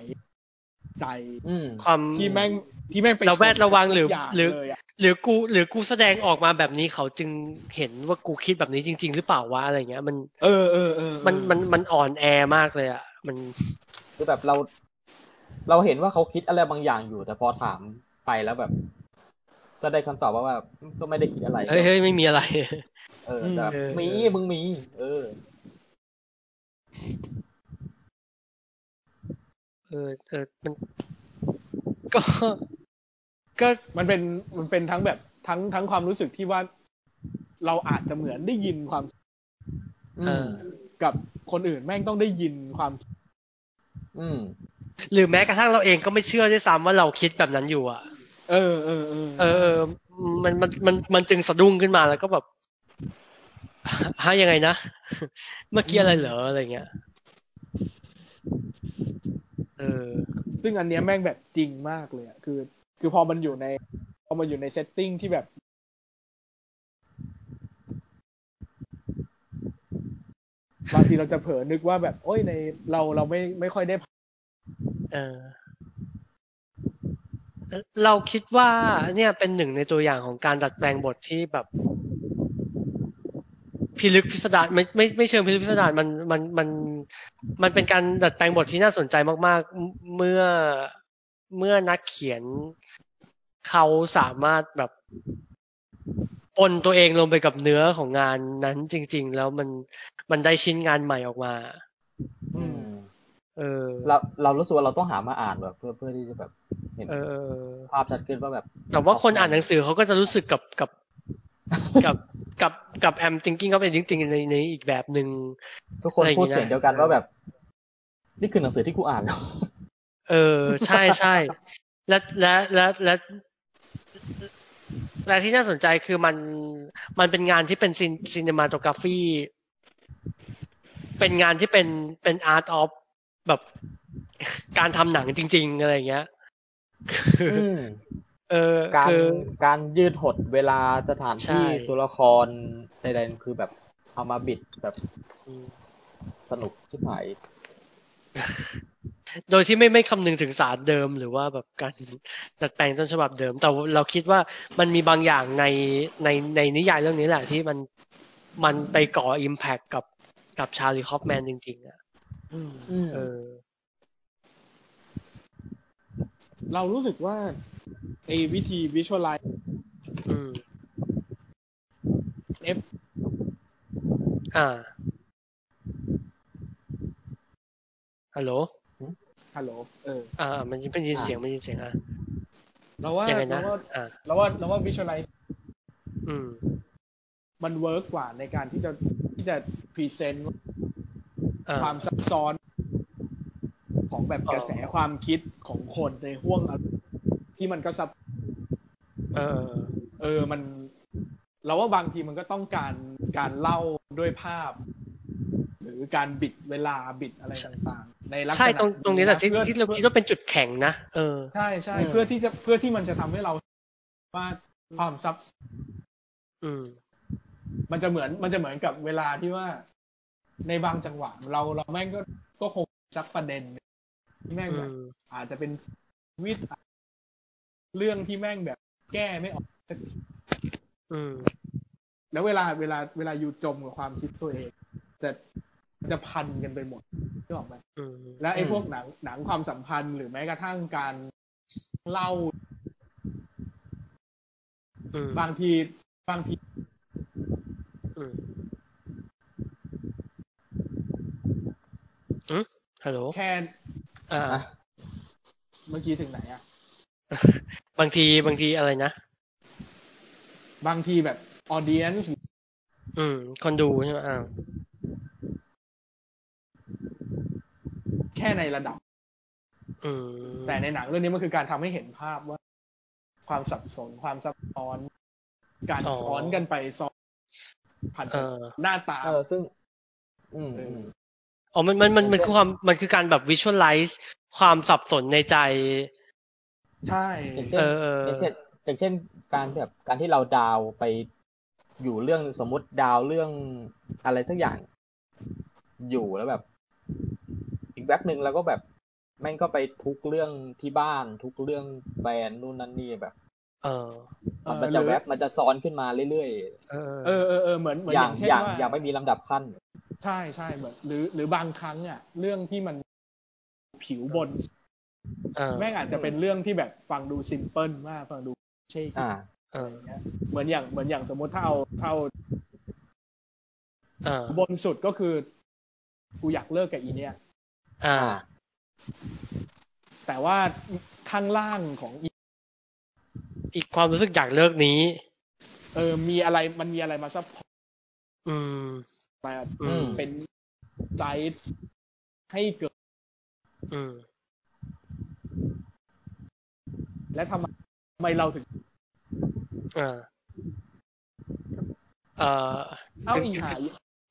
Speaker 4: ใจ
Speaker 2: อืม
Speaker 1: ความ
Speaker 4: ที่แม่งที่แม่งไประ
Speaker 1: แวดระวังหรือห
Speaker 4: ห
Speaker 1: รื
Speaker 4: รือ อเลยอะ
Speaker 1: หรือกู หรือกูแสดงออกมาแบบนี้เขาจึงเห็นว่ากูคิดแบบนี้จริง ๆ หรือเปล่าวะอะไรเงี้ย มัน
Speaker 4: เออเออเออเออ
Speaker 1: มันมันมันอ่อนแอมากเลยอ่ะ มัน
Speaker 2: คือแบบเราเราเห็นว่าเขาคิดอะไรบางอย่างอยู่ แต่พอถามไปแล้วแบบ ก็ได้คำตอบว่าว่าก็ไม่ได้คิดอะไร
Speaker 1: เฮ้ยเฮ้ยไม่มีอะไร
Speaker 2: เออแต่แบบ
Speaker 1: เออ
Speaker 2: มีมึงมี เออ
Speaker 1: เออเออมัน ก็
Speaker 4: ก็มันเป็นมันเป็นทั้งแบบทั้งทั้งความรู้สึกที่ว่าเราอาจจะเหมือนได้ยินความ
Speaker 2: อื
Speaker 1: เอ
Speaker 2: ม
Speaker 1: อ
Speaker 4: กับคนอื่นแม่งต้องได้ยินความคิด
Speaker 2: อืม
Speaker 1: หรือแม้กระทั่งเราเองก็ไม่เชื่อด้วยซ้ำว่าเราคิดแบบนั้นอยู่อ่ะ
Speaker 4: เออเออเออ
Speaker 1: เออเออมันมันมันมันจึงสะดุ้งขึ้นมาแล้วก็แบบ ฮะยังไงนะ เมื่อกี้อะไรเหรออะไรเงี้ย เออ
Speaker 4: ซึ่งอันเนี้ยแม่งแบบจริงมากเลยอะคือ คือพอมันอยู่ใน พอมันอยู่ในเซตติ้งที่แบบ บางทีเราจะเผลอนึกว่าแบบ โอ้ยในเราเราไม่ไม่ค่อยได้
Speaker 1: เออ เราคิดว่า เนี่ยเป็นหนึ่งในตัวอย่างของการดัดแปลงบทที่แบบ พิลึกพิสดารไม่ไม่ไม่เชิงพิลึกพิสดารมันมันมัน มันเป็นการดัดแปลงบทที่น่าสนใจมาก ๆ เมื่อเมื่อนักเขียนเขาสามารถแบบปนตัวเองลงไปกับเนื้อของงานนั้นจริง ๆ แล้วมันมันได้ชิ้นงานใหม่ออกมา
Speaker 2: อืม
Speaker 1: เออ
Speaker 2: เราเรารู้สึกว่าเราต้องหามาอ่านแบบเพื่อเพื่อที่จะแบบเห็น
Speaker 1: เออเออ
Speaker 2: ภาพชัดขึ้นว่าแบบ
Speaker 1: แต่ว่าคนอ่านหนังสือเขาก็จะรู้สึกกับกับ กับกับกับแอม thinking of ending thing ในในอีกแบบหนึ่ง
Speaker 2: ทุกคน
Speaker 1: อะไรอย่างงี้
Speaker 2: พูด
Speaker 1: นะ
Speaker 2: เสียงเดียวกันว่าแบบ นี่คือหนังสือที่กูอ่านแล้ว
Speaker 1: เออ ใช่ใช่และและและและและที่น่าสนใจคือมันมันเป็นงานที่เป็นซินซินมาโตกราฟีเป็นงานที่เป็นเป็นอาร์ตออฟแบบการทำหนังจริง ๆ อะไรอย่างเงี้ย
Speaker 2: อืม
Speaker 1: เอ ออ
Speaker 2: การ
Speaker 1: คือ
Speaker 2: การยืดหดเวลาสถานที่
Speaker 1: ใช่
Speaker 2: ตัวละครใดๆคือแบบเอามาบิดแบบสนุกชิบหาย
Speaker 1: โดยที่ไม่ไม่คำนึงถึงสารเดิมหรือว่าแบบการจัดแปลงต้นฉบับเดิม แต่เราคิดว่ามันมีบางอย่างในในในนิยายเรื่องนี้แหละที่มันมันไปก่ออิมแพคกับกับชาลีคอฟแมนจริงๆอ่ะเออ
Speaker 4: เรารู้สึกว่าไอ้วิธีวิชวลไลซ์
Speaker 1: อืม
Speaker 4: เอฟ
Speaker 1: อ่าฮัลโหล
Speaker 4: ฮัลโหลเออ
Speaker 1: อ่าอ่ามันเป็นยินเสียงมันยินเสียงอ่ะ
Speaker 4: เราว่า
Speaker 1: ยังไง
Speaker 4: เรา
Speaker 1: นะ
Speaker 4: ว่า
Speaker 1: อ่า
Speaker 4: เราว่าเราว่าวิชวลไลซ์
Speaker 1: อืม
Speaker 4: มันเวิร์กกว่าในการที่จะที่จะพรีเซนต์
Speaker 1: อ่า
Speaker 4: ความซับซ้อน ของแบบกระแสความคิดของคนในห่วงอารมณ์ที่มันก็ซับ
Speaker 1: เออ
Speaker 4: เออ มัน เราว่าบางทีมันก็ต้องการการเล่าด้วยภาพ หรือการบิดเวลาบิดอะไรต่างๆ ในลักษณะ
Speaker 1: ใช่ตรงตรงนี้แหละที่
Speaker 4: พื่อ
Speaker 1: ที่เราคิดว่าเป็นจุดแข็งนะเออ
Speaker 4: ใช่ใช่
Speaker 1: อืม
Speaker 4: เพื่อที่จะเพื่อที่มันจะทำให้เราว่าความซับ
Speaker 1: อืม
Speaker 4: มันจะเหมือนมันจะเหมือนกับเวลาที่ว่า ในบางจังหวะ เราเราแม่งก็ก็คงซักประเด็นที่แม่ง
Speaker 1: อื
Speaker 4: แบบ
Speaker 1: ม
Speaker 4: อาจจะเป็นชีวิตเรื่องที่แม่งแบบแก้ไม่ออกสักที
Speaker 1: อืม
Speaker 4: แล้วเวลาเวลาเวลาอยู่จมกับความคิดตัวเอง จะจะพันกันไปหมดนึกออกไหม
Speaker 1: อืม
Speaker 4: และไอ้พวกหนังหนังความสัมพันธ์หรือแม้กระทั่งการเล่า
Speaker 1: อืม
Speaker 4: บางทีบางที
Speaker 1: อืมอืมฮัลโหล
Speaker 4: แค่
Speaker 1: อ่า
Speaker 4: เมื่อกี้ถึงไหนอะ
Speaker 1: บางทีบางทีอะไรนะ
Speaker 4: บางทีแบบออเดียน
Speaker 1: อืม คนดูใช่ไหมอ่า
Speaker 4: แค่ในระดับ
Speaker 1: อืม
Speaker 4: แต่ในหนังเรื่องนี้มันคือการทำให้เห็นภาพว่า ความสับสนความซับซ้อน การซ้อนกันไปซ้อนผ่าน
Speaker 1: เออ
Speaker 4: หน้าตา
Speaker 2: เออซึ่ง อืม
Speaker 4: เอออื
Speaker 2: ม
Speaker 1: อ๋อ มัน มัน มันมั
Speaker 2: มัน
Speaker 1: น
Speaker 2: จะ
Speaker 1: คือความ มันคือการแบบ visualize ความสับสนในใจ
Speaker 4: ใช่
Speaker 2: อย่างเช่
Speaker 1: เอน อเออ
Speaker 2: อย่างเช่นอย่างเช่นการแบบการที่เราดาวไปอยู่เรื่องสมมติดาวเรื่องอะไรสักอย่าง อยู่แล้วแบบ อีกแว็บหนึ่งแล้วก็แบบแม่งก็ไปทุกเรื่องที่บ้าน ทุกเรื่องแฟนนู่นนั่นนี่แบบ
Speaker 1: เออ
Speaker 4: เออ
Speaker 2: มันจะ
Speaker 4: หรือ
Speaker 2: แวบมันจะซ้อนขึ้นมาเรื่อย
Speaker 1: เออ
Speaker 4: เออเออเออเหมือนเหมื
Speaker 2: ๆ
Speaker 4: อนอ
Speaker 2: อา
Speaker 4: ย่ย่าง งเช่น
Speaker 2: อย่าง
Speaker 4: ว่า
Speaker 2: อย่างไม่มีลำดับขั้น
Speaker 4: ใช่ใช่เหมือนหรือหรือบางครั้งอ่ะ เรื่องที่มันผิวบน
Speaker 1: เออ
Speaker 4: แม่งอาจจะเป็นเรื่องที่แบบฟังดูซิมเพิลมาก ฟังดูเช่
Speaker 2: อ่า
Speaker 1: เออ
Speaker 4: เหมือนอย่างเหมือนอย่างสมมติถ้าเอาถ้าเอา
Speaker 1: เออบ
Speaker 4: นสุดก็คือกูอยากเลิกกับอีเนี่ย
Speaker 1: อ่า
Speaker 2: อ่า
Speaker 4: แต่ว่าข้างล่างของอี
Speaker 1: อีกความรู้สึกอยากเลิกนี้
Speaker 4: เออมีอะไรมันมีอะไรมาซับพอร์ต
Speaker 1: อืม
Speaker 4: มา
Speaker 1: อืม
Speaker 4: เป็นไซต์ให้เกิด
Speaker 1: อืม
Speaker 4: และทำไมทำไมเราถึง
Speaker 1: อ่า เออ
Speaker 4: เอ้าอีหา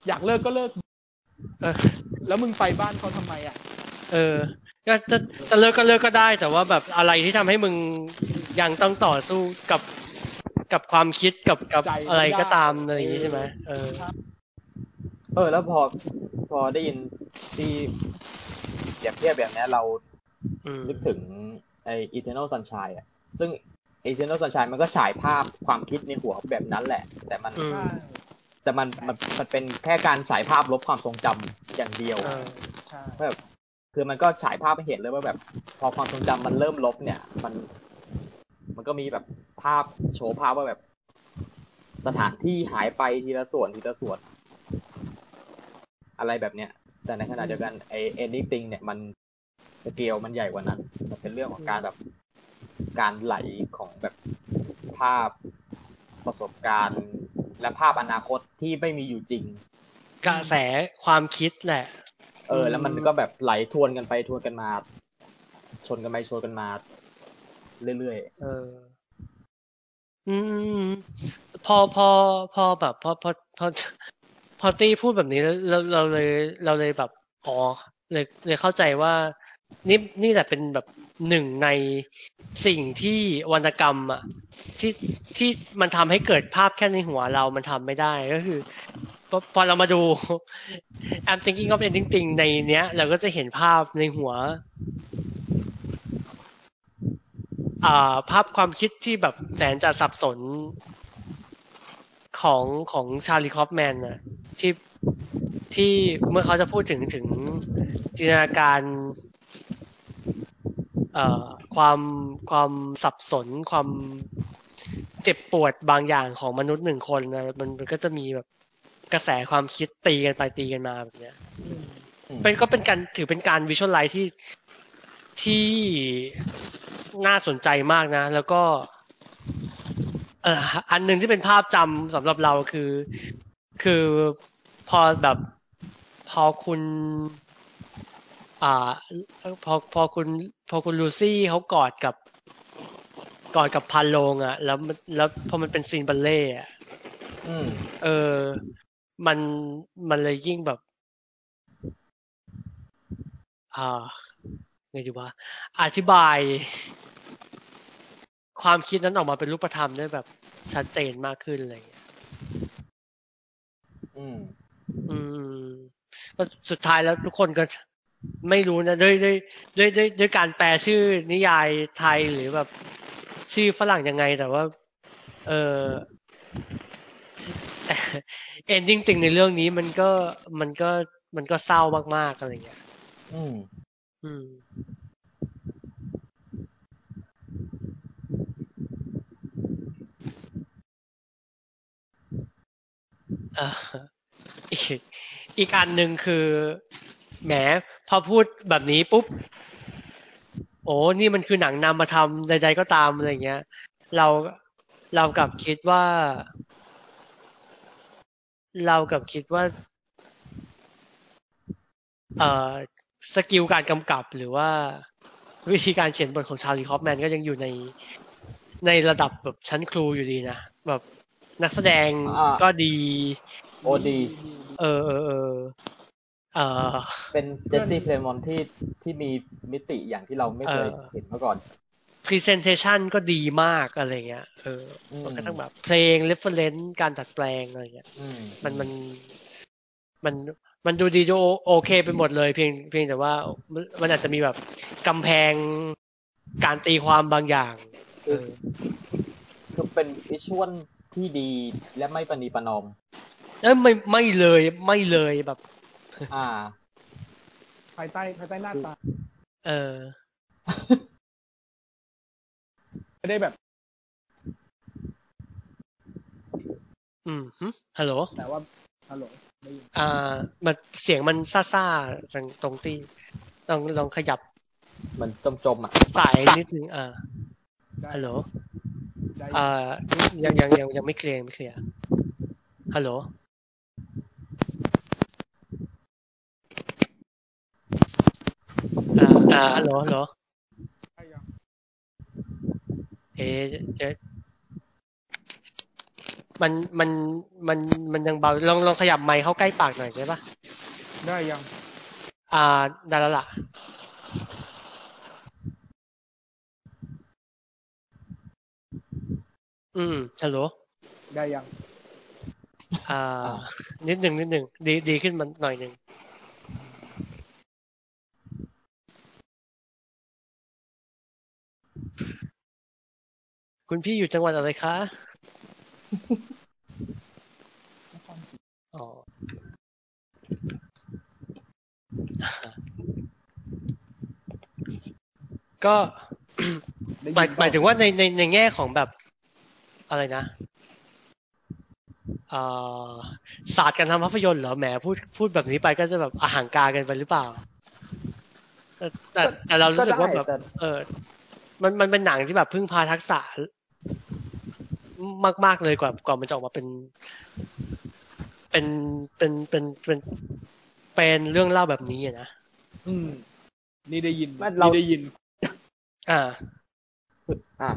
Speaker 4: อยากเลิกก็เลิก
Speaker 1: เออ
Speaker 4: แล้วมึงไปบ้านเขาทำไมอ่ะ
Speaker 1: เออ ก็จะจะเลิกก็เลิกก็ได้ แต่ว่าแบบอะไรที่ทำให้มึงยังต้องต่อสู้กับกับความคิดกับกับ
Speaker 4: ใจไม่ได้
Speaker 1: อะไรก็ตามอะไรอย่างงี้ใช่ไหมเออ
Speaker 2: เออ แล้วพอพอได้ยินที่เปรียบเทียบแบบเนี้ยเรา
Speaker 1: อืม
Speaker 2: นึกถึงไอ Eternal Sunshine อ่ะ ซึ่ง Eternal Sunshine มันก็ฉายภาพความคิดในหัวแบบนั้นแหละ แต่มัน
Speaker 1: อืม
Speaker 4: ใช่
Speaker 2: แต่มันมันมันเป็นแค่การฉายภาพลบความทรงจำอย่างเดียว
Speaker 1: เออ
Speaker 4: ใช่
Speaker 2: แบบคือมันก็ฉายภาพให้เห็นเลยว่าแบบ พอความทรงจำมันเริ่มลบเนี่ย มัน มันก็มีแบบภาพโชว์ภาพว่าแบบ สถานที่หายไปทีละส่วนทีละส่วน อะไรแบบเนี้ย แต่ในขณะเดียวกันไอ anything เนี่ยมันสเกลมันใหญ่กว่านั้น มันเป็นเรื่องของการแบบการไหลของแบบภาพประสบการณ์ และภาพอนาคตที่ไม่มีอยู่จริง
Speaker 1: กระแสความคิดแหละ
Speaker 2: เออ แล้วมันก็แบบไหลทวนกันไปทวนกันมา ชนกันไปชนกันมา เรื่อย
Speaker 1: เออ อืม พอพอพอแบบพอพอพอ พอตี้พูดแบบนี้แล้วเราเราเลย เราเลยแบบอ๋อเลยเลยเข้าใจว่า นี่นี่แหละเป็นแบบหนึ่งในสิ่งที่วรรณกรรมอ่ะที่ที่มันทำให้เกิดภาพแค่ในหัวเรามันทำไม่ได้ก็คือพอพอเรามาดู I'm thinking of ending thing ในเนี้ย เราก็จะเห็นภาพในหัว อ่า ภาพความคิดที่แบบแสนจะสับสนของของชาลีคอฟแมนน่ะที่ที่เมื่อเขาจะพูดถึงถึงจินตนาการ เอ่อความความสับสนความเจ็บปวดบางอย่างของมนุษย์หนึ่งคนนะมันมันก็จะมีแบบกระแสความคิดตีกันไปตีกันมาแบบเนี้ยเป็นก็เป็นการถือเป็นการวิชวลไลท์ที่ที่น่าสนใจมากนะ แล้วก็ เอ่ออันหนึ่งที่เป็นภาพจำสำหรับเราคือ คือพอแบบพอคุณ อ่า พอพอคุณ พอคุณลูซี่เขากอดกับ กอดกับพันโลงอ่ะ แล้วมันแล้วพอมันเป็นซีนบัลเล่ต์อะ
Speaker 2: อืม
Speaker 1: เออ มันมันเลยยิ่งแบบ อ่าไงดีวะอธิบาย ความคิดนั้นออกมาเป็นรูปธรรมได้แบบชัดเจนมากขึ้นอะไรอย่างเงี้ย
Speaker 2: อืม
Speaker 1: อืมก็สุดท้ายแล้วทุกคนก็ไม่รู้นะด้วยด้วยด้วยด้วยด้วยการแปลชื่อนิยายไทยหรือแบบชื่อฝรั่งยังไง แต่ว่า เออ เอนดิ้งติงในเรื่องนี้มันก็มันก็มันก็เศร้ามากๆอะไรอย่างเงี้ย
Speaker 2: อืม
Speaker 1: อืม เอ่อ อีกอีกอันหนึ่งคือแหมพอพูดแบบนี้ปุ๊บ โอ้นี่มันคือหนังนำมาทำใดๆก็ตามอะไรอย่างเงี้ย เราเรากลับคิดว่า เรากลับคิดว่า เอ่อสกิลการกำกับหรือว่าวิธีการเขียนบทของชาลีคอปแมนก็ยังอยู่ในในระดับแบบชั้นครูอยู่ดีนะ แบบนักแสดง
Speaker 2: อ่า
Speaker 1: ก็ดี
Speaker 2: โอดี
Speaker 1: เออเออเออเออ
Speaker 2: เป็นเจสซี่เพลมอนที่ที่มีมิติอย่างที่เราไม่เคย
Speaker 1: เออ
Speaker 2: เห็นมาก่อน
Speaker 1: presentation ก็ดีมากอะไรเงี้ย เออ
Speaker 2: อืม
Speaker 1: มันก็ต้องแบบเพลง reference การจัดแปลงอะไรเงี้ย
Speaker 2: อืม
Speaker 1: มันมันมันมันดูดีดูโอเคไปหมดเลย เพียงเพียงแต่ว่ามันมันอาจจะมีแบบกำแพงการตีความบางอย่าง เออ
Speaker 2: คือเป็นวิชวลที่ดีและไม่ประนีประน อม
Speaker 1: เอ้ยไม่ไม่เลยไม่เลยแบบ
Speaker 2: อ่า
Speaker 4: ภายใต้ภายใต้หน้าตา
Speaker 1: เออ
Speaker 4: ไม่ได้แบบ
Speaker 1: อืมหึฮัลโหล
Speaker 4: แต่ว่าฮัลโหลได้ยิน
Speaker 1: อ่า มันเสียงมันซ่าๆตรงตรงที่ลองลองขยับ
Speaker 2: มันจมจมๆอ่ะ
Speaker 1: สายนิดนึงอ่า
Speaker 4: ได้
Speaker 1: ฮัลโหล
Speaker 4: ได้
Speaker 1: เอ่อยังยังยังยังไม่เคลียร์ยังไม่เคลียร์ ฮัลโหล อ่า อ่า ฮัลโหล ฮัลโหล
Speaker 4: ได้ยัง
Speaker 1: เอ๊ะเดี๋ยวมัน มัน มัน มันยังเบา ลอง ลองขยับไมค์เข้าใกล้ปากหน่อยได้ปะ
Speaker 4: ได้ยัง
Speaker 1: อ่า ได้แล้วล่ะ อืม ฮัลโหล
Speaker 4: ได้ยัง
Speaker 1: อ่า
Speaker 2: อ่า
Speaker 1: นิดหนึ่งนิดหนึ่งดีดีขึ้นมันหน่อยหนึ่งคุณพี่อยู่จังหวัดอะไรคะ อ๋อ ก็
Speaker 4: ได้
Speaker 1: หมาย
Speaker 4: น
Speaker 1: หมายถึงว่าในในในแง่ของแบบอะไรนะเอ่อศาสตร์การทำภาพยนตร์เหรอแหมพูดพูดแบบนี้ไปก็จะแบบอาหางการกันไปหรือเปล่า แต่แต่แต่เรารู้สึกว่าแบบ
Speaker 2: ได้
Speaker 1: เออ มันมันเป็นหนังที่แบบพึ่งพาทักษะมากมากๆเลยกว่ากว่ามันจะออกมาเป็น เป็นเป็นเป็นเป็นเป็นเรื่องเล่าแบบนี้อะนะ
Speaker 4: อืม นี่ได้ยิน
Speaker 2: ไม่เรานี่
Speaker 4: ได้ยิน
Speaker 1: อ่า
Speaker 2: คืออ่ะ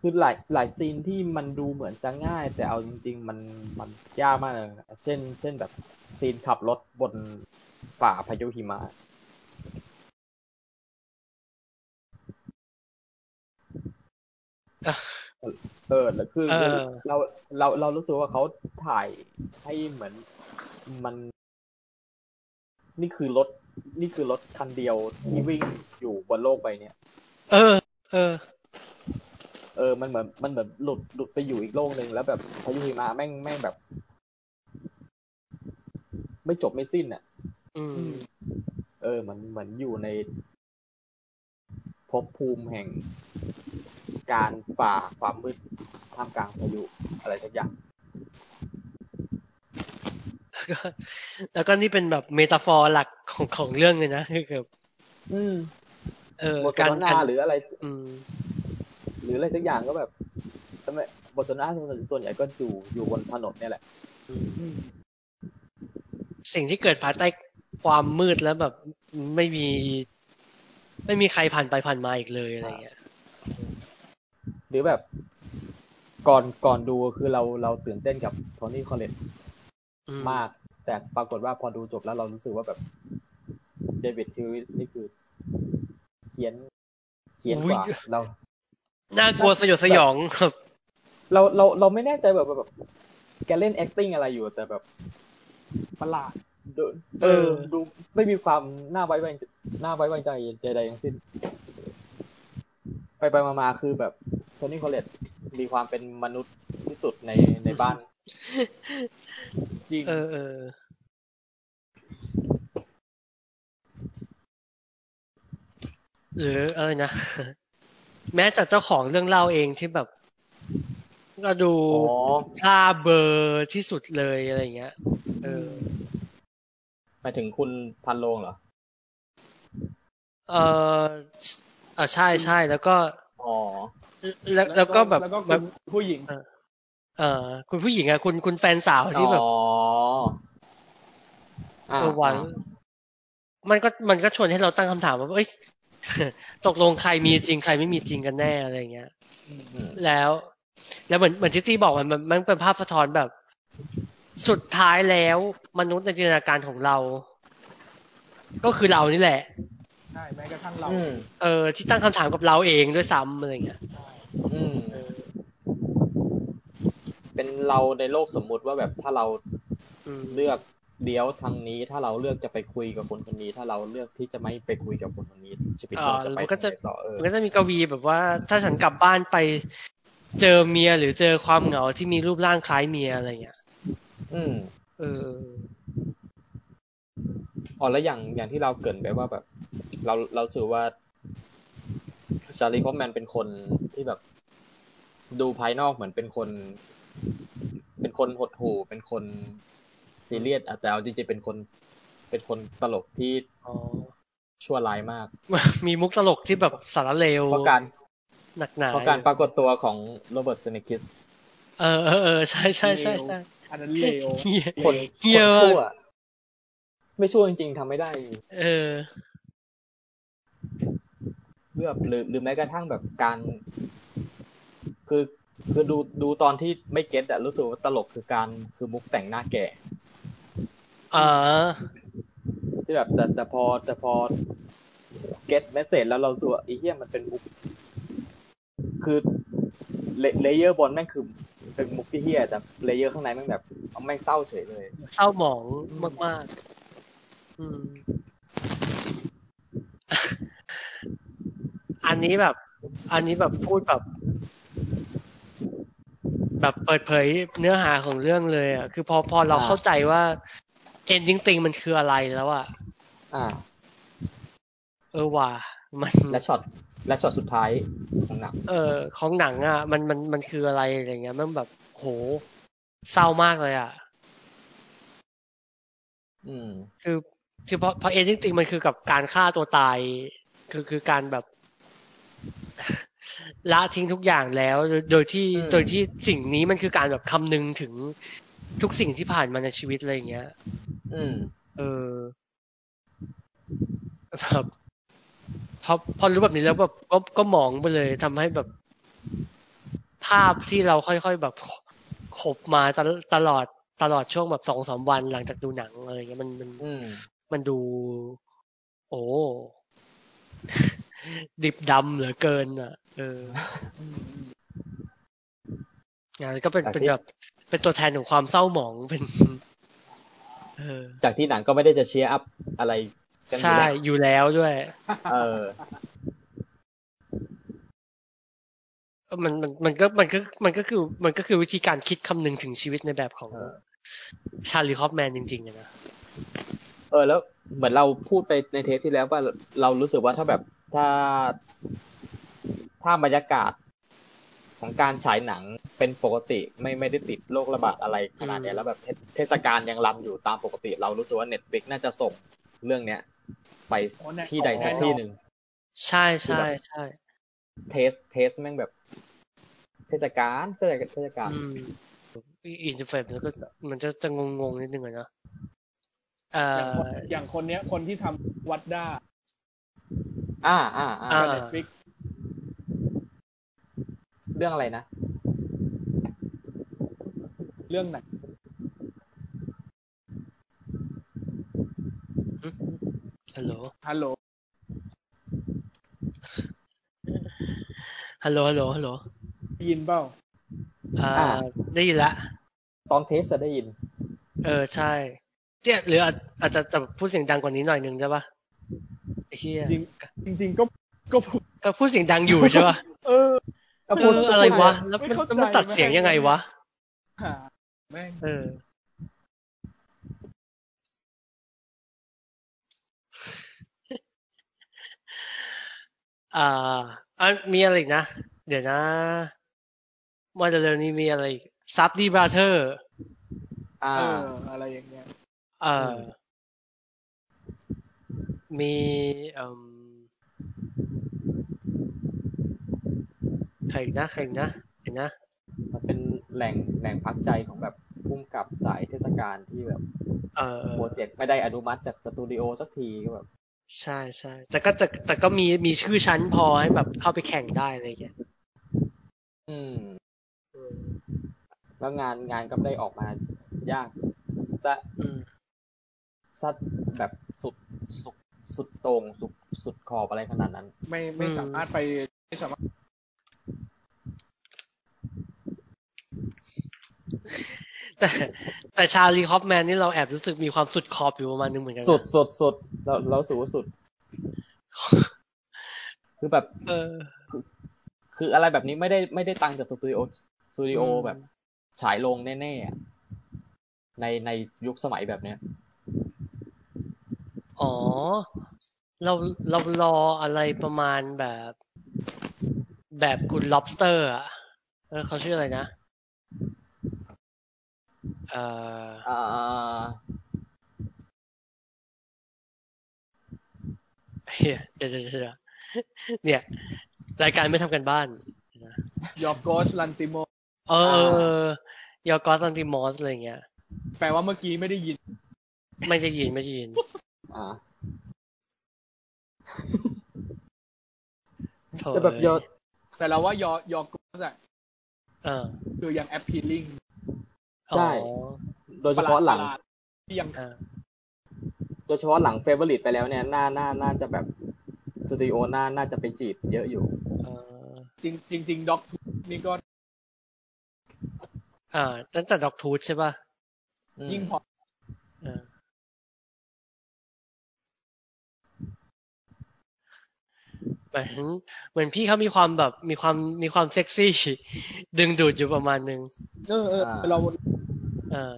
Speaker 2: คือหลายหลายซีนที่มันดูเหมือนจะง่าย แต่เอาจริง ๆ มันมันยากมากเลยนะเช่น เช่นแบบซีนขับรถบนฝ่าพายุหิมะ
Speaker 1: อ่ะ
Speaker 5: เออแล้วคือ
Speaker 1: เออ
Speaker 5: เราเราเรารู้สึกว่าเขาถ่ายให้เหมือนมัน นี่คือรถ นี่คือรถคันเดียวที่วิ่งอยู่บนโลกใบเนี้ย
Speaker 1: เออ เออ
Speaker 5: เออ มันเหมือน มันเหมือนหลุด หลุดไปอยู่อีกโลกหนึ่งแล้วแบบพายุหิมะแม่ง แม่งแบบ ไม่จบไม่สิ้นอ่ะ
Speaker 1: อืม
Speaker 5: เออ เหมือน เหมือนอยู่ในภพภูมิแห่งการฝ่าความมืดท่ามกลางพายุอะไรสักอย่าง
Speaker 1: แล้วก็ แล้วก็นี่เป็นแบบเมตาฟอร์หลักของของเรื่องเลยนะคือแบบ
Speaker 5: อืม
Speaker 1: เออบ
Speaker 5: ทส
Speaker 1: การ
Speaker 5: นทนาหรืออะไร
Speaker 1: อืม
Speaker 5: หรืออะไรสักอย่างก็แบบทำไมบทสนทนาส่วนใหญ่ก็อยู่ อยู่บนถนนเนี่ยแหละ
Speaker 1: สิ่งที่เกิดภายใต้ความมืดแล้วแบบไม่มี ไม่มีใครผ่านไปผ่านมาอีกเลยอะไรเงี้ย
Speaker 5: หรือแบบ ก่อน ก่อนดูคือเรา เราตื่นเต้นกับโทนี่คอลเลต
Speaker 1: อื
Speaker 5: มาก แต่ปรากฏว่าพอดูจบแล้วเรารู้สึกว่าแบบเดวิดทิวริสนี่คือเขียนเขียนกว่าเรา
Speaker 1: น่ากลัวสยดสยองครับ
Speaker 5: เราเราเราไม่แน่ใจแบบแบบแกเล่น acting อะไรอยู่แต่แบบ
Speaker 4: ประหลาด
Speaker 5: ดู
Speaker 1: เอ
Speaker 5: เอ
Speaker 1: อ
Speaker 5: อ ดูไม่มีความน่าไว้วางน่าไว้วางใจใดๆทั้งสิ้น ไปไปมามาคือแบบโทนี่คอลเลตมีความเป็นมนุษย์ที่สุดในในบ้าน จริง
Speaker 1: เออเออ หรือเออนะ แม้จากเจ้าของเรื่องเล่าเองที่แบบ ก็ดู
Speaker 5: อ๋อ
Speaker 1: พลาเบอร์ที่สุดเลยอะไรเงี้ย เออ
Speaker 2: หมายถึงคุณพันโลงเหรอ
Speaker 1: เออเออใช่ใช่แล้วก็
Speaker 2: อ๋อ
Speaker 1: แล้วแล้วก็แบบ
Speaker 4: แล้วก็
Speaker 1: แบ
Speaker 4: คุณ
Speaker 1: บ
Speaker 4: ผู้หญิง
Speaker 1: เออคุณผู้หญิงอะคุณคุณแฟนสาวที่แบบ
Speaker 2: อ๋อ
Speaker 5: อ่า
Speaker 1: เออหวังมันก็มันก็ชวนให้เราตั้งคำถามว่าเอ้ย ตกลงใครมีจริงใครไม่มีจริงกันแน่อะไรเงี้ย แล้ว แล้วเหมือนเหมือนที่ตี้บอกมันมันมันเป็นภาพสะท้อนแบบ สุดท้ายแล้วมนุษย์ในจินตนาการของเรา ก็คือเรานี่แหละ
Speaker 4: ใช่ แม้กระทั่งเรา
Speaker 2: อืม
Speaker 1: เออ ที่ตั้งคำถามกับเราเองด้วยซ้ำอะไรเงี้ย
Speaker 2: อืม เป็นเราในโลกสมมุติว่าแบบถ้าเรา
Speaker 1: อืม
Speaker 2: เลือกเดี๋ยวทางนี้ ถ้าเราเลือกจะไปคุยกับคนคนนี้ ถ้าเราเลือกที่จะไม่ไปคุยกับคนคนนี้ชีวิตเราจะ
Speaker 1: อ่า
Speaker 2: ไป
Speaker 1: มันก็จะ
Speaker 2: ทางไหนต่อเออ
Speaker 1: มันก็จะมีกวีแบบว่า ถ้าฉันกลับบ้านไปเจอเมียหรือเจอความเหงาที่มีรูปร่างคล้ายเมียอะไรเงี้ย
Speaker 2: อืม
Speaker 1: เออ
Speaker 2: อ๋อแล้วอย่างอย่างที่เราเกรินไปว่าแบบ เราเราถือว่าชาลีคอฟแมนเป็นคนที่แบบ ดูภายนอกเหมือนเป็นคน เป็นคนหดหู่เป็นคนซีเรียสอ่ะแต่เอาจริงๆเป็นคน เป็นคนตลกที่
Speaker 1: อ๋อ
Speaker 2: ชั่วร้ายมาก
Speaker 1: มีมุกตลกที่แบบสารเลว
Speaker 2: เพราะการ
Speaker 1: หนักหนา
Speaker 2: เพราะการปรากฏตัวของโรเบิร์ตเซเมคิส
Speaker 1: เออเออเออใช่ใช่ใช่ใช่
Speaker 4: อันนั้นเลว
Speaker 1: เฮีย
Speaker 2: คน
Speaker 1: เหี้ย
Speaker 2: ค
Speaker 1: มา
Speaker 2: น
Speaker 1: ก
Speaker 2: ชั่วไม่ชั่วจริงๆทำไม่ได้
Speaker 1: เออ
Speaker 2: เลือกหรือหรือแม้กระทั่งแบบการ คือคือดูดูตอนที่ไม่เก็ตอะรู้สึกว่าตลกคือการคือมุกแต่งหน้าแก่
Speaker 1: อ่า
Speaker 5: ที่แบบแต่แต่พอแต่พอเก็ตเมสเซจแล้วเราสัวาไอ้เหี้ยมันเป็นมุก คือเลเยอร์บนแม่งคือเป็นมุกที่เหี้ยแต่เลเยอร์ข้างในแม่งแบบเอาแม่งเศร้าเฉยเลย
Speaker 1: เศร้าหมองมาก ๆ อืม อันนี้แบบ อันนี้แบบพูดแบบ แบบเปิดเผยเนื้อหาของเรื่องเลยอ่ะ คือพอพอเรา
Speaker 5: อ่า
Speaker 1: เข้าใจว่า ending thing มันคืออะไรแล้วอ่ะ
Speaker 5: อ่า
Speaker 1: เออว่ะมัน
Speaker 2: และช็อตและช็อตสุดท้ายของหนัง
Speaker 1: เออของหนังอ่ะ มันมันมันคืออะไรอะไรเงี้ย มันแบบโหเศร้ามากเลยอ่ะ
Speaker 2: อืม
Speaker 1: คือคือพอพอเอนจริงๆมันคือกับการฆ่าตัวตาย คือคือการแบบ ละทิ้งทุกอย่างแล้ว โดยโดยที่
Speaker 2: อืม
Speaker 1: โดยที่สิ่งนี้มันคือการแบบคำนึงถึงทุกสิ่งที่ผ่านมาในชีวิตอะไรอย่างเงี้ย
Speaker 2: อืม
Speaker 1: เออแบบพอพอรู้แบบนี้แล้วแบบก็ก็หมองไปเลยทำให้แบบ ภาพที่เราค่อยๆแบบขบมาตลตลอดตลอดช่วงแบบสองสามวันหลังจากดูหนังอะไรอย่างเงี้ยมันมัน
Speaker 2: อืม
Speaker 1: มันดู โอ้ ดิบดำเหลือเกินอ่ะ เออ อ่าก็เป็น
Speaker 2: จาก
Speaker 1: เป็น
Speaker 2: ที่
Speaker 1: แบบเป็นตัวแทนของความเศร้าหมอง เป็น เออ
Speaker 2: จากที่หนังก็ไม่ได้จะเชียร์อัพอะไรกัอยู่
Speaker 1: ใช่
Speaker 2: แล้ว
Speaker 1: อยู่แล้วด้วย
Speaker 2: เออ
Speaker 1: มันมันมันก็มันก็มันก็คือมันก็คือวิธีการคิดคำนึงถึงชีวิตในแบบของ
Speaker 2: เออ
Speaker 1: ชาลีคอฟแมนจริงๆอะนะ
Speaker 2: เออแล้วเหมือนเราพูดไปในเทปที่แล้วว่าเรารู้สึกว่าถ้าแบบถ้า ถ้าบรรยากาศของการฉายหนังเป็นปกติไม่ไม่ได้ติดโรคระบาดอะไรขนาดเนี้ยแล้วแบบเทศเทศกาลยังรันอยู่ตามปกติ เรารู้สึกว่าเน็ต l i ิกน่าจะส่งเรื่องเนี้ย ไป
Speaker 4: โอ้แน่
Speaker 2: ที่ใดสัก
Speaker 4: แน่นอน
Speaker 2: ที่หนึ่ง
Speaker 1: ใช่ใช่ใช่
Speaker 2: เทสเทสแม่งแบบ เทศกาลเทศกาลเทศกาล
Speaker 1: อืมอินเทอร์เฟซมันก็มันจะจะงงๆนิดนึงอะเนาะเอ่
Speaker 4: อย่างคน
Speaker 1: อ
Speaker 4: อย่างคนเนี้ยคนที่ทำวัดด้า
Speaker 2: อ่าอ่าอ่า
Speaker 1: อ่า
Speaker 4: เน็ตฟิก
Speaker 2: เรื่องอะไรนะ
Speaker 4: เรื่องไหน
Speaker 1: ฮัลโหล
Speaker 4: ฮัลโหล
Speaker 1: ฮัลโหล ฮัลโหล ฮัลโหล
Speaker 4: ได้ยินเปล่า
Speaker 1: อ่าได้ยินละ
Speaker 2: ตอนเทสจะได้ยิน
Speaker 1: เออ ใช่เตี้ยหรืออาจอาจจะแต่พูดเสียงดังกว่านี้หน่อยหนึ่งได้ปะไอ้เชี่ย
Speaker 4: จริงจริง ๆ ก็ก็พูด
Speaker 1: ก็พูดเสียงดังอยู่ใช่ปะ
Speaker 4: เออ
Speaker 1: เอออะไรวะ แล้ว
Speaker 4: ไม่
Speaker 1: มัน
Speaker 4: เข้าใจ
Speaker 1: แล้วมันตัดเสียงยังไงวะ
Speaker 4: หาแม่ง
Speaker 1: เออ อ่าอันมีอะไรอีกนะ เดี๋ยวนะมาเร็วๆนี้มีอะไรอีกซับดีบราเธอร์
Speaker 2: อ่า
Speaker 4: เอออะไรอย่างเงี้ย
Speaker 1: เอ่อ มีเอิ่มใครอีกนะใครอีกนะเห็นนะ
Speaker 2: มันเป็นแหล่งแหล่งพักใจของแบบพุ่มกับสายเทศกาลที่แบบ
Speaker 1: เออเออ
Speaker 2: โปรเจกต์ไม่ได้อนุมัติจากสตูดิโอสักทีก็แบบ
Speaker 1: ใช่ใช่แต่ก็แต่แต่ก็มีมีชื่อชั้นพอให้แบบเข้าไปแข่งได้อะไรอย่างเงี้ย
Speaker 2: อืม แล้วงานงานก็ไม่ได้ออกมายากซะ
Speaker 1: อืม
Speaker 2: ซะแบบสุดสุดสุดโตรงสุดสุดขอบอะไรขนาดนั้น
Speaker 4: ไม่ไม่
Speaker 1: อืม
Speaker 4: สามารถไปไม่สามารถ
Speaker 1: แต่แต่ชาลีฮอปแมนนี่เราแอบรู้สึกมีความสุดขอบอยู่ประมาณนึงเหมือนกันนะ
Speaker 2: สุดสุดสุดเราเราสูสุ ด คือแบบ
Speaker 1: เออ
Speaker 2: คืออะไรแบบนี้ไม่ได้ไม่ได้ตังค์จากสตูดิโอสตูดิโอ
Speaker 1: อืม
Speaker 2: แบบฉายลงแน่ๆอะในในยุคสมัยแบบเนี้ย
Speaker 1: อ๋อ เราเรารออะไรประมาณแบบ แบบคุณ lobster อ่ะเออเขาชื่ออะไรนะ เอ่อ
Speaker 2: อ่า
Speaker 1: เฮียเดี๋ยวเดี๋ยวเดี๋ยวเนี่ย รายการไม่ทำกันบ้าน
Speaker 4: ยอกโกสลันติโม
Speaker 1: เออเออ
Speaker 2: อ่า
Speaker 1: เออยอกอสันติมอสอะไรเงี้ย
Speaker 4: แปลว่าเมื่อกี้ไม่ได้ยิน
Speaker 1: ไม่ได้ยินไม่ได้ยิน
Speaker 2: อ่า
Speaker 1: โถ่
Speaker 2: แต่แบบยอด
Speaker 1: เอ้ย
Speaker 4: แต่เราว่ายอยอกโกสอะ
Speaker 1: เออ
Speaker 4: คือยัง appealing
Speaker 1: อ๋อ
Speaker 2: ใช่ โดยเฉพาะหลัง
Speaker 4: ปรดๆที่ยัง
Speaker 1: อ่า
Speaker 2: โดยเฉพาะหลังเฟเวอร์ลิตไปแล้วเนี่ยหน้าหน้าน่าจะแบบสตูดิโอหน้าน่าจะไปจีบเยอะอยู่
Speaker 1: เออ
Speaker 4: จริงจริงจริงด็อกนี่ก็
Speaker 1: อ่าตั้งแต่ดอกทูธใช่ป่ะ
Speaker 4: ยิ่งพอ
Speaker 1: เออเหมือนเหมือนพี่เขามีความแบบมีความมีความเซ็กซี่ ดึงดูดอยู่ประมาณนึง
Speaker 4: เออเออ
Speaker 2: อ่า
Speaker 4: เรา
Speaker 1: เออ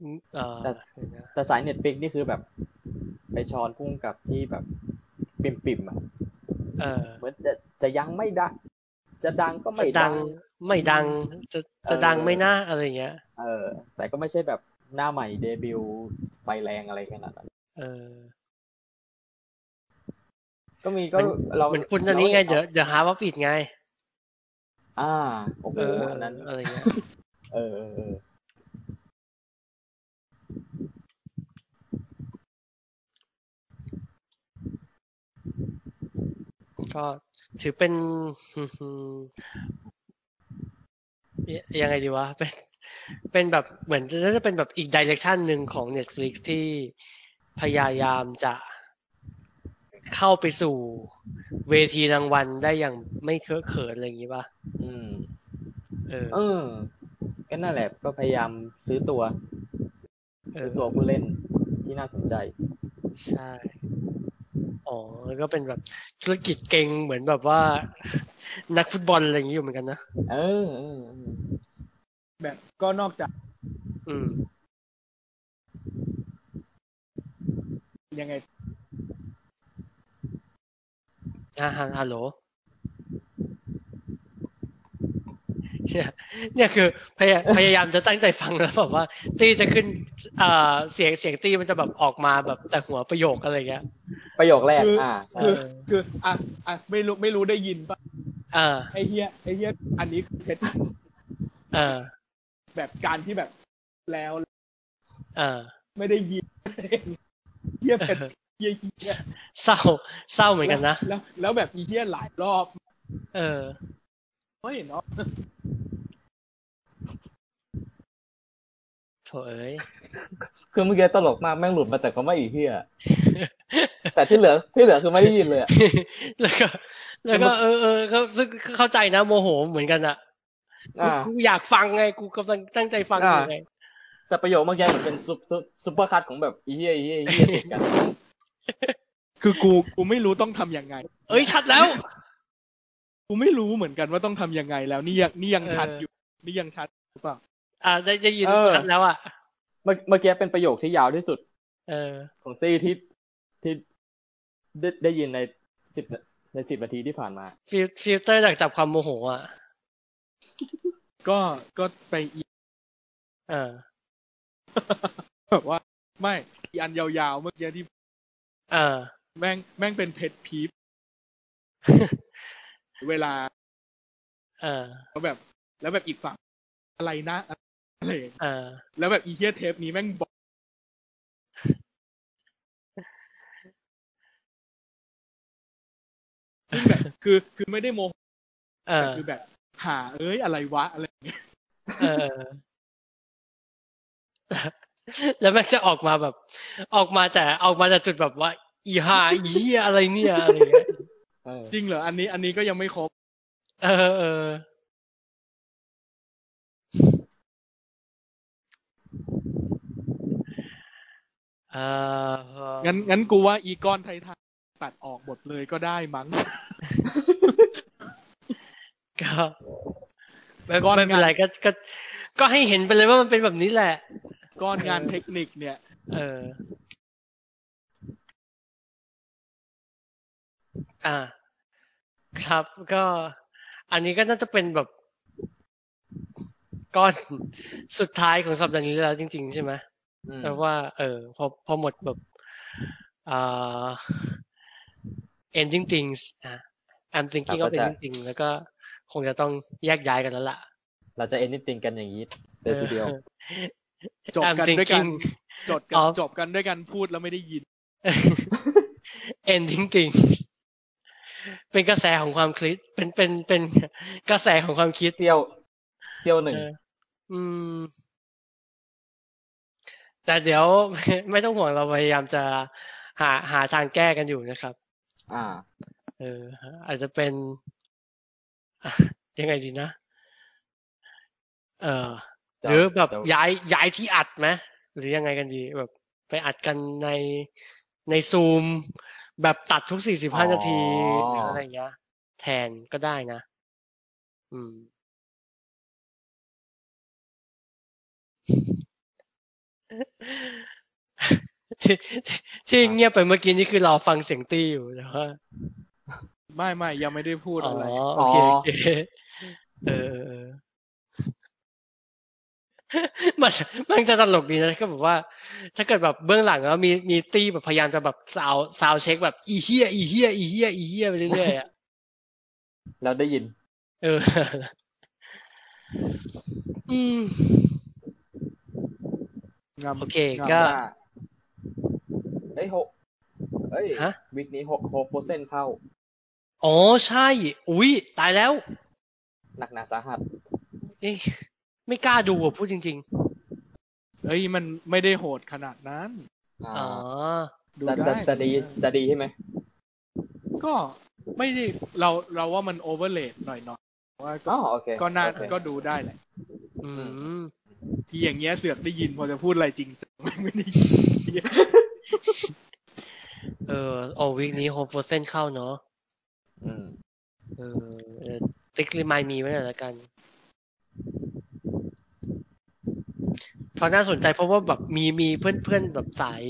Speaker 1: อืมเออ
Speaker 2: แต่
Speaker 1: เดี๋ยวนะ
Speaker 2: แต่สายเน็ตฟิกนี่คือแบบ ไปช้อนพุ่งกับที่แบบปิ่มปิ่มๆอะ
Speaker 1: เออ
Speaker 2: เหมือนจะจะยังไม่ดัง จะดังก็
Speaker 1: จะ
Speaker 2: ไม่
Speaker 1: ดั
Speaker 2: ดั
Speaker 1: ง
Speaker 2: ง
Speaker 1: ไม่ดังจะจะ
Speaker 2: เออ
Speaker 1: ดังไม่น่าอะไรอย่างเงี้ย
Speaker 2: เออ แต่ก็ไม่ใช่แบบหน้าใหม่เดบิวต์ไฟแรงอะไรขนาดนั้น
Speaker 1: เออ
Speaker 2: ก็มีก็เรา
Speaker 1: เหมือนคุณอันนี้ไงเดี๋ยวเดี๋ยวหาว่าปิดไง
Speaker 2: อ่าโอ้โห
Speaker 1: เออ
Speaker 2: อันนั้น
Speaker 1: อะไรเงี้ย
Speaker 2: เออเออเออ
Speaker 1: ก็ถือเป็น ยังไงดีวะเป็นเป็นแบบเหมือนน่าจะเป็นแบบอีกดิเรกชันหนึ่งของ Netflix ที่พยายามจะ เข้าไปสู่เวทีรางวัลได้อย่างไม่เคอะเขินอะไรอย่างนี้ป่ะ
Speaker 2: อืม
Speaker 1: เออ
Speaker 2: เออ ก็นั่นแหละ ก็พยายามซื้อตัว
Speaker 1: เอ
Speaker 2: ซื้
Speaker 1: อ
Speaker 2: อตัวผู้เล่นที่น่าสนใจ
Speaker 1: ใช่ อ๋อแล้วก็เป็นแบบธุรกิจเก่งเหมือนแบบว่า นักฟุตบอลอะไรอย่างนี้อยู่เหมือนกันนะ
Speaker 2: เออเออเออ
Speaker 4: แบบก็นอกจาก
Speaker 1: อืม
Speaker 4: ยังไง
Speaker 1: อ่าฮะฮัลโหลเนี่ยเนี่ยคือพยายพยายามจะตั้งใจฟังแล้วแบบว่า ตี้จะขึ้นอ่าเสียงเสียงตี้มันจะแบบออกมาแบบจากหัวประโยคอะไรเงี้ย
Speaker 2: ประโยคแรก
Speaker 4: คืออ่
Speaker 2: อ่าใช่
Speaker 4: คือคืออ่ะอ่ะไม่รู้ไม่รู้ได้ยินปะ
Speaker 1: อ่า
Speaker 4: ไอเฮียไอเฮียอันนี้คือเพชร
Speaker 1: อ่า
Speaker 4: แบบการที่แบบแล้ว
Speaker 1: อ่า
Speaker 4: ไม่ได้ยินเฮียเพชรเฮียเฮีย
Speaker 1: เศร้าเศร้าเหมือนกันนะ
Speaker 4: แล้วแล้วแล้วแบบอีเฮียหลายรอบ
Speaker 1: เออ
Speaker 4: เฮ้ยเนาะ
Speaker 1: โถเอ้ย
Speaker 2: คือเมื่อกี้ตลกมากแม่งหลุดมาแต่ก็ไม่อีเหี้ ยแต่ที่เหลือที่เหลือคือไม่ได้ยินเลยอะ
Speaker 1: แล้วก็ แล้วก็เออเออก็ซึ่งเข้าใจนะโมโหเหมือนกันอ่ะกู
Speaker 2: อ่า
Speaker 1: กูอยากฟังไงกูกำลังตั้งใจฟังอยู่ไง
Speaker 2: แต่ประโยคเมื่อกี้เหมือนเป็นซุปซุปซุปเปอร์คัทของแบบอีเหี้ยอีเหี้ยอีเหี้ยติดกัน
Speaker 4: คือกูกูไม่รู้ต้องทำยังไง
Speaker 1: เอ้ยชัดแล้ว
Speaker 4: กูไม่รู้เหมือนกันว่าต้องทำยังไงแล้วนี่ยังนี่ยังชัดอยู่นี่ยังชัดหรือเปล่า
Speaker 1: อ่าได้ได้ยินชัดแล้วอ่ะ
Speaker 2: เมื่อเมื่อกี้เป็นประโยคที่ยาวที่สุด
Speaker 1: เออ
Speaker 2: ของตี้ที่ที่ได้ได้ยินในสิบในสิบนาทีที่ผ่านมา
Speaker 1: ฟิลฟิลเตอร์จากจับความโมโหอ่ะ
Speaker 4: ก็ก็ไปอีก
Speaker 1: เออ
Speaker 4: แบบว่า ไม่อีอันยาวๆเมื่อกี้ที่
Speaker 1: เออ
Speaker 4: แม่งแม่งเป็นเพชรพีฟเวลา
Speaker 1: เออ
Speaker 4: แล้วแบบ แล้วแบบอีกฝั่งอะไรนะอะไรอย่างเงี้ย
Speaker 1: เออ
Speaker 4: แล้วแบบอีเทียเทปนี้แม่งบอก ซึ่งแบบคือคือไม่ได้โมโห
Speaker 1: เอ
Speaker 4: แต่
Speaker 1: อ
Speaker 4: คือแบบ หาเอ้ยอะไรวะอะไรอย่างเงี้ย
Speaker 1: เออ แล้วมันจะออกมาแบบ ออกมาแต่ออกมาแต่จุดแบบว่า อีหาอีเหี้ยอะไรเนี่ยอะไรเงี้ย
Speaker 2: เออ
Speaker 4: จริงเหรออันนี้อันนี้ก็ยังไม่ครบ
Speaker 1: เออเออ เออ
Speaker 4: งั้นงั้นกูว่าอีกอนไททันตัดออกหมดเลยก็ได้มั้ง
Speaker 1: ก็แล้วก็ไม่เป็นไรก็ก็ก็ให้เห็นไปเลยว่ามันเป็นแบบนี้แหละ
Speaker 4: ก้อนงานเทคนิคเนี่ย
Speaker 1: เออ อ่า ครับก็ อันนี้ก็น่าจะเป็นแบบ ก้อน สุดท้ายของสัปดาห์นี้แล้วจริง ๆ ใช่ไหม
Speaker 2: อืม
Speaker 1: เพราะว่า เออ พอพอหมดแบบอ่า ending things อ่ะ I'm thinking of ending things แล้วก็คงจะต้องแยกย้ายกันแล้วล่ะ
Speaker 2: เราจะเอนนิติงกันอย่างนี้เลยทีเดียว
Speaker 4: จบกัน
Speaker 1: I'm
Speaker 4: ด้วยกัน
Speaker 1: thinking
Speaker 4: จดกัน
Speaker 1: อ๋อ
Speaker 4: จบกันด้วยกันพูดแล้วไม่ได้ยิน
Speaker 1: ending thing เป็นกระแสของความคิด เป็นเป็นเป็นกระแสของความคิด
Speaker 2: เซียวเซียวหนึ่ง
Speaker 1: เออ อืม แต่เดี๋ยว ไม่ต้องห่วงเราพยายามจะหาหาทางแก้กันอยู่นะครับ
Speaker 2: อ่า
Speaker 1: เออ อาจจะเป็น อ่ะยังไงดีนะ เออห
Speaker 2: เดี๋ย
Speaker 1: รื
Speaker 2: ว
Speaker 1: อแบบ
Speaker 2: เดี๋ยว
Speaker 1: ย้ายย้ายที่อัดไหมหรือยังไงกันดี แบบไปอัดกันในในซูม แบบตัดทุกสี่สิบห้านาทีหรืออะไรอย่างเงี้ย แทนก็ได้นะ อืม ที่ที่ที่เงียบไปเมื่อกี้นี่คือรอฟังเสียงตี้อยู่แต่ว่า
Speaker 4: ไม่ไม่ยังไม่ได้พูดอะไร
Speaker 1: โอเค
Speaker 2: อ๋อ
Speaker 1: โอเคเออเออเออ มันมันจะตลกดีนะก็แบบว่า ถ้าเกิดแบบเบื้องหลังแล้วมีมีตี้แบบพยายามจะแบบซาวซาวเช็คแบบอีเฮียอีเฮียอีเฮียอีเฮียไปเรื่อยๆอะ
Speaker 2: เราได้ยิน
Speaker 1: เออ อืม
Speaker 4: งาม
Speaker 1: โอเค
Speaker 4: งาม
Speaker 1: ก็
Speaker 4: มา
Speaker 2: อ่าเอ้ยโฮเอ้ย
Speaker 1: ฮะ
Speaker 2: วิกนี้โฮโฮโฟเซนเข้า
Speaker 1: อ๋อใช่ อุ้ยตายแล้ว
Speaker 2: หนักหนาสาหัส
Speaker 1: เอ๊ะไม่กล้าดูอ่ะพูดจริง
Speaker 4: เอ้ยมันไม่ได้โหดขนาดนั้น
Speaker 1: ๆ
Speaker 2: อ่า
Speaker 1: อ๋อ
Speaker 4: ดู
Speaker 2: แต่
Speaker 4: ได้
Speaker 2: แต่แต่ดีแต่ดีใช่ไหม
Speaker 4: ก็ไม่ได้เราเราว่ามันโอเวอร์เลดหน่อยๆว่าก็
Speaker 2: อ๋อโอเค
Speaker 4: ก็น่า
Speaker 2: โอเค
Speaker 4: ก็ดูได้แหละ
Speaker 1: อืม
Speaker 4: ที่อย่างเงี้ยเสือกได้ยินพอจะพูดอะไรจริงจังไม่ได้ยิน
Speaker 1: เออโอวิกนี้โฮมเปอร์เซ็นเข้าเนาะ
Speaker 2: อืม
Speaker 1: เออเออติ๊กรีมายมีไว้หน่อยละกันเพราะน่าสนใจเพราะว่าแบบมีมีเพื่อนเพื่อนแบบสาย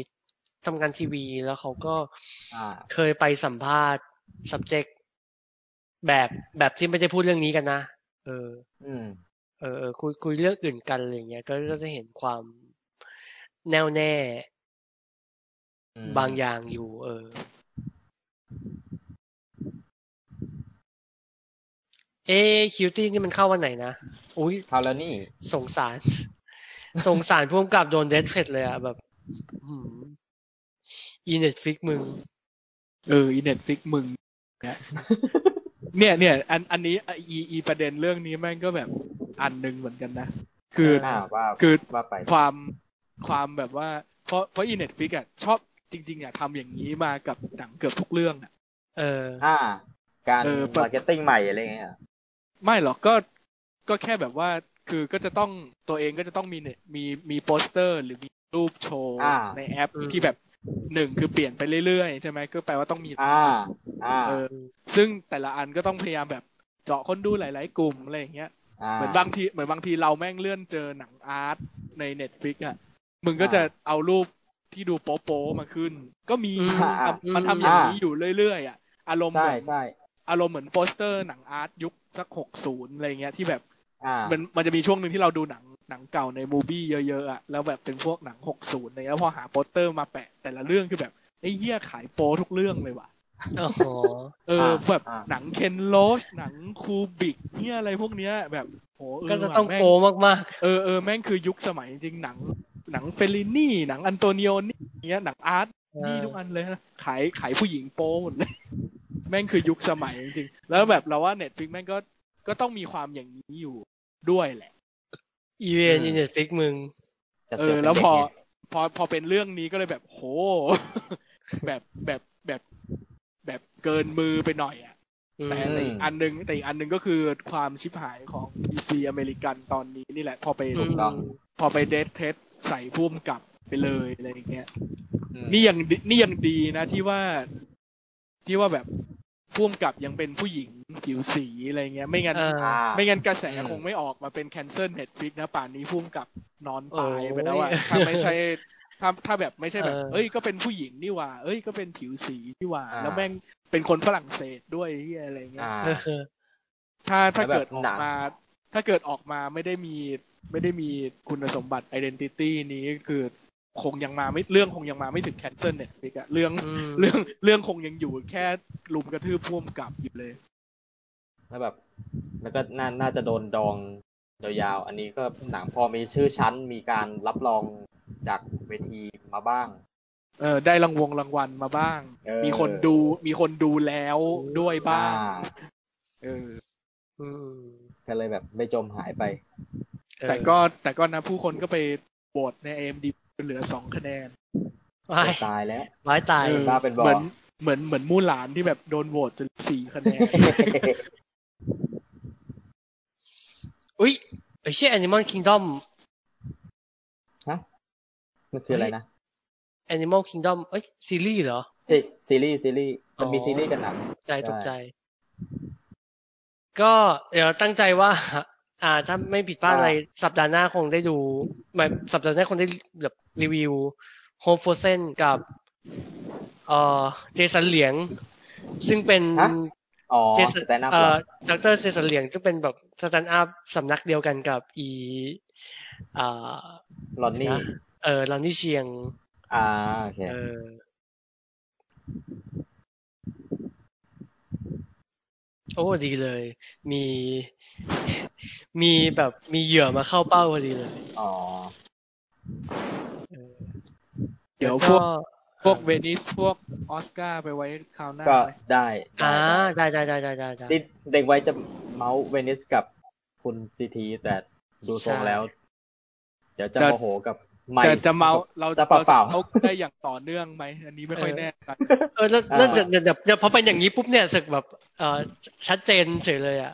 Speaker 1: ทำงานทีวีแล้วเขาก็
Speaker 2: อ่า
Speaker 1: เคยไปสัมภาษณ์ subject แบบแบบที่ไม่ได้พูดเรื่องนี้กันนะ เออ
Speaker 2: อืม
Speaker 1: เออเออคุยคุยเรื่องอื่นกันอะไรอย่างเงี้ยก็ก็จะเห็นความแน่วแน่
Speaker 2: อืม
Speaker 1: บางอย่างอยู่ เออ เอ๊คิวตี้นี่มันเข้าวันไหนนะอุ้ย
Speaker 2: คราวแล้วนี่
Speaker 1: สงสาร สงสารพ่วงกับโดนเดดเฟดเลยอ่ะ แบบอื้อหือีเน็ตฟิกมึง
Speaker 4: เอออีเน็ตฟิกมึงเนี่ย เนี่ยเนี่ยอันอันนี้อีอีประเด็นเรื่องนี้แม่งก็แบบอันหนึ่งเหมือนกันนะ คือ
Speaker 2: อ่าว่า
Speaker 4: คือ
Speaker 2: ว่าไป
Speaker 4: ความความแบบว่า เพราะเพราะอีเน็ตฟิกอ่ะชอบจริง ๆอ่ะทำอย่างนี้มากับหนังเกือบทุกเรื่องอ่ะ
Speaker 1: เอ อ
Speaker 2: อ่า การ
Speaker 4: เออปะ
Speaker 2: มาร์เก็ตติ้งใหม่อะไรเงี้ยอ่ะ
Speaker 4: ไม่หรอกก็ก็แค่แบบว่า คือก็จะต้องตัวเองก็จะต้องมีเนตมีมีโปสเตอร์ หรือมีรูปโชว์
Speaker 2: า
Speaker 4: ในแอป
Speaker 1: อืม
Speaker 4: ที่แบบหนึ่งคือเปลี่ยนไปเรื่อยๆใช่ไหมก็แปลว่าต้องมี
Speaker 2: อ่า อ่า
Speaker 4: เออ ซึ่งแต่ละอันก็ต้องพยายามแบบเจาะคนดูหลาย ๆ กลุ่มอะไรอย่างเงี้ย
Speaker 2: อ่า
Speaker 4: เหมือนบางทีเหมือนบางทีเราแม่งเลื่อนเจอหนังอาร์ตในเน็ตฟิกอ่ะ มึงก็
Speaker 2: อ่า
Speaker 4: จะเอารูปที่ดูโป๊ะๆมาขึ้น ก็มี
Speaker 1: อืม
Speaker 4: มัน
Speaker 1: อืม
Speaker 4: ทำมันทำอย่าง
Speaker 2: อ่านี้
Speaker 4: นี้อยู่เรื่อยๆอ่ะ อารมณ์เห
Speaker 2: ใช่
Speaker 4: มือน
Speaker 2: ใช่
Speaker 4: อารมณ์เหมือนโปสเตอร์หนังอาร์ตยุคสักหกศูนย์อะไรเงี้ยที่แบบ
Speaker 2: อ่า
Speaker 4: มันมันจะมีช่วงหนึ่งที่เราดูหนังหนังเก่าในมูบี้เยอะๆอ่ะแล้วแบบเป็นพวกหนังหกศูนย์อะไรเงี้ยแล้วพอหาโปสเตอร์มาแปะแต่ละเรื่องคือแบบไอ้เหี้ยขายโปทุกเรื่องเลยว่ะ
Speaker 1: โอ้โห
Speaker 4: เออ
Speaker 2: อ่า
Speaker 4: แบบ
Speaker 2: อ่า
Speaker 4: หนังเคนโลชหนังคูบิกเนี่ยอะไรพวกเนี้ยแบบโหเ
Speaker 1: ก็จะต้อง
Speaker 4: ว่แม่
Speaker 1: โกมาก
Speaker 4: เออเออแม่งคือยุคสมัยจริงๆหนัง หนังเฟลลินี่ หนังอันโตนิโอนี่อย่างเงี้ยหนังอาร์ต
Speaker 1: ๆ
Speaker 4: นี่ทุกอันเลยนะขายขายผู้หญิงโป้หมดเลย แม่งคือยุคสมัยจริงๆ แล้วแบบเราว่าเน็ตฟิกแม่งก็ก็ต้องมีความอย่างนี้อยู่ด้วยแหละ
Speaker 1: อีเวนต์อีเน็ตฟิกมึง
Speaker 2: จะ
Speaker 4: เอ
Speaker 2: สีย
Speaker 4: อ
Speaker 2: ป็น
Speaker 4: แล้วพอ
Speaker 2: เด็กไง
Speaker 4: พอพอเป็นเรื่องนี้ก็เลยแบบโห แบบแบบแบบแบบเกินมือไปหน่อยอ่ะ แต่แต่อีกอันหนึงแต่อีกอันหนึงก็คือความชิบหายของ DC อเมริกันตอนนี้นี่แหละ พอไป
Speaker 1: ถูกต้อง
Speaker 4: พอไปเดทเทสใส่พุ่มกลับไปเลยอะไรอย่างเงี้ย
Speaker 2: อืม
Speaker 4: นี่ยังดีนี่ยังดีนะที่ว่าที่ว่าแบบพุ่มกลับยังเป็นผู้หญิงผิวสีอะไรเงี้ย ไม่งั้น
Speaker 1: เออ
Speaker 2: อ่า
Speaker 4: ไม่งั้นกระแส
Speaker 2: อืม
Speaker 4: คงไม่ออกมาเป็นแคนเซิลเน็ตฟิกนะป่านนี้พุ่มกลับนอนตาย
Speaker 1: โอ้ย
Speaker 4: ไปแล้วอะถ้าไม่ใช่ถ้าถ้าแบบไม่ใช่แบบ
Speaker 1: เออ
Speaker 4: เอ้ยก็เป็นผู้หญิงนี่หว่า เอ้ยก็เป็นผิวสีนี่หว่า แล้วแม่งเป็นคนฝรั่งเศสด้วยเหี้ยอะไรเงี้ย
Speaker 2: อ่า
Speaker 1: เออ
Speaker 4: ถ้าถ้า
Speaker 2: แล้วแบบ
Speaker 4: เกิดออก
Speaker 2: หนัง
Speaker 4: มา ถ้าเกิดออกมาไม่ได้มีไม่ได้มีคุณสมบัติ identity นี้คือคงยังมาไม่เรื่องคงยังมาไม่ถึง cancel Netflix อะเรื่อง
Speaker 1: อืม
Speaker 4: เรื่องเรื่องคงยังอยู่แค่ลุมกระทืบพ่วมกับอยู่เลย
Speaker 2: แล้วแบบ แล้วก็น่าน่าจะโดนดองยาวๆ อันนี้ก็หนังพอมีชื่อชั้น มีการรับรองจากเวทีมาบ้าง
Speaker 4: เออได้รางวงรางวัลมาบ้าง
Speaker 2: เออ
Speaker 4: มีคนดูมีคนดูแล้วด้วยบ้าง
Speaker 2: อ่
Speaker 4: เออ
Speaker 1: อืม
Speaker 2: ก็เลยแบบไม่จมหายไป
Speaker 1: เออ
Speaker 4: แต่ก็แต่ก็นะผู้คนก็ไปโหวตใน AMD เหลือสองคะแนน
Speaker 1: ไว้
Speaker 2: ตายแล้ว
Speaker 1: ไว้ตาย
Speaker 4: เออ
Speaker 2: บ้าเป็นบอ
Speaker 4: เหมือนเหมือนเหมือนมู่หลานที่แบบโดนโหวตจนสี่คะแนน
Speaker 1: อุ้ยไอ้เชี่ย Animal Kingdom
Speaker 2: มันคืออะไรนะ
Speaker 1: Animal Kingdom เอ้ยซีรีส์เหรอ
Speaker 2: ซีซีรีส์ซีรีส์มันมี
Speaker 1: อ๋อ
Speaker 2: ซีรีส์กับหนัง
Speaker 1: ใจ
Speaker 2: ใช่
Speaker 1: ตกใจ ก็เดี๋ยวตั้งใจว่า อ่า ถ้าไม่ผิดพลาดอะไร สัปดาห์หน้าคงได้ดูหมายสัปดาห์หน้าคงได้แบบรีวิว Home for s e n กับเอ่อเจสันเหลียง ซึ่งเป็น
Speaker 2: ฮะ อ๋อ
Speaker 1: เจสัน
Speaker 2: แต่นับ
Speaker 1: เอ่อดรเจสันเหลียงซึ่งเป็นแบบสแตนด์อัพสำนักเดียวกันกับอีอ่า
Speaker 2: ลอนนี่
Speaker 1: นะเออลอนนี่เชียง
Speaker 2: อ่าโอเค
Speaker 1: เออ โอ้ดีเลย มี มีแบบมีเหยื่อมาเข้าเป้าพอดีเลย
Speaker 2: อ๋อ
Speaker 4: เดี๋ยว
Speaker 1: แล้
Speaker 4: พวก พวกเวนิสพวกออสการ์ไปไว้คราวหน้า
Speaker 2: ก็
Speaker 4: ไหม
Speaker 2: ได้ได้
Speaker 1: อ่า
Speaker 2: ได้
Speaker 1: ได้ได้ได้ได้ได้ได้
Speaker 2: นี่เด็กไว้จะเมาส์เวนิสกับคุณซีทีแต่ดูทรงแล้ว เดี๋ยวจะโมโหกับ ไม่
Speaker 4: จะจะเมาเรา
Speaker 2: จะเปล่าๆ
Speaker 4: จะเอาได้อย่างต่อเนื่องไหมอันนี้ไม่ค่อยแน่ใจ
Speaker 1: เออแล้วแล้ว
Speaker 2: อ่า
Speaker 1: เดี๋ยวเดี๋ยวเดี๋ยวเดี๋ยวพอเป็นอย่างนี้ปุ๊บเนี่ยรู้สึกแบบเออชัดเจนเฉยเลยอ่ะ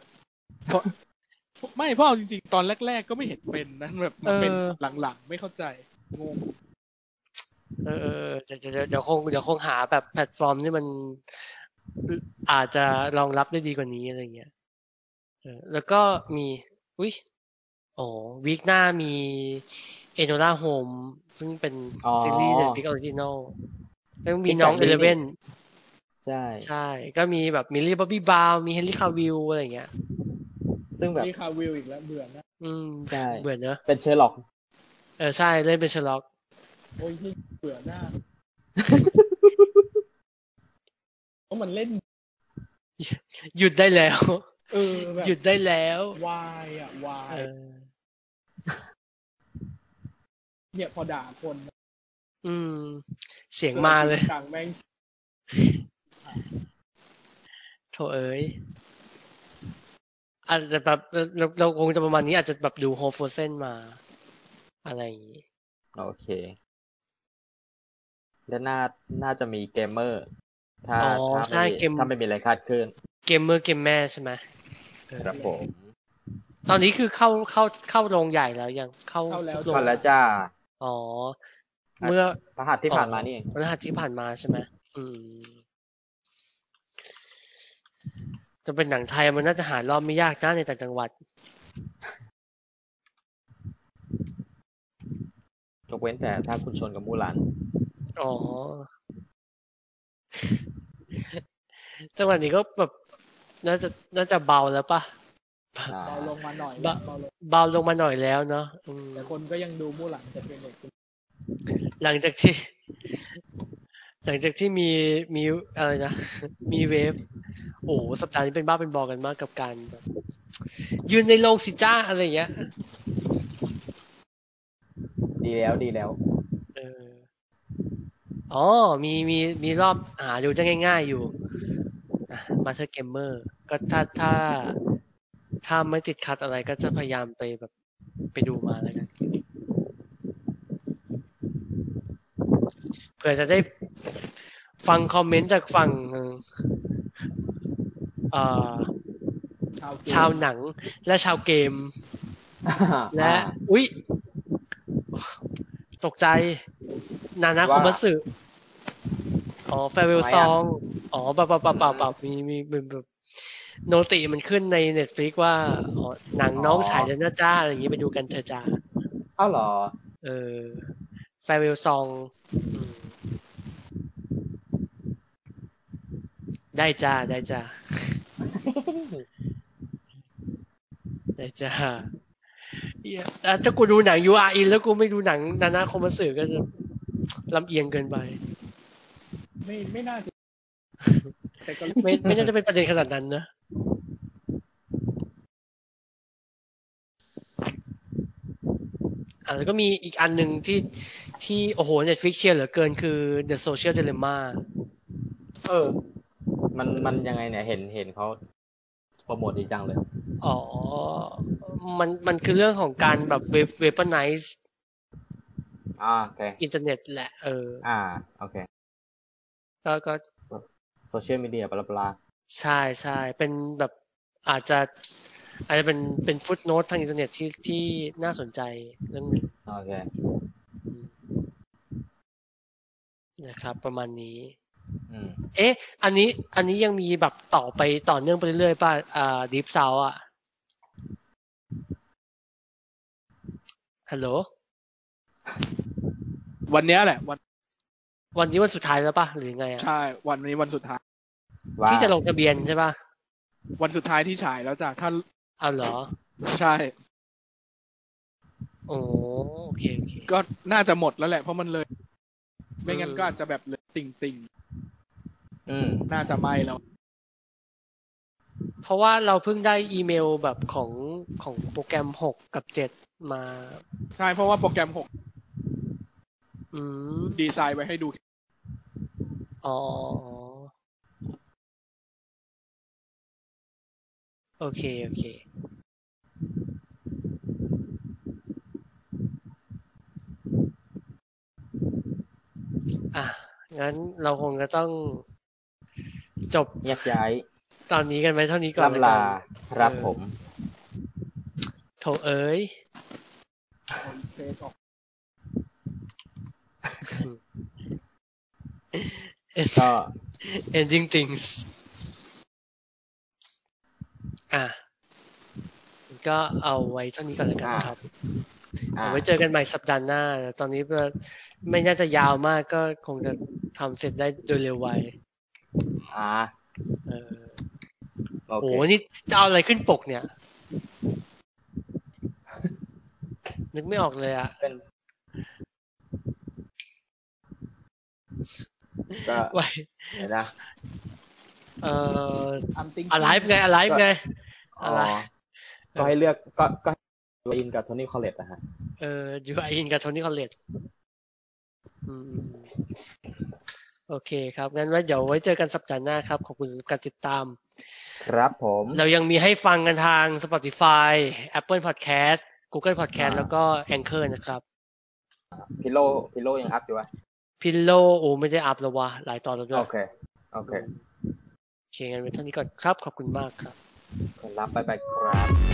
Speaker 4: ไม่เพราะเอาจริงๆตอนแรก ๆ ก็ไม่เห็นเป็นนะแบบมันเป็น
Speaker 1: เออ
Speaker 4: หลังๆ ไม่เข้าใจงง
Speaker 1: เออเออเดี๋ยวเดี๋ยวเดี๋ยวคงเดี๋ยวคงหาแบบแพลตฟอร์มที่มันอาจจะรองรับได้ดีกว่านี้อะไรเงี้ยเออแล้วก็มีอุ้ยโอ้วีคหน้ามีเอโนล่าโฮมซึ่งเป็น
Speaker 2: อ๋อ
Speaker 1: ซีรีส์เ e ็ตฟิกออริจินอลแล้วมี
Speaker 2: ที่
Speaker 1: น้อง
Speaker 2: จั
Speaker 1: เอ
Speaker 2: ดนี่
Speaker 1: เล
Speaker 2: นี่
Speaker 1: เว่น
Speaker 2: ใช่
Speaker 1: ใช่ ก็มีแบบมิลลี่บ๊อบบี้บราวมีเฮนรี่คาวิลอะไรเงี้ย
Speaker 2: ซึ่งแบบ
Speaker 4: นี่คาวิลอีกแล้วเบื่อนะ
Speaker 1: อืม
Speaker 2: ใช่
Speaker 1: เบื่อเนอะ
Speaker 2: เป็นเชอร์ล็อก
Speaker 1: เออใช่เล่นเป็นเชอร์ล็อก
Speaker 4: โอ้ยที่เบื่อหน้าเพราะมันเล่น
Speaker 1: หยุดได้แล้ว
Speaker 4: เออแบบ
Speaker 1: หยุดได้แล้ว
Speaker 4: วายอ่ะวา
Speaker 1: เอย อ
Speaker 4: เนี่ยพอด่าคน
Speaker 1: อืม เสียงมาเลย
Speaker 4: ต่างแม่ง
Speaker 1: โถเอ้ยอาจจะแบบเราเราคงจะประมาณนี้อาจจะแบบดูโฮโฟเซนมา อะไรอย่างงี้
Speaker 2: โอเค และน่า น่าจะมีเกมเมอร์ ถ้า
Speaker 1: อ๋อ
Speaker 2: ถ้า
Speaker 1: ใช่
Speaker 2: ไม่มี
Speaker 1: เกม
Speaker 2: ถ้าไม่มีอะไรคาดเคลื่อน
Speaker 1: เกมเมอร์เกมแม่ใช่ไหมเออ
Speaker 2: ครับผม
Speaker 1: ตอนนี้คือเข้าเข้าเข้าโรงใหญ่แล้วยังเข้า
Speaker 4: เข้าแล้ว
Speaker 1: ทุกโร
Speaker 2: พอง แล้วจ้า
Speaker 1: อ๋อ เมื่อ
Speaker 2: พระหัสที่ผ่านมานี่เอง
Speaker 1: วันหัสที่ผ่านมาใช่ไหมอืม จะเป็นหนังไทยมันน่าจะหารอบไม่ยากนะในต่างจังหวัด
Speaker 2: ยกเว้นแต่ถ้าคุณชนกับมูหลัน
Speaker 1: อ๋อ จังหวะนี้ก็แบบน่าจะน่าจะเบาแล้วปะ
Speaker 2: อ่า
Speaker 4: เบาลงมาหน่อย
Speaker 1: บะ
Speaker 4: เบาลง
Speaker 1: เบาลงมาหน่อยแล้วเนาะอืม
Speaker 4: แต่คนก็ยังดูมู่หลังแต่เป็นเด็ก
Speaker 1: หลังจากที่ หลังจากที่มีมีอะไรนะ มีเวฟ โอ้โหสัปดาห์นี้เป็นบ้าเป็นบอกันมากกับการแบบยืนในโรงสิจ้าอะไรอย่างเงี้ย
Speaker 2: ดีแล้วดีแล้ว
Speaker 1: เอออ๋อ มี มี มีรอบหาดูได้ง่าย ๆ อยู่มาสเตอร์เกมเมอร์ ก็ถ้า ถ้า ถ้าไม่ติดขัดอะไรก็จะพยายามไปแบบไปดูมาแล้วกันเผื่อจะได้ฟังคอมเมนต์จากฝั่งเอ่อ
Speaker 4: ชาว
Speaker 1: ชาวหนังและชาวเกม และ
Speaker 2: อ่า
Speaker 1: อุ๊ย ตกใจ นานาค
Speaker 2: ว่า
Speaker 1: อมัตสึอ๋อแฟเวล
Speaker 2: ทำไม
Speaker 1: ซ
Speaker 2: อ่ะ
Speaker 1: อง อ๋อเปล่าเปล่าเปล่าเปล่าเปล่ามีมีมีแบบโนติมันขึ้นในเน็ตฟลิกว่าอ๋อหนังน้องฉายแล้วนะจ้า อะไรอย่างนี้ไปดูกันเธอะจ้า
Speaker 2: เอ้าวเหรอ
Speaker 1: เออแฟเวลซองอืมได้จ้า ได้จ้า ได้จ้าเหี้ยแต่ถ้ากูดูหนัง URE แล้วกูไม่ดูหนังนานาคอมมัสึก็จะลำเอียงเกินไป
Speaker 4: ไม่ไม่น่าจะแต่ก็
Speaker 1: ไม่ไม่น่าจะเป็นประเด็นขนาดนั้นนะอ่ะแล้วก็มีอีกอันหนึ่งที่ที่โอ้โหเน็ตฟิกเชียร์เหลือเกินคือ The Social Dilemma
Speaker 2: เออ มันมันยังไงเนี่ยเห็นเห็นเขาโปรโมทดีจังเลย
Speaker 1: อ๋อ มันมันคือเรื่องของการแบบเว p o n i z e
Speaker 2: อ่าโอเค
Speaker 1: อินเทอร์เน็ตแหละ เออ
Speaker 2: อ่าโอเค
Speaker 1: ก็ก็
Speaker 2: โซเชียลมีเดียบลาบลา
Speaker 1: ใช่ใช่เป็นแบบอาจจะ อาจจะเป็นเป็นฟุตโนตทางอินเทอร์เน็ตที่ที่น่าสนใจเรื่องหนึ่ง
Speaker 2: โอเค
Speaker 1: นะครับ ประมาณนี้
Speaker 2: อืม
Speaker 1: เอ๊ะ อันนี้อันนี้ยังมีแบบต่อไปต่อเนื่องไปเรื่อยๆป่ะอ่าดิฟซาวอ่ะฮัลโหล
Speaker 4: วันเนี้ยแหละ วัน
Speaker 1: วันนี้วันสุดท้ายแล้วป่ะ หรือไงอ่ะ
Speaker 4: ใช่วันนี้วันสุดท้าย
Speaker 2: ว่า
Speaker 1: ที่จะลงทะเบียนใช่ป่ะ
Speaker 4: วันสุดท้ายที่ฉายแล้วจ้ะถ้า
Speaker 1: เอาเหรอ
Speaker 4: ใช่
Speaker 1: โอ้โอเคโอเค
Speaker 4: ก็น่าจะหมดแล้วแหละเพราะมันเลย ไม่งั้น
Speaker 1: อืม
Speaker 4: ก็อาจจะแบบเหลยติ่งติ่ง
Speaker 2: อืม
Speaker 4: ๆน่าจะไม่แล้ว
Speaker 1: เพราะว่าเราเพิ่งได้อีเมลแบบของของโปรแกรมหกกับเจ็ดมา
Speaker 4: ใช่เพราะว่าโปรแกรมหก
Speaker 1: อืม
Speaker 4: ดีไซน์ไว้ให้ดู
Speaker 1: อ๋อ โอเค โอเค งั้นเราคงจะต้องจบ
Speaker 2: แยกย้าย
Speaker 1: ตอนนี้กันไว้เท่านี้ก่อน
Speaker 2: ล่ำ
Speaker 1: ะกั
Speaker 2: ลา
Speaker 1: น
Speaker 2: ครับผม
Speaker 1: โถเอ๋ย
Speaker 4: เฟซออก
Speaker 2: ก็
Speaker 1: ending things อ่ะก็เอาไว้เท่านี้ก่อนแล้วกันนะครับ
Speaker 2: อ่า
Speaker 1: เอาไว้เจอกันใหม่สัปดาห์หน้า ตอนนี้ก็ไม่น่าจะยาวมากก็คงจะทำเสร็จได้โดยเร็วไว
Speaker 2: อ่า
Speaker 1: เออ
Speaker 2: โอ
Speaker 1: โอ้
Speaker 2: เค
Speaker 1: โหนี่จะเอาอะไรขึ้นปก เนี่ย นึกไม่ออกเลย อ่ะ
Speaker 2: เป็นก็
Speaker 1: ไว้
Speaker 2: เดี๋ยวนะ
Speaker 1: เอ่อ
Speaker 4: อัมติง
Speaker 1: alive ไง alive ไง
Speaker 2: อ๋อ
Speaker 1: อะไร
Speaker 2: ก็ให้เลือกก็ก็ดูอินกับโทนี่คอลเลตนะฮะ
Speaker 1: เออยูไอินกับโทนี่คอลเลตโอเคครับ งั้นไว้เดี๋ยวไว้เจอกันสัปดาห์หน้าครับ ขอบคุณสำหรับการติดตาม
Speaker 2: ครับผม
Speaker 1: เรายังมีให้ฟังกันทาง Spotify Apple Podcast Google Podcast
Speaker 2: อ่า
Speaker 1: แล้วก็ Anchor นะครับ
Speaker 2: พิโลพิโลยังอัพอยู่วะ
Speaker 1: พิลโลโอ้ไม่ได้อัพแล้ววะ หลายตอนแล้วด้วย
Speaker 2: โอเค โอเค
Speaker 1: โอเคงั้นไว้เท่านี้ก่อนครับ ขอบคุณมากครับ
Speaker 2: ครับบ๊ายบายครับ